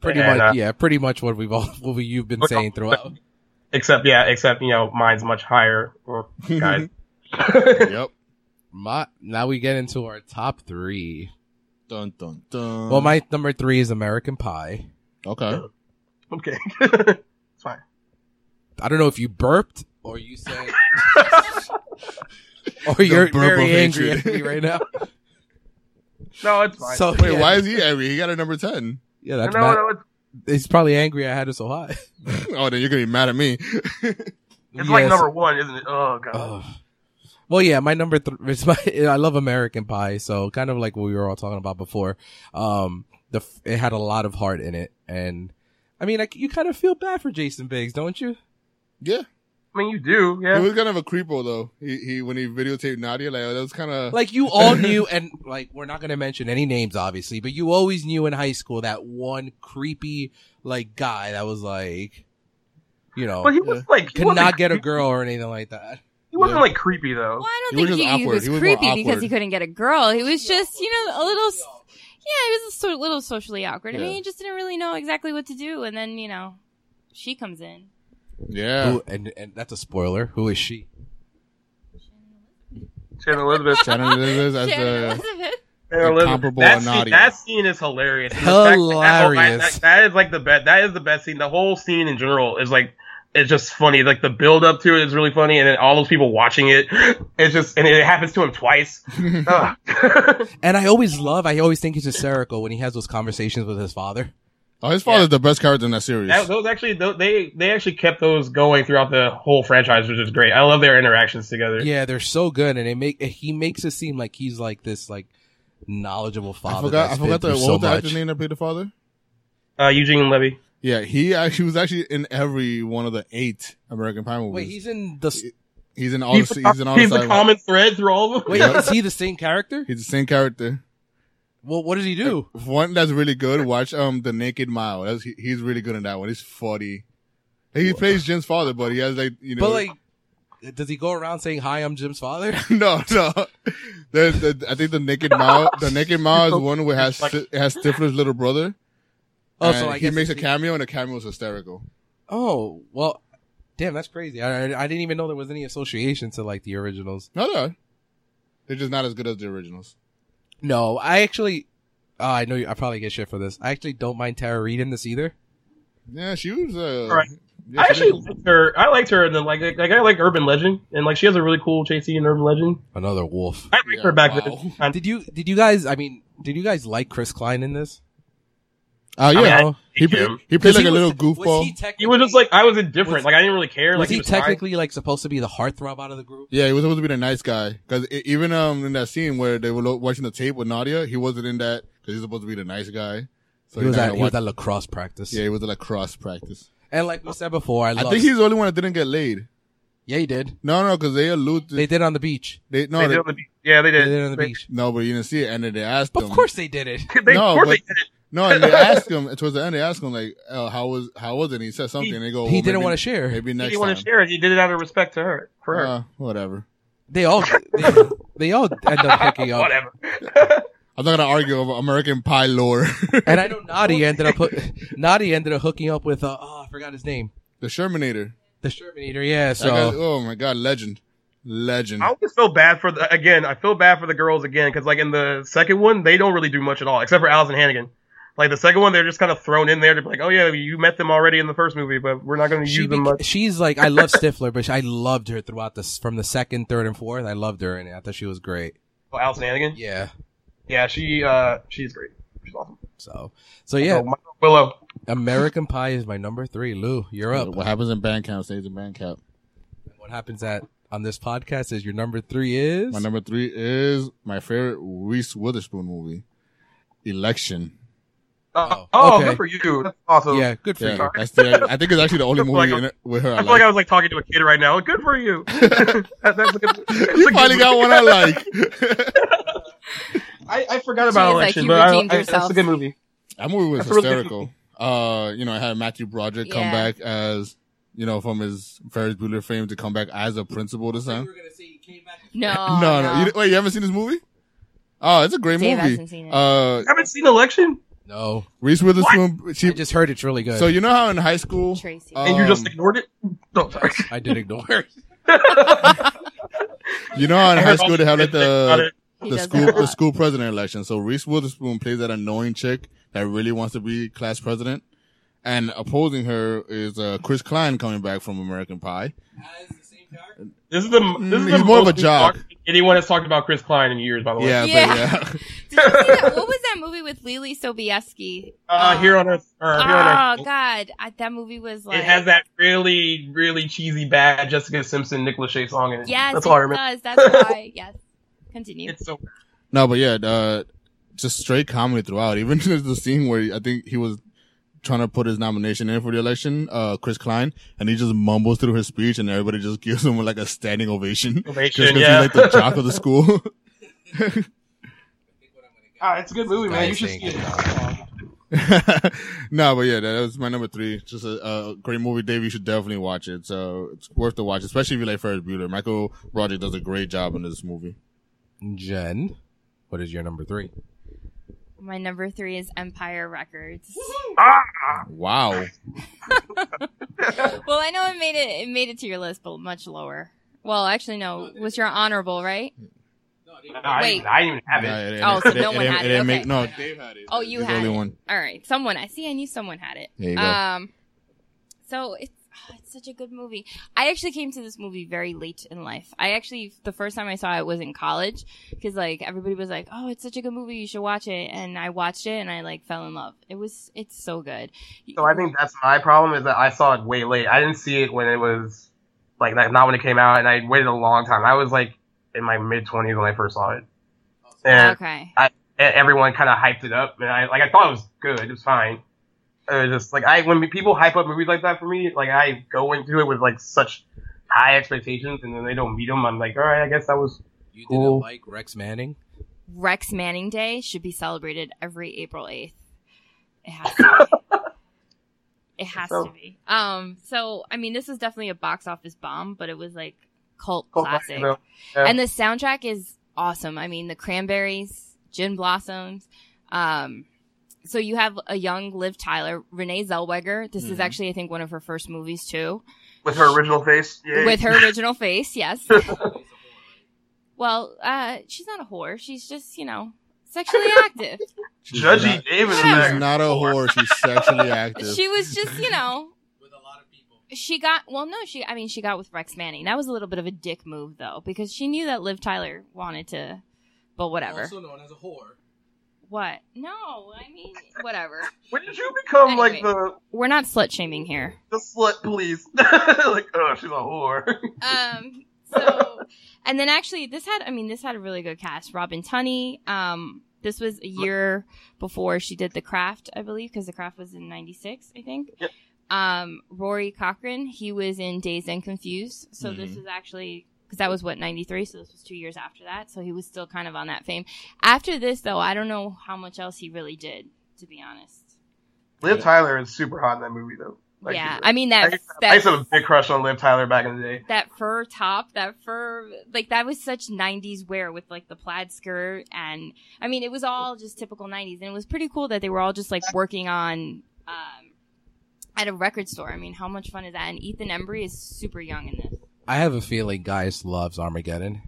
Speaker 1: Pretty
Speaker 3: And,
Speaker 1: much,
Speaker 3: uh,
Speaker 1: yeah, pretty much what we've all (laughs) what we, you've been
Speaker 3: Okay.
Speaker 1: saying throughout.
Speaker 3: except yeah, except you know mine's much higher. Or,
Speaker 2: (laughs)
Speaker 3: guys.
Speaker 2: yep.
Speaker 1: My now we get into our top three.
Speaker 2: Dun dun dun.
Speaker 1: Well, my number three is American Pie.
Speaker 2: okay.
Speaker 3: (laughs) okay, (laughs) it's fine.
Speaker 1: I don't know if you burped or you (laughs) said or you're
Speaker 2: burp of
Speaker 1: very angry at
Speaker 2: hatred.
Speaker 1: me right now.
Speaker 3: No, it's fine.
Speaker 1: So
Speaker 2: Wait,
Speaker 1: yeah,
Speaker 2: why is he angry? He got a number ten.
Speaker 1: (laughs)
Speaker 2: (clears throat)
Speaker 1: Yeah,
Speaker 3: no,
Speaker 1: that's
Speaker 3: no,
Speaker 1: mad-
Speaker 3: no, it's,
Speaker 1: He's probably angry I had it so high.
Speaker 2: Oh, then you're gonna be mad at me. (laughs)
Speaker 3: it's like
Speaker 1: Yes.
Speaker 3: number one, isn't it? Oh god.
Speaker 1: Ugh. Well, yeah, my number three is my. (laughs) I love American Pie, so kind of like what we were all talking about before. Um, the f- it had a lot of heart in it, and I mean, like, you kind of feel bad for Jason Biggs, don't you?
Speaker 2: yeah,
Speaker 3: I mean, you do. Yeah.
Speaker 2: he was kind of a creepo though. He, he when he videotaped Nadia, like that was kind of
Speaker 1: Like you all knew, and like we're not gonna mention any names, obviously, but you always knew in high school that one creepy like guy that was like, you know,
Speaker 3: but he was like he
Speaker 1: could
Speaker 3: wasn't,
Speaker 1: not get a girl or anything like that.
Speaker 3: He wasn't
Speaker 2: Yeah.
Speaker 3: like creepy though.
Speaker 4: Well, I don't
Speaker 2: He was
Speaker 4: think
Speaker 2: just
Speaker 4: he, he
Speaker 2: awkward.
Speaker 4: was
Speaker 2: He was more
Speaker 4: creepy because he
Speaker 2: awkward.
Speaker 4: couldn't get a girl. He was just, you know, a little, s- yeah, he was a sort little socially awkward. I mean,
Speaker 2: Yeah.
Speaker 4: he just didn't really know exactly what to do. And then, you know, she comes in.
Speaker 2: yeah.
Speaker 1: Who, and and that's a spoiler. Who is she?
Speaker 3: Shannon Elizabeth.
Speaker 1: (laughs)
Speaker 2: Shannon Elizabeth as uh,
Speaker 4: Shannon
Speaker 2: the-
Speaker 4: Elizabeth.
Speaker 3: Shannon Elizabeth.
Speaker 2: Incomparable
Speaker 3: That
Speaker 2: and
Speaker 3: scene,
Speaker 2: naughty.
Speaker 3: that scene is hilarious. The fact that-
Speaker 1: Hilarious.
Speaker 3: that- that is like the best. That is the best scene. The whole scene in general is like it's just funny. Like the build up to it is really funny, and then all those people watching it, (gasps) it's just and it happens to him twice.
Speaker 1: (laughs)
Speaker 3: Ugh. (laughs)
Speaker 1: And I always love. I always think it's hysterical when he has those conversations with his father.
Speaker 2: oh, his father's the best character in that series.
Speaker 3: that, those actually tho- they they actually kept those going throughout the whole franchise, which is great. I love their interactions together.
Speaker 1: Yeah, they're so good, and it make he makes it seem like he's like this like knowledgeable father.
Speaker 2: I forgot.
Speaker 1: that's
Speaker 2: I forgot
Speaker 1: been
Speaker 2: the
Speaker 1: through
Speaker 2: what
Speaker 1: so
Speaker 2: was the
Speaker 1: much.
Speaker 2: actor's name that played the father.
Speaker 3: Uh, Eugene Levy.
Speaker 2: Yeah, he actually was actually in every one of the eight American Pie movies.
Speaker 1: Wait, he's in the. s-
Speaker 2: he's in all.
Speaker 3: He's,
Speaker 2: the, he's in all. the
Speaker 3: the
Speaker 2: side-
Speaker 3: common thread through all of them.
Speaker 1: Wait,
Speaker 2: Yep.
Speaker 1: is he the same character?
Speaker 2: He's the same character.
Speaker 1: Well, what does he do?
Speaker 2: One that's really good. Watch um the Naked Mile. That's, he, he's really good in that one. He's funny. He plays Jim's father, but he has like you know.
Speaker 1: But like, does he go around saying hi? I'm Jim's father. (laughs)
Speaker 2: (laughs) no, no. There's the, I think the Naked Mile. The Naked Mile is one where it has
Speaker 3: Like-
Speaker 2: it has Stifler's little brother.
Speaker 1: Oh,
Speaker 2: and
Speaker 1: so I
Speaker 2: he
Speaker 1: guess
Speaker 2: makes a
Speaker 1: he-
Speaker 2: cameo, and the cameo is hysterical.
Speaker 1: Oh well, Damn, that's crazy. I, I I didn't even know there was any association to like the originals.
Speaker 2: No, they are. They're just not as good as the originals.
Speaker 1: No, I actually, uh, I know you, I probably get shit for this. I actually don't mind Tara Reid in this either.
Speaker 2: Yeah, she was. Uh,
Speaker 3: All right.
Speaker 2: yeah,
Speaker 3: I
Speaker 2: she
Speaker 3: actually
Speaker 2: did.
Speaker 3: liked her. I liked her, and then like like I like Urban Legend, and like she has a really cool chase scene in Urban Legend.
Speaker 1: Another wolf.
Speaker 3: I liked
Speaker 2: Yeah,
Speaker 3: her back
Speaker 2: wow.
Speaker 3: then. And
Speaker 1: Did you did you guys? I mean, did you guys like Chris Klein in this?
Speaker 2: Uh, yeah,
Speaker 3: mean, I-
Speaker 2: he,
Speaker 3: Thank
Speaker 2: played,
Speaker 3: you.
Speaker 2: he played like
Speaker 1: he
Speaker 2: a
Speaker 1: was-
Speaker 2: little
Speaker 1: Was he,
Speaker 2: goofball.
Speaker 1: technically,
Speaker 3: you were just like I was indifferent.
Speaker 1: Was-
Speaker 3: like I didn't really care.
Speaker 1: was
Speaker 3: like
Speaker 1: he
Speaker 3: fine.
Speaker 1: technically like supposed to be the heartthrob out of the group?
Speaker 2: Yeah, he was supposed to be the nice guy because even um in that scene where they were lo- watching the tape with Nadia, he wasn't in that because he's supposed to be the nice guy. So
Speaker 1: he was
Speaker 2: not
Speaker 1: at
Speaker 2: gonna
Speaker 1: he was
Speaker 2: watch-
Speaker 1: at lacrosse practice.
Speaker 2: yeah, he was at like cross practice.
Speaker 1: And like we said before, I,
Speaker 2: I
Speaker 1: love,
Speaker 2: think he's the only one that didn't get laid.
Speaker 1: yeah, he did.
Speaker 2: No, no, because they allude. To,
Speaker 1: They
Speaker 2: they,
Speaker 1: did on the beach.
Speaker 2: no,
Speaker 3: They
Speaker 2: they-
Speaker 3: did on the beach. Yeah, they
Speaker 1: They
Speaker 3: did.
Speaker 1: did it on the
Speaker 3: They-
Speaker 1: beach.
Speaker 2: no, but you didn't see it, and then they asked him.
Speaker 1: Of course they did it.
Speaker 3: (laughs) They,
Speaker 2: No,
Speaker 3: of course
Speaker 2: but-
Speaker 3: they did it.
Speaker 2: No, and they asked him towards the end. They asked him like, "Oh, how was how was it?" And he said something.
Speaker 3: He-
Speaker 2: and they go,
Speaker 1: he
Speaker 2: well,
Speaker 1: didn't
Speaker 2: maybe-
Speaker 1: want to share.
Speaker 2: Maybe
Speaker 3: He
Speaker 2: next
Speaker 3: didn't
Speaker 2: time.
Speaker 3: want to share it. He did it out of respect to her. For her.
Speaker 2: Uh, whatever.
Speaker 1: They
Speaker 2: (laughs)
Speaker 1: all they, they all end up hooking up.
Speaker 3: Whatever. (laughs)
Speaker 2: I'm not gonna argue over American Pie lore. (laughs)
Speaker 1: And I know Nadi ended up hook- (laughs) Nadi ended up hooking up with uh, oh I forgot his name.
Speaker 2: the Shermanator.
Speaker 1: The Shermanator, yeah.
Speaker 2: That guy-
Speaker 1: So
Speaker 2: oh my god, legend, legend.
Speaker 3: I always feel bad for the again. I feel bad for the girls again because like in the second one, they don't really do much at all except for Allison Hannigan. Like the second one, they're just kind of thrown in there to be like, oh yeah, you met them already in the first movie, but we're not going to
Speaker 1: she
Speaker 3: use them
Speaker 1: beca-
Speaker 3: much.
Speaker 1: she's like I love Stifler, but she, I loved her throughout this from the second, third, and fourth. I loved her and I thought she was great.
Speaker 3: Oh, Allison Hannigan.
Speaker 1: Yeah.
Speaker 3: Yeah, she uh, she's great. She's awesome.
Speaker 1: So so yeah,
Speaker 3: So, Michael Willow.
Speaker 1: American Pie is my number three. Lou, you're up.
Speaker 2: What happens in Bandcamp stays in Bandcamp.
Speaker 1: What happens at on this podcast is your number three is
Speaker 2: My number three is my favorite Reese Witherspoon movie, Election.
Speaker 3: Oh,
Speaker 1: Oh,
Speaker 3: oh,
Speaker 1: okay.
Speaker 3: good for you. That's awesome.
Speaker 1: yeah, good for
Speaker 2: Yeah,
Speaker 1: you.
Speaker 2: that's the, I think it's
Speaker 3: (laughs)
Speaker 2: actually the only movie in it with her. I
Speaker 3: I feel like
Speaker 2: like.
Speaker 3: I was like talking to a kid right now. Good
Speaker 2: (laughs)
Speaker 3: for you. That- that's a good, that's
Speaker 2: You
Speaker 3: a
Speaker 2: finally
Speaker 3: good-
Speaker 2: got one I like.
Speaker 3: (laughs) I, I forgot about
Speaker 4: She was like,
Speaker 3: election,
Speaker 4: you
Speaker 3: but I-
Speaker 4: redeemed
Speaker 3: I- that's
Speaker 4: yourself.
Speaker 3: a good movie.
Speaker 2: That movie was
Speaker 3: That's a really good
Speaker 2: hysterical. Uh, you know, I had Matthew Broderick come
Speaker 4: Yeah.
Speaker 2: back as you know from his Ferris Bueller fame to come back as a principal this time.
Speaker 4: Oh,
Speaker 2: (laughs)
Speaker 4: No,
Speaker 2: no, no, You, wait, you haven't seen this movie? Oh, it's a great
Speaker 4: Dave
Speaker 2: movie.
Speaker 4: hasn't seen it.
Speaker 2: Uh,
Speaker 3: I haven't seen election,
Speaker 1: No,
Speaker 2: Reese Witherspoon.
Speaker 1: I
Speaker 2: She,
Speaker 1: just heard it's really good.
Speaker 2: so you know how in high school,
Speaker 4: Tracy.
Speaker 2: Uh,
Speaker 3: and you just
Speaker 2: Um,
Speaker 3: ignored it.
Speaker 2: (laughs)
Speaker 3: No, sorry.
Speaker 1: I did ignore. it.
Speaker 2: you know how in
Speaker 3: I
Speaker 2: high
Speaker 3: heard
Speaker 2: school
Speaker 3: all
Speaker 2: they have uh, like
Speaker 3: these good (laughs) things about
Speaker 2: the
Speaker 3: it.
Speaker 4: He
Speaker 2: the
Speaker 4: does
Speaker 2: school
Speaker 4: that a
Speaker 2: the
Speaker 4: lot.
Speaker 2: school president election. So Reese Witherspoon plays that annoying chick that really wants to be class president, and opposing her is uh, Chris Klein coming back from American Pie.
Speaker 3: This is the this is
Speaker 2: Mm,
Speaker 3: the
Speaker 2: he's more of a
Speaker 3: most we've
Speaker 2: jock.
Speaker 3: talked- Anyone has talked about Chris Klein in years, by the way.
Speaker 2: Yeah, but
Speaker 4: Yeah. (laughs)
Speaker 2: yeah,
Speaker 4: Did you see that? What was that movie with Lily Sobieski?
Speaker 3: Uh, here on Earth, or here on
Speaker 4: Oh
Speaker 3: Earth.
Speaker 4: God, I, that movie was like
Speaker 3: It has that really, really cheesy, bad Jessica Simpson, Nick Lachey song in it.
Speaker 4: Yes,
Speaker 3: that's
Speaker 4: it
Speaker 3: all I remember.
Speaker 4: does.
Speaker 3: (laughs)
Speaker 4: That's why. Yes, continue.
Speaker 3: It's so
Speaker 2: no, but yeah, uh, just straight comedy throughout. (laughs) Even the scene where I think he was trying to put his nomination in for the election, uh, Chris Klein, and he just mumbles through his speech, and everybody just (laughs) gives him like a standing ovation. (laughs) Just
Speaker 3: ovation.
Speaker 2: because
Speaker 3: Yeah,
Speaker 2: he's like the jock
Speaker 3: (laughs)
Speaker 2: of the school. (laughs)
Speaker 3: Ah, it's a good movie, man. You should
Speaker 1: Guys
Speaker 3: see it.
Speaker 2: no, but yeah, that was my number three. Just a, a great movie, Dave. You should definitely watch it. So it's worth the watch, especially if you like Ferris Bueller. Michael Broderick does a great job in this movie.
Speaker 1: Jen, what is your number three?
Speaker 4: My number three is Empire (laughs) Records.
Speaker 3: Ah,
Speaker 2: Wow.
Speaker 4: well, I know it made it it made it to your list, but much lower. Well, actually, no. Was your honorable right?
Speaker 3: Nah, I,
Speaker 4: Wait.
Speaker 3: I didn't even have it.
Speaker 2: Nah, it- it-
Speaker 4: Oh, so
Speaker 2: it-
Speaker 4: no
Speaker 2: it-
Speaker 4: one had it.
Speaker 2: didn't
Speaker 4: Okay.
Speaker 2: make- No, Dave had it.
Speaker 4: Oh, you
Speaker 2: He's the
Speaker 4: had
Speaker 2: only
Speaker 4: it.
Speaker 2: one.
Speaker 4: All right, someone. I see. I knew someone had it.
Speaker 2: There you go.
Speaker 4: Um, so it's oh, it's such a good movie. I actually came to this movie very late in life. I actually the first time I saw it was in college because like everybody was like, "Oh, it's such a good movie. You should watch it." And I watched it and I like fell in love. It was it's so good.
Speaker 3: So I think that's my problem is that I saw it way late. I didn't see it when it was like that, not when it came out, and I waited a long time. I was like in my mid twenties when I first saw it, and
Speaker 4: okay.
Speaker 3: e- everyone kind of hyped it up, and I like I thought it was good. It was fine. It was just like I when people hype up movies like that for me, like I go into it with like such high expectations, and then they don't meet them. I'm like, all right, I guess that was
Speaker 1: You didn't
Speaker 3: Cool.
Speaker 1: like Rex Manning?
Speaker 4: Rex Manning Day should be celebrated every April 8th. It has to
Speaker 3: (laughs)
Speaker 4: be. it has
Speaker 3: So-
Speaker 4: to be. Um, so I mean, this was definitely a box office bomb, but it was like cult
Speaker 3: cool.
Speaker 4: classic.
Speaker 3: So, yeah.
Speaker 4: And the soundtrack is awesome. I mean, the Cranberries, Gin Blossoms, um, so you have a young Liv Tyler, Renee Zellweger. This is
Speaker 3: Mm-hmm.
Speaker 2: Mhm.
Speaker 4: actually, I think, one of her first movies too,
Speaker 3: with her original face. Yeah.
Speaker 4: with her original face. Yes. well, uh, she's not a whore. She's just, you know, sexually active.
Speaker 2: She's
Speaker 3: Judgy
Speaker 2: not-
Speaker 3: Davis.
Speaker 2: She's
Speaker 3: there.
Speaker 2: not a whore. She's sexually active.
Speaker 4: she was just, you know,
Speaker 1: With a lot of people.
Speaker 4: she got well. No, she. I mean, she got with Rex Manning. That was a little bit of a dick move though, because she knew that Liv Tyler wanted to. But whatever.
Speaker 1: Also known as a whore.
Speaker 4: what? No, I mean, whatever.
Speaker 3: When did you become like
Speaker 4: Anyway.
Speaker 3: the
Speaker 4: We're not slut shaming here.
Speaker 3: the slut police? (laughs) like, oh, she's a whore. (laughs)
Speaker 4: Um. So, and then actually, this had. I mean, this had a really good cast. Robin Tunney. Um. This was a year before she did The Craft, I believe, because The Craft was in '96, I think.
Speaker 3: Yep.
Speaker 4: Um. Rory Cochrane. He was in Dazed and Confused. So this
Speaker 3: Mm-hmm.
Speaker 2: Mhm.
Speaker 4: was actually. Because that was what '93, so this was two years after that. So he was still kind of on that fame. After this, though, I don't know how much else he really did, to be honest.
Speaker 3: Liv Tyler is super hot in that movie though. Like,
Speaker 4: yeah,
Speaker 3: she's-
Speaker 4: I mean that.
Speaker 3: I used to have a big crush on Liv Tyler back in the day.
Speaker 4: that fur top, that fur, like that was such 90s wear with like the plaid skirt. And I mean, it was all just typical 90s. And it was pretty cool that they were all just like working on, um, at a record store. I mean, how much fun is that? And Ethan Embry is super young in this.
Speaker 1: I have a feeling guys loves Armageddon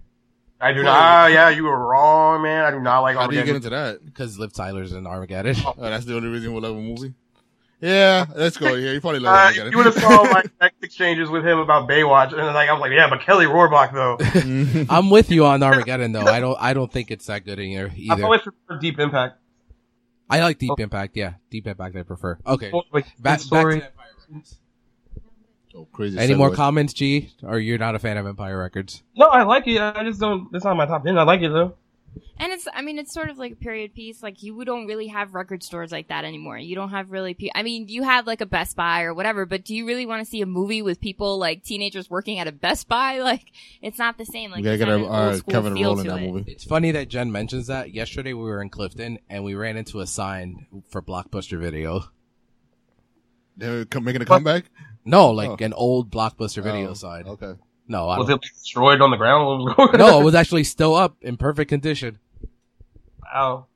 Speaker 3: I do
Speaker 2: Wait.
Speaker 3: not. Ah, yeah, you were wrong, man. I do not like
Speaker 2: How do you
Speaker 3: Armageddon.
Speaker 2: get into that?
Speaker 1: because Liv Tyler's in
Speaker 2: (laughs)
Speaker 1: Armageddon.
Speaker 2: Oh, that's the only reason we love a movie. Yeah, let's go. Yeah, you probably love
Speaker 3: Uh,
Speaker 2: Armageddon.
Speaker 3: if you would have
Speaker 2: (laughs)
Speaker 3: saw my text exchanges with him about Baywatch, and like I was like, yeah, but Kelly Rohrbach though.
Speaker 2: Mhm.
Speaker 1: I'm with you on Armageddon though. I don't. I don't think it's that good in here
Speaker 3: I've
Speaker 1: either.
Speaker 3: always preferred Deep Impact.
Speaker 1: I like Deep Impact. Yeah, Deep Impact I prefer. Okay,
Speaker 3: Oh, like,
Speaker 1: back, back to
Speaker 3: sorry.
Speaker 1: Empire Records.
Speaker 2: Oh, crazy.
Speaker 1: Any more
Speaker 2: segue.
Speaker 1: comments, G? Or you're not a fan of Empire Records?
Speaker 3: No, I like it. I just don't. It's not my top ten. I like it though.
Speaker 4: And it's, I mean, it's sort of like a period piece. Like you don't really have record stores like that anymore. You don't have really, pe- I mean, you have like a Best Buy or whatever, but do you really want to see a movie with people like teenagers working at a Best Buy? (laughs) Like it's not the same.
Speaker 2: we
Speaker 4: Like
Speaker 2: gotta
Speaker 4: it's
Speaker 2: get
Speaker 4: not
Speaker 2: a,
Speaker 4: an
Speaker 2: uh,
Speaker 4: old school
Speaker 2: Kevin
Speaker 4: feel
Speaker 2: Roll in
Speaker 4: to
Speaker 2: that
Speaker 4: it.
Speaker 2: movie.
Speaker 1: It's funny that Jen mentions that. Yesterday we were in Clifton and we ran into a sign for Blockbuster Video.
Speaker 2: They're co- making a
Speaker 3: But-
Speaker 2: comeback.
Speaker 1: No, like
Speaker 2: Oh.
Speaker 1: an old Blockbuster Video
Speaker 2: Oh,
Speaker 1: sign.
Speaker 2: Okay.
Speaker 1: No, I
Speaker 3: Was
Speaker 1: don't.
Speaker 3: it destroyed on the ground? (laughs) What
Speaker 1: (laughs)
Speaker 3: was going
Speaker 1: no, it was actually still up in perfect condition.
Speaker 3: Wow.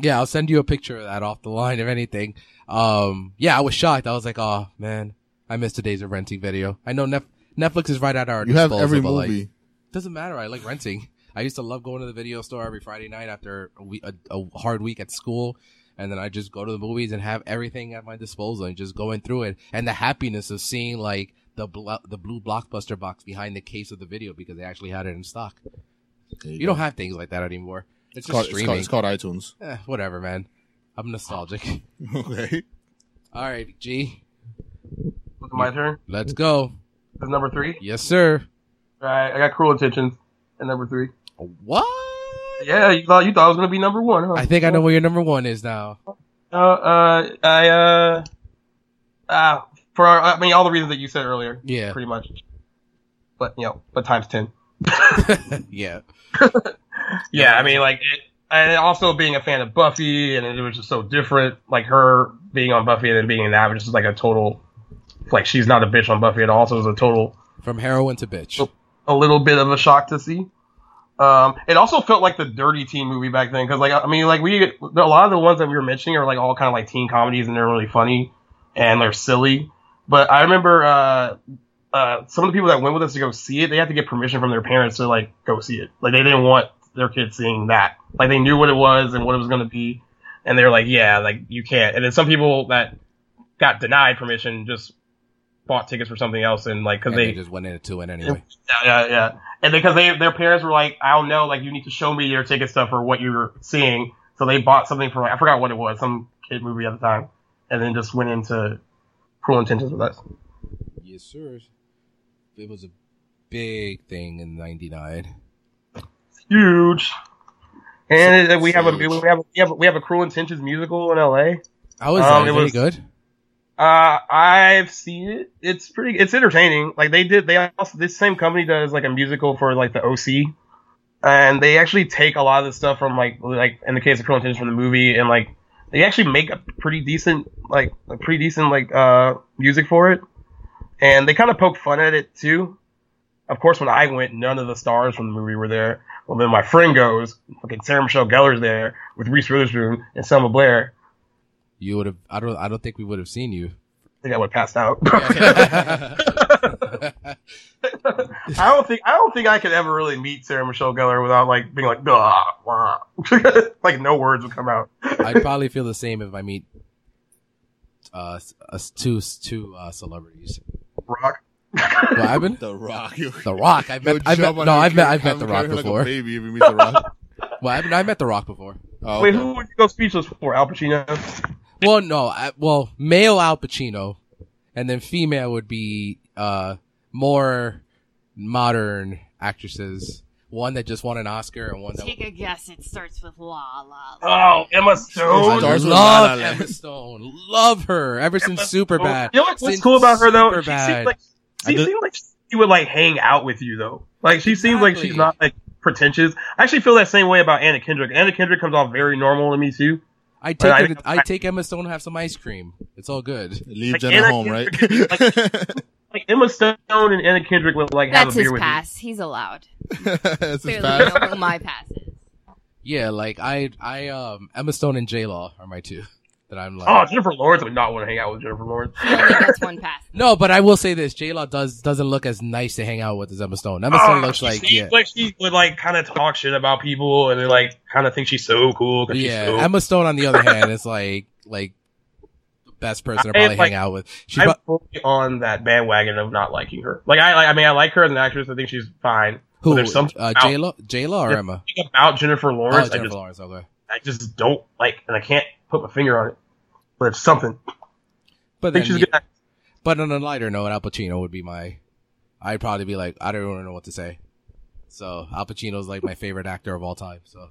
Speaker 1: Yeah, I'll send you a picture of that off the line, if anything. Um, yeah, I was shocked. I was like, oh man, I missed the days of renting video. I know Nef- Netflix is right at our
Speaker 2: You have
Speaker 1: disposal,
Speaker 2: every
Speaker 1: but, like,
Speaker 2: movie.
Speaker 1: doesn't matter. I like renting. I used to love going to the video store every Friday night after a, week, a, a hard week at school, and then I just go to the movies and have everything at my disposal and just going through it. And the happiness of seeing like the bl- the blue blockbuster box behind the case of the video because they actually had it in stock.
Speaker 2: There
Speaker 1: You
Speaker 2: go.
Speaker 1: don't have things like that anymore. It's,
Speaker 2: It's
Speaker 1: just
Speaker 2: called, it's,
Speaker 1: streaming.
Speaker 2: called, it's called iTunes. (laughs)
Speaker 1: Eh, whatever, man. I'm nostalgic.
Speaker 2: Okay.
Speaker 1: All right, G,
Speaker 3: Was it my turn?
Speaker 1: let's go.
Speaker 3: This is number three.
Speaker 1: Yes, sir.
Speaker 3: All right, I got Cruel Intentions at number three.
Speaker 1: What?
Speaker 3: Yeah, you thought you thought I was gonna be number one, huh?
Speaker 1: I think I know where your number one is now.
Speaker 3: Uh, uh, I uh, uh, for our, I mean all the reasons that you said earlier,
Speaker 1: Yeah,
Speaker 3: pretty much. But you know, but times ten.
Speaker 1: (laughs) yeah.
Speaker 3: Yeah, I mean, like, it, and also being a fan of Buffy, and it was just so different. Like her being on Buffy and then being in that was just like a total, like she's not a bitch on Buffy at all. So it was a total,
Speaker 1: From heroin to
Speaker 2: Oh,
Speaker 1: bitch.
Speaker 3: a little bit of a shock to see. Um, it also felt like the dirty teen movie back then, because like I mean, like we a lot of the ones that we were mentioning are like all kind of like teen comedies, and they're really funny and they're silly. But I remember uh, uh, some of the people that went with us to go see it, they had to get permission from their parents to like go see it. Like they didn't want their kids seeing that. Like they knew what it was and what it was going to be, and they were like, "Yeah, like you can't." And then some people that got denied permission just bought tickets for something else, and like because
Speaker 1: And they,
Speaker 3: they
Speaker 1: just went into it anyway.
Speaker 3: yeah, yeah, yeah. And because they their parents were like, I don't know, like you need to show me your ticket stuff or what you're seeing. So they bought something for I forgot what it was, some kid movie at the time, and then just went into Cruel Intentions with us.
Speaker 1: Yes, sir. It was a big thing in '99.
Speaker 3: Huge. And
Speaker 2: So-
Speaker 3: uh, we have a we
Speaker 2: huge.
Speaker 3: have a, we have a, we have a Cruel Intentions musical in L.A.
Speaker 1: How was
Speaker 3: Um,
Speaker 1: that? Is
Speaker 3: it
Speaker 1: it
Speaker 3: was-
Speaker 1: good?
Speaker 3: Uh, I've seen it. It's pretty. It's entertaining. Like they did. They also this same company does like a musical for like the OC, and they actually take a lot of the stuff from like like in the case of Cruel Intentions from the movie, and like they actually make a pretty decent like a pretty decent like uh music for it, and they kind of poke fun at it too. Of course, when I went, none of the stars from the movie were there. Well, then my friend goes, fucking Sarah Michelle Gellar's there with Reese Witherspoon and Selma Blair.
Speaker 1: you would have. I don't. I don't think we would have seen
Speaker 2: (laughs)
Speaker 1: you. (laughs)
Speaker 3: I think I would have passed out. I don't think I don't think I could ever really meet Sarah Michelle Gellar without like being like "Gah, wah." (laughs) like no words would come out.
Speaker 1: I'd probably feel the same if I meet uh, s- uh s- two s- two uh, celebrities.
Speaker 3: Rock.
Speaker 1: What happened?
Speaker 2: The Rock.
Speaker 1: The
Speaker 2: (laughs)
Speaker 1: Rock. I've met. I've met no, I've met. I've met The Rock
Speaker 2: Like a
Speaker 1: before.
Speaker 2: baby if you meet The
Speaker 3: (laughs)
Speaker 2: Rock.
Speaker 1: Well, I've, I've met The Rock before.
Speaker 2: Oh,
Speaker 3: Wait,
Speaker 2: okay.
Speaker 3: who would you go speechless for? Al Pacino.
Speaker 1: Well, no. I, well, male Al Pacino, and then female would be uh more modern actresses. One that just won an Oscar, and one that
Speaker 5: Take a guess. It starts with la la. la.
Speaker 3: Oh, Emma
Speaker 1: I
Speaker 2: Stone.
Speaker 3: Stone.
Speaker 2: Stars with La
Speaker 1: love
Speaker 2: La Land.
Speaker 1: Emma Stone. Love her ever since Superbad.
Speaker 3: You know what- what's
Speaker 1: Since
Speaker 3: cool about her though? She
Speaker 1: Superbad.
Speaker 3: seems like
Speaker 2: I
Speaker 3: she
Speaker 2: did-
Speaker 3: seems like she would like hang out with you though. Like she seems like she's
Speaker 1: Exactly.
Speaker 3: not like pretentious. I actually feel that same way about Anna Kendrick. Anna Kendrick comes off very normal to me too.
Speaker 1: I take
Speaker 3: I-
Speaker 1: her to- I, take Emma Stone to have some ice cream. It's all good.
Speaker 2: Leave
Speaker 3: Like,
Speaker 2: Jenna
Speaker 3: Anna
Speaker 2: home, right?
Speaker 3: Kendrick,
Speaker 2: (laughs)
Speaker 3: Like Emma Stone and Anna Kendrick would like have
Speaker 4: That's
Speaker 3: a beer
Speaker 4: his
Speaker 3: with
Speaker 4: pass. He's allowed.
Speaker 2: That's his
Speaker 4: Clearly,
Speaker 2: pass.
Speaker 4: we know who my pass is.
Speaker 1: Yeah, like I I um Emma Stone and J Law are my two that I'm
Speaker 3: you.
Speaker 1: like.
Speaker 3: Oh, Jennifer Lawrence would not want to hang out with
Speaker 2: (laughs)
Speaker 3: Jennifer Lawrence.
Speaker 4: He
Speaker 3: (laughs)
Speaker 4: only gets one pass.
Speaker 1: No, but I will say this: J Law does doesn't look as nice to hang out with as Emma Stone. Emma
Speaker 3: Oh,
Speaker 1: Stone looks
Speaker 3: she
Speaker 1: like
Speaker 3: seems
Speaker 1: yeah,
Speaker 3: like she would like kind of talk shit about people and then like kind of think she's so cool. 'cause she's
Speaker 1: yeah.
Speaker 3: so-
Speaker 1: Emma Stone, on the
Speaker 3: (laughs)
Speaker 1: other hand, is like like the best person to
Speaker 3: I,
Speaker 1: probably
Speaker 3: like,
Speaker 1: hang out with. She
Speaker 3: I'm
Speaker 1: prob-
Speaker 3: fully on that bandwagon of not liking her. Like I, like, I mean, I like her as an actress. I think she's fine.
Speaker 1: who
Speaker 3: there's something
Speaker 1: uh,
Speaker 3: about-
Speaker 1: J Law J Law or
Speaker 3: Yeah,
Speaker 1: Emma?
Speaker 3: Something about Jennifer
Speaker 1: Oh,
Speaker 3: Lawrence,
Speaker 1: Jennifer
Speaker 3: I just,
Speaker 1: Lawrence. Okay.
Speaker 3: I just don't like, and I can't put my finger on it. But it's something.
Speaker 1: But
Speaker 3: I think
Speaker 1: then,
Speaker 3: she's
Speaker 1: yeah,
Speaker 3: good. at-
Speaker 1: But on a lighter note, Al Pacino would be my. I'd probably be like, I don't even know what to say. So Al Pacino's like my favorite actor of all time. So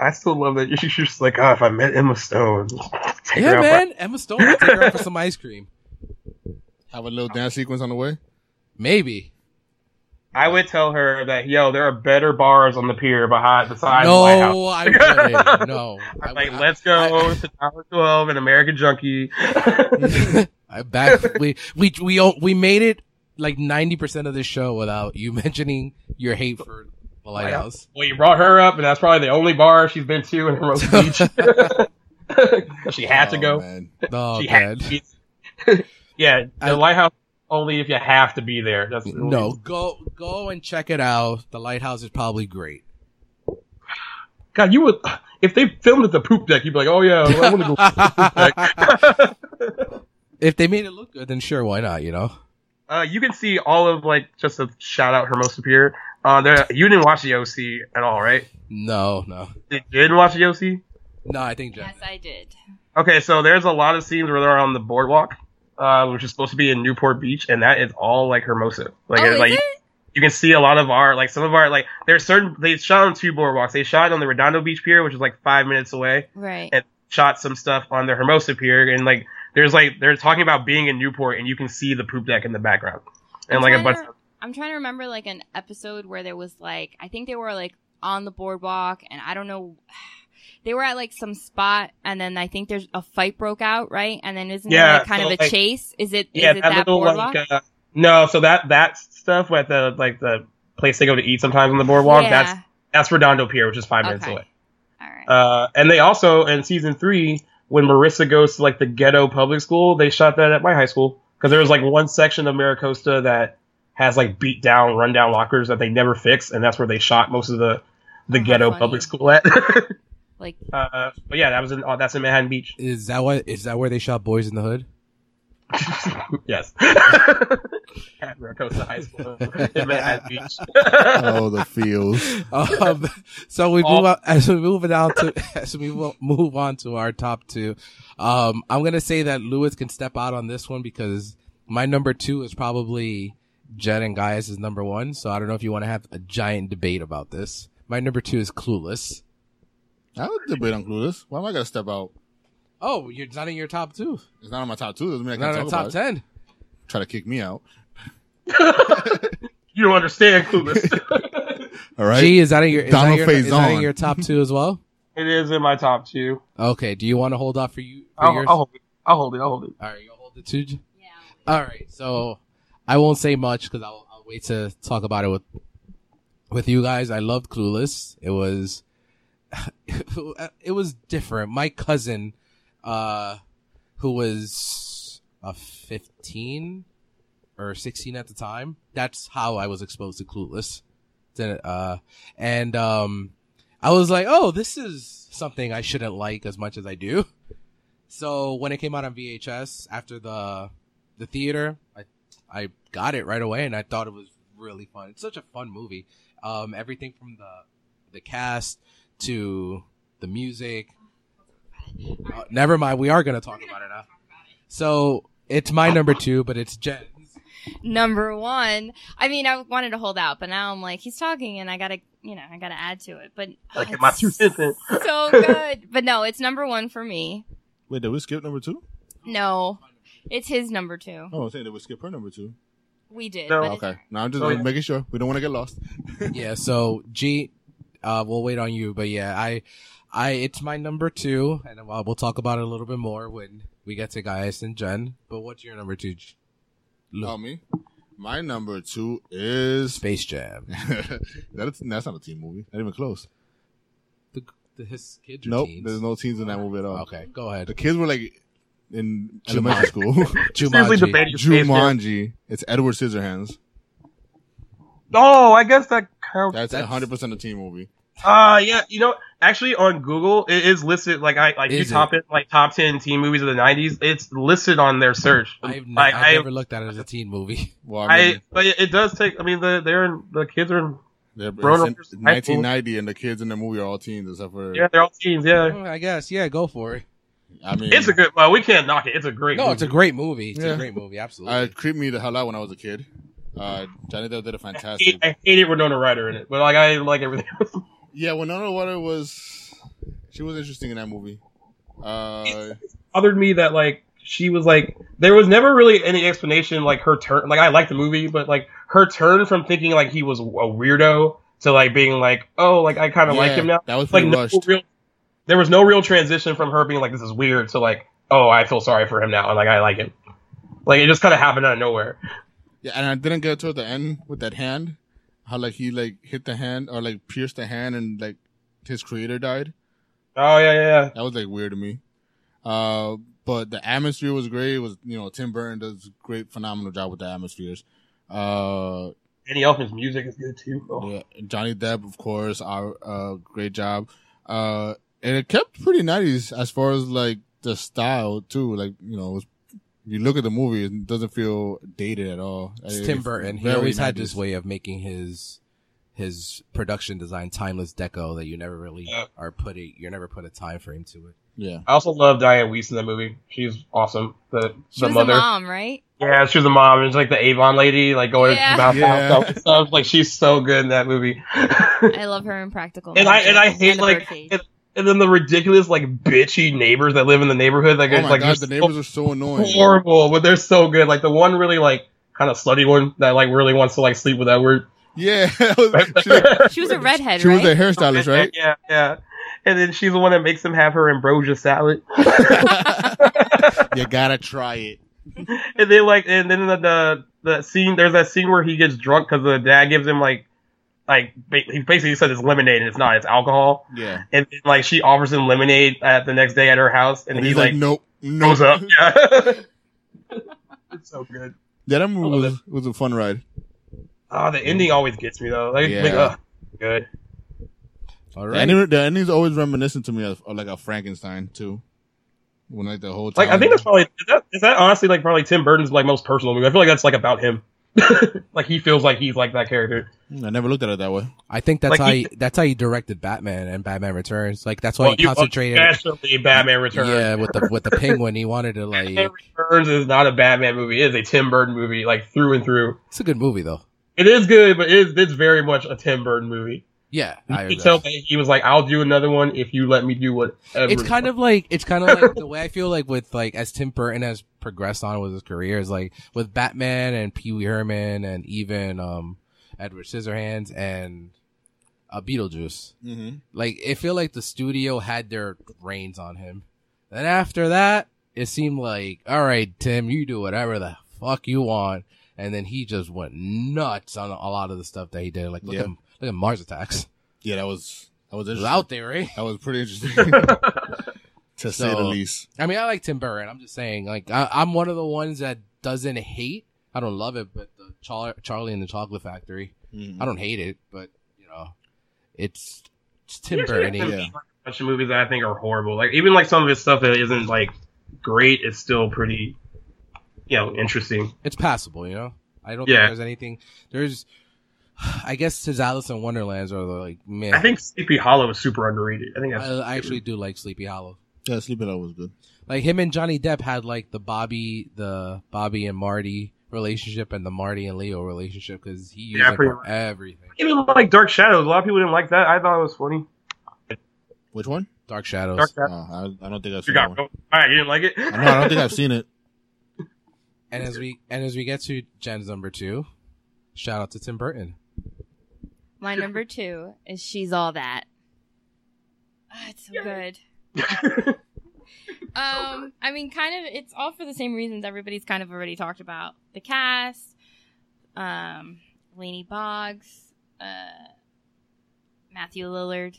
Speaker 3: I still love that. (laughs) She's just like, oh, if I met Emma Stone, take her
Speaker 1: yeah,
Speaker 3: out for-
Speaker 1: man, Emma Stone. I'll take her out for some ice cream,
Speaker 2: Have a little dance sequence on the way.
Speaker 1: maybe.
Speaker 3: I would tell her that, yo, there are better bars on the pier behind besides the White House.
Speaker 1: no, I
Speaker 3: (laughs)
Speaker 1: wouldn't. No, I
Speaker 3: I'm like,
Speaker 1: would- I-
Speaker 3: let's go to Tower 12 and
Speaker 1: (laughs)
Speaker 3: American Junkie.
Speaker 1: I back we we we all, we made it like ninety percent of this show without you (laughs) mentioning your hate for
Speaker 3: Oh,
Speaker 1: the lighthouse.
Speaker 3: well, you brought her up, and that's probably the only bar she's been
Speaker 1: (laughs)
Speaker 3: to in Hermosa Beach. (laughs) 'Cause she had to
Speaker 2: Oh,
Speaker 3: go.
Speaker 2: man.
Speaker 1: Oh
Speaker 3: (laughs) she
Speaker 1: man,
Speaker 3: had to be- (laughs) yeah, the
Speaker 1: I-
Speaker 3: lighthouse only if you have to be there. That's the only- (laughs)
Speaker 1: no, go go and check it out. The lighthouse is probably great.
Speaker 3: God, you would if they filmed at the poop deck, you'd be like, oh yeah, I want to go. to
Speaker 1: (laughs)
Speaker 3: the poop deck.
Speaker 1: If they made it look good, then sure, why not? You know.
Speaker 3: (laughs) uh, you can see all of like just a shout out Hermosa Pier. Uh, there, you didn't watch the OC at all, right?
Speaker 1: No, no,
Speaker 3: You didn't watch the OC.
Speaker 1: no. I think Jen.
Speaker 4: Yes, I did.
Speaker 3: Okay, so there's a lot of scenes where they're on the boardwalk, uh, which is supposed to be in Newport Beach, and that is all like Hermosa. Like,
Speaker 4: oh,
Speaker 3: it's,
Speaker 4: is
Speaker 3: like
Speaker 4: it?
Speaker 3: you can see a lot of our like some of our like there's certain they shot on two boardwalks. They shot on the Redondo Beach Pier, which is like five minutes away,
Speaker 4: Right.
Speaker 3: and shot some stuff on the Hermosa Pier, and like there's like they're talking about being in Newport, and you can see the poop deck in the background, and
Speaker 4: I'm
Speaker 3: like a
Speaker 4: trying
Speaker 3: bunch.
Speaker 4: to- I'm trying to remember like an episode where there was like I think they were like on the boardwalk and I don't know (sighs) they were at like some spot and then I think there's a fight broke out right and then isn't there
Speaker 3: Yeah,
Speaker 4: like, kind
Speaker 3: so,
Speaker 4: of a
Speaker 3: like-
Speaker 4: chase is it is
Speaker 3: yeah,
Speaker 4: it
Speaker 3: that,
Speaker 4: that
Speaker 3: little
Speaker 4: boardwalk
Speaker 3: like uh, no, so that that stuff with the like the place they go to eat sometimes on the boardwalk.
Speaker 4: yeah
Speaker 3: That's that's Redondo Pier, which is five minutes
Speaker 4: Okay.
Speaker 3: away.
Speaker 4: all right
Speaker 3: Uh, and they also in season three, when Marissa goes to like the ghetto public school, they shot that at my high school because there was like one section of Maricosta that has like beat down, rundown lockers that they never fix, and that's where they shot most of the the
Speaker 4: Oh, how
Speaker 3: ghetto
Speaker 4: funny.
Speaker 3: public school at. (laughs)
Speaker 4: like
Speaker 3: uh, but yeah, that was in oh, that's in Manhattan Beach. (laughs)
Speaker 1: Is that why? Is that where they shot Boys in the Hood? (laughs)
Speaker 4: (laughs)
Speaker 3: yes, at Maricosta High School in Manhattan Beach. (laughs)
Speaker 2: Oh, the feels.
Speaker 1: Um, so we
Speaker 3: All-
Speaker 1: move on, (laughs) as we move down to (laughs) as we mo- move on to our top two. Um, I'm gonna say that Lewis can step out on this one because my number two is probably Jen and Gaius is number one. So I don't know if you want to have a giant debate about this. My number two is Clueless.
Speaker 2: I would debate on Clueless. Why am I gonna step out?
Speaker 1: Oh, you're not in your top two.
Speaker 2: It's not on my top two. Doesn't mean I
Speaker 1: Not
Speaker 2: can't
Speaker 1: in
Speaker 2: talk
Speaker 1: the
Speaker 2: about
Speaker 1: top
Speaker 2: it.
Speaker 1: ten.
Speaker 2: Try to kick me out.
Speaker 3: you don't understand, clueless. (laughs)
Speaker 2: All right.
Speaker 1: G is that in your is that, in
Speaker 2: Donald
Speaker 1: your, is that in
Speaker 2: Faison.
Speaker 1: your top two as well?
Speaker 3: it is in my top two.
Speaker 1: Okay. Do you want to hold off for you? For
Speaker 3: I'll,
Speaker 1: yours?
Speaker 3: I'll hold it. I'll hold it. I'll hold it.
Speaker 1: All right, you hold it too. G?
Speaker 4: yeah
Speaker 1: All right, so I won't say much because I'll, I'll wait to talk about it with with you guys. I loved (laughs) Clueless. It was it was different. My cousin uh, who was a 15 or 16 at the time. That's how I was exposed to Clueless. Then, uh, and, um, I was like, oh, this is something I shouldn't like as much as I do. So when it came out on VHS after the, the theater, I, I got it right away and I thought it was really fun. It's such a fun movie. Um, everything from the, the cast to the music. Uh, never mind. We are going to talk about it now. So it's my number two, but it's Jen.
Speaker 4: number one. I mean, I wanted to hold out, but now I'm like, he's talking, and I gotta, you know, I gotta add to it. But
Speaker 3: Like
Speaker 4: oh,
Speaker 3: in my
Speaker 4: it's
Speaker 3: two cents. in. (laughs)
Speaker 4: so good. But no, it's number one for me.
Speaker 2: Wait, did we skip number two?
Speaker 4: No, it's his number two.
Speaker 2: Oh, I'm saying did we skip her number two?
Speaker 4: We did.
Speaker 3: No.
Speaker 4: but it's-
Speaker 2: Okay. Now I'm just
Speaker 3: Oh, yeah.
Speaker 2: making sure we don't want to get lost.
Speaker 1: (laughs) yeah. So G, uh, we'll wait on you, but yeah, I, I, it's my number two, and uh, we'll talk about it a little bit more when we get to Gaius and Jen. But what's your number two? G- Lou?
Speaker 2: Oh, me. My number two is (laughs)
Speaker 1: Space Jam.
Speaker 2: that's that's not a teen movie. Not even close.
Speaker 1: The, the his kids are
Speaker 2: Nope.
Speaker 1: teens.
Speaker 2: There's no teens in that movie at all.
Speaker 1: Okay, go
Speaker 2: The
Speaker 1: ahead.
Speaker 2: kids were like in elementary school.
Speaker 3: Seriously
Speaker 1: Jumanji.
Speaker 3: debating Space Jam.
Speaker 2: Jumanji. It's Edward Scissorhands.
Speaker 3: Oh, I guess that counts.
Speaker 2: That's
Speaker 1: That's-
Speaker 2: 100 percent a teen movie.
Speaker 3: Uh yeah, you know, actually on Google it is listed like I like you
Speaker 1: Is it?
Speaker 3: top it like top ten teen movies of the nineties. It's listed on their search.
Speaker 1: I've, ne-
Speaker 3: I-
Speaker 1: I've
Speaker 3: I-
Speaker 1: never looked at it as a teen
Speaker 3: (laughs)
Speaker 1: movie.
Speaker 2: Well, I, mean,
Speaker 3: I but it it does take. I mean, the they're in, the kids are in,
Speaker 2: they're, it's
Speaker 3: grown-up
Speaker 2: in
Speaker 3: person, high
Speaker 2: 1990, and the kids in the movie are all teens except for.
Speaker 3: yeah, they're all teens. Yeah,
Speaker 1: Mm, I guess. Yeah, go for it.
Speaker 2: I mean,
Speaker 3: it's a good. Well, we can't knock it. It's a great.
Speaker 1: No,
Speaker 3: movie.
Speaker 1: it's a great movie. It's
Speaker 2: Yeah.
Speaker 1: a great movie. Absolutely.
Speaker 2: Uh, it creeped me the hell out when I was a kid. Uh, Johnny Depp did a
Speaker 3: I
Speaker 2: fantastic.
Speaker 3: hate, I hate it with Winona Ryder in it, but like I like everything. else.
Speaker 2: Yeah, Winona Ryder was. She was interesting in that movie. Uh,
Speaker 3: bothered me that like she was like there was never really any explanation like her turn like I liked the movie but like her turn from thinking like he was a weirdo to like being like oh like I kind of like
Speaker 2: yeah,
Speaker 3: him now
Speaker 2: That was
Speaker 3: like
Speaker 2: pretty
Speaker 3: no
Speaker 2: rushed.
Speaker 3: real there was no real transition from her being like this is weird to like oh I feel sorry for him now and like I like him like it just kind of happened out of nowhere
Speaker 2: yeah, and I didn't get toward the end with that hand. How like he like hit the hand or like pierced the hand and like his creator died.
Speaker 3: oh yeah yeah, yeah.
Speaker 2: That was like weird to me. Uh, but the atmosphere was great. It was you know Tim Burton does a great phenomenal job with the atmospheres. Uh,
Speaker 3: Danny Elfman's music is good too oh.
Speaker 2: yeah, Johnny Depp of course, our uh, great job. Uh, and it kept pretty nineties as far as like the style too. Like you know, it was, you look at the movie, it doesn't feel dated at all.
Speaker 1: It's
Speaker 2: It-
Speaker 1: Tim Burton. He
Speaker 2: very
Speaker 1: always had
Speaker 2: 90s.
Speaker 1: this way of making his his production design timeless deco that you never really
Speaker 3: Yeah.
Speaker 1: are put a, you're never put a time frame to it.
Speaker 2: Yeah,
Speaker 3: I also love Diane Weiss in that movie she's awesome the
Speaker 4: she
Speaker 3: the
Speaker 4: was
Speaker 3: mother
Speaker 4: a mom, right?
Speaker 3: Yeah, she was a mom. It was like the Avon lady, like going
Speaker 4: Yeah.
Speaker 3: about
Speaker 2: Yeah.
Speaker 3: house and stuff. Like she's so good in that movie. and
Speaker 4: I love her in Practical.
Speaker 3: I
Speaker 4: Magic
Speaker 3: and I hate
Speaker 4: the
Speaker 3: like
Speaker 4: Birdcage.
Speaker 3: and, and then the ridiculous like bitchy neighbors that live in the neighborhood. Like
Speaker 2: Oh
Speaker 3: it's
Speaker 2: my
Speaker 3: like
Speaker 2: god, the
Speaker 3: they're
Speaker 2: neighbors are so
Speaker 3: so
Speaker 2: annoying.
Speaker 3: horrible, but they're so good. Like the one really like kind of slutty one that like really wants to like sleep with Edward.
Speaker 2: Yeah, (laughs)
Speaker 3: (laughs)
Speaker 2: she, like,
Speaker 4: she was a redhead,
Speaker 2: she was a
Speaker 4: right?
Speaker 2: hairstylist, right?
Speaker 3: Yeah, yeah. And then she's the one that makes him have her ambrosia salad.
Speaker 2: you gotta try it.
Speaker 3: and then like and then the, the the scene there's that scene where he gets drunk because the dad gives him like like ba- he basically says it's lemonade and it's not it's alcohol
Speaker 2: Yeah.
Speaker 3: and then, like she offers him lemonade at the next day at her house and,
Speaker 2: And
Speaker 3: he
Speaker 2: he's
Speaker 3: like,
Speaker 2: like, nope, nope.
Speaker 3: goes up (laughs) yeah it's so good
Speaker 2: (laughs) Yeah, that movie
Speaker 3: I love
Speaker 2: was, was a fun ride.
Speaker 3: oh the ending always gets me though like, like
Speaker 2: Yeah.
Speaker 3: ugh, good
Speaker 1: All
Speaker 2: The
Speaker 1: right.
Speaker 2: ending, the ending's always reminiscent to me of, of like a Frankenstein too. When like the whole time,
Speaker 3: like I think that's probably is that, is that honestly like probably Tim Burton's like most personal movie I feel like that's like about him (laughs) like he feels like he's like that character
Speaker 2: I never looked at it that way.
Speaker 1: I think that's
Speaker 3: Like,
Speaker 1: how
Speaker 3: he-
Speaker 1: he, that's how he directed Batman and Batman Returns. Like that's why
Speaker 3: Well,
Speaker 1: he
Speaker 3: you-
Speaker 1: concentrated.
Speaker 3: especially Batman Returns
Speaker 1: yeah, with the with
Speaker 3: (laughs)
Speaker 1: the penguin, he wanted to
Speaker 3: Batman
Speaker 1: like.
Speaker 3: Returns is not a Batman movie. It is a Tim Burton movie, like through and through.
Speaker 1: It's a good movie though.
Speaker 3: It is good, but it is, it's very much a Tim Burton movie.
Speaker 1: Yeah, I
Speaker 3: You
Speaker 1: agree.
Speaker 3: can tell that he was like, "I'll do another one if you let me do whatever."
Speaker 1: it's
Speaker 3: (laughs)
Speaker 1: kind of like it's kind of like the way I feel like with like as Tim Burton has progressed on with his career is like with Batman and Pee Wee Herman and even um Edward Scissorhands and uh, Beetlejuice.
Speaker 2: Mm-hmm.
Speaker 1: Like it feel like the studio had their reins on him. Then after that, it seemed like all right, Tim, you do whatever the fuck you want, and then he just went nuts on a lot of the stuff that he did. Like look
Speaker 2: Yeah.
Speaker 1: at look at Mars Attacks.
Speaker 2: Yeah, that was that was
Speaker 1: It was eh?
Speaker 2: interesting.
Speaker 1: out there, right?
Speaker 3: (laughs)
Speaker 2: That was pretty interesting. to say the
Speaker 1: So-
Speaker 2: least.
Speaker 1: I mean, I like Tim Burton. I'm just saying, like, I, I'm one of the ones that doesn't hate. I don't love it, but the Char- Charlie and the Chocolate Factory,
Speaker 3: Mm-hmm.
Speaker 1: I don't hate it, but you know, it's, it's Tim Burton.
Speaker 2: yeah.
Speaker 1: Yeah.
Speaker 3: A bunch of movies that I think are horrible. Like even like some of his stuff that isn't like great is still pretty, you know, interesting.
Speaker 1: It's passable, you know. I don't
Speaker 3: Yeah.
Speaker 1: think there's anything. There's, I guess his Alice in Wonderlands are like man.
Speaker 3: I think Sleepy Hollow is super underrated. I think that's
Speaker 1: I, I actually do like Sleepy Hollow.
Speaker 2: Yeah, Sleeping Out was good.
Speaker 1: Like him and Johnny Depp had like the Bobby, the Bobby and Marty relationship and the Marty and Leo relationship because he used
Speaker 3: Yeah,
Speaker 1: it
Speaker 3: pretty
Speaker 1: for
Speaker 3: much.
Speaker 1: everything.
Speaker 3: even like Dark Shadows. A lot of people didn't like that. I thought it was funny.
Speaker 2: Which one?
Speaker 1: Dark Shadows.
Speaker 3: Dark
Speaker 2: Uh,
Speaker 3: Shadows.
Speaker 2: I, I don't think I've
Speaker 3: You
Speaker 2: seen that one.
Speaker 3: got all right. You didn't like it.
Speaker 2: I, know, I don't
Speaker 3: (laughs)
Speaker 2: think I've seen it.
Speaker 1: And as we and as we get to Jen's number two, shout out to Tim Burton.
Speaker 4: My number two is She's All That. Ah, it's so
Speaker 3: Yay.
Speaker 4: good. Um, I mean, kind of, it's all for the same reasons everybody's kind of already talked about the cast, um, Laney Boggs, uh, Matthew Lillard.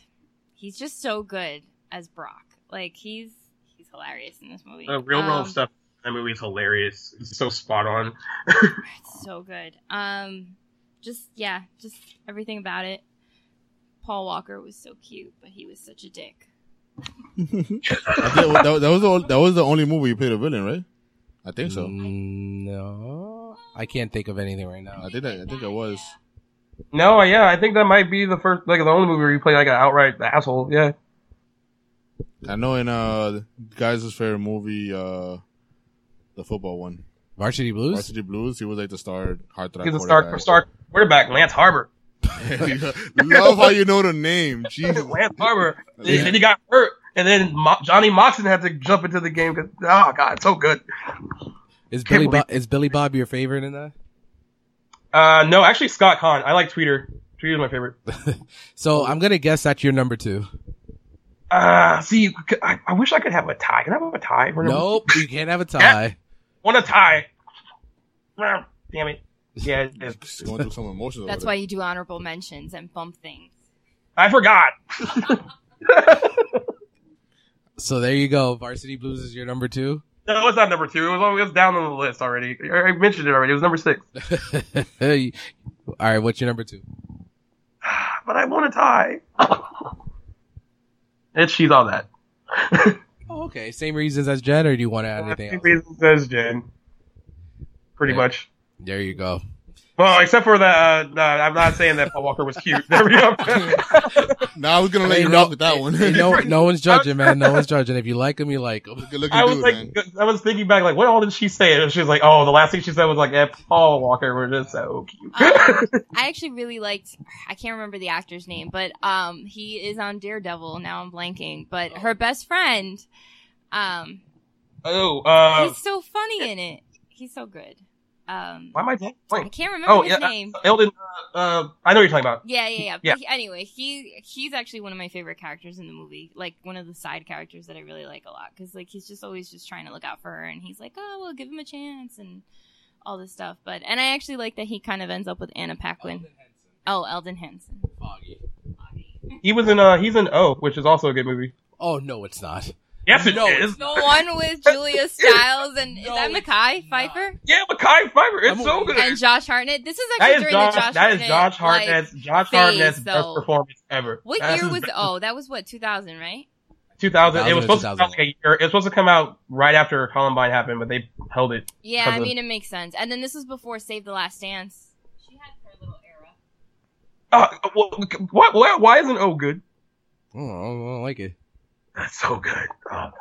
Speaker 4: He's just so good as Brock. Like he's he's hilarious in this movie.
Speaker 3: Uh, real world
Speaker 4: Um,
Speaker 3: stuff. That movie is hilarious. It's so spot on.
Speaker 4: It's so good. Um, just yeah, just everything about it. Paul Walker was so cute, but he was such a dick.
Speaker 2: I think that, was- that was the, only- that was the only movie you played a villain, right? I think so.
Speaker 1: Mm, no, I can't think of anything right now.
Speaker 2: I think that, I think it was.
Speaker 3: No, yeah, I think that might be the first, like the only movie where you play like an outright asshole. Yeah,
Speaker 2: I know in uh guys' favorite movie, uh the football one,
Speaker 1: Varsity Blues.
Speaker 2: Varsity Blues. He was like the star hard
Speaker 3: he's a star, star quarterback, Lance Harbor.
Speaker 2: (laughs) Love how you know the name. Jesus.
Speaker 3: Lance Harbor.
Speaker 2: (laughs) Yeah.
Speaker 3: Then he got hurt, and then Mo- Johnny Moxon had to jump into the game because oh god, it's so good.
Speaker 1: Is
Speaker 3: Can't
Speaker 1: Billy
Speaker 3: believe-
Speaker 1: Bob, is Billy Bob your favorite in that?
Speaker 3: Uh, no, actually Scott Kahn. I like Tweeter. Tweeter's my favorite.
Speaker 1: So
Speaker 3: Oh.
Speaker 1: I'm gonna guess that's your number two.
Speaker 3: Uh, see, c- I, I wish I could have a tie. Can I have a tie? We're gonna- (laughs)
Speaker 1: Nope, you can't have a tie.
Speaker 3: want a tie? Ah, Damn it. Yeah, it
Speaker 2: (laughs)
Speaker 3: is.
Speaker 2: She's going through some emotions. over
Speaker 4: That's
Speaker 2: there.
Speaker 4: why you do honorable mentions and bump things.
Speaker 3: I forgot.
Speaker 1: So there you go. Varsity Blues is your number two. (laughs)
Speaker 3: No, it's not number two. It was, on- it was down on the list already. I I mentioned it already. It was number six.
Speaker 1: All right, what's your number two?
Speaker 3: but I want a tie. (laughs) and she's all that.
Speaker 1: Oh, okay, same reasons as Jen, or do you want to add anything
Speaker 3: Same
Speaker 1: else?
Speaker 3: reasons as Jen. Pretty
Speaker 1: Yeah.
Speaker 3: much.
Speaker 1: There you
Speaker 3: (laughs)
Speaker 1: go.
Speaker 3: Well, except for that, uh, no, I'm not saying that Paul Walker was cute. (laughs) There
Speaker 1: (laughs)
Speaker 3: we go.
Speaker 2: Nah, I was gonna let you
Speaker 1: Hey, no-
Speaker 2: rock with that one.
Speaker 1: Hey,
Speaker 2: (laughs)
Speaker 1: no, no one's judging, man. No one's judging. If you like him, you like him.
Speaker 2: Good looking
Speaker 3: I was
Speaker 2: dude,
Speaker 3: like,
Speaker 2: man.
Speaker 3: I was thinking back, like, what all did she say? And she was like, oh, the last thing she said was like, eh, Paul Walker, we're just so cute. (laughs)
Speaker 4: Um, I actually really liked. I can't remember the actor's name, but um, he is on Daredevil. Now I'm blanking, but her best friend. Um,
Speaker 3: oh, uh,
Speaker 4: he's so funny in it. He's so good. Um,
Speaker 3: why am I blank?
Speaker 4: I can't remember
Speaker 3: Oh,
Speaker 4: his
Speaker 3: yeah,
Speaker 4: name.
Speaker 3: Elden, uh, uh, I know what you're talking about.
Speaker 4: yeah, yeah, yeah. But
Speaker 3: yeah.
Speaker 4: he- anyway, he he's actually one of my favorite characters in the movie. Like one of the side characters that I really like a lot because like he's just always just trying to look out for her, and he's like, oh, well, give him a chance and all this stuff. But and I actually like that he kind of ends up with Anna Paquin. Oh, Eldon Henson.
Speaker 3: He was in, uh, he's in O, which is also a good movie.
Speaker 1: Oh no, it's not.
Speaker 3: Yes, it is.
Speaker 1: No,
Speaker 4: The one
Speaker 3: (laughs)
Speaker 4: with Julia Stiles and is
Speaker 1: No,
Speaker 4: that
Speaker 1: it's
Speaker 4: Mackay
Speaker 1: not.
Speaker 4: Pfeiffer
Speaker 3: Yeah, Mackay Fiber, it's
Speaker 1: I'm
Speaker 3: so
Speaker 1: a-
Speaker 3: good.
Speaker 4: and Josh Hartnett? This is
Speaker 3: That
Speaker 4: actually
Speaker 3: is
Speaker 4: during
Speaker 3: Josh.
Speaker 4: the Josh
Speaker 3: that
Speaker 4: Hartnett.
Speaker 3: is Josh
Speaker 4: like,
Speaker 3: Hartnett's. Josh
Speaker 4: phase,
Speaker 3: Hartnett's best
Speaker 4: though.
Speaker 3: performance ever.
Speaker 4: what
Speaker 3: That's
Speaker 4: year
Speaker 3: his
Speaker 4: was
Speaker 3: best-
Speaker 4: oh that was what 2000 right?
Speaker 3: 2000? It
Speaker 1: 2000
Speaker 3: was
Speaker 1: or
Speaker 3: supposed to come out
Speaker 1: 2001.
Speaker 3: like a year. It was supposed to come out right after Columbine happened, but they held it.
Speaker 4: Yeah, I
Speaker 3: Cousin.
Speaker 4: mean it makes sense. And then this was before Save the Last Dance. She had her little era.
Speaker 3: Uh, well, what? Why, why isn't O good?
Speaker 1: Oh, I don't I don't like it.
Speaker 3: That's so good. Oh, God.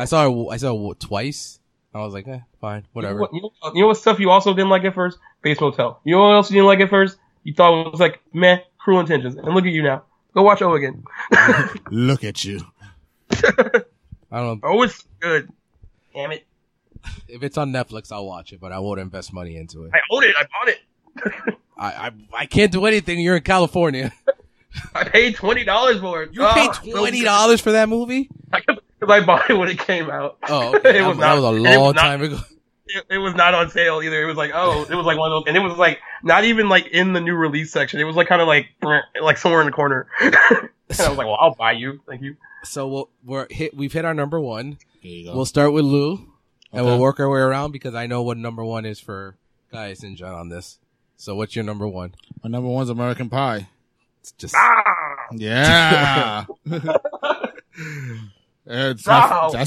Speaker 1: I saw it. w- I saw it w- twice. I was like, eh, fine, whatever.
Speaker 3: You know, what- you know what stuff you also didn't like at first? Base Motel. You know what else you didn't like at first? You thought it was like meh, Cruel Intentions, and look at you now. Go watch O again.
Speaker 2: Look at you.
Speaker 1: I don't.
Speaker 3: O is good. Damn it!
Speaker 1: If it's on Netflix, I'll watch it, but I won't invest money into it.
Speaker 3: I own it. I bought it.
Speaker 1: I I, I can't do anything. You're in California. (laughs)
Speaker 3: I paid twenty dollars for it.
Speaker 1: You paid twenty dollars for that movie?
Speaker 3: because I bought it when it came out. (laughs)
Speaker 1: Oh, okay.
Speaker 3: It was
Speaker 1: that, that was
Speaker 3: not-
Speaker 1: a
Speaker 3: it was
Speaker 1: long
Speaker 3: not-
Speaker 1: time ago. (laughs)
Speaker 3: it, it was not on sale either. It was like, oh, it was like one of those, and it was like not even like in the new release section. It was like kind of like brr, like somewhere in the corner. (laughs) And I was like, well, I'll buy you. Thank you.
Speaker 1: So we'll, we're hit. We've hit our number one.
Speaker 2: There you go.
Speaker 1: We'll start with Lou, and we'll
Speaker 2: Okay.
Speaker 1: work our way around because I know what number one is for guys and John on this. So what's your number one?
Speaker 2: My number one's American Pie.
Speaker 1: It's just
Speaker 3: Ah! (laughs)
Speaker 2: Yeah. It's my-
Speaker 3: No.
Speaker 2: (laughs) that's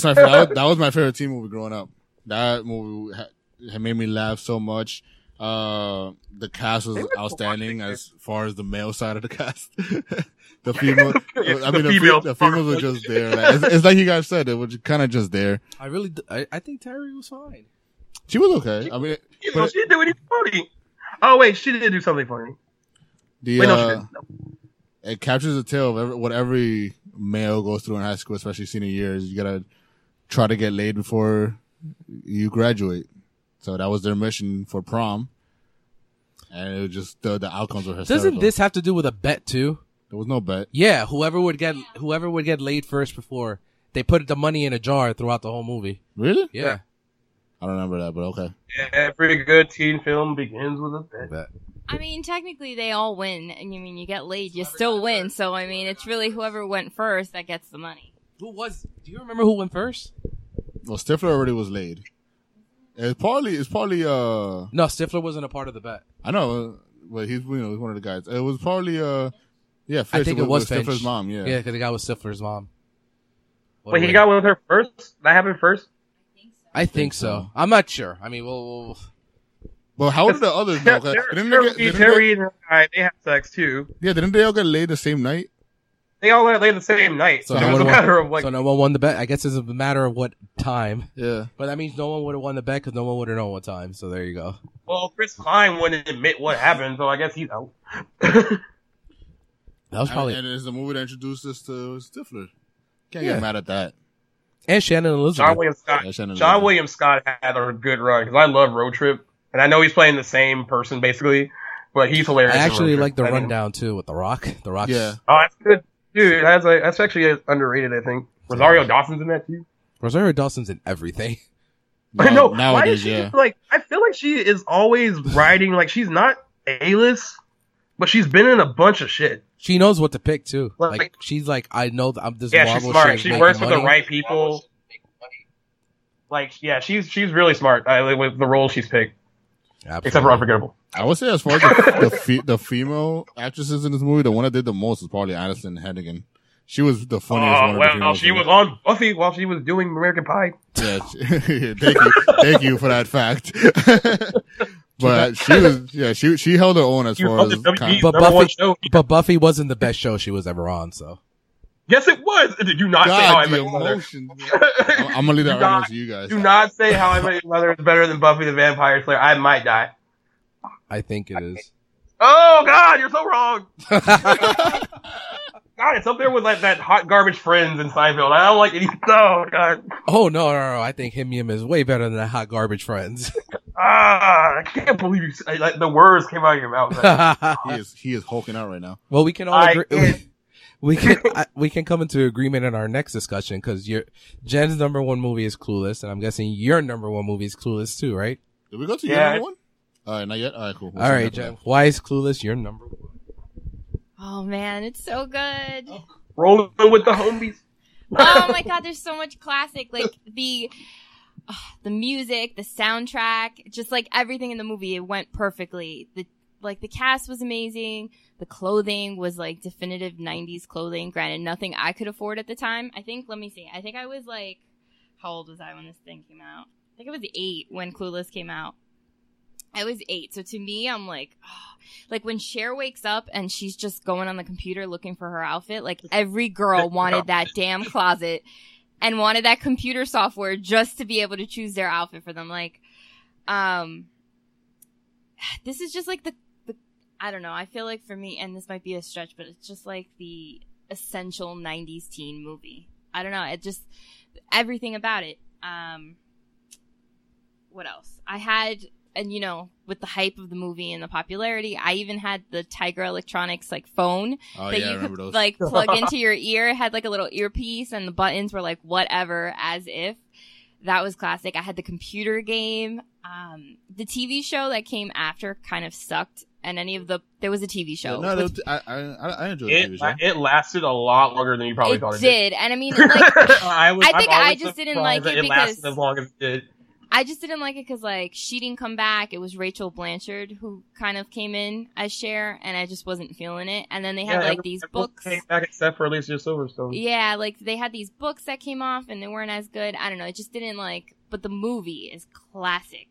Speaker 2: my that was, that was my favorite teen movie growing up. That movie ha- it made me laugh so much. Uh, the cast was
Speaker 3: Maybe it's the
Speaker 2: outstanding
Speaker 3: one thing
Speaker 2: as far as the male side of the cast. (laughs) the female,
Speaker 3: It's
Speaker 2: I mean, the,
Speaker 3: the
Speaker 2: fe-
Speaker 3: females.
Speaker 2: the females were just there. Like, it's, it's like you guys said, it was kind of just there.
Speaker 1: I really. d- I, I think Terry was fine.
Speaker 2: She was okay. I mean,
Speaker 3: You
Speaker 2: But
Speaker 3: know,
Speaker 2: it-
Speaker 3: she didn't do anything funny. Oh, wait, she did do something funny.
Speaker 2: the
Speaker 3: Wait, no, she
Speaker 2: uh,
Speaker 3: didn't. No.
Speaker 2: it captures the tale of every, what every male goes through in high school, especially senior year. Is you gotta try to get laid before you graduate. So that was their mission for prom, and it was just the, the outcomes were hysterical.
Speaker 1: Doesn't this have to do with a bet too?
Speaker 2: There was no bet.
Speaker 1: Yeah, whoever would get whoever would get laid first before they put the money in a jar throughout the whole movie.
Speaker 2: Really?
Speaker 1: Yeah,
Speaker 2: I don't remember that, but okay.
Speaker 3: Every good teen film begins with a bet.
Speaker 1: bet.
Speaker 4: I mean, technically, they all win. And you mean you get laid, you still win. So I mean, it's really whoever went first that gets the money.
Speaker 1: Who was? Do you remember who went first?
Speaker 2: Well, Stifler already was laid. It's probably it's probably uh
Speaker 1: No, Stifler wasn't a part of the bet.
Speaker 2: I know, but he's you know he's one of the guys. It was probably uh yeah. Finch,
Speaker 1: I think it was Finch.
Speaker 2: Stifler's mom. Yeah.
Speaker 1: yeah, because the guy was Stifler's mom. What
Speaker 3: Wait,
Speaker 1: a
Speaker 3: he
Speaker 1: way-
Speaker 3: got one with her first? That happened first?
Speaker 1: I think so. I'm not sure. I mean, we'll, we'll
Speaker 2: But
Speaker 1: Oh,
Speaker 2: how did the others?
Speaker 3: (laughs)
Speaker 2: know? Okay. Didn't they get,
Speaker 3: Terry,
Speaker 2: didn't they,
Speaker 3: Terry and her guy, they have sex too.
Speaker 2: yeah, didn't they all get laid the same night?
Speaker 3: They all lay the same night.
Speaker 1: So
Speaker 3: So,
Speaker 1: no
Speaker 3: it was
Speaker 1: one
Speaker 3: a
Speaker 1: won.
Speaker 3: matter of like,
Speaker 1: so no one won the bet. I guess it's a matter of what time.
Speaker 2: Yeah.
Speaker 1: But that means no one would have won the bet because no one would have known what time. So there you go.
Speaker 3: well, Chris Klein wouldn't admit what happened, so I guess
Speaker 1: (laughs)
Speaker 3: he's out.
Speaker 1: That was probably
Speaker 2: And,
Speaker 1: and,
Speaker 2: and it's the movie that introduced us to Stifler. Can't
Speaker 1: Yeah.
Speaker 2: get mad at that.
Speaker 1: Shannon Elizabeth.
Speaker 3: John William Scott.
Speaker 2: Yeah, Shannon
Speaker 3: Uh, John
Speaker 2: Elizabeth.
Speaker 3: William Scott had a good run because I love Road Trip, and I know he's playing the same person basically, but he's
Speaker 1: I
Speaker 3: hilarious. in Road
Speaker 1: actually
Speaker 3: Trip.
Speaker 1: like the
Speaker 3: I mean-
Speaker 1: rundown too with the Rock. The Rock.
Speaker 2: Yeah.
Speaker 3: Oh, that's good, dude. That's like, that's actually underrated. I think Rosario Dawson's in that too.
Speaker 1: Rosario Dawson's in everything. (laughs)
Speaker 3: I (laughs)
Speaker 2: Now-
Speaker 3: know. Why is
Speaker 2: nowadays,
Speaker 3: she
Speaker 2: yeah.
Speaker 3: like? I feel like she is always riding. Like she's not a list, but she's been in a bunch of shit.
Speaker 1: She knows what to pick too.
Speaker 3: Like-
Speaker 1: Like she's like, I know that I'm this.
Speaker 3: Yeah,
Speaker 1: Marvel
Speaker 3: she's
Speaker 1: shit
Speaker 3: smart.
Speaker 1: is
Speaker 3: She
Speaker 1: making
Speaker 3: works with the
Speaker 1: money.
Speaker 3: right people. Like, yeah, she's she's really smart uh, with the role she's picked,
Speaker 1: Absolutely.
Speaker 3: except for Unforgettable.
Speaker 2: I would say as far as
Speaker 3: (laughs)
Speaker 2: the, the, fe- the female actresses in this movie, the one that did the most is probably Aniston Hennigan. She was the funniest one.
Speaker 3: Oh
Speaker 2: of the
Speaker 3: well,
Speaker 2: females
Speaker 3: she
Speaker 2: in
Speaker 3: was
Speaker 2: it.
Speaker 3: on Buffy while she was doing American Pie. (laughs)
Speaker 2: Yeah, she- (laughs) thank you, thank you for that fact. (laughs) but she was, yeah, she she held her own as
Speaker 3: She was
Speaker 2: far
Speaker 3: on
Speaker 2: as
Speaker 3: the WB's
Speaker 2: con-
Speaker 1: But
Speaker 3: number one
Speaker 1: Buffy-
Speaker 3: show.
Speaker 1: But Buffy wasn't the best show she was ever on. So
Speaker 3: Yes, it was. Did you not say how I
Speaker 2: God, the
Speaker 3: met your mother?
Speaker 2: emotion.
Speaker 3: (laughs)
Speaker 2: I'm, I'm gonna leave that
Speaker 3: Do
Speaker 2: right
Speaker 3: not-
Speaker 2: to you guys.
Speaker 3: Do not say how I met your mother is better than Buffy the Vampire Slayer. I might die.
Speaker 1: I think it is. (laughs)
Speaker 3: Oh God, you're so wrong. God, it's up there with like that hot garbage friends in Seinfeld. I don't like any. (laughs) Oh God,
Speaker 1: oh no, no, no! I think Himium is way better than the Hot Garbage Friends. (laughs)
Speaker 3: ah, I can't believe you. I- Like the words came out of your mouth.
Speaker 1: (laughs)
Speaker 3: Like,
Speaker 2: He is he is hulking out right now.
Speaker 1: Well, we can all
Speaker 3: I
Speaker 1: agree.
Speaker 3: can't.
Speaker 1: (laughs) We can I, we can come into agreement in our next discussion because your Jen's number one movie is Clueless, and I'm guessing your number one movie is Clueless too, right?
Speaker 2: Did we go to
Speaker 3: Yeah.
Speaker 2: your number one? All right, not yet. All right, cool. We'll
Speaker 1: all
Speaker 2: see
Speaker 1: right,
Speaker 2: after
Speaker 1: Jen.
Speaker 2: that.
Speaker 1: Why is Clueless your number one?
Speaker 4: Oh man, it's so good.
Speaker 3: rolling with the homies.
Speaker 4: oh my god, there's so much classic like the ah, the music, the soundtrack, just like everything in the movie it went perfectly. The like the cast was amazing. The clothing was like definitive 90s clothing. Granted, nothing I could afford at the time. I think let me see. I think I was like how old was I when this thing came out? I think I was 8 when Clueless came out. I was 8. So to me, I'm like ah. like when Cher wakes up and she's just going on the computer looking for her outfit, like every girl wanted that damn closet and wanted that computer software just to be able to choose their outfit for them. Like, um, this is just like the, the I don't know. I feel like for me, and this might be a stretch, but it's just like the essential 90s teen movie. I don't know. It just, everything about it. Um, what else? I had, and you know, with the hype of the movie and the popularity, I even had the Tiger Electronics like phone
Speaker 2: Oh
Speaker 4: that
Speaker 2: yeah, I
Speaker 4: you
Speaker 2: remember
Speaker 4: could
Speaker 2: those.
Speaker 3: (laughs)
Speaker 4: like plug into your ear. It had like a little earpiece, and the buttons were like whatever, as if. That was classic. I had the computer game. Um, the TV show that came after kind of sucked and any of the there was a TV show.
Speaker 2: no,
Speaker 4: with-
Speaker 2: that was- I, I, I enjoyed the TV
Speaker 3: It,
Speaker 2: show.
Speaker 3: it lasted a lot longer than you probably
Speaker 4: it
Speaker 3: thought it
Speaker 4: did, and I
Speaker 2: (laughs)
Speaker 4: mean, like,
Speaker 3: (laughs) I, was,
Speaker 4: I think
Speaker 3: I'm
Speaker 4: I
Speaker 3: always
Speaker 4: just didn't like
Speaker 3: surprised
Speaker 4: it
Speaker 3: that lasted
Speaker 4: because-
Speaker 3: as long as it did.
Speaker 4: I just didn't like it because like she didn't come back. It was Rachel Blanchard who kind of came in as Cher, and I just wasn't feeling it. And then they had
Speaker 3: Yeah,
Speaker 4: like
Speaker 3: every-
Speaker 4: these
Speaker 3: everyone
Speaker 4: books.
Speaker 3: came back except for Alicia Silverstone.
Speaker 4: Yeah, like they had these books that came off and they weren't as good. I don't know. It just didn't like, but the movie is classic.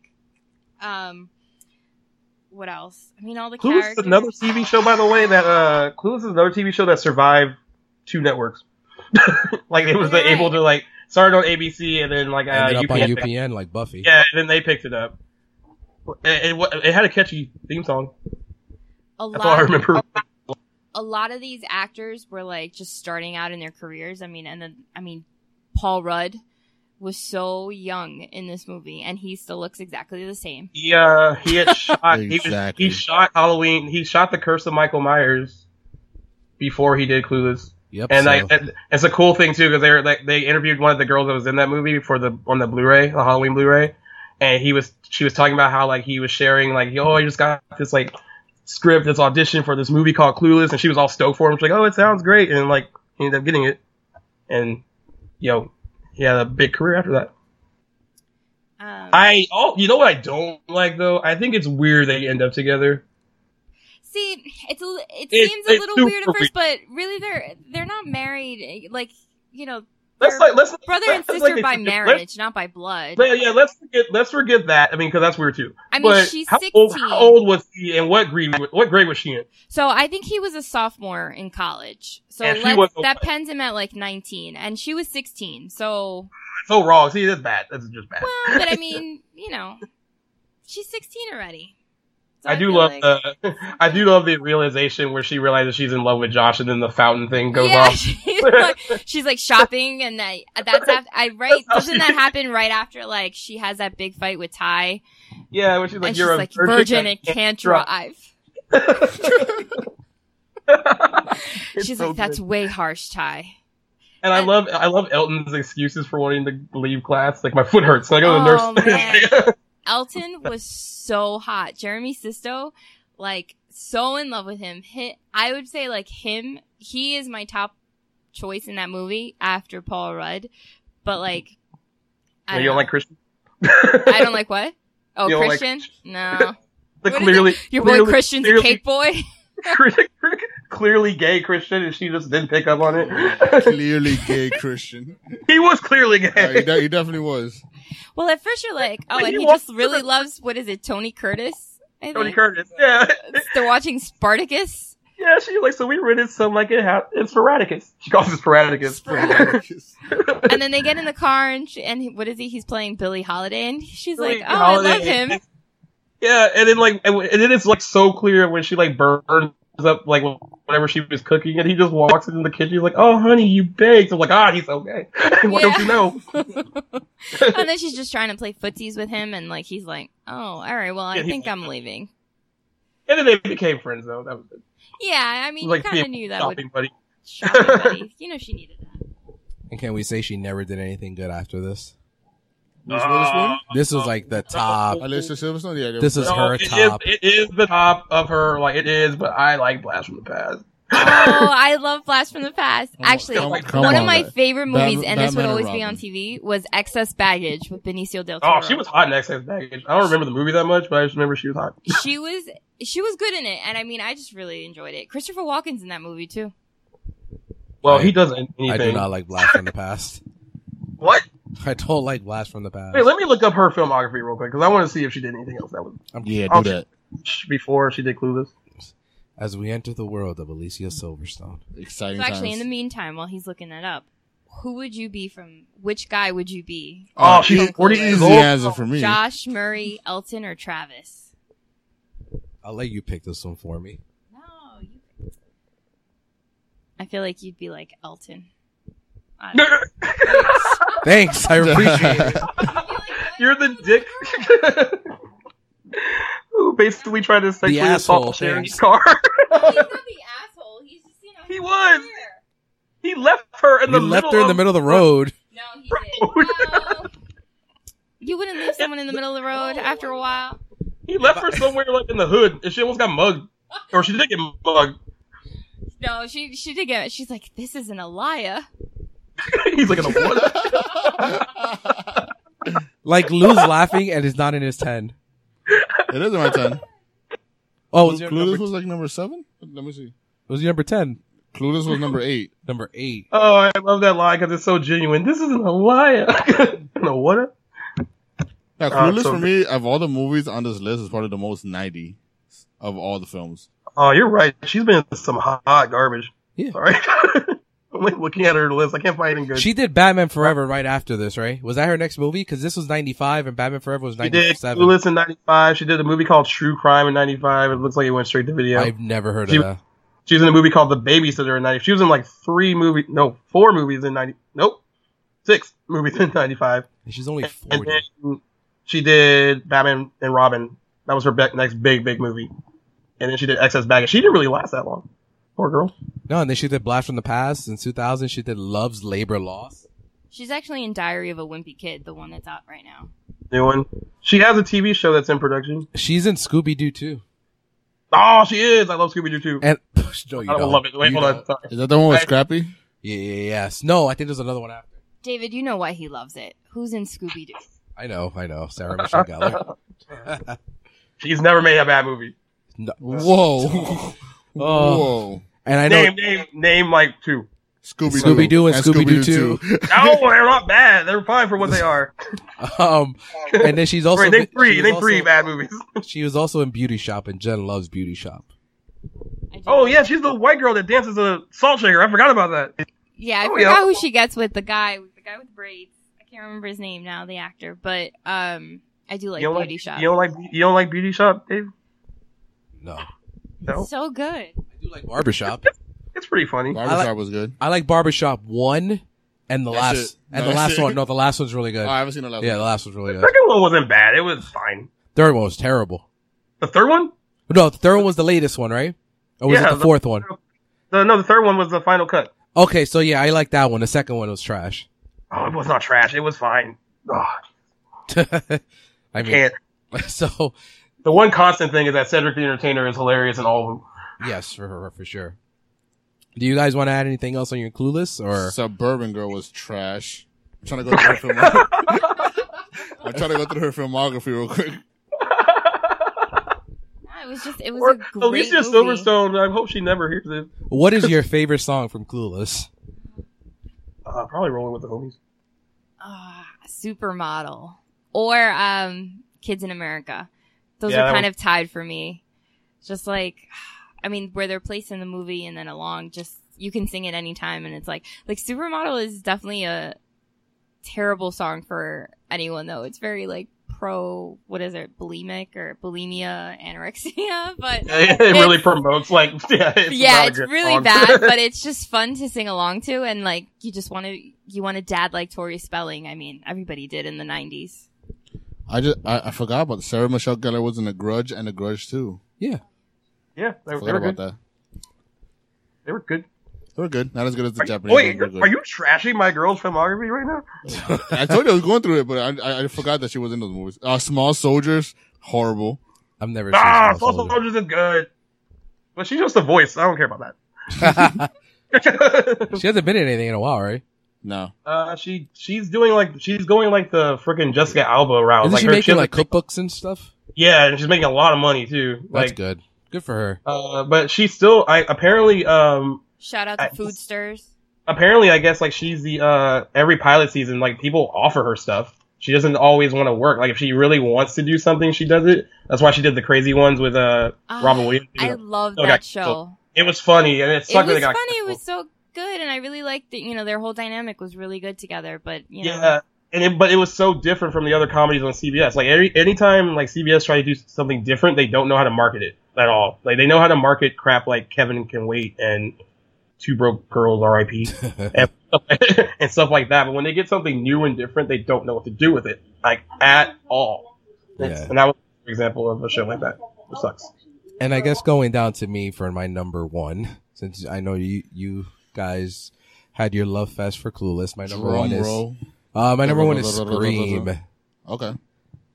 Speaker 4: Um, what else? I mean, all the
Speaker 3: Clueless is
Speaker 4: characters.
Speaker 3: another TV show, by the way. That uh, Clueless is another TV show that survived two networks. (laughs) like it was
Speaker 4: Right.
Speaker 3: able to like started on ABC and then like uh,
Speaker 1: Ended up on
Speaker 3: UPN.
Speaker 1: UPN like Buffy.
Speaker 3: Yeah, and then they picked it up. It, it, wa- it had a catchy theme song.
Speaker 4: A
Speaker 3: That's all I
Speaker 4: lot.
Speaker 3: remember.
Speaker 4: a lot of these actors were like just starting out in their careers. I mean, and then I mean, Paul Rudd was so young in this movie, and he still looks exactly the same.
Speaker 3: He uh, he had shot.
Speaker 2: Exactly.
Speaker 3: He, was, he shot Halloween. He shot the Curse of Michael Myers before he did Clueless.
Speaker 1: Yep.
Speaker 3: And
Speaker 1: so-
Speaker 3: like that- it's a cool thing too because they were, like they interviewed one of the girls that was in that movie for the on the Blu-ray, the Halloween Blu-ray, and he was she was talking about how like he was sharing like yo I just got this like script this audition for this movie called Clueless and she was all stoked for him she's like oh it sounds great and like he ended up getting it and yo he had a big career after that.
Speaker 4: Um,
Speaker 3: I oh you know what I don't like though I think it's weird they end up together.
Speaker 4: See, it's a, li- it
Speaker 3: It-
Speaker 4: seems a
Speaker 3: it's
Speaker 4: little
Speaker 3: super
Speaker 4: weird at first, but really they're they're not married. Like you know,
Speaker 3: Let's
Speaker 4: They're
Speaker 3: like let's
Speaker 4: brother and
Speaker 3: let's, (laughs)
Speaker 4: sister
Speaker 3: like,
Speaker 4: by
Speaker 3: let's-
Speaker 4: marriage, not by blood.
Speaker 3: Yeah, yeah, let's forget let's forget that. I mean, because that's weird too.
Speaker 4: I mean,
Speaker 3: But
Speaker 4: she's
Speaker 3: how
Speaker 4: sixteen,
Speaker 3: old, how old was he, and what grade what grade was she in?
Speaker 4: so I think he was a sophomore in college. So
Speaker 3: And she
Speaker 4: let's-
Speaker 3: was a
Speaker 4: that
Speaker 3: what?
Speaker 4: pens him at like nineteen, and she was
Speaker 3: (laughs)
Speaker 4: sixteen. So
Speaker 3: So wrong. See, that's bad. That's just bad.
Speaker 4: well, but I mean, you know, she's sixteen already. So
Speaker 3: I do
Speaker 4: feel
Speaker 3: love
Speaker 4: like- (laughs)
Speaker 3: the (laughs) I do love the realization where she realizes she's in love with Josh, and then the fountain thing goes
Speaker 4: yeah,
Speaker 3: off. (laughs)
Speaker 4: she's like, she's like shopping, and I, that's after, I right.
Speaker 3: That's how
Speaker 4: Doesn't
Speaker 3: she-
Speaker 4: that happen right after like she has that big fight with Ty?
Speaker 3: Yeah, when she's like,
Speaker 4: and
Speaker 3: "You're
Speaker 4: she's
Speaker 3: a
Speaker 4: like virgin
Speaker 3: that
Speaker 4: and
Speaker 3: can't
Speaker 4: can't
Speaker 3: drive."
Speaker 4: drive. (laughs)
Speaker 3: (laughs) It's
Speaker 4: she's
Speaker 3: so
Speaker 4: like, that's
Speaker 3: good.
Speaker 4: way harsh, Ty.
Speaker 3: and I love I love Elton's excuses for wanting to leave class. Like my foot hurts, so I go to (laughs)
Speaker 4: Oh,
Speaker 3: the nurse.
Speaker 4: Elton was so hot. Jeremy Sisto, like, so in love with him. Hit, I would say, like, him, he is my top choice in that movie after Paul Rudd. But, like, I
Speaker 3: you don't
Speaker 4: don't, know.
Speaker 3: like Christian? (laughs)
Speaker 4: (laughs) I don't like what? Oh,
Speaker 3: You don't (laughs) like
Speaker 4: Christian? no.
Speaker 3: the
Speaker 4: what is
Speaker 3: clearly
Speaker 4: Your boy
Speaker 3: clearly,
Speaker 4: Christian's a
Speaker 3: clearly-
Speaker 4: cake boy? (laughs)
Speaker 3: (laughs) clearly gay Christian, and she just didn't pick up on
Speaker 4: (laughs)
Speaker 3: it.
Speaker 2: Clearly gay
Speaker 3: (laughs)
Speaker 2: Christian.
Speaker 3: he was clearly gay.
Speaker 2: Yeah,
Speaker 4: (laughs)
Speaker 2: he, de- he definitely was.
Speaker 4: Well, at first you're like, oh,
Speaker 3: But
Speaker 4: and
Speaker 3: he
Speaker 4: he
Speaker 3: wants
Speaker 4: just really
Speaker 3: to-
Speaker 4: loves, what is it, Tony Curtis? I
Speaker 3: Tony
Speaker 4: think.
Speaker 3: Curtis. Yeah,
Speaker 4: They're watching Spartacus.
Speaker 3: yeah. She like so we rented some like it ha- it's Sporadicus. She calls it Sporadicus. (laughs)
Speaker 4: and then they get in the car and, she, and he- what is he? He's playing Billie Holiday, and she's like, "Oh, I love him."
Speaker 3: (laughs) Yeah, and then like and and then it's like so clear when she like burns up like whatever she was cooking, and he just walks into the kitchen. He's like, "Oh, honey, you baked." I'm like, "Ah, he's (laughs) okay." Why don't you know?
Speaker 4: and then she's just trying to play footsies with him, and like he's like, "Oh, all right, well, I
Speaker 3: Yeah, he-
Speaker 4: think I'm leaving."
Speaker 3: And then they became friends though. That was it.
Speaker 4: Yeah, I mean,
Speaker 3: Like
Speaker 4: you kind of
Speaker 3: being
Speaker 4: knew that would
Speaker 3: shopping buddy. (laughs)
Speaker 4: shock everybody. You know, she needed that.
Speaker 1: and can we say she never did anything good after this?
Speaker 2: Reese Witherspoon?
Speaker 1: This was like the top.
Speaker 2: Alicia Silverstone? Yeah,
Speaker 1: This is
Speaker 3: No,
Speaker 1: her
Speaker 3: it is-
Speaker 1: top.
Speaker 3: it is the top of her. Like it is, but I like Blast from the Past.
Speaker 4: Oh, I love Blast from the Past.
Speaker 2: Oh,
Speaker 4: Actually,
Speaker 2: come- come
Speaker 4: one of
Speaker 2: on,
Speaker 4: my
Speaker 2: man.
Speaker 4: favorite
Speaker 2: Bat-
Speaker 4: movies, and this would
Speaker 2: Batman and
Speaker 4: always be on
Speaker 2: Robin.
Speaker 4: TV, was Excess Baggage with Benicio del Toro.
Speaker 3: Oh, she was hot in Excess Baggage. I don't remember the movie that much, but I just remember she was hot.
Speaker 4: she was she was good in it, and I mean, I just really enjoyed it. Christopher Walken's in that movie too.
Speaker 3: Well,
Speaker 1: I-
Speaker 3: he doesn't anything.
Speaker 1: I do not like Blast from the Past. (laughs)
Speaker 3: What?
Speaker 1: I don't like Blast from the Past.
Speaker 3: Wait, let me look up her filmography real quick because I want to see if she did anything else that was
Speaker 2: Yeah,
Speaker 3: Oh,
Speaker 2: do that.
Speaker 3: before she did Clueless.
Speaker 1: As we enter the world of Alicia Silverstone,
Speaker 2: Exciting
Speaker 4: So actually, in the
Speaker 2: times.
Speaker 4: meantime, while he's looking that up, who would you be from? Which guy would you be?
Speaker 3: Oh,
Speaker 2: Uh,
Speaker 3: she's
Speaker 2: e-
Speaker 3: 40 years
Speaker 2: easy
Speaker 3: old. (laughs)
Speaker 2: answer for me.
Speaker 4: Josh, Murray, Elton, or Travis?
Speaker 1: I'll let you pick this one for me.
Speaker 4: No, you. I feel like you'd be like Elton. I don't-
Speaker 3: You're
Speaker 1: Thanks,
Speaker 3: (laughs)
Speaker 1: I appreciate it.
Speaker 3: the dick. (laughs) Who basically tried to sexually
Speaker 1: asshole
Speaker 3: assault Sharon's
Speaker 1: thing.
Speaker 3: car. (laughs)
Speaker 4: He's not the asshole. He's just you know.
Speaker 3: He
Speaker 4: he's
Speaker 3: was.
Speaker 4: here.
Speaker 3: he left her in
Speaker 1: You
Speaker 3: the
Speaker 1: left
Speaker 3: middle
Speaker 1: her in the
Speaker 3: of-
Speaker 1: middle of the road.
Speaker 4: No, he
Speaker 3: (laughs)
Speaker 4: did. No. You wouldn't leave someone in the middle of the road after a while.
Speaker 3: He left her somewhere like in the hood, and she almost got mugged, or she did get mugged. (laughs)
Speaker 4: No, she she did get. She's like, this isn't a liar.
Speaker 3: He's like in a water.
Speaker 1: Like Lou's laughing and it's not in his ten.
Speaker 2: (laughs) It is in my ten.
Speaker 1: Oh,
Speaker 2: Clueless
Speaker 1: was your, number,
Speaker 2: was like number seven. Let me see.
Speaker 1: was your number ten?
Speaker 2: Clueless was number eight.
Speaker 1: Number eight.
Speaker 3: Oh, I love that line because it's so genuine. This isn't a (laughs) liar. in a water.
Speaker 2: Yeah,
Speaker 3: Ah,
Speaker 2: Clueless
Speaker 3: so
Speaker 2: for me of all the movies on this list is probably the most ninety of all the films.
Speaker 3: Oh, you're right. She's been in some hot, hot garbage.
Speaker 1: Yeah.
Speaker 3: Sorry. (laughs) I'm like looking at her list. I can't find anything good.
Speaker 1: She did Batman Forever right after this, right? Was that her next movie? Because this was ninety five and Batman Forever was
Speaker 3: She
Speaker 1: ninety
Speaker 3: did
Speaker 1: seven.
Speaker 3: Clueless in '95. She did a movie called True Crime in '95. It looks like it went straight to video.
Speaker 1: I've never heard
Speaker 3: She-
Speaker 1: of that.
Speaker 3: She was in a movie called The Babysitter in '90. She was in like three movies, no, four movies in '90. Nope, six movies in '95.
Speaker 1: She's only
Speaker 3: And
Speaker 1: forty.
Speaker 3: then she did Batman and Robin. That was her be- next big, big movie. And then she did Excess Baggage. She didn't really last that long. Poor girl.
Speaker 1: No, and then she did Blast from the Past in two thousand. She did Love's Labor Loss.
Speaker 4: She's actually in Diary of a Wimpy Kid, the one that's out right now.
Speaker 3: New one. She has a TV show that's in production.
Speaker 1: She's in Scooby Doo too.
Speaker 3: Oh, she is. I love Scooby Doo too.
Speaker 1: And (laughs) no, you
Speaker 3: I
Speaker 1: don't.
Speaker 3: love it. Wait,
Speaker 1: You
Speaker 3: hold on.
Speaker 1: don't.
Speaker 3: Sorry.
Speaker 2: Is that the one with
Speaker 3: I-
Speaker 2: Scrappy?
Speaker 1: Yeah, yeah, yes. No, I think there's another one after.
Speaker 4: David, you know why he loves it. Who's in Scooby Doo?
Speaker 1: I know, I know. Sarah Michelle
Speaker 3: (laughs)
Speaker 1: Gellar.
Speaker 3: She's never made a bad movie.
Speaker 1: No.
Speaker 3: (laughs)
Speaker 1: (laughs)
Speaker 2: Whoa. Whoa.
Speaker 1: And I know
Speaker 3: Name, name, name like
Speaker 1: (laughs)
Speaker 3: two.
Speaker 2: Scooby
Speaker 1: Scooby-Doo and Scooby-Doo
Speaker 2: (laughs)
Speaker 3: No, they're not bad. They're fine for what they are.
Speaker 1: Um, and then she's (laughs) also
Speaker 3: Wait, name
Speaker 1: she
Speaker 3: three.
Speaker 1: was
Speaker 3: Name
Speaker 1: also-
Speaker 3: three bad movies. (laughs)
Speaker 1: She was also in Beauty Shop, and Jen loves Beauty Shop.
Speaker 4: I do-
Speaker 3: Oh yeah, she's the white girl that dances a salt shaker. I forgot about that.
Speaker 4: yeah. I
Speaker 3: oh,
Speaker 4: forgot
Speaker 3: yeah.
Speaker 4: who she gets with the guy, the guy with the braids. I can't remember his name now, the actor, but um, I do like
Speaker 3: you don't
Speaker 4: Beauty
Speaker 3: like
Speaker 4: Shop.
Speaker 3: you don't like you don't like beauty shop, Dave.
Speaker 1: No, I
Speaker 3: No,
Speaker 4: So good.
Speaker 1: do like Barbershop.
Speaker 3: it's pretty funny.
Speaker 2: Barbershop was good.
Speaker 1: I like Barbershop one and the
Speaker 2: That's
Speaker 1: last
Speaker 2: it.
Speaker 1: and the
Speaker 2: That's
Speaker 1: last
Speaker 2: it.
Speaker 1: one. No, the last one's really good.
Speaker 2: Oh, I haven't seen the last
Speaker 1: yeah,
Speaker 2: one.
Speaker 1: the last one's really good.
Speaker 3: Second one wasn't bad. It was fine.
Speaker 1: Third one was terrible.
Speaker 3: The third one?
Speaker 1: No, the third one was the latest one, right? Or was
Speaker 3: Yeah,
Speaker 1: it the
Speaker 3: the-
Speaker 1: fourth one?
Speaker 3: The, no, the third one was the final cut.
Speaker 1: Okay, so yeah, I like that one. The second one was trash. (laughs)
Speaker 3: Oh, it was not trash. It was fine. Ugh,
Speaker 1: I mean,
Speaker 3: can't.
Speaker 1: (laughs) so
Speaker 3: The one constant thing is that Cedric the Entertainer is hilarious in all of them. (laughs)
Speaker 1: yes, for for- for sure. Do you guys want to add anything else on your Clueless or?
Speaker 2: Suburban Girl was trash. I'm trying to go through her filmography. (laughs) I'm trying to go through her filmography real quick.
Speaker 4: No, it was just it was
Speaker 3: Or
Speaker 4: a great
Speaker 3: Alicia
Speaker 4: movie.
Speaker 3: Silverstone. I hope she never hears this.
Speaker 1: What is your favorite song from Clueless?
Speaker 3: Uh, probably rolling with the homies. (laughs)
Speaker 4: Ah, supermodel or um, Kids in America. Those
Speaker 3: Yeah,
Speaker 4: are
Speaker 3: that
Speaker 4: kind of tied for me. Just like, (sighs) I mean, where they're placed in the movie and then along, just you can sing it anytime, and it's like, like supermodel is definitely a terrible song for anyone though. It's very like pro, what is it, bulimic or bulimia, anorexia, (laughs) but
Speaker 3: It, really promotes like (laughs) yeah. It's
Speaker 4: yeah,
Speaker 3: not a
Speaker 4: it's
Speaker 3: good Um,
Speaker 4: really
Speaker 3: song. (laughs)
Speaker 4: bad, but it's just fun to sing along to, and like you just want to, you want to dad like Tori Spelling. I mean, everybody did in the '90s.
Speaker 2: I just I, I forgot about Sarah Michelle Gellar was in The Grudge and The Grudge too.
Speaker 1: Yeah.
Speaker 3: yeah, they,
Speaker 2: I
Speaker 3: they
Speaker 2: forgot
Speaker 3: were
Speaker 2: about
Speaker 3: good.
Speaker 2: that.
Speaker 3: They were good.
Speaker 2: They were good. Not as good as the
Speaker 3: Are you-
Speaker 2: Japanese.
Speaker 3: wait,
Speaker 2: but they
Speaker 3: are
Speaker 2: were
Speaker 3: you trashing my girl's filmography right now?
Speaker 2: good. I told you I was going through it, but I, I, I forgot that she was in those movies. Uh, Small Soldiers, horrible.
Speaker 1: I've never seen
Speaker 3: Nah,
Speaker 1: Small
Speaker 3: Soul
Speaker 1: Soldier.
Speaker 3: Ah, Soldiers is good. But she's just a voice. I don't care about that.
Speaker 1: (laughs)
Speaker 3: (laughs)
Speaker 1: She hasn't been in anything in a while, right?
Speaker 2: No,
Speaker 3: uh, she she's doing like she's going like the freaking Jessica Alba route.
Speaker 1: Isn't
Speaker 3: like
Speaker 1: she
Speaker 3: her-
Speaker 1: making
Speaker 3: has-
Speaker 1: like cookbooks and stuff?
Speaker 3: yeah, and she's making a lot of money too. Like,
Speaker 1: That's good. Good for her.
Speaker 3: Uh, but she's still. I apparently um
Speaker 4: Shout out to
Speaker 3: I-
Speaker 4: Food Stirs.
Speaker 3: apparently I guess like she's the uh every pilot season like people offer her stuff. She doesn't always want to work. Like if she really wants to do something, she does it. That's why she did the crazy ones with uh
Speaker 4: Ah,
Speaker 3: Robin Williams.
Speaker 4: I love
Speaker 3: Okay,
Speaker 4: that
Speaker 3: so
Speaker 4: show.
Speaker 3: It was funny and it
Speaker 4: It was
Speaker 3: sucked that
Speaker 4: funny.
Speaker 3: they got
Speaker 4: It
Speaker 3: canceled.
Speaker 4: was so good, and I really liked it. You know, their whole dynamic was really good together. But you know,
Speaker 3: Yeah, and it, but it was so different from the other comedies on CBS. Like every anytime like CBS try to do something different, they don't know how to market it at all. Like they know how to market crap like Kevin Can Wait and Two Broke Girls R.I.P.
Speaker 1: (laughs)
Speaker 3: and, (laughs) and stuff like that. But when they get something new and different, they don't know what to do with it like at all.
Speaker 1: Yeah.
Speaker 3: And that was an example of a show like that. It
Speaker 2: (laughs)
Speaker 3: sucks.
Speaker 1: And I guess going down to me for my number one, since I know you you guys had your love fest for Clueless. My number one
Speaker 2: drum
Speaker 1: is
Speaker 2: roll.
Speaker 1: uh, (laughs)
Speaker 2: (laughs)
Speaker 1: my number one is Scream.
Speaker 2: Okay,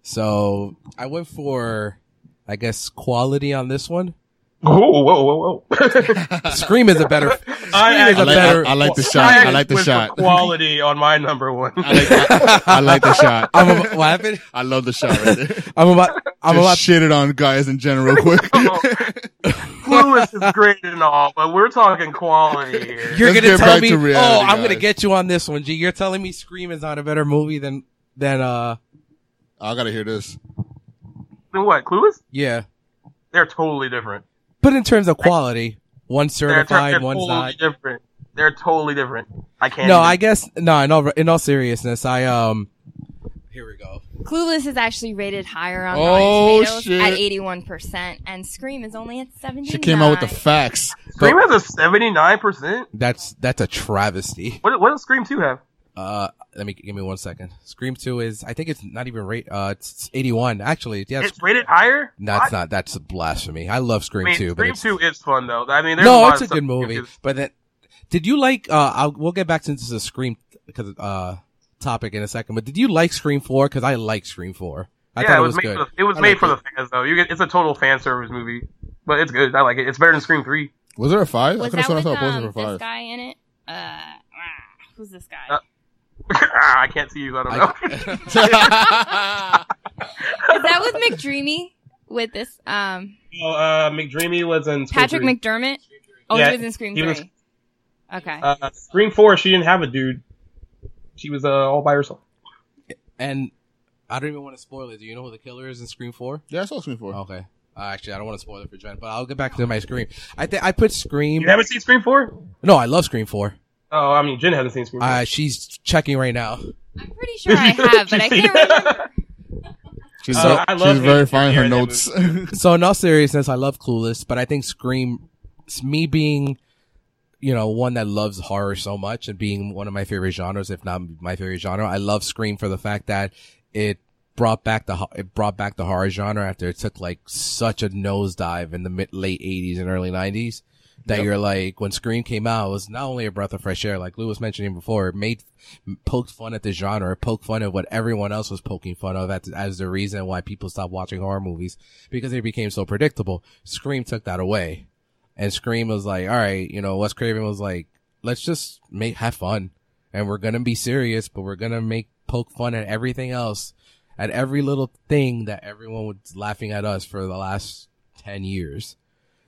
Speaker 1: So I went for I guess quality on this one.
Speaker 3: Whoa, whoa, whoa, whoa! (laughs)
Speaker 1: Scream is a better.
Speaker 3: I,
Speaker 1: Scream is
Speaker 2: I
Speaker 1: a
Speaker 3: actually-
Speaker 2: like,
Speaker 1: better.
Speaker 2: I, I like the shot.
Speaker 1: (laughs)
Speaker 3: I
Speaker 2: I like the
Speaker 3: went for
Speaker 2: shot. (laughs)
Speaker 3: Quality on my number one.
Speaker 2: I like,
Speaker 1: (laughs)
Speaker 2: I, I like the shot.
Speaker 1: I'm about, what happened?
Speaker 2: I love the shot right there.
Speaker 1: I'm about. (laughs) I'm
Speaker 2: Just
Speaker 1: about.
Speaker 2: shit it on guys in general, real quick.
Speaker 3: Clueless is great and all, but we're talking
Speaker 1: (laughs)
Speaker 3: quality here.
Speaker 1: You're gonna
Speaker 2: Let's get
Speaker 1: tell
Speaker 2: back
Speaker 1: me.
Speaker 2: to
Speaker 1: oh,
Speaker 2: reality,
Speaker 1: I'm gonna
Speaker 2: guys.
Speaker 1: get you on this one, G. You're telling me Scream is not a better movie than than uh.
Speaker 2: (laughs) I gotta hear this.
Speaker 3: Then what? Clueless?
Speaker 1: Yeah,
Speaker 3: They're totally different.
Speaker 1: but in terms of quality, one's
Speaker 3: They're, to- they're
Speaker 1: certified, one's
Speaker 3: totally
Speaker 1: not.
Speaker 3: different. They're totally different. I can't.
Speaker 1: No,
Speaker 3: even-
Speaker 1: I guess no. In all in all seriousness, I um. Here we go.
Speaker 4: Clueless is actually rated higher on
Speaker 2: Oh,
Speaker 4: Rotten Tomatoes
Speaker 2: shit.
Speaker 4: at 81%, and Scream is only at 79
Speaker 2: She came out with the facts.
Speaker 3: Scream has a seventy nine percent.
Speaker 1: That's that's a travesty.
Speaker 3: What what does Scream two have?
Speaker 1: Uh, let me give me one second. Scream Two is I think it's not even rate. Uh, it's eighty one actually. Yeah,
Speaker 3: It's rated higher.
Speaker 1: that's
Speaker 3: I-
Speaker 1: not that's a blasphemy. I love Scream
Speaker 3: I mean,
Speaker 1: Two, but
Speaker 3: Scream
Speaker 1: it's,
Speaker 3: two is fun though. I mean, there's a
Speaker 1: no,
Speaker 3: lot
Speaker 1: it's a
Speaker 3: of stuff
Speaker 1: good
Speaker 3: you
Speaker 1: movie.
Speaker 3: can-
Speaker 1: But then, did you like? Uh, I'll, we'll get back to this is a Scream because uh topic in a second. But did you like Scream Four? Because I like Scream Four. I
Speaker 3: yeah,
Speaker 1: thought
Speaker 3: it was, made
Speaker 1: good.
Speaker 3: for the, (laughs) it was
Speaker 2: I
Speaker 3: made
Speaker 2: like
Speaker 3: for
Speaker 2: it.
Speaker 3: the fans though. You get, it's a total fan service movie, but it's good. I like it. It's better than Scream three. (laughs)
Speaker 2: Was there a five? I
Speaker 4: Was
Speaker 2: could have
Speaker 4: that
Speaker 2: sworn I
Speaker 4: with
Speaker 2: saw a
Speaker 4: um,
Speaker 2: poster
Speaker 4: this
Speaker 2: for five.
Speaker 4: guy in it? Uh, ah, who's this guy?
Speaker 3: Uh, Ah, I can't see you. I don't know.
Speaker 1: (laughs) I-
Speaker 4: is that with McDreamy? With this, um,
Speaker 3: Well, uh, McDreamy was in Scream
Speaker 4: Patrick
Speaker 3: three.
Speaker 4: McDermott? Oh,
Speaker 3: Yeah,
Speaker 4: he was in Scream
Speaker 3: he
Speaker 4: 3.
Speaker 3: was-
Speaker 4: okay.
Speaker 3: uh, Scream four. She didn't have a dude. She was uh, all by herself.
Speaker 1: (laughs) and I don't even want to spoil it. Do you know who the killer is in Scream Four?
Speaker 2: yeah, I saw Scream four.
Speaker 1: Okay. Uh, actually, I don't want to spoil it for Jen, but I'll get back to my Scream. I think I put Scream.
Speaker 3: You haven't seen Scream four?
Speaker 1: No, I love Scream Four.
Speaker 3: Oh, I mean, Jen hasn't seen Scream.
Speaker 4: (laughs)
Speaker 1: Uh, she's checking right now.
Speaker 4: I'm pretty sure
Speaker 3: (laughs)
Speaker 4: I have, but I can't remember.
Speaker 2: She's,
Speaker 3: Uh,
Speaker 2: so-
Speaker 3: I love
Speaker 2: she's very
Speaker 3: him.
Speaker 2: fine.
Speaker 3: Yeah,
Speaker 2: Her
Speaker 3: that
Speaker 1: (laughs)
Speaker 2: notes.
Speaker 1: So, in all seriousness, I love Clueless, but I think Scream, it's me being, you know, one that loves horror so much and being one of my favorite genres, if not my favorite genre, I love Scream for the fact that it brought back the ho- it brought back the horror genre after it took like such a nosedive in the mid late '80s and early '90s. That
Speaker 2: Yep.
Speaker 1: you're like when Scream came out it was not only a breath of fresh air, like Lou was mentioning before, it made poked fun at the genre, poked fun at what everyone else was poking fun of at, as the reason why people stopped watching horror movies because they became so predictable. Scream took that away, and Scream was like, all right, you know, Wes Craven was like, let's just make have fun, and we're gonna be serious, but we're gonna make poke fun at everything else, at every little thing that everyone was laughing at us for the last ten years.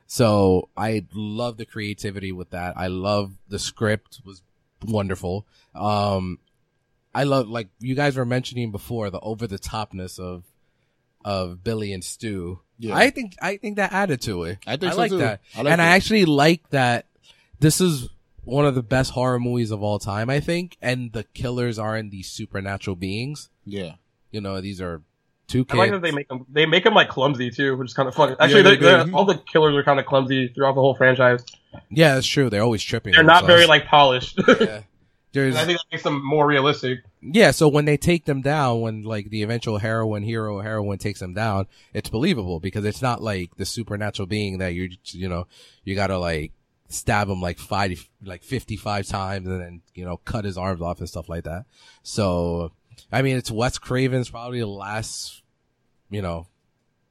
Speaker 1: So I love the creativity with that. I love the script was wonderful. Um, I love like you guys were mentioning before the over the topness of of Billy and Stu.
Speaker 2: Yeah.
Speaker 1: I think I think that added to it.
Speaker 2: I think so
Speaker 1: like
Speaker 2: too.
Speaker 1: that,
Speaker 2: I like
Speaker 1: and I
Speaker 2: it.
Speaker 1: actually like that. This is one of the best horror movies of all time, I think. And the killers aren't these supernatural beings.
Speaker 2: yeah.
Speaker 1: You know, these are two
Speaker 3: (laughs) I
Speaker 1: kids.
Speaker 3: like that they make them. They make them like clumsy too, which is kind of funny. Actually,
Speaker 2: they
Speaker 3: they- they're-
Speaker 2: do.
Speaker 3: all the killers are kind of clumsy throughout the whole franchise.
Speaker 1: yeah, that's true. They're always tripping.
Speaker 3: They're not very
Speaker 1: themselves.
Speaker 3: like polished. (laughs)
Speaker 1: (laughs) Yeah. There's,
Speaker 3: And I think that makes them more realistic.
Speaker 1: Yeah, so when they take them down, when like the eventual heroine, hero, or heroine takes them down, it's believable because it's not like the supernatural being that you you know you gotta like stab him like five like fifty five times and then you know cut his arms off and stuff like that. So I mean, it's Wes Craven's probably the last you know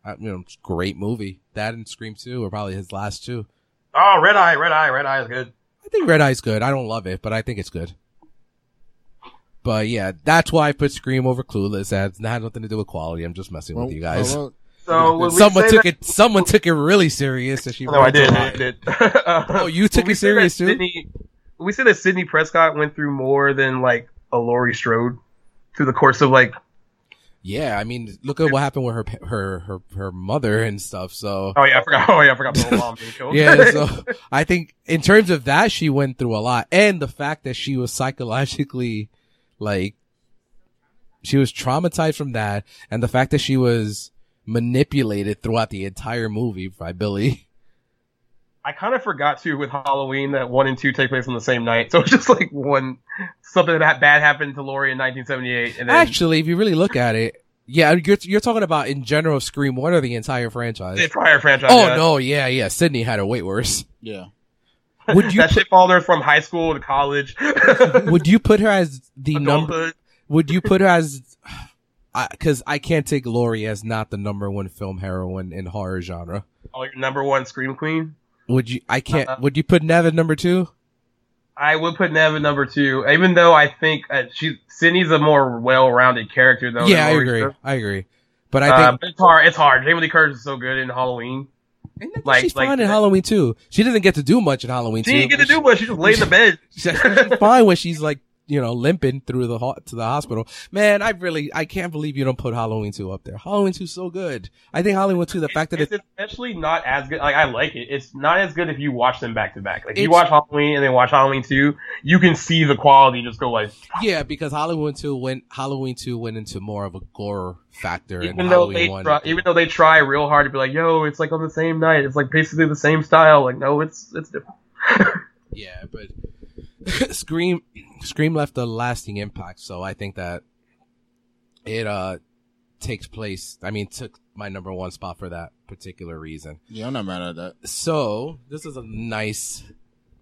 Speaker 1: I, you know great movie. That and Scream Two are probably his last two.
Speaker 3: Oh, Red Eye, Red Eye, Red Eye is good.
Speaker 1: I think Red Eye's good. I don't love it, but I think it's good. But yeah, that's why I put Scream over Clueless. That had nothing to do with quality. I'm just messing
Speaker 2: Well,
Speaker 1: with you guys.
Speaker 2: well,
Speaker 3: So would we
Speaker 1: someone
Speaker 3: say
Speaker 1: took
Speaker 3: that-
Speaker 1: it. Someone took it really serious. That she
Speaker 3: No, I
Speaker 1: wrote
Speaker 3: did.
Speaker 1: about
Speaker 3: I
Speaker 1: it.
Speaker 3: did. (laughs)
Speaker 1: Oh, you took
Speaker 3: We
Speaker 1: it
Speaker 3: said that
Speaker 1: serious too.
Speaker 3: Sidney- we said that Sidney Prescott went through more than like a Laurie Strode through the course of like.
Speaker 1: Yeah, I mean, look at what happened with her pa- her her her mother and stuff. So
Speaker 3: Oh yeah, I forgot. (laughs) Oh yeah, I forgot. about the mom
Speaker 1: (laughs)
Speaker 3: being killed.
Speaker 1: yeah, so I think in terms of that, she went through a lot, and the fact that she was psychologically, like, she was traumatized from that, and the fact that she was manipulated throughout the entire movie by Billy.
Speaker 3: (laughs) I kind of forgot too with Halloween that one and two take place on the same night, so it's just like one something that bad happened to Laurie in 1978, and then
Speaker 1: Actually, if you really look at it, yeah, you're you're talking about in general Scream One or the entire franchise.
Speaker 3: the prior franchise.
Speaker 1: oh
Speaker 3: yeah.
Speaker 1: no, yeah, yeah, Sydney had it way
Speaker 3: (laughs)
Speaker 1: worse.
Speaker 2: yeah.
Speaker 1: Would you
Speaker 3: that shit followed her from high school to college, (laughs)
Speaker 1: put, would you put her as the number?
Speaker 3: adulthood.
Speaker 1: Would you put her as? (sighs) because I, can't take Laurie as not the number one film heroine in horror genre.
Speaker 3: Oh, your number one scream queen.
Speaker 1: Would you? I can't.
Speaker 3: Uh-huh.
Speaker 1: Would you put Nev at number two?
Speaker 3: I would put Nev at number two, even though I think uh, she Sydney's a more well-rounded character though.
Speaker 1: yeah, I
Speaker 3: than Laurie
Speaker 1: agree.
Speaker 3: Strode.
Speaker 1: I agree. But I
Speaker 3: Uh,
Speaker 1: think
Speaker 3: but it's hard. It's hard. Jamie Lee Curtis is so good in Halloween.
Speaker 1: and I think
Speaker 3: like-
Speaker 1: she's
Speaker 3: like
Speaker 1: fine in
Speaker 3: the-
Speaker 1: Halloween too. She doesn't get to do much in Halloween.
Speaker 3: She
Speaker 1: too,
Speaker 3: didn't get to
Speaker 1: but
Speaker 3: do much. She just laid in the bed.
Speaker 1: (laughs) She's fine when she's like, you know, limping through the ho- to the hospital. Man, I really, I can't believe you don't put Halloween 2 up there. Halloween 2 so good. I think Halloween 2, the fact that
Speaker 3: it's
Speaker 1: it's,
Speaker 3: especially not as good. Like I like it. It's not as good if you watch them back to back. Like if you
Speaker 1: It's-
Speaker 3: watch Halloween and then watch Halloween two, you can see the quality just go like.
Speaker 1: yeah, because Halloween 2 went, Halloween 2 went into more of a gore factor and
Speaker 3: Even though
Speaker 1: Halloween
Speaker 3: they
Speaker 1: 1.
Speaker 3: try, even though they try real hard to be like, yo, it's like on the same night. It's like basically the same style. Like no, it's it's different.
Speaker 1: yeah, but (laughs) Scream, Scream left a lasting impact. So I think that it, uh, takes place. I mean, took my number one spot for that particular reason.
Speaker 2: Yeah, I'm not mad at that.
Speaker 1: so this is a nice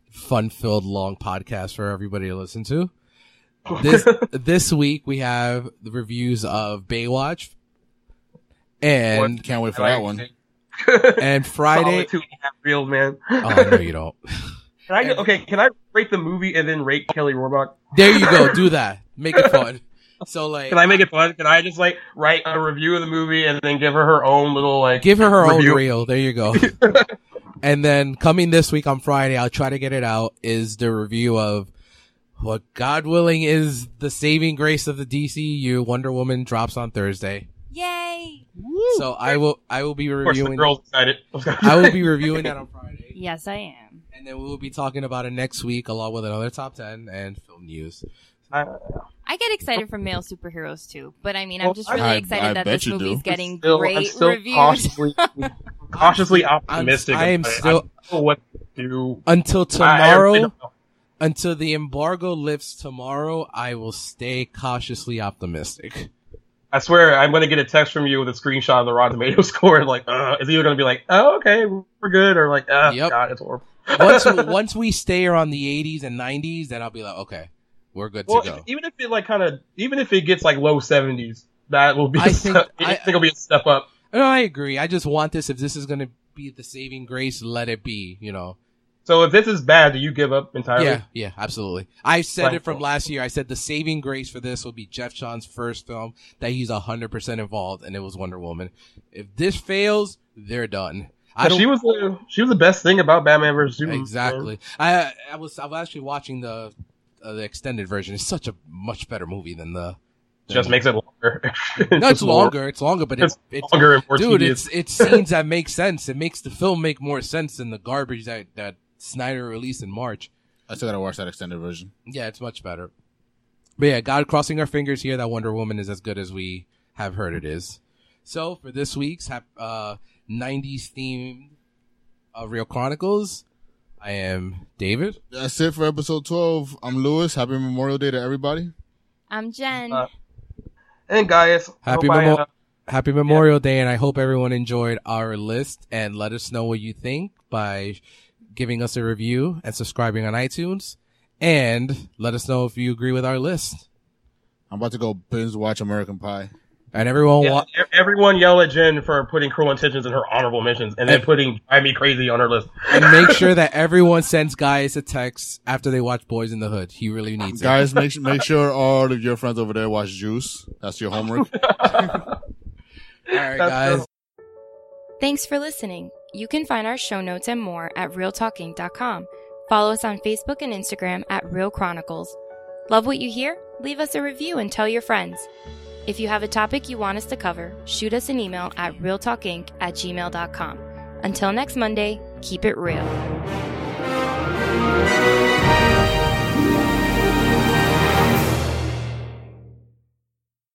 Speaker 1: fun filled long podcast for everybody to listen to
Speaker 3: (laughs)
Speaker 1: this this week we have the reviews of baywatch and
Speaker 2: Can't wait for that one.
Speaker 1: and
Speaker 3: Friday (laughs)
Speaker 1: friday
Speaker 3: two and a half reels, man.
Speaker 1: (laughs) oh no you don't
Speaker 3: (laughs) Can I, okay, can I rate the movie and then rate Kelly Rohrbach?
Speaker 1: there you go do that make it fun so like
Speaker 3: Can I make it fun? Can I just like write a review of the movie and then give her her own little like?
Speaker 1: give her her
Speaker 3: Review.
Speaker 1: own reel there you go
Speaker 3: (laughs)
Speaker 1: and then coming this week on friday i'll try to get it out is the review of what god willing is the saving grace of the dcu wonder woman drops on thursday
Speaker 4: Yay!
Speaker 1: So I will I will be
Speaker 3: of course, the
Speaker 1: reviewing
Speaker 3: girl's (laughs) excited.
Speaker 1: I will be reviewing that on Friday.
Speaker 4: Yes, I am.
Speaker 1: And then we will be talking about it next week along with another top ten and film news.
Speaker 3: I-
Speaker 4: I get excited for male superheroes too, but I mean,
Speaker 3: Well,
Speaker 4: I'm just really
Speaker 2: I-
Speaker 4: excited
Speaker 2: I
Speaker 4: that
Speaker 2: bet
Speaker 4: this
Speaker 2: you do.
Speaker 4: movie's getting
Speaker 3: still-
Speaker 4: great
Speaker 3: I'm still
Speaker 4: reviews. (laughs)
Speaker 3: cautiously, cautiously optimistic.
Speaker 1: I am
Speaker 3: about it.
Speaker 1: still-
Speaker 3: I don't know what to do
Speaker 1: Until
Speaker 3: I- I
Speaker 1: tomorrow
Speaker 3: really don't know.
Speaker 1: until the embargo lifts tomorrow, I will stay cautiously optimistic.
Speaker 3: I swear, I'm gonna get a text from you with a screenshot of the Rotten Tomato (laughs) score. And like, uh, it's either gonna be like, oh, okay, we're good, or like, uh,
Speaker 1: Yep.
Speaker 3: God, it's horrible. (laughs)
Speaker 1: Once once we stay around the eighties and nineties, then I'll be like, Okay, we're good
Speaker 3: well,
Speaker 1: to go.
Speaker 3: if- even if it like kind of, even if it gets like low 70s, that will be.
Speaker 1: I
Speaker 3: a
Speaker 1: think-
Speaker 3: step-
Speaker 1: I-
Speaker 3: I think it'll be a step up.
Speaker 1: No, I agree. I just want this if this is gonna be the saving grace, let it be, you know.
Speaker 3: So if this is bad, do you give up entirely?
Speaker 1: Yeah, yeah, absolutely. I said it
Speaker 3: Right.
Speaker 1: from last year. I said the saving grace for this will be Jeff Sean's first film that he's 100% involved, and it was Wonder Woman. If this fails, they're done. I
Speaker 3: But
Speaker 1: don't
Speaker 3: she was the she was the best thing about Batman vs Superman.
Speaker 1: exactly. I I was I was actually watching the uh, the extended version. It's such a much better movie than the.
Speaker 3: It just makes it longer. (laughs)
Speaker 1: No, it's
Speaker 3: Just more-
Speaker 1: longer. It's longer, but it's, it's
Speaker 3: longer and more
Speaker 1: dude.
Speaker 3: tedious.
Speaker 1: It's it's scenes that make sense. It makes the film make more sense than the garbage that that Snyder released in March.
Speaker 2: I still gotta watch that extended version.
Speaker 1: Yeah, it's much better. But yeah, God crossing our fingers here that Wonder Woman is as good as we have heard it is. So for this week's hap- uh, 90s themed uh, Real Chronicles, I am David.
Speaker 2: That's it for episode 12. I'm Lewis. Happy Memorial Day to everybody.
Speaker 4: I'm Jen.
Speaker 3: Uh, And guys,
Speaker 1: Happy
Speaker 3: hope I,
Speaker 1: Memorial
Speaker 3: uh,
Speaker 1: Happy Memorial Day, and I hope everyone enjoyed our list. And let us know what you think by giving us a review and subscribing on iTunes. And let us know if you agree with our list.
Speaker 2: I'm about to go binge watch American Pie.
Speaker 1: And everyone,
Speaker 3: yeah,
Speaker 1: wa-
Speaker 3: e- everyone yell at Jen for putting cruel intentions in her honorable mentions, and then
Speaker 1: And-
Speaker 3: putting drive me crazy on her list.
Speaker 1: and make sure that everyone sends guys a text after they watch Boys in the Hood. He really needs it.
Speaker 2: Guys, make, make sure all of your friends over there watch Juice. That's your homework.
Speaker 1: All right,
Speaker 3: That's
Speaker 1: guys.
Speaker 4: Thanks for listening. You can find our show notes and more at realtalking.com. Follow us on Facebook and Instagram at Real Chronicles. Love what you hear? Leave us a review and tell your friends. If you have a topic you want us to cover, shoot us an email at realtalkinc at gmail.com. Until next Monday, keep it real.